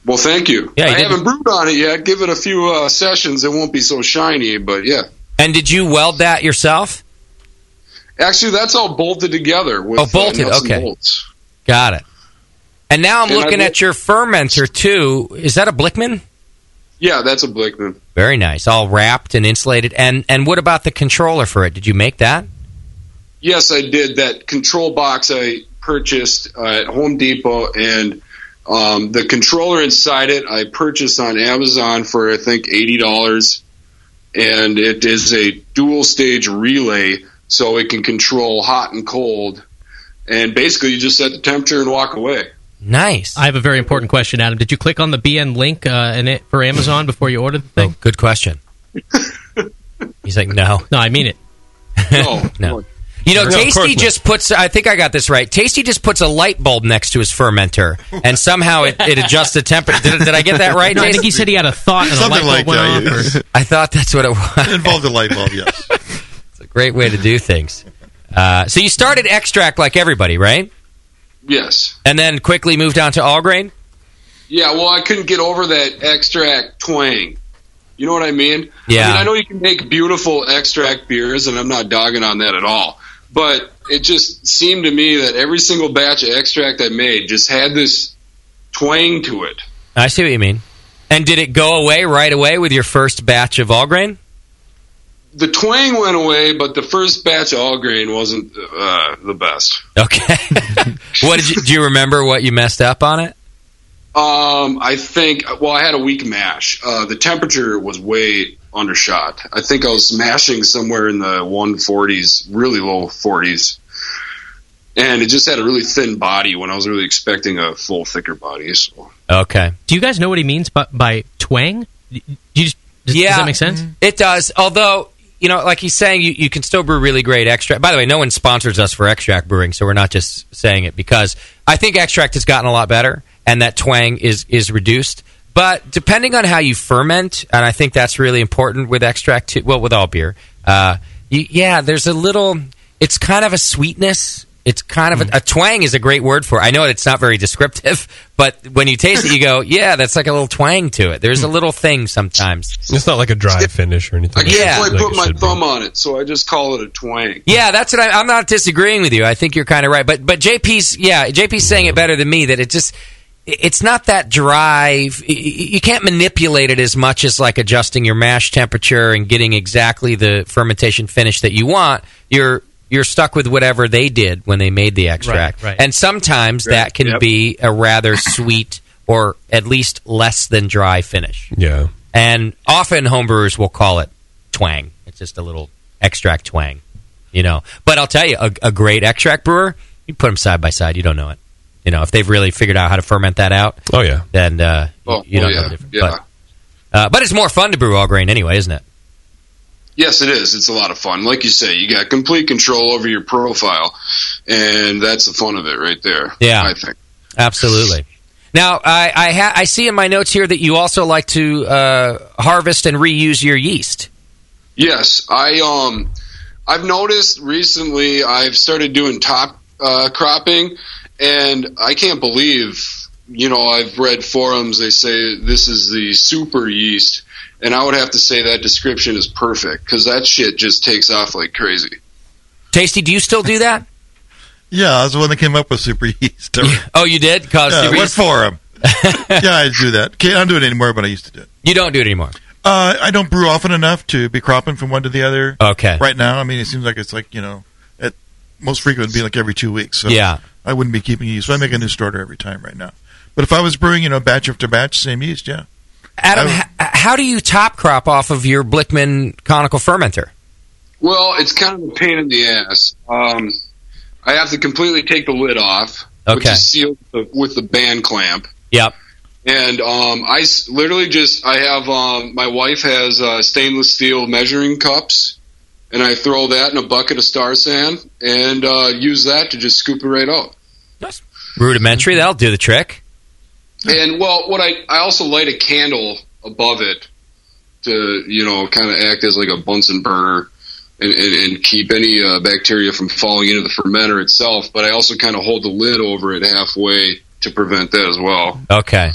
Well, thank you.
Yeah, you
I
didn't-
haven't brewed on it yet. Give it a few uh, sessions; it won't be so shiny. But yeah,
And did you weld that yourself?
actually, that's all bolted together. With,
Oh, bolted,
uh, nuts and
okay.
bolts.
Got it. And now I'm
And I
looking
wo-
at your fermenter too. Is that a Blickman?
Yeah, that's a Blickman.
Very nice, all wrapped and insulated. And and what about the controller for it? Did you make that?
Yes, I did that control box I purchased uh, at Home Depot, and um, the controller inside it I purchased on Amazon for I think eighty dollars, and it is a dual stage relay, so it can control hot and cold, and basically you just set the temperature and walk away.
Nice.
I have a very important question, Adam. Did you click on the BN link uh, in it for Amazon before you ordered the thing?
good question. He's like, Oh, no,
No, I mean it.
Oh, No,
no. You know, Tasty just puts. I think I got this right. Tasty just puts a light bulb next to his fermenter, and somehow it, it adjusts the temperature. Did, did I get that right?
No, I think he said he had a thought and
Something
a
like
light bulb went
that,
off,
yes.
or-
I thought that's what it was.
It involved a light bulb, yes.
It's a great way to do things. Uh, so you started extract like everybody, right?
Yes.
And then quickly moved on to all grain.
Yeah, well, I couldn't get over that extract twang. You know what I mean?
Yeah.
I mean, I know you can make beautiful extract beers, and I'm not dogging on that at all. But it just seemed to me that every single batch of extract I made just had this twang to it.
I see what you mean. And did it go away right away with your first batch of all grain?
The twang went away, but the first batch of all grain wasn't uh, the best.
Okay. what did you, do you remember? What you messed up on it?
Um, I think. Well, I had a weak mash. Uh, the temperature was way undershot. I think I was mashing somewhere in the 140s, really low 40s, and it just had a really thin body when I was really expecting a full, thicker body. So
Okay.
Do you guys know what he means by, by twang? Do you just, does, does that make sense?
It does. Although, you know, like he's saying, you, you can still brew really great extract. By the way, no one sponsors us for extract brewing, so we're not just saying it because I think extract has gotten a lot better and that twang is, is reduced. But depending on how you ferment, and I think that's really important with extract, too, well, with all beer, uh, you, yeah, there's a little, it's kind of a sweetness. It's kind
Hmm.
of a, a twang is a great word for. It. I know it's not very descriptive, but when you taste it, you go, "Yeah, that's like a little twang to it." There's a little thing sometimes.
Hmm. It's not like a dry finish or
I
anything.
can't
Yeah.
quite
Like
put
it
my
should be.
thumb on it, so I just call it a twang.
Yeah, that's what I, I'm not disagreeing with you. I think you're kind of right, but but JP's yeah, JP's saying it better than me that it just it's not that drive. You can't manipulate it as much as like adjusting your mash temperature and getting exactly the fermentation finish that you want. You're you're stuck with whatever they did when they made the extract,
Right, right.
and sometimes
Right,
that can
yep.
be a rather sweet or at least less than dry finish.
Yeah.
And often homebrewers will call it twang. It's just a little extract twang, you know. But I'll tell you, a, a great extract brewer, you put them side by side, you don't know it. You know, if they've really figured out how to ferment that out.
Oh yeah.
Then uh,
Oh,
you
oh,
don't
yeah,
know the difference.
yeah.
But, uh, but it's more fun to brew all grain anyway, isn't it?
Yes, it is. It's a lot of fun. Like you say, you got complete control over your profile, and that's the fun of it right there.
Yeah.
I think.
Absolutely. Now, I I, ha- I see in my notes here that you also like to uh, harvest and reuse your yeast.
Yes, I um, I've noticed recently I've started doing top uh, cropping, and I can't believe you know I've read forums they say this is the super yeast, and I would have to say that description is perfect because that shit just takes off like crazy.
Tasty, do you still do that?
Yeah, I was the one that came up with super yeast.
Oh, you did? Cause
Yeah,
super
what
yeast-
forum? yeah, I do that. Can't, I don't do it anymore, but I used to do it.
You don't do it anymore.
Uh, I don't brew often enough to be cropping from one to the other.
Okay.
Right now, I mean, it seems like it's like you know, at most frequent would be like every two weeks. So
Yeah.
I wouldn't be keeping yeast. So I make a new starter every time right now. But if I was brewing, you know, batch after batch, same yeast, yeah.
Adam, h- Uh, how do you top crop off of your Blickman conical fermenter?
Well, it's kind of a pain in the ass. Um, I have to completely take the lid off, which
Okay.
is sealed with the- with the band clamp.
Yep.
And um, I s- literally just I have um, my wife has uh, stainless steel measuring cups, and I throw that in a bucket of star sand and uh, use that to just scoop it right out.
Rudimentary, that'll do the trick.
And well, what I I also light a candle above it to you know kind of act as like a Bunsen burner and, and, and keep any uh, bacteria from falling into the fermenter itself. But I also kind of hold the lid over it halfway to prevent that as well.
Okay.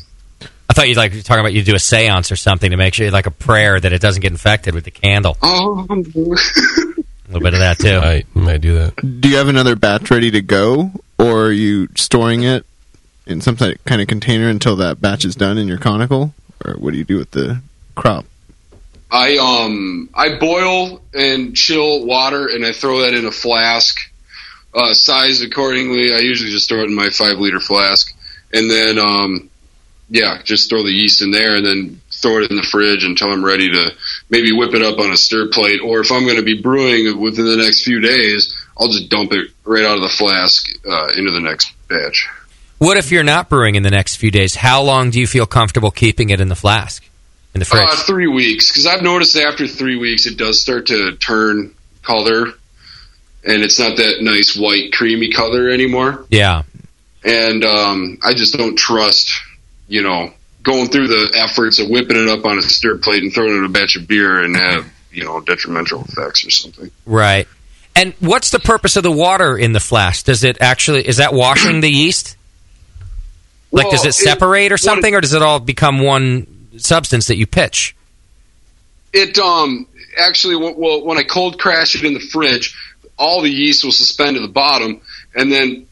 I thought you'd like you were talking about you do a seance or something to make sure, like a prayer, that it doesn't get infected with the candle.
Oh,
A little bit of that too.
I might do that.
Do you have another batch ready to go, or are you storing it in some type- kind of container until that batch is done in your conical, or what do you do with the crop?
I um I boil and chill water and I throw that in a flask, uh, sized accordingly. I usually just throw it in my five liter flask, and then um yeah, just throw the yeast in there and then throw it in the fridge until I'm ready to maybe whip it up on a stir plate. Or if I'm going to be brewing within the next few days, I'll just dump it right out of the flask uh, into the next batch.
What if you're not brewing in the next few days? How long do you feel comfortable keeping it in the flask, in the fridge?
Uh, three weeks, because I've noticed after three weeks it does start to turn color, and it's not that nice white creamy color anymore.
Yeah.
And um, I just don't trust, you know, going through the efforts of whipping it up on a stir plate and throwing it in a batch of beer and have you know detrimental effects or something.
Right. And what's the purpose of the water in the flask? Does it actually is that washing the yeast? Like, does
Well,
it
it-
separate or
what
something,
it-
or does it all become one substance that you pitch?
It um actually w- well when I cold crash it in the fridge, all the yeast will suspend to the bottom, and then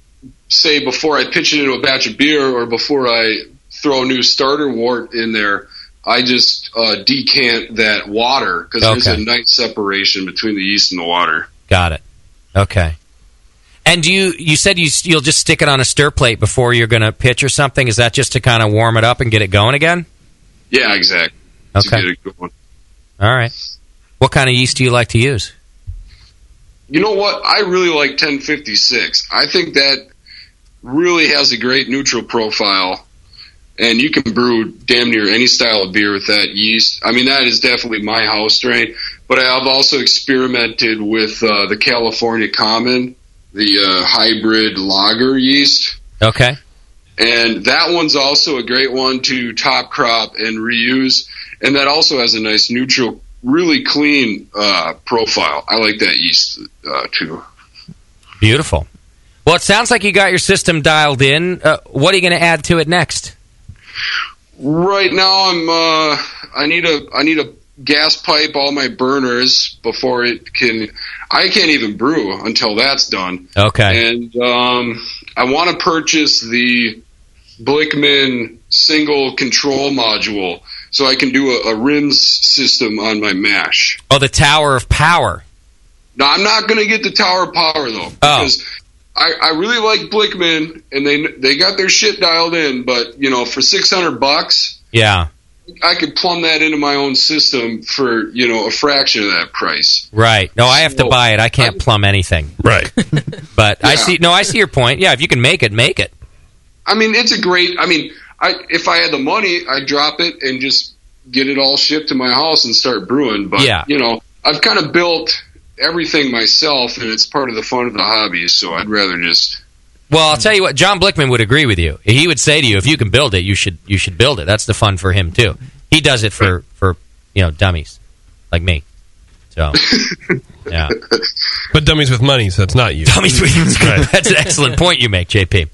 say before I pitch it into a batch of beer or before I throw a new starter wort in there, I just uh, decant that water because there's
Okay.
a nice separation between the yeast and the water.
Got it. Okay. And do you you said you you'll just stick it on a stir plate before you're going to pitch or something? Is that just to kind of warm it up and get it going again?
Yeah, exactly. It's a
Okay.
good- good one.
All right. What kind of yeast do you like to use?
You know what? I really like 1056. I think that really has a great neutral profile, and you can brew damn near any style of beer with that yeast. I mean, that is definitely my house strain, but I've also experimented with uh, the California Common, the uh, hybrid lager yeast,
Okay.
and that one's also a great one to top crop and reuse, and that also has a nice neutral. Really clean uh, profile. I like that yeast uh, too.
Beautiful. Well, it sounds like you got your system dialed in. Uh, what are you going to add to it next?
Right now, I'm. Uh, I need a. I need a gas pipe all my burners before it can. I can't even brew until that's done.
Okay.
And um, I want to purchase the Blickman single control module so I can do a, a rims system on my mash.
Oh, the Tower of Power.
Now I'm not going to get the Tower of Power though because I, I really like Blickman and they they got their shit dialed in, but you know for 600 bucks.
Yeah.
I could plumb that into my own system for you know a fraction of that price.
Right. No, I have to
So,
buy it. I can't plumb anything.
Right.
but I see. No, I see your point. Yeah, if you can make it, make it.
I mean, it's a great. I mean, I if I had the money, I'd drop it and just get it all shipped to my house and start brewing. But
Yeah.
you know, I've kind of built everything myself, and it's part of the fun of the hobby. So I'd rather just
Well, I'll tell you what. John Blickman would agree with you. He would say to you, if you can build it, you should you should build it. That's the fun for him too. He does it for for you know dummies like me. So yeah.
But dummies with money, so it's not you.
Dummies with
Right.
That's an excellent point you make, JP.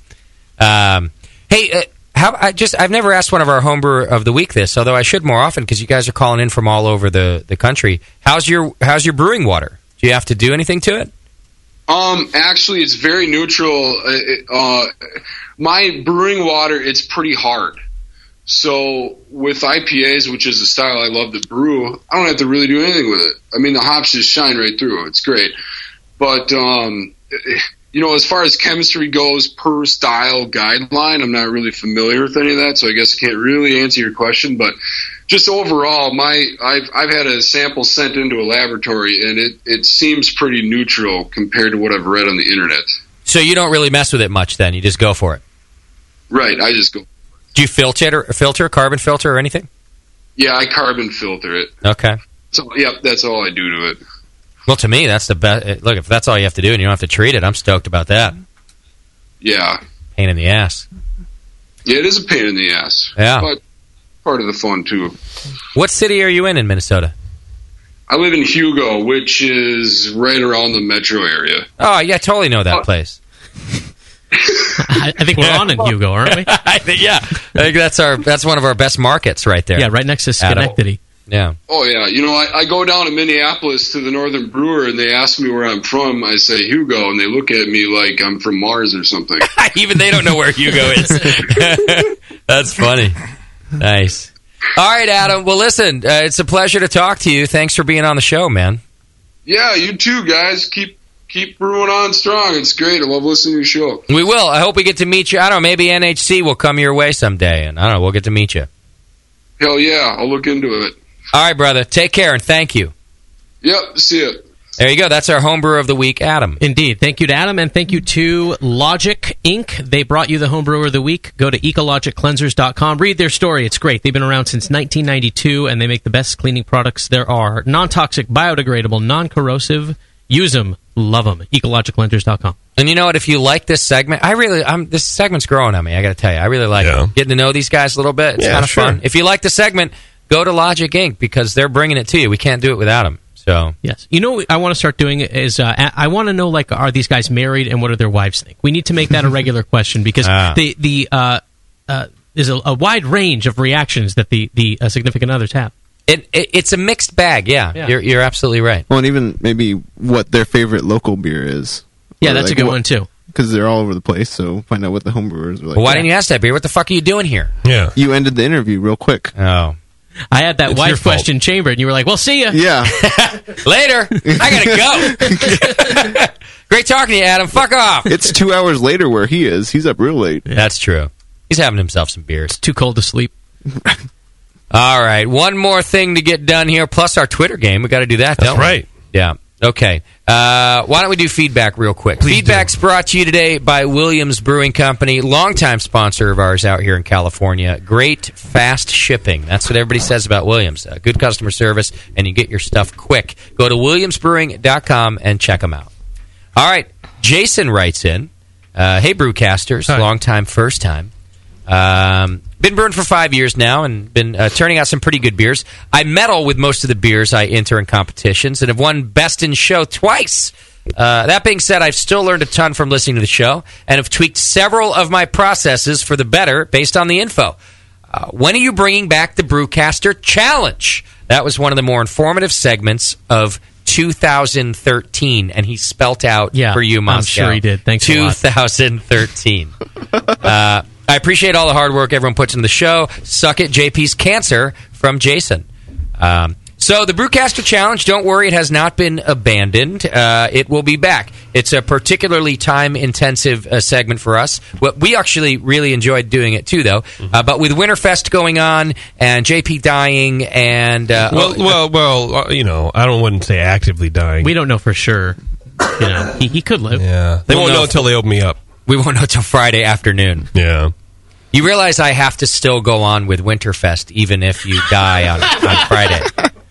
Um, hey, uh, how I just I've never asked one of our homebrewer of the week this, although I should more often because you guys are calling in from all over the, the country. How's your how's your brewing water? Do you have to do anything to it?
Um, actually, it's very neutral. Uh, it- Uh, my brewing water, it's pretty hard. So with IPAs, which is a style I love to brew, I don't have to really do anything with it. I mean, the hops just shine right through. It's great. But um, you know, as far as chemistry goes, per style guideline, I'm not really familiar with any of that. So I guess I can't really answer your question. But just overall, my I've I've had a sample sent into a laboratory, and it it seems pretty neutral compared to what I've read on the internet.
So you don't really mess with it much then. You just go for it.
Right? I just go,
Do you filter it or filter carbon filter or anything?
yeah, I carbon filter it.
Okay.
So yep, that's all I do to it.
Well, to me, that's the best. eh, Look, if that's all you have to do and you don't have to treat it, I'm stoked about that.
Yeah,
Pain in the ass.
yeah, it is a pain in the ass.
Yeah.
but part of the fun too.
What city are you in in Minnesota?
I live in Hugo, which is right around the metro area.
Oh, yeah, I totally know that place.
I, I think we're on in Hugo, aren't we?
I think, yeah. I think that's our that's one of our best markets right there.
Yeah, right next to
Adam.
Schenectady.
Yeah.
Oh yeah, you know I, I go down to Minneapolis to the Northern Brewer, and they ask me where I'm from. I say Hugo, and they look at me like I'm from Mars or something.
Even they don't know where Hugo is. That's funny. Nice. All right, Adam. Well, listen, uh, it's a pleasure to talk to you. Thanks for being on the show, man.
yeah, you too, guys. Keep keep brewing on strong. It's great. I love listening to your show.
We will. I hope we get to meet you. I don't know. Maybe NHC will come your way someday, and I don't know. We'll get to meet you.
Hell yeah, I'll look into it.
All right, brother. Take care and thank you.
Yep, see ya.
There you go. That's our homebrewer of the week, Adam.
Indeed. Thank you to Adam and thank you to Logic Inc. They brought you the homebrewer of the week. Go to ecologiccleansers.com. Read their story. It's great. They've been around since 1992 and they make the best cleaning products there are. Non toxic, biodegradable, non corrosive. Use them. Love them. EcologicalEnters.com.
And you know what? If you like this segment, I really, I'm this segment's growing on me. I got to tell you, I really like it. getting to know these guys a little bit. It's
Yeah,
kind of
sure.
fun. If you like the segment, go to Logic Inc. because they're bringing it to you. We can't do it without them. So
Yes. You know what I want to start doing is uh, I- I want to know like are these guys married and what do their wives think? We need to make that a regular question because
Ah.
the the uh, uh, there's a, a wide range of reactions that the the uh, significant others have.
it, it it's a mixed bag. Yeah,
Yeah.
You're, you're absolutely right.
Well, and even maybe what their favorite local beer is.
Yeah, that's a good one, too.
Because they're all over the place, so find out what the homebrewers are like.
Well, why didn't you ask that beer? What the fuck are you doing here?
Yeah,
you ended the interview real quick.
Oh,
I had that
It's your
wife
fault.
question chambered, and you were like, "Well, see ya."
Yeah.
Later. I gotta go. Great talking to you, Adam. Fuck off.
it's two hours later where he is. He's up real late.
That's true. He's having himself some beers.
Too cold to sleep.
All right, one more thing to get done here. Plus our Twitter game, we got to do that. That's right. Yeah. Okay. Uh, why don't we do feedback real quick? Feedback's brought to you today by Williams Brewing Company, longtime sponsor of ours out here in California. Great fast shipping. That's what everybody says about Williams. Uh, good customer service, and you get your stuff quick. Go to williamsbrewing.com and check them out. All right. Jason writes in uh, Hey, Brewcasters. Long time, first time. Um, been brewing for five years now and been uh, turning out some pretty good beers. I medal with most of the beers I enter in competitions and have won Best in Show twice. Uh, that being said, I've still learned a ton from listening to the show and have tweaked several of my processes for the better based on the info. Uh, when are you bringing back the Brewcaster Challenge? That was one of the more informative segments of 2013, and he spelt out
Yeah,
for you,
I'm
Moscow.
sure he did. Thanks a lot.
2013. uh, I appreciate all the hard work everyone puts into the show. Suck it, JP's cancer from Jason. Um, so the Brewcaster Challenge, don't worry, it has not been abandoned. Uh, it will be back. It's a particularly time-intensive uh, segment for us. What we actually really enjoyed doing it too, though. Uh, but with Winterfest going on and JP dying, and uh,
well, well, well. Uh, you know, I don't wouldn't say actively dying. We
don't know for sure. You know, he, he could live.
Yeah, they
We'll
won't
know
know
if-
until they open me up.
We won't know till Friday afternoon.
Yeah.
You realize I have to still go on with Winterfest even if you die on, on Friday.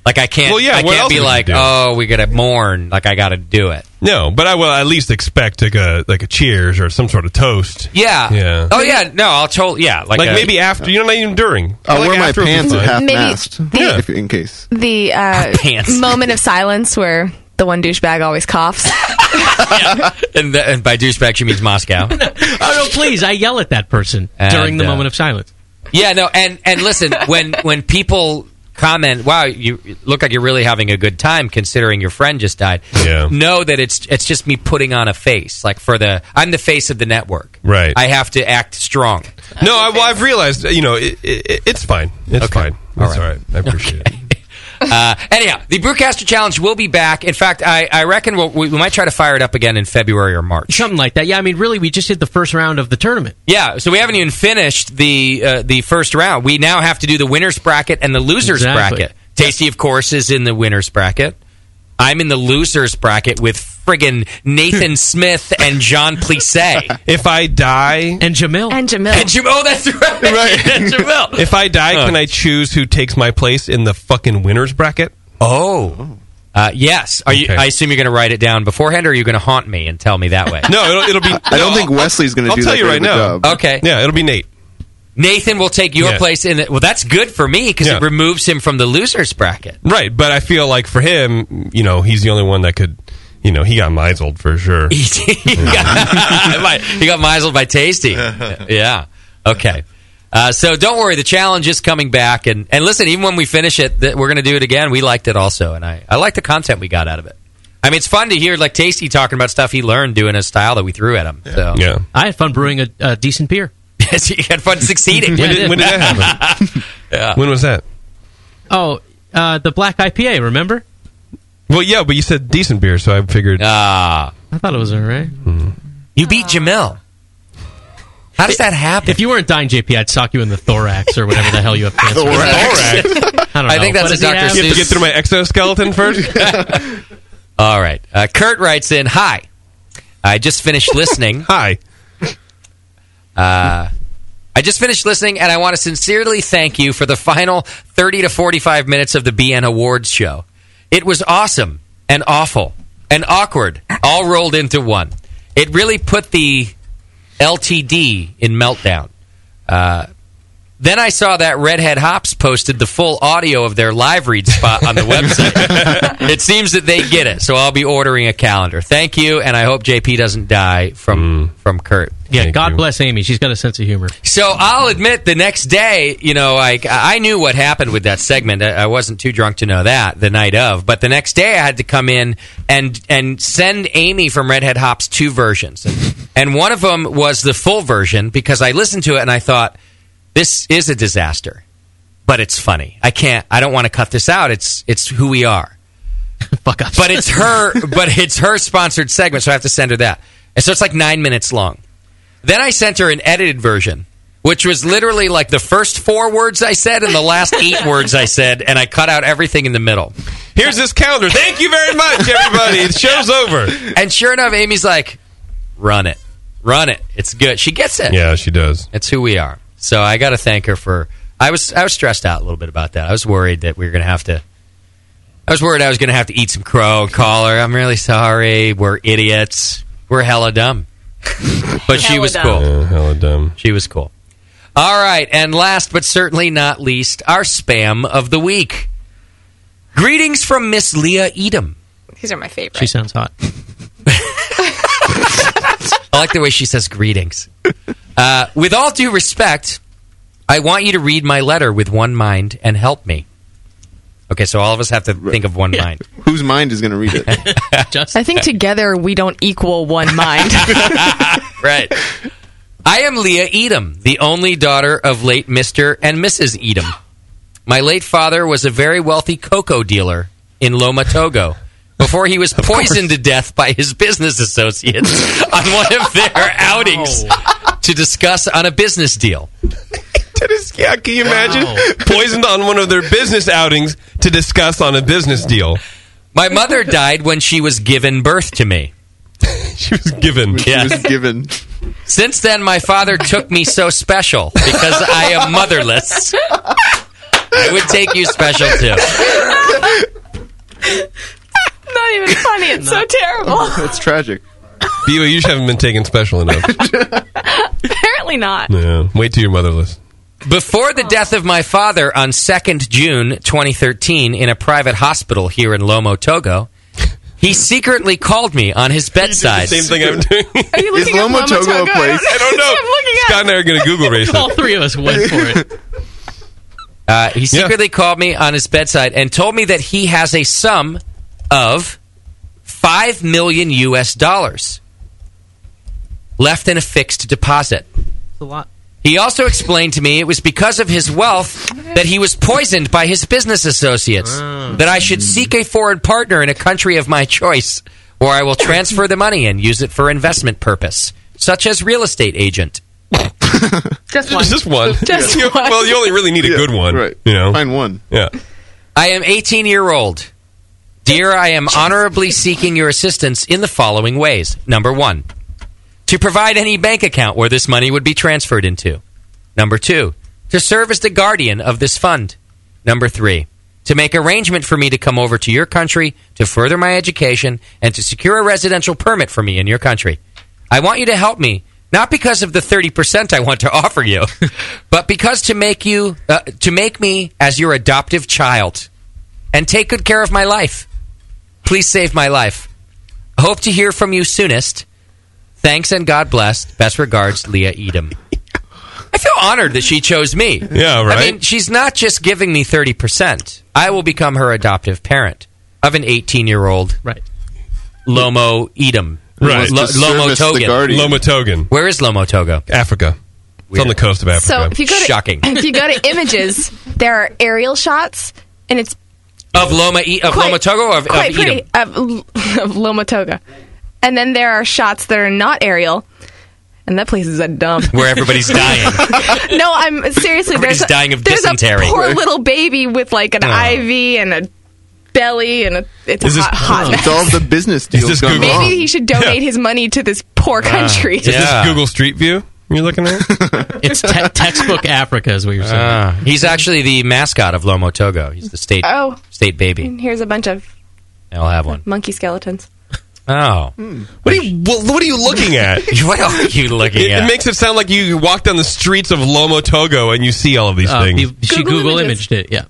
Like I can't.
Well, yeah,
I
what
can't
else
be
would you
like,
do?
oh, we gotta mourn. Like I gotta do it.
No, but I will at least expect like a like a cheers or some sort of toast.
Yeah.
Yeah.
Oh yeah. No, I'll totally. Yeah. Like, uh,
Like,
a-
maybe after. You know, not even during.
I'll
Like
wear Oh, my
after would be
pants at
fine.
half
Maybe
mast
the-
if, in case.
The uh,
Pants.
moment of silence where the one douchebag always coughs.
and, th- and by douchebag she means Moscow.
Oh no, please! I yell at that person
And,
during the
uh,
moment of silence.
Yeah, no, and and listen, when when people comment, "Wow, you look like you're really having a good time," considering your friend just died. Yeah. know that it's it's just me putting on a face, like for the I'm the face of the network.
Right.
I have to act strong.
No, I, well, I've realized. You know, it, it, it's fine. It's fine. It's all right. I appreciate it.
Uh, anyhow, the Brewcaster Challenge will be back. In fact, I, I reckon we'll, we, we might try to fire it up again in February or March.
Something like that. Yeah, I mean, really, we just did the first round of the tournament.
Yeah, so we haven't even finished the uh, the first round. We now have to do the winners bracket and the losers
Exactly.
bracket. Tasty, of course, is in the winners bracket. I'm in the losers bracket with friggin' Nathan Smith and John Plisse.
If I die
and Jamil
and Jamil
and Jamil, oh, that's right, right. and Jamil.
If I die, can I choose who takes my place in the fucking winners bracket?
Oh. Uh, yes. Are you?
Okay.
I assume you're going to write it down beforehand, or are you going to haunt me and tell me that way?
No, it'll, it'll be.
I don't think Wesley's going to
I'll
do
tell
that.
you
great
right
of a
now.
job.
Okay.
Yeah, it'll be Nate.
Nathan will take your
Yeah.
place in. The, well, that's good for me because
Yeah.
it removes him from the losers bracket.
Right, but I feel like for him, you know, he's the only one that could. You know, he got misled for sure.
he got, by- he got misled by Tasty. Yeah. Okay. Uh, so don't worry, the challenge is coming back, and, and listen, even when we finish it, th- we're going to do it again. We liked it also, and I I like the content we got out of it. I mean, it's fun to hear like Tasty talking about stuff he learned doing a style that we threw at him. So
Yeah.
I had fun brewing a, a decent beer.
yes, you had fun succeeding.
When did- when did that
happen? yeah.
When was that?
Oh, uh, the black IPA. Remember?
Well, yeah, but you said decent beer, so I figured. Hmm.
Ah,
I thought it was all right.
You beat Jamil. How does that happen?
If you weren't dying, JP, I'd sock you in the thorax or whatever the hell you have cancer.
Thorax.
I
Thorax.
don't know. What does he have?
You have to get through my exoskeleton first.
All right. Uh, Kurt writes in Hi. I just finished listening.
Hi.
Uh, I just finished listening, and I want to sincerely thank you for the final 30 to 45 minutes of the BN Awards show. It was awesome and awful and awkward all rolled into one. It really put the LTD in meltdown. Uh, then I saw that Redhead Hops posted the full audio of their live read spot on the website. it seems that they get it, so I'll be ordering a calendar. Thank you, and I hope JP doesn't die from from Kurt.
Yeah, God bless Amy. She's got a sense of humor.
So I'll admit, the next day, you know, like I knew what happened with that segment. I I wasn't too drunk to know that the night of, but the next day I had to come in and and send Amy from Redhead Hops two versions, and, and one of them was the full version because I listened to it and I thought this is a disaster, but it's funny. I can't. I don't want to cut this out. It's it's who we are.
Fuck up.
But it's her. but it's her sponsored segment, so I have to send her that. And so it's like nine minutes long. Then I sent her an edited version, which was literally like the first four words I said and the last eight words I said, and I cut out everything in the middle.
Here's this calendar. Thank you very much, everybody. The show's over.
And sure enough, Amy's like, "Run it, run it. It's good." She gets it.
Yeah, she does.
It's who we are. So I got to thank her for. I was I was stressed out a little bit about that. I was worried that we were going to have to. I was worried I was going to have to eat some crow and call her. I'm really sorry. We're idiots. We're hella dumb. But she was
dumb.
cool.
Yeah, hella dumb.
She was cool. All right, and last but certainly not least, our spam of the week. Greetings from Miss Leah Edom.
These are my favorite.
She sounds hot.
I like the way she says greetings. Uh, with all due respect, I want you to read my letter with one mind and help me. Okay, so all of us have to think of one mind.
Whose mind is going to read it?
I think together we don't equal one mind.
right. I am Leah Edom, the only daughter of late Mr. and Mrs. Edom. My late father was a very wealthy cocoa dealer in Loma Togo before he was poisoned to death by his business associates on one of their outings to discuss on a business deal.
That is, yeah, can you imagine? Poisoned on one of their business outings to discuss on a business deal.
My mother died when she was given birth to me.
she was given.
She was
given.
Since then, my father took me so special because I am motherless. I would take you special too.
Not even funny. It's so terrible.
It's tragic.
BYU, you just haven't been taken special enough.
Apparently not.
yeah. Wait till you're motherless.
Before the death of my father on 2nd June 2013 in a private hospital here in Lomo, Togo, he secretly called me on his bedside.
Same thing I'm doing.
Are you looking
Is Loma
at Loma
Togo a
Togo?
place?
I don't know. I'm looking
Scott and I are going to Google race
All
it.
three of us went for it.
Uh, he secretly called me on his bedside and told me that he has a sum of five million U.S. dollars left in a fixed deposit.
It's a lot.
He also explained to me it was because of his wealth that he was poisoned by his business associates.
Oh.
That I should seek a foreign partner in a country of my choice, where I will transfer the money and use it for investment purpose, such as real estate agent.
Just one.
Just one.
Just
You-
one.
Well, you only really need a good one.
Right.
You know?
Find one.
Yeah.
I am 18 year old. Dear, I am honorably seeking your assistance in the following ways. Number one, to provide any bank account where this money would be transferred into. Number two, to serve as the guardian of this fund. Number three, to make arrangement for me to come over to your country to further my education and to secure a residential permit for me in your country. I want you to help me, not because of the 30% I want to offer you, but because to make you uh, to make me as your adoptive child and take good care of my life. Please save my life. Hope to hear from you soonest. Thanks and God bless. Best regards, Leah Edom. I feel honored that she chose me.
Yeah, right?
I mean, she's not just giving me 30%. I will become her adoptive parent of an 18 year old
Right.
Lomo Edom.
Right.
Lo-
To service
Lomo
the
Togan.
guardian.
Lomotogan,
Where is Lomo Togo?
Africa. It's on the coast of
So
Africa.
if you go to
Shocking.
if you go to images, there are aerial shots, and it's
Of Loma, e- of
quite,
Loma Togo or of, of
quite
Edom?
pretty of, L- of Loma Toga. And then there are shots that are not aerial, and that place is a dump.
Where everybody's dying.
no, I'm seriously.
Everybody's
there's a,
dying of
there's
dysentery.
a poor little baby with like an
Oh.
IV and a belly and a it's
Is
a
this- Oh.
hot, hot mess.
It's all the business deals
this
gone
Google?
Maybe
wrong.
he should donate his money to this poor country.
Is
Yeah.
this Google Street View you're looking at?
It's te- textbook Africa, is what you're saying.
Ah, he's actually the mascot of Lomo Togo. He's the state
Oh,
state baby.
and here's a bunch of
I'll have one.
monkey skeletons.
Oh.
What are you What, what are you looking at?
what are you looking
it,
at?
It makes it sound like you walk down the streets of Lomo Togo and you see all of these
Uh,
things.
you- she Google imaged it. Yeah.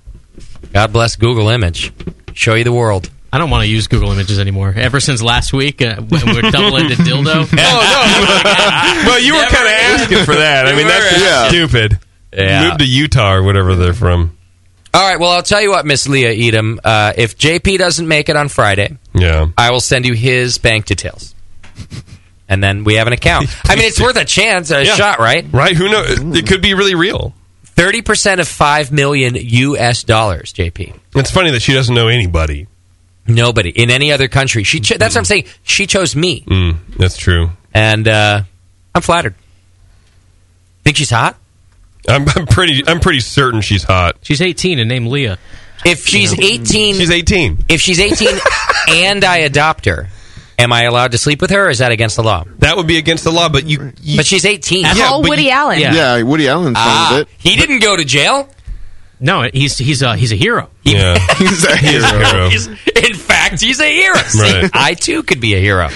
God bless Google Image. Show you the world.
I don't want to use Google Images anymore. Ever since last week, uh, when we were double-ended
Oh,
dildo.
well, you were kind of asking for that. I mean, that's just stupid.
Yeah.
Move to Utah or whatever they're from.
All right. Well, I'll tell you what, Miss Leah Edom. Uh, if JP doesn't make it on Friday,
Yeah.
I will send you his bank details. And then we have an account. I mean, it's worth a chance, a
Yeah.
shot, right?
Right? Who knows? It could be really real.
30% of 5 million US dollars, JP.
It's funny that she doesn't know anybody.
Nobody in any other country. She cho- that's what I'm saying. She chose me.
Mm, that's true.
And uh, I'm flattered. Think she's hot?
I'm, I'm pretty. I'm pretty certain she's hot.
She's 18 and named Leah.
If she's 18,
she's 18.
If she's 18 and I adopt her, am I allowed to sleep with her? Or is that against the law?
That would be against the law, but you.
but she's 18.
Call Woody Allen.
Yeah, Woody Allen's fine
Ah,
with it.
He didn't go to jail.
No, he's he's a he's a hero.
Yeah,
he's a hero.
He's- in fact, he's a hero. See,
Right.
I too could be a hero.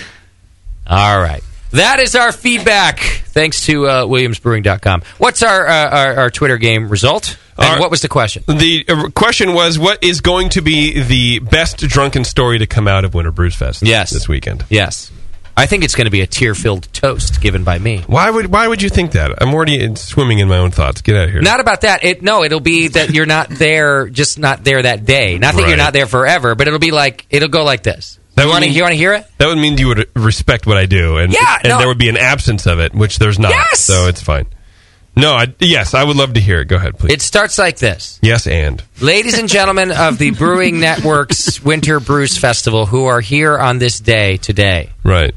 All right. That is our feedback. Thanks to uh, WilliamsBrewing.com. What's our, uh, our our Twitter game result? And what was the question?
The uh, question was, what is going to be the best drunken story to come out of Winter Brews Fest?
Yes.
this weekend.
Yes, I think it's going to be a tear-filled toast given by me.
Why would Why would you think that? I'm already in- swimming in my own thoughts. Get out of here.
Not about that. It no, it'll be that you're not there, just not there that day. Not that you're
Right.
not there forever, but it'll be like it'll go like this.
That
you
would
want to
mean-
you want to hear it?
That would mean you would respect what I do, and
Yeah,
and
no.
there would be an absence of it, which there's not.
Yes!
So it's fine. No, I, yes, I would love to hear it. Go ahead, please.
It starts like this.
yes, and
Ladies and gentlemen of the Brewing Network's Winter Brews Festival, who are here on this day today.
Right.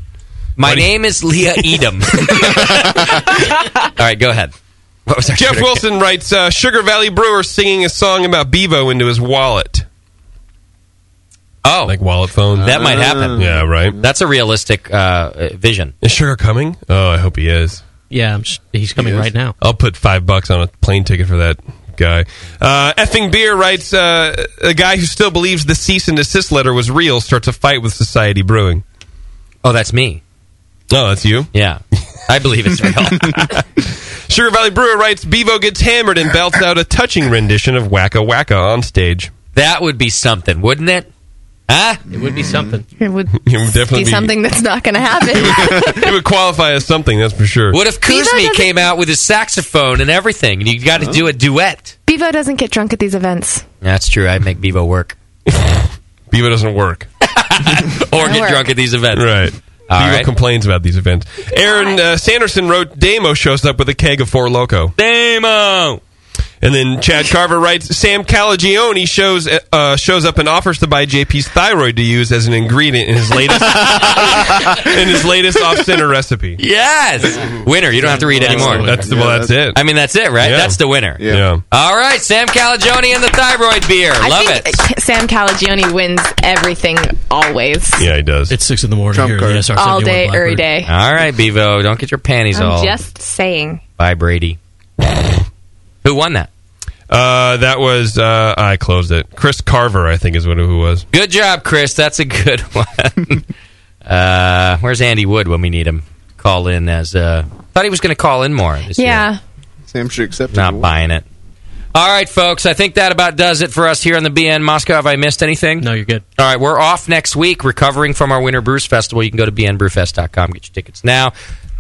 My
What do you-
name is Leah Edom. All right, go ahead. What was our
Jeff
Twitter-
Wilson writes uh, Sugar Valley Brewer singing a song about Bevo into his wallet.
Oh,
like wallet phone.
That might happen.
Yeah, right.
That's a realistic uh, uh, vision.
Is Sugar coming? Oh, I hope he is.
Yeah, I'm sh- he's coming
He is?
right now.
I'll put five bucks on a plane ticket for that guy. Uh, effing beer writes uh, a guy who still believes the cease and desist letter was real starts a fight with Society Brewing.
Oh, that's me.
Oh, that's you.
Yeah, I believe it's real.
Sugar Valley Brewer writes Bevo gets hammered and belts out a touching rendition of Wacka Wacka on stage.
that would be something, wouldn't it? Huh?
It would be something.
It would
It would definitely
be something that's not going to happen.
it would qualify as something, that's for sure.
What if Kuzmi came out with his saxophone and everything, and you got to do a duet?
Bevo doesn't get drunk at these events.
That's true. I make Bevo work
Bevo doesn't work.
or
I
get
work.
drunk at these events.
Right.
All
Bevo
right.
complains about these events. Aaron uh, Sanderson wrote Damo shows up with a keg of Four Loco.
Damo!
And then Chad Carver writes Sam Calagione shows uh, shows up and offers to buy JP's thyroid to use as an ingredient in his latest in his latest off center recipe.
Yes, winner. You don't have to read anymore.
That's the, well, that's it.
I mean, that's it, right?
Yeah.
That's the winner.
yeah.
All right, Sam Calagione and the thyroid beer.
I
Love
think
it.
Sam Calagione wins everything always.
Yeah, he does.
It's six in the morning
Trump
here.
card.
Yes, our
All
71
day, every
Blackbird.
day.
All right, Bevo, don't get your panties
I'm
all.
just saying.
Bye, Brady. Who won that?
Uh, that was uh, I closed it. Chris Carver, I think, is what who was.
Good job, Chris. That's a good one. uh, where's Andy Wood when we need him? Call in as. Uh, thought he was going to call in more. This year.
Yeah.
Sam should accept it.
Not buying it. All right, folks. I think that about does it for us here on the BN Moscow. Have I missed anything?
No, you're good.
All right, we're off next week, recovering from our Winter Brews Festival. You can go to bnbrewfest.com, get your tickets now.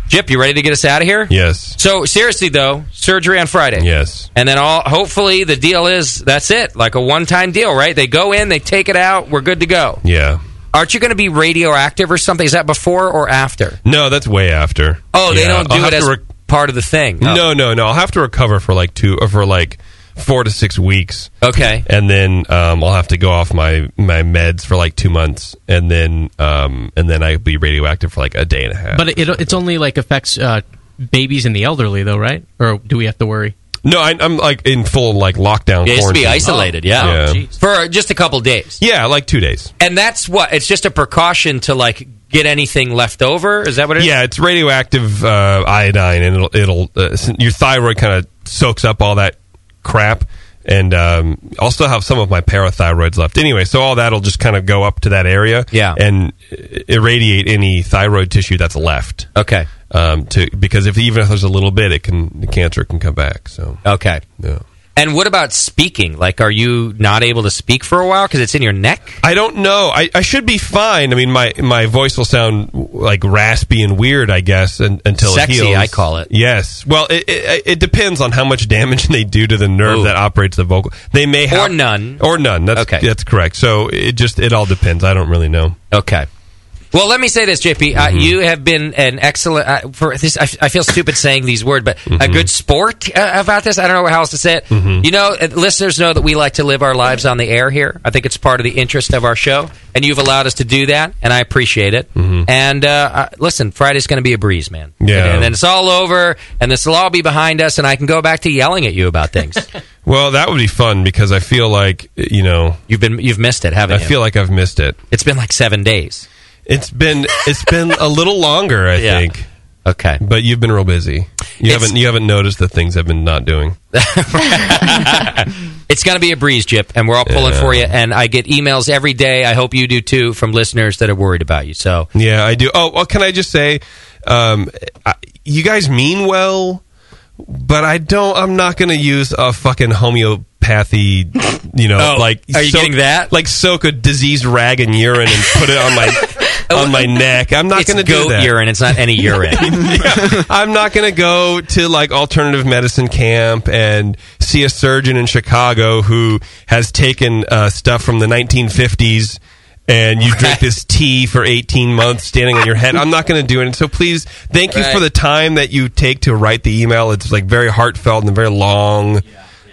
Jip, you ready to get us out of here?
Yes.
So seriously though, surgery on Friday.
Yes.
And then all hopefully the deal is that's it, like a one-time deal, right? They go in, they take it out, we're good to go.
Yeah.
Aren't you going to be radioactive or something? Is that before or after?
No, that's way after.
Oh, they
Yeah.
don't do
I'll have
it as
to rec-
part of the thing. Oh,
No, no, no. I'll have to recover for like two or for like four to six weeks.
Okay.
and then um, I'll have to go off my, my meds for like two months, and then um, and then I'll be radioactive for like a day and a half.
But it, it it's only like affects uh, babies and the elderly, though, right? Or do we have to worry?
no, I, I'm like in full like lockdown.
It has to be
quarantine.
isolated, Oh, yeah.
yeah,
For just a couple days.
Yeah, like two days.
And that's what it's just a precaution to like get anything left over. Is that what it is?
Yeah, it's radioactive uh, iodine, and it'll it'll uh, s- your thyroid kind of soaks up all that crap, and um, I'll still have some of my parathyroids left anyway. So all that'll just kind of go up to that area,
yeah,
and uh, irradiate any thyroid tissue that's left.
Okay,
um, to because if even if there's a little bit, it can the cancer can come back. So
okay,
yeah.
And what about speaking? Like, are you not able to speak for a while because it's in your neck?
I don't know. I, I should be fine. I mean, my, my voice will sound like raspy and weird, I guess, and, until
Sexy,
it heals.
I call it.
Yes. Well, it, it, it depends on how much damage they do to the nerve
Ooh.
that operates the vocal. They may have
Or none.
or none. That's
Okay.
That's correct. So it just it all depends. I don't really know.
Okay. Well, let me say this, JP. Uh,
Mm-hmm.
you have been an excellent. Uh, for this, I, f- I feel stupid saying these words, but
Mm-hmm.
a good sport uh, about this. I don't know how else to say it. You know, uh, listeners know that we like to live our lives on the air here. I think it's part of the interest of our show, and you've allowed us to do that, and I appreciate it. And uh, uh, listen, Friday's going to be a breeze, man.
Mm-hmm. Yeah.
And, and then it's all over, and this will all be behind us, and I can go back to yelling at you about things.
Well, that would be fun because I feel like you know
you've been you've missed it, haven't
I
you?
feel like I've missed it.
It's been like seven days.
It's been it's been a little longer, I
Yeah.
think.
Okay,
but you've been real busy. You
It's-
haven't you haven't noticed the things I've been not doing.
It's going to be a breeze, Jip, and we're all pulling
Yeah.
for you. And I get emails every day. I hope you do too from listeners that are worried about you. So
Yeah, I do. Oh, well, can I just say, um, I, you guys mean well, but I don't. I'm not going to use a fucking homeopathy. You know,
Oh,
like
are you getting that?
Like soak a diseased rag in urine and put it on my on my neck. I'm not
it's
going to
Oh, goat
do that.
urine. It's not any urine.
Yeah. I'm not going to go to like alternative medicine camp and see a surgeon in Chicago who has taken uh, stuff from the 1950s and you drink this tea for 18 months standing on your head. I'm not going to do it. And so please, thank you for
Right.
the time that you take to write the email. It's like very heartfelt and very long.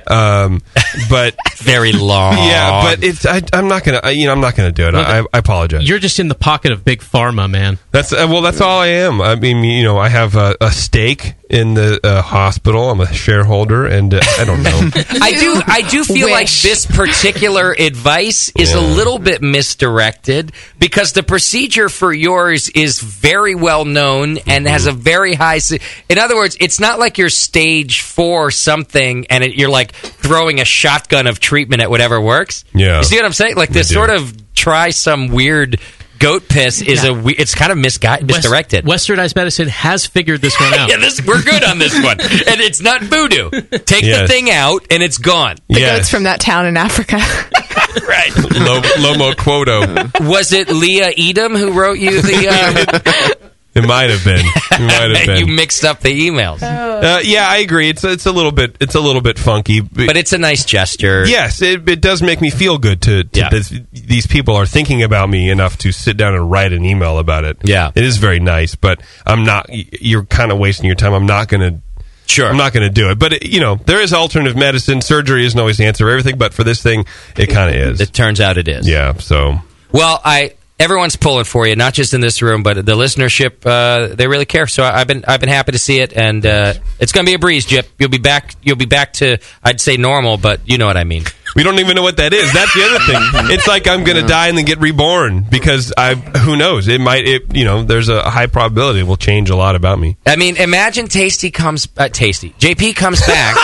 Um, but
very long.
Yeah, but it's I, I'm not gonna. I, you know, I'm not gonna do it. I, I apologize.
You're just in the pocket of big pharma, man.
That's uh, well. That's all I am. I mean, you know, I have a, a stake in the uh, hospital. I'm a shareholder, and uh, I don't know.
I do. I do feel like this particular advice is a little bit misdirected because the procedure for yours is very well known and has a very high. se- In other words, it's not like you're stage four something and it, you're like throwing a shotgun of treatment at whatever works.
Yeah.
you see what I'm saying? Like
I
this
do.
sort of try some weird goat piss is a. we- It's kind of misguided, misdirected.
West- Westernized medicine has figured this one out.
yeah, this we're good on this one, and it's not voodoo. Take the
Yes.
thing out, and it's gone.
The goats from that town in Africa.
right.
Lo- Lomo Quoto.
Was it Leah Edom who wrote you the? Uh,
It might have been. It might have
you
been.
mixed up the emails,
Uh, yeah, I agree. It's it's a little bit it's a little bit funky,
but it's a nice gesture.
yes, it, it does make me feel good to, to
Yeah.
this, these people are thinking about me enough to sit down and write an email about it.
Yeah.
it is very nice, but I'm not. y- You're kind of wasting your time. I'm not going to.
Sure,
I'm not going to do it. But it, you know, there is alternative medicine. Surgery isn't always the answer for everything, but for this thing, it kind of is. It
turns out it is.
Yeah. So
Well, I everyone's pulling for you, not just in this room, but the listenership. Uh, they really care. So I, I've been I've been happy to see it, and uh, it's going to be a breeze, Jip. You'll be back. You'll be back to I'd say normal, but you know what I mean.
we don't even know what that is. That's the other thing. It's like I'm going to die and then get reborn because I. Who knows? It might. It you know, there's a high probability it will change a lot about me.
I mean, imagine Tasty comes uh, Tasty JP comes back.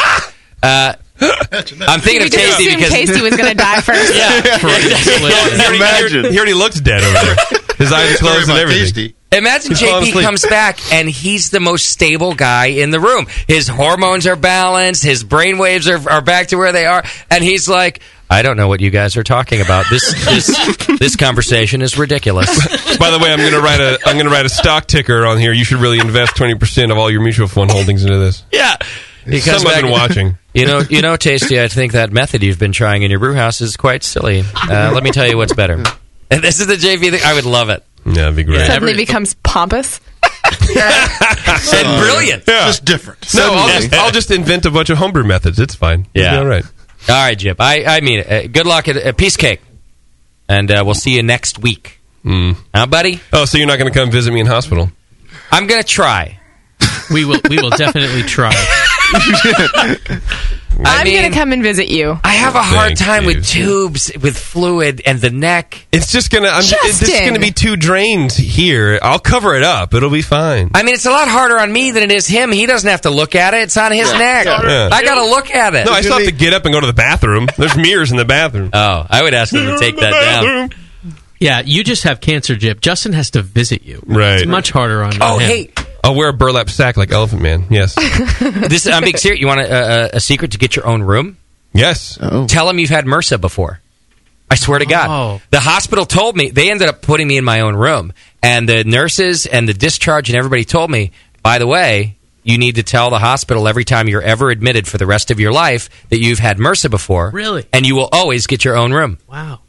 uh, I'm thinking
You
of
just
Tasty
assumed
because
Tasty was going to die first.
He already- He already looks dead over there. His eyes are closed and everything.
Imagine
He's falling
JP
asleep.
comes back and he's the most stable guy in the room. His hormones are balanced, his brainwaves are, are back to where they are, and he's like, I don't know what you guys are talking about. This this this conversation is ridiculous.
By the way, I'm going to write a I'm going to write a stock ticker on here. You should really invest 20 percent of all your mutual fund holdings into this.
Yeah. He comes
Some I've
back-
been watching.
You know, you know, Tasty. I think that method you've been trying in your brew house is quite silly. Uh, let me tell you what's better. And this is the JP thing. I would love it.
Yeah, that'd be
Suddenly becomes pompous.
and brilliant.
Yeah.
Just different.
No, I'll just, I'll just invent a bunch of homebrew methods. It's fine. It'll be
Yeah.
all right.
All right, Jip. I, I mean it. Uh, good luck at uh, Peace Cake. And uh, we'll see you next week.
Mm.
Huh, buddy?
Oh, so you're not going to come visit me in hospital?
I'm going to try.
We will. We will definitely try.
I am going to come and visit you.
I have a hard time with tubes, with fluid, and the neck.
It's just gonna. I'm, it's just
Justin.
gonna be two drains here. I'll cover it up. It'll be fine.
I mean, it's a lot harder on me than it is him. He doesn't have to look at it. It's on his
Yeah.
neck.
Yeah.
I got to look at it.
No, I still have to get up and go to the bathroom. There's mirrors in the bathroom.
Oh, I would ask them to take that down.
Yeah, you just have cancer, Jip. Justin has to visit you.
Right.
It's much harder on.
Oh,
him.
hey.
I'll wear a burlap sack like Elephant Man. Yes.
this I'm being serious. You want a, a, a secret to get your own room?
Yes.
Tell them you've had MRSA before. I swear to God.
Oh.
The hospital told me, they ended up putting me in my own room. And the nurses and the discharge and everybody told me, by the way, you need to tell the hospital every time you're ever admitted for the rest of your life that you've had MRSA before.
Really?
And you will always get your own room.
Wow.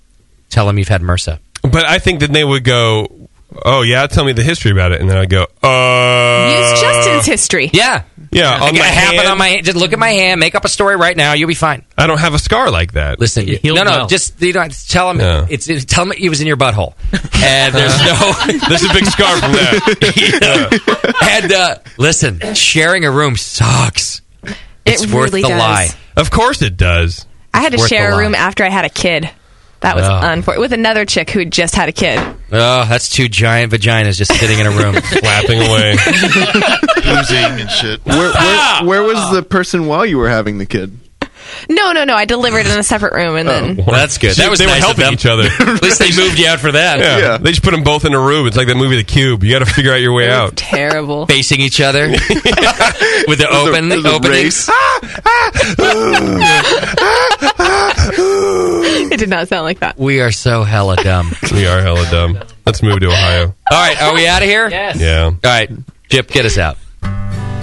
Tell them you've had MRSA.
But I think that they would go, "Oh yeah, tell me the history about it," and then I go, "Uh."
Use Justin's history.
Yeah.
Yeah,
I
on
got
my
a habit
hand.
on my hand. Just look at my hand. Make up a story right now. You'll be fine.
I don't have a scar like that.
Listen, you- no, no. Just you don't tell him.
Yeah.
It's, it- tell him it was in your butthole. And there's no.
There's a big scar from
that. And uh, listen, sharing a room sucks. It's worth
really
the
does.
lie.
Of course it does.
I had to
Worth
share
the
a room
lie.
after I had a kid. That was
Oh.
unfortunate. With another chick who had just had a kid.
Oh, that's two giant vaginas just sitting in a room,
flapping away.
Oozing and shit.
Where, where, where was the person while you were having the kid?
No, no, no. I delivered in a separate room and then.
that's good. That was
they
nice of
were helping
them.
each other.
At least they moved you out for that.
Yeah. they just put them both in a room. It's like that movie, The Cube. You got to figure out your way out.
Terrible.
Facing each other with the open openings.
Ah,
Oh.
it did not sound like that.
We are so hella dumb.
we are hella dumb. Let's move to Ohio.
All right, are we out of here?
Yes.
Yeah. All
right, Jip, get us out.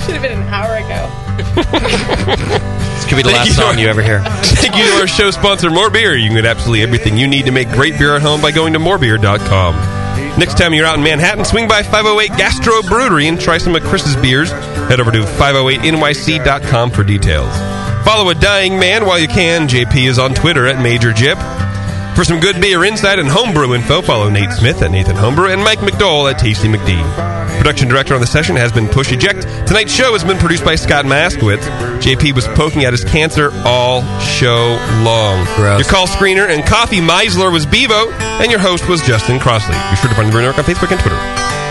Should have been an hour ago.
This could be the last song you ever hear.
Thank you to our show sponsor, More Beer. You can get absolutely everything you need to make great beer at home by going to morebeer.com. Next time you're out in Manhattan, swing by 508 Gastro Brewery and try some of Chris's beers. Head over to 508nyc.com for details. Follow a dying man while you can. JP is on Twitter at Major Jip. For some good beer insight and homebrew info, follow Nate Smith at Nathan Homebrew and Mike McDowell at Tasty McD. Production director on the session has been Push Eject. Tonight's show has been produced by Scott Maskwitz. JP was poking at his cancer all show long. Your call screener and coffee Meisler was Bevo, and your host was Justin Crossley. Be sure to find the Brew Network on Facebook and Twitter.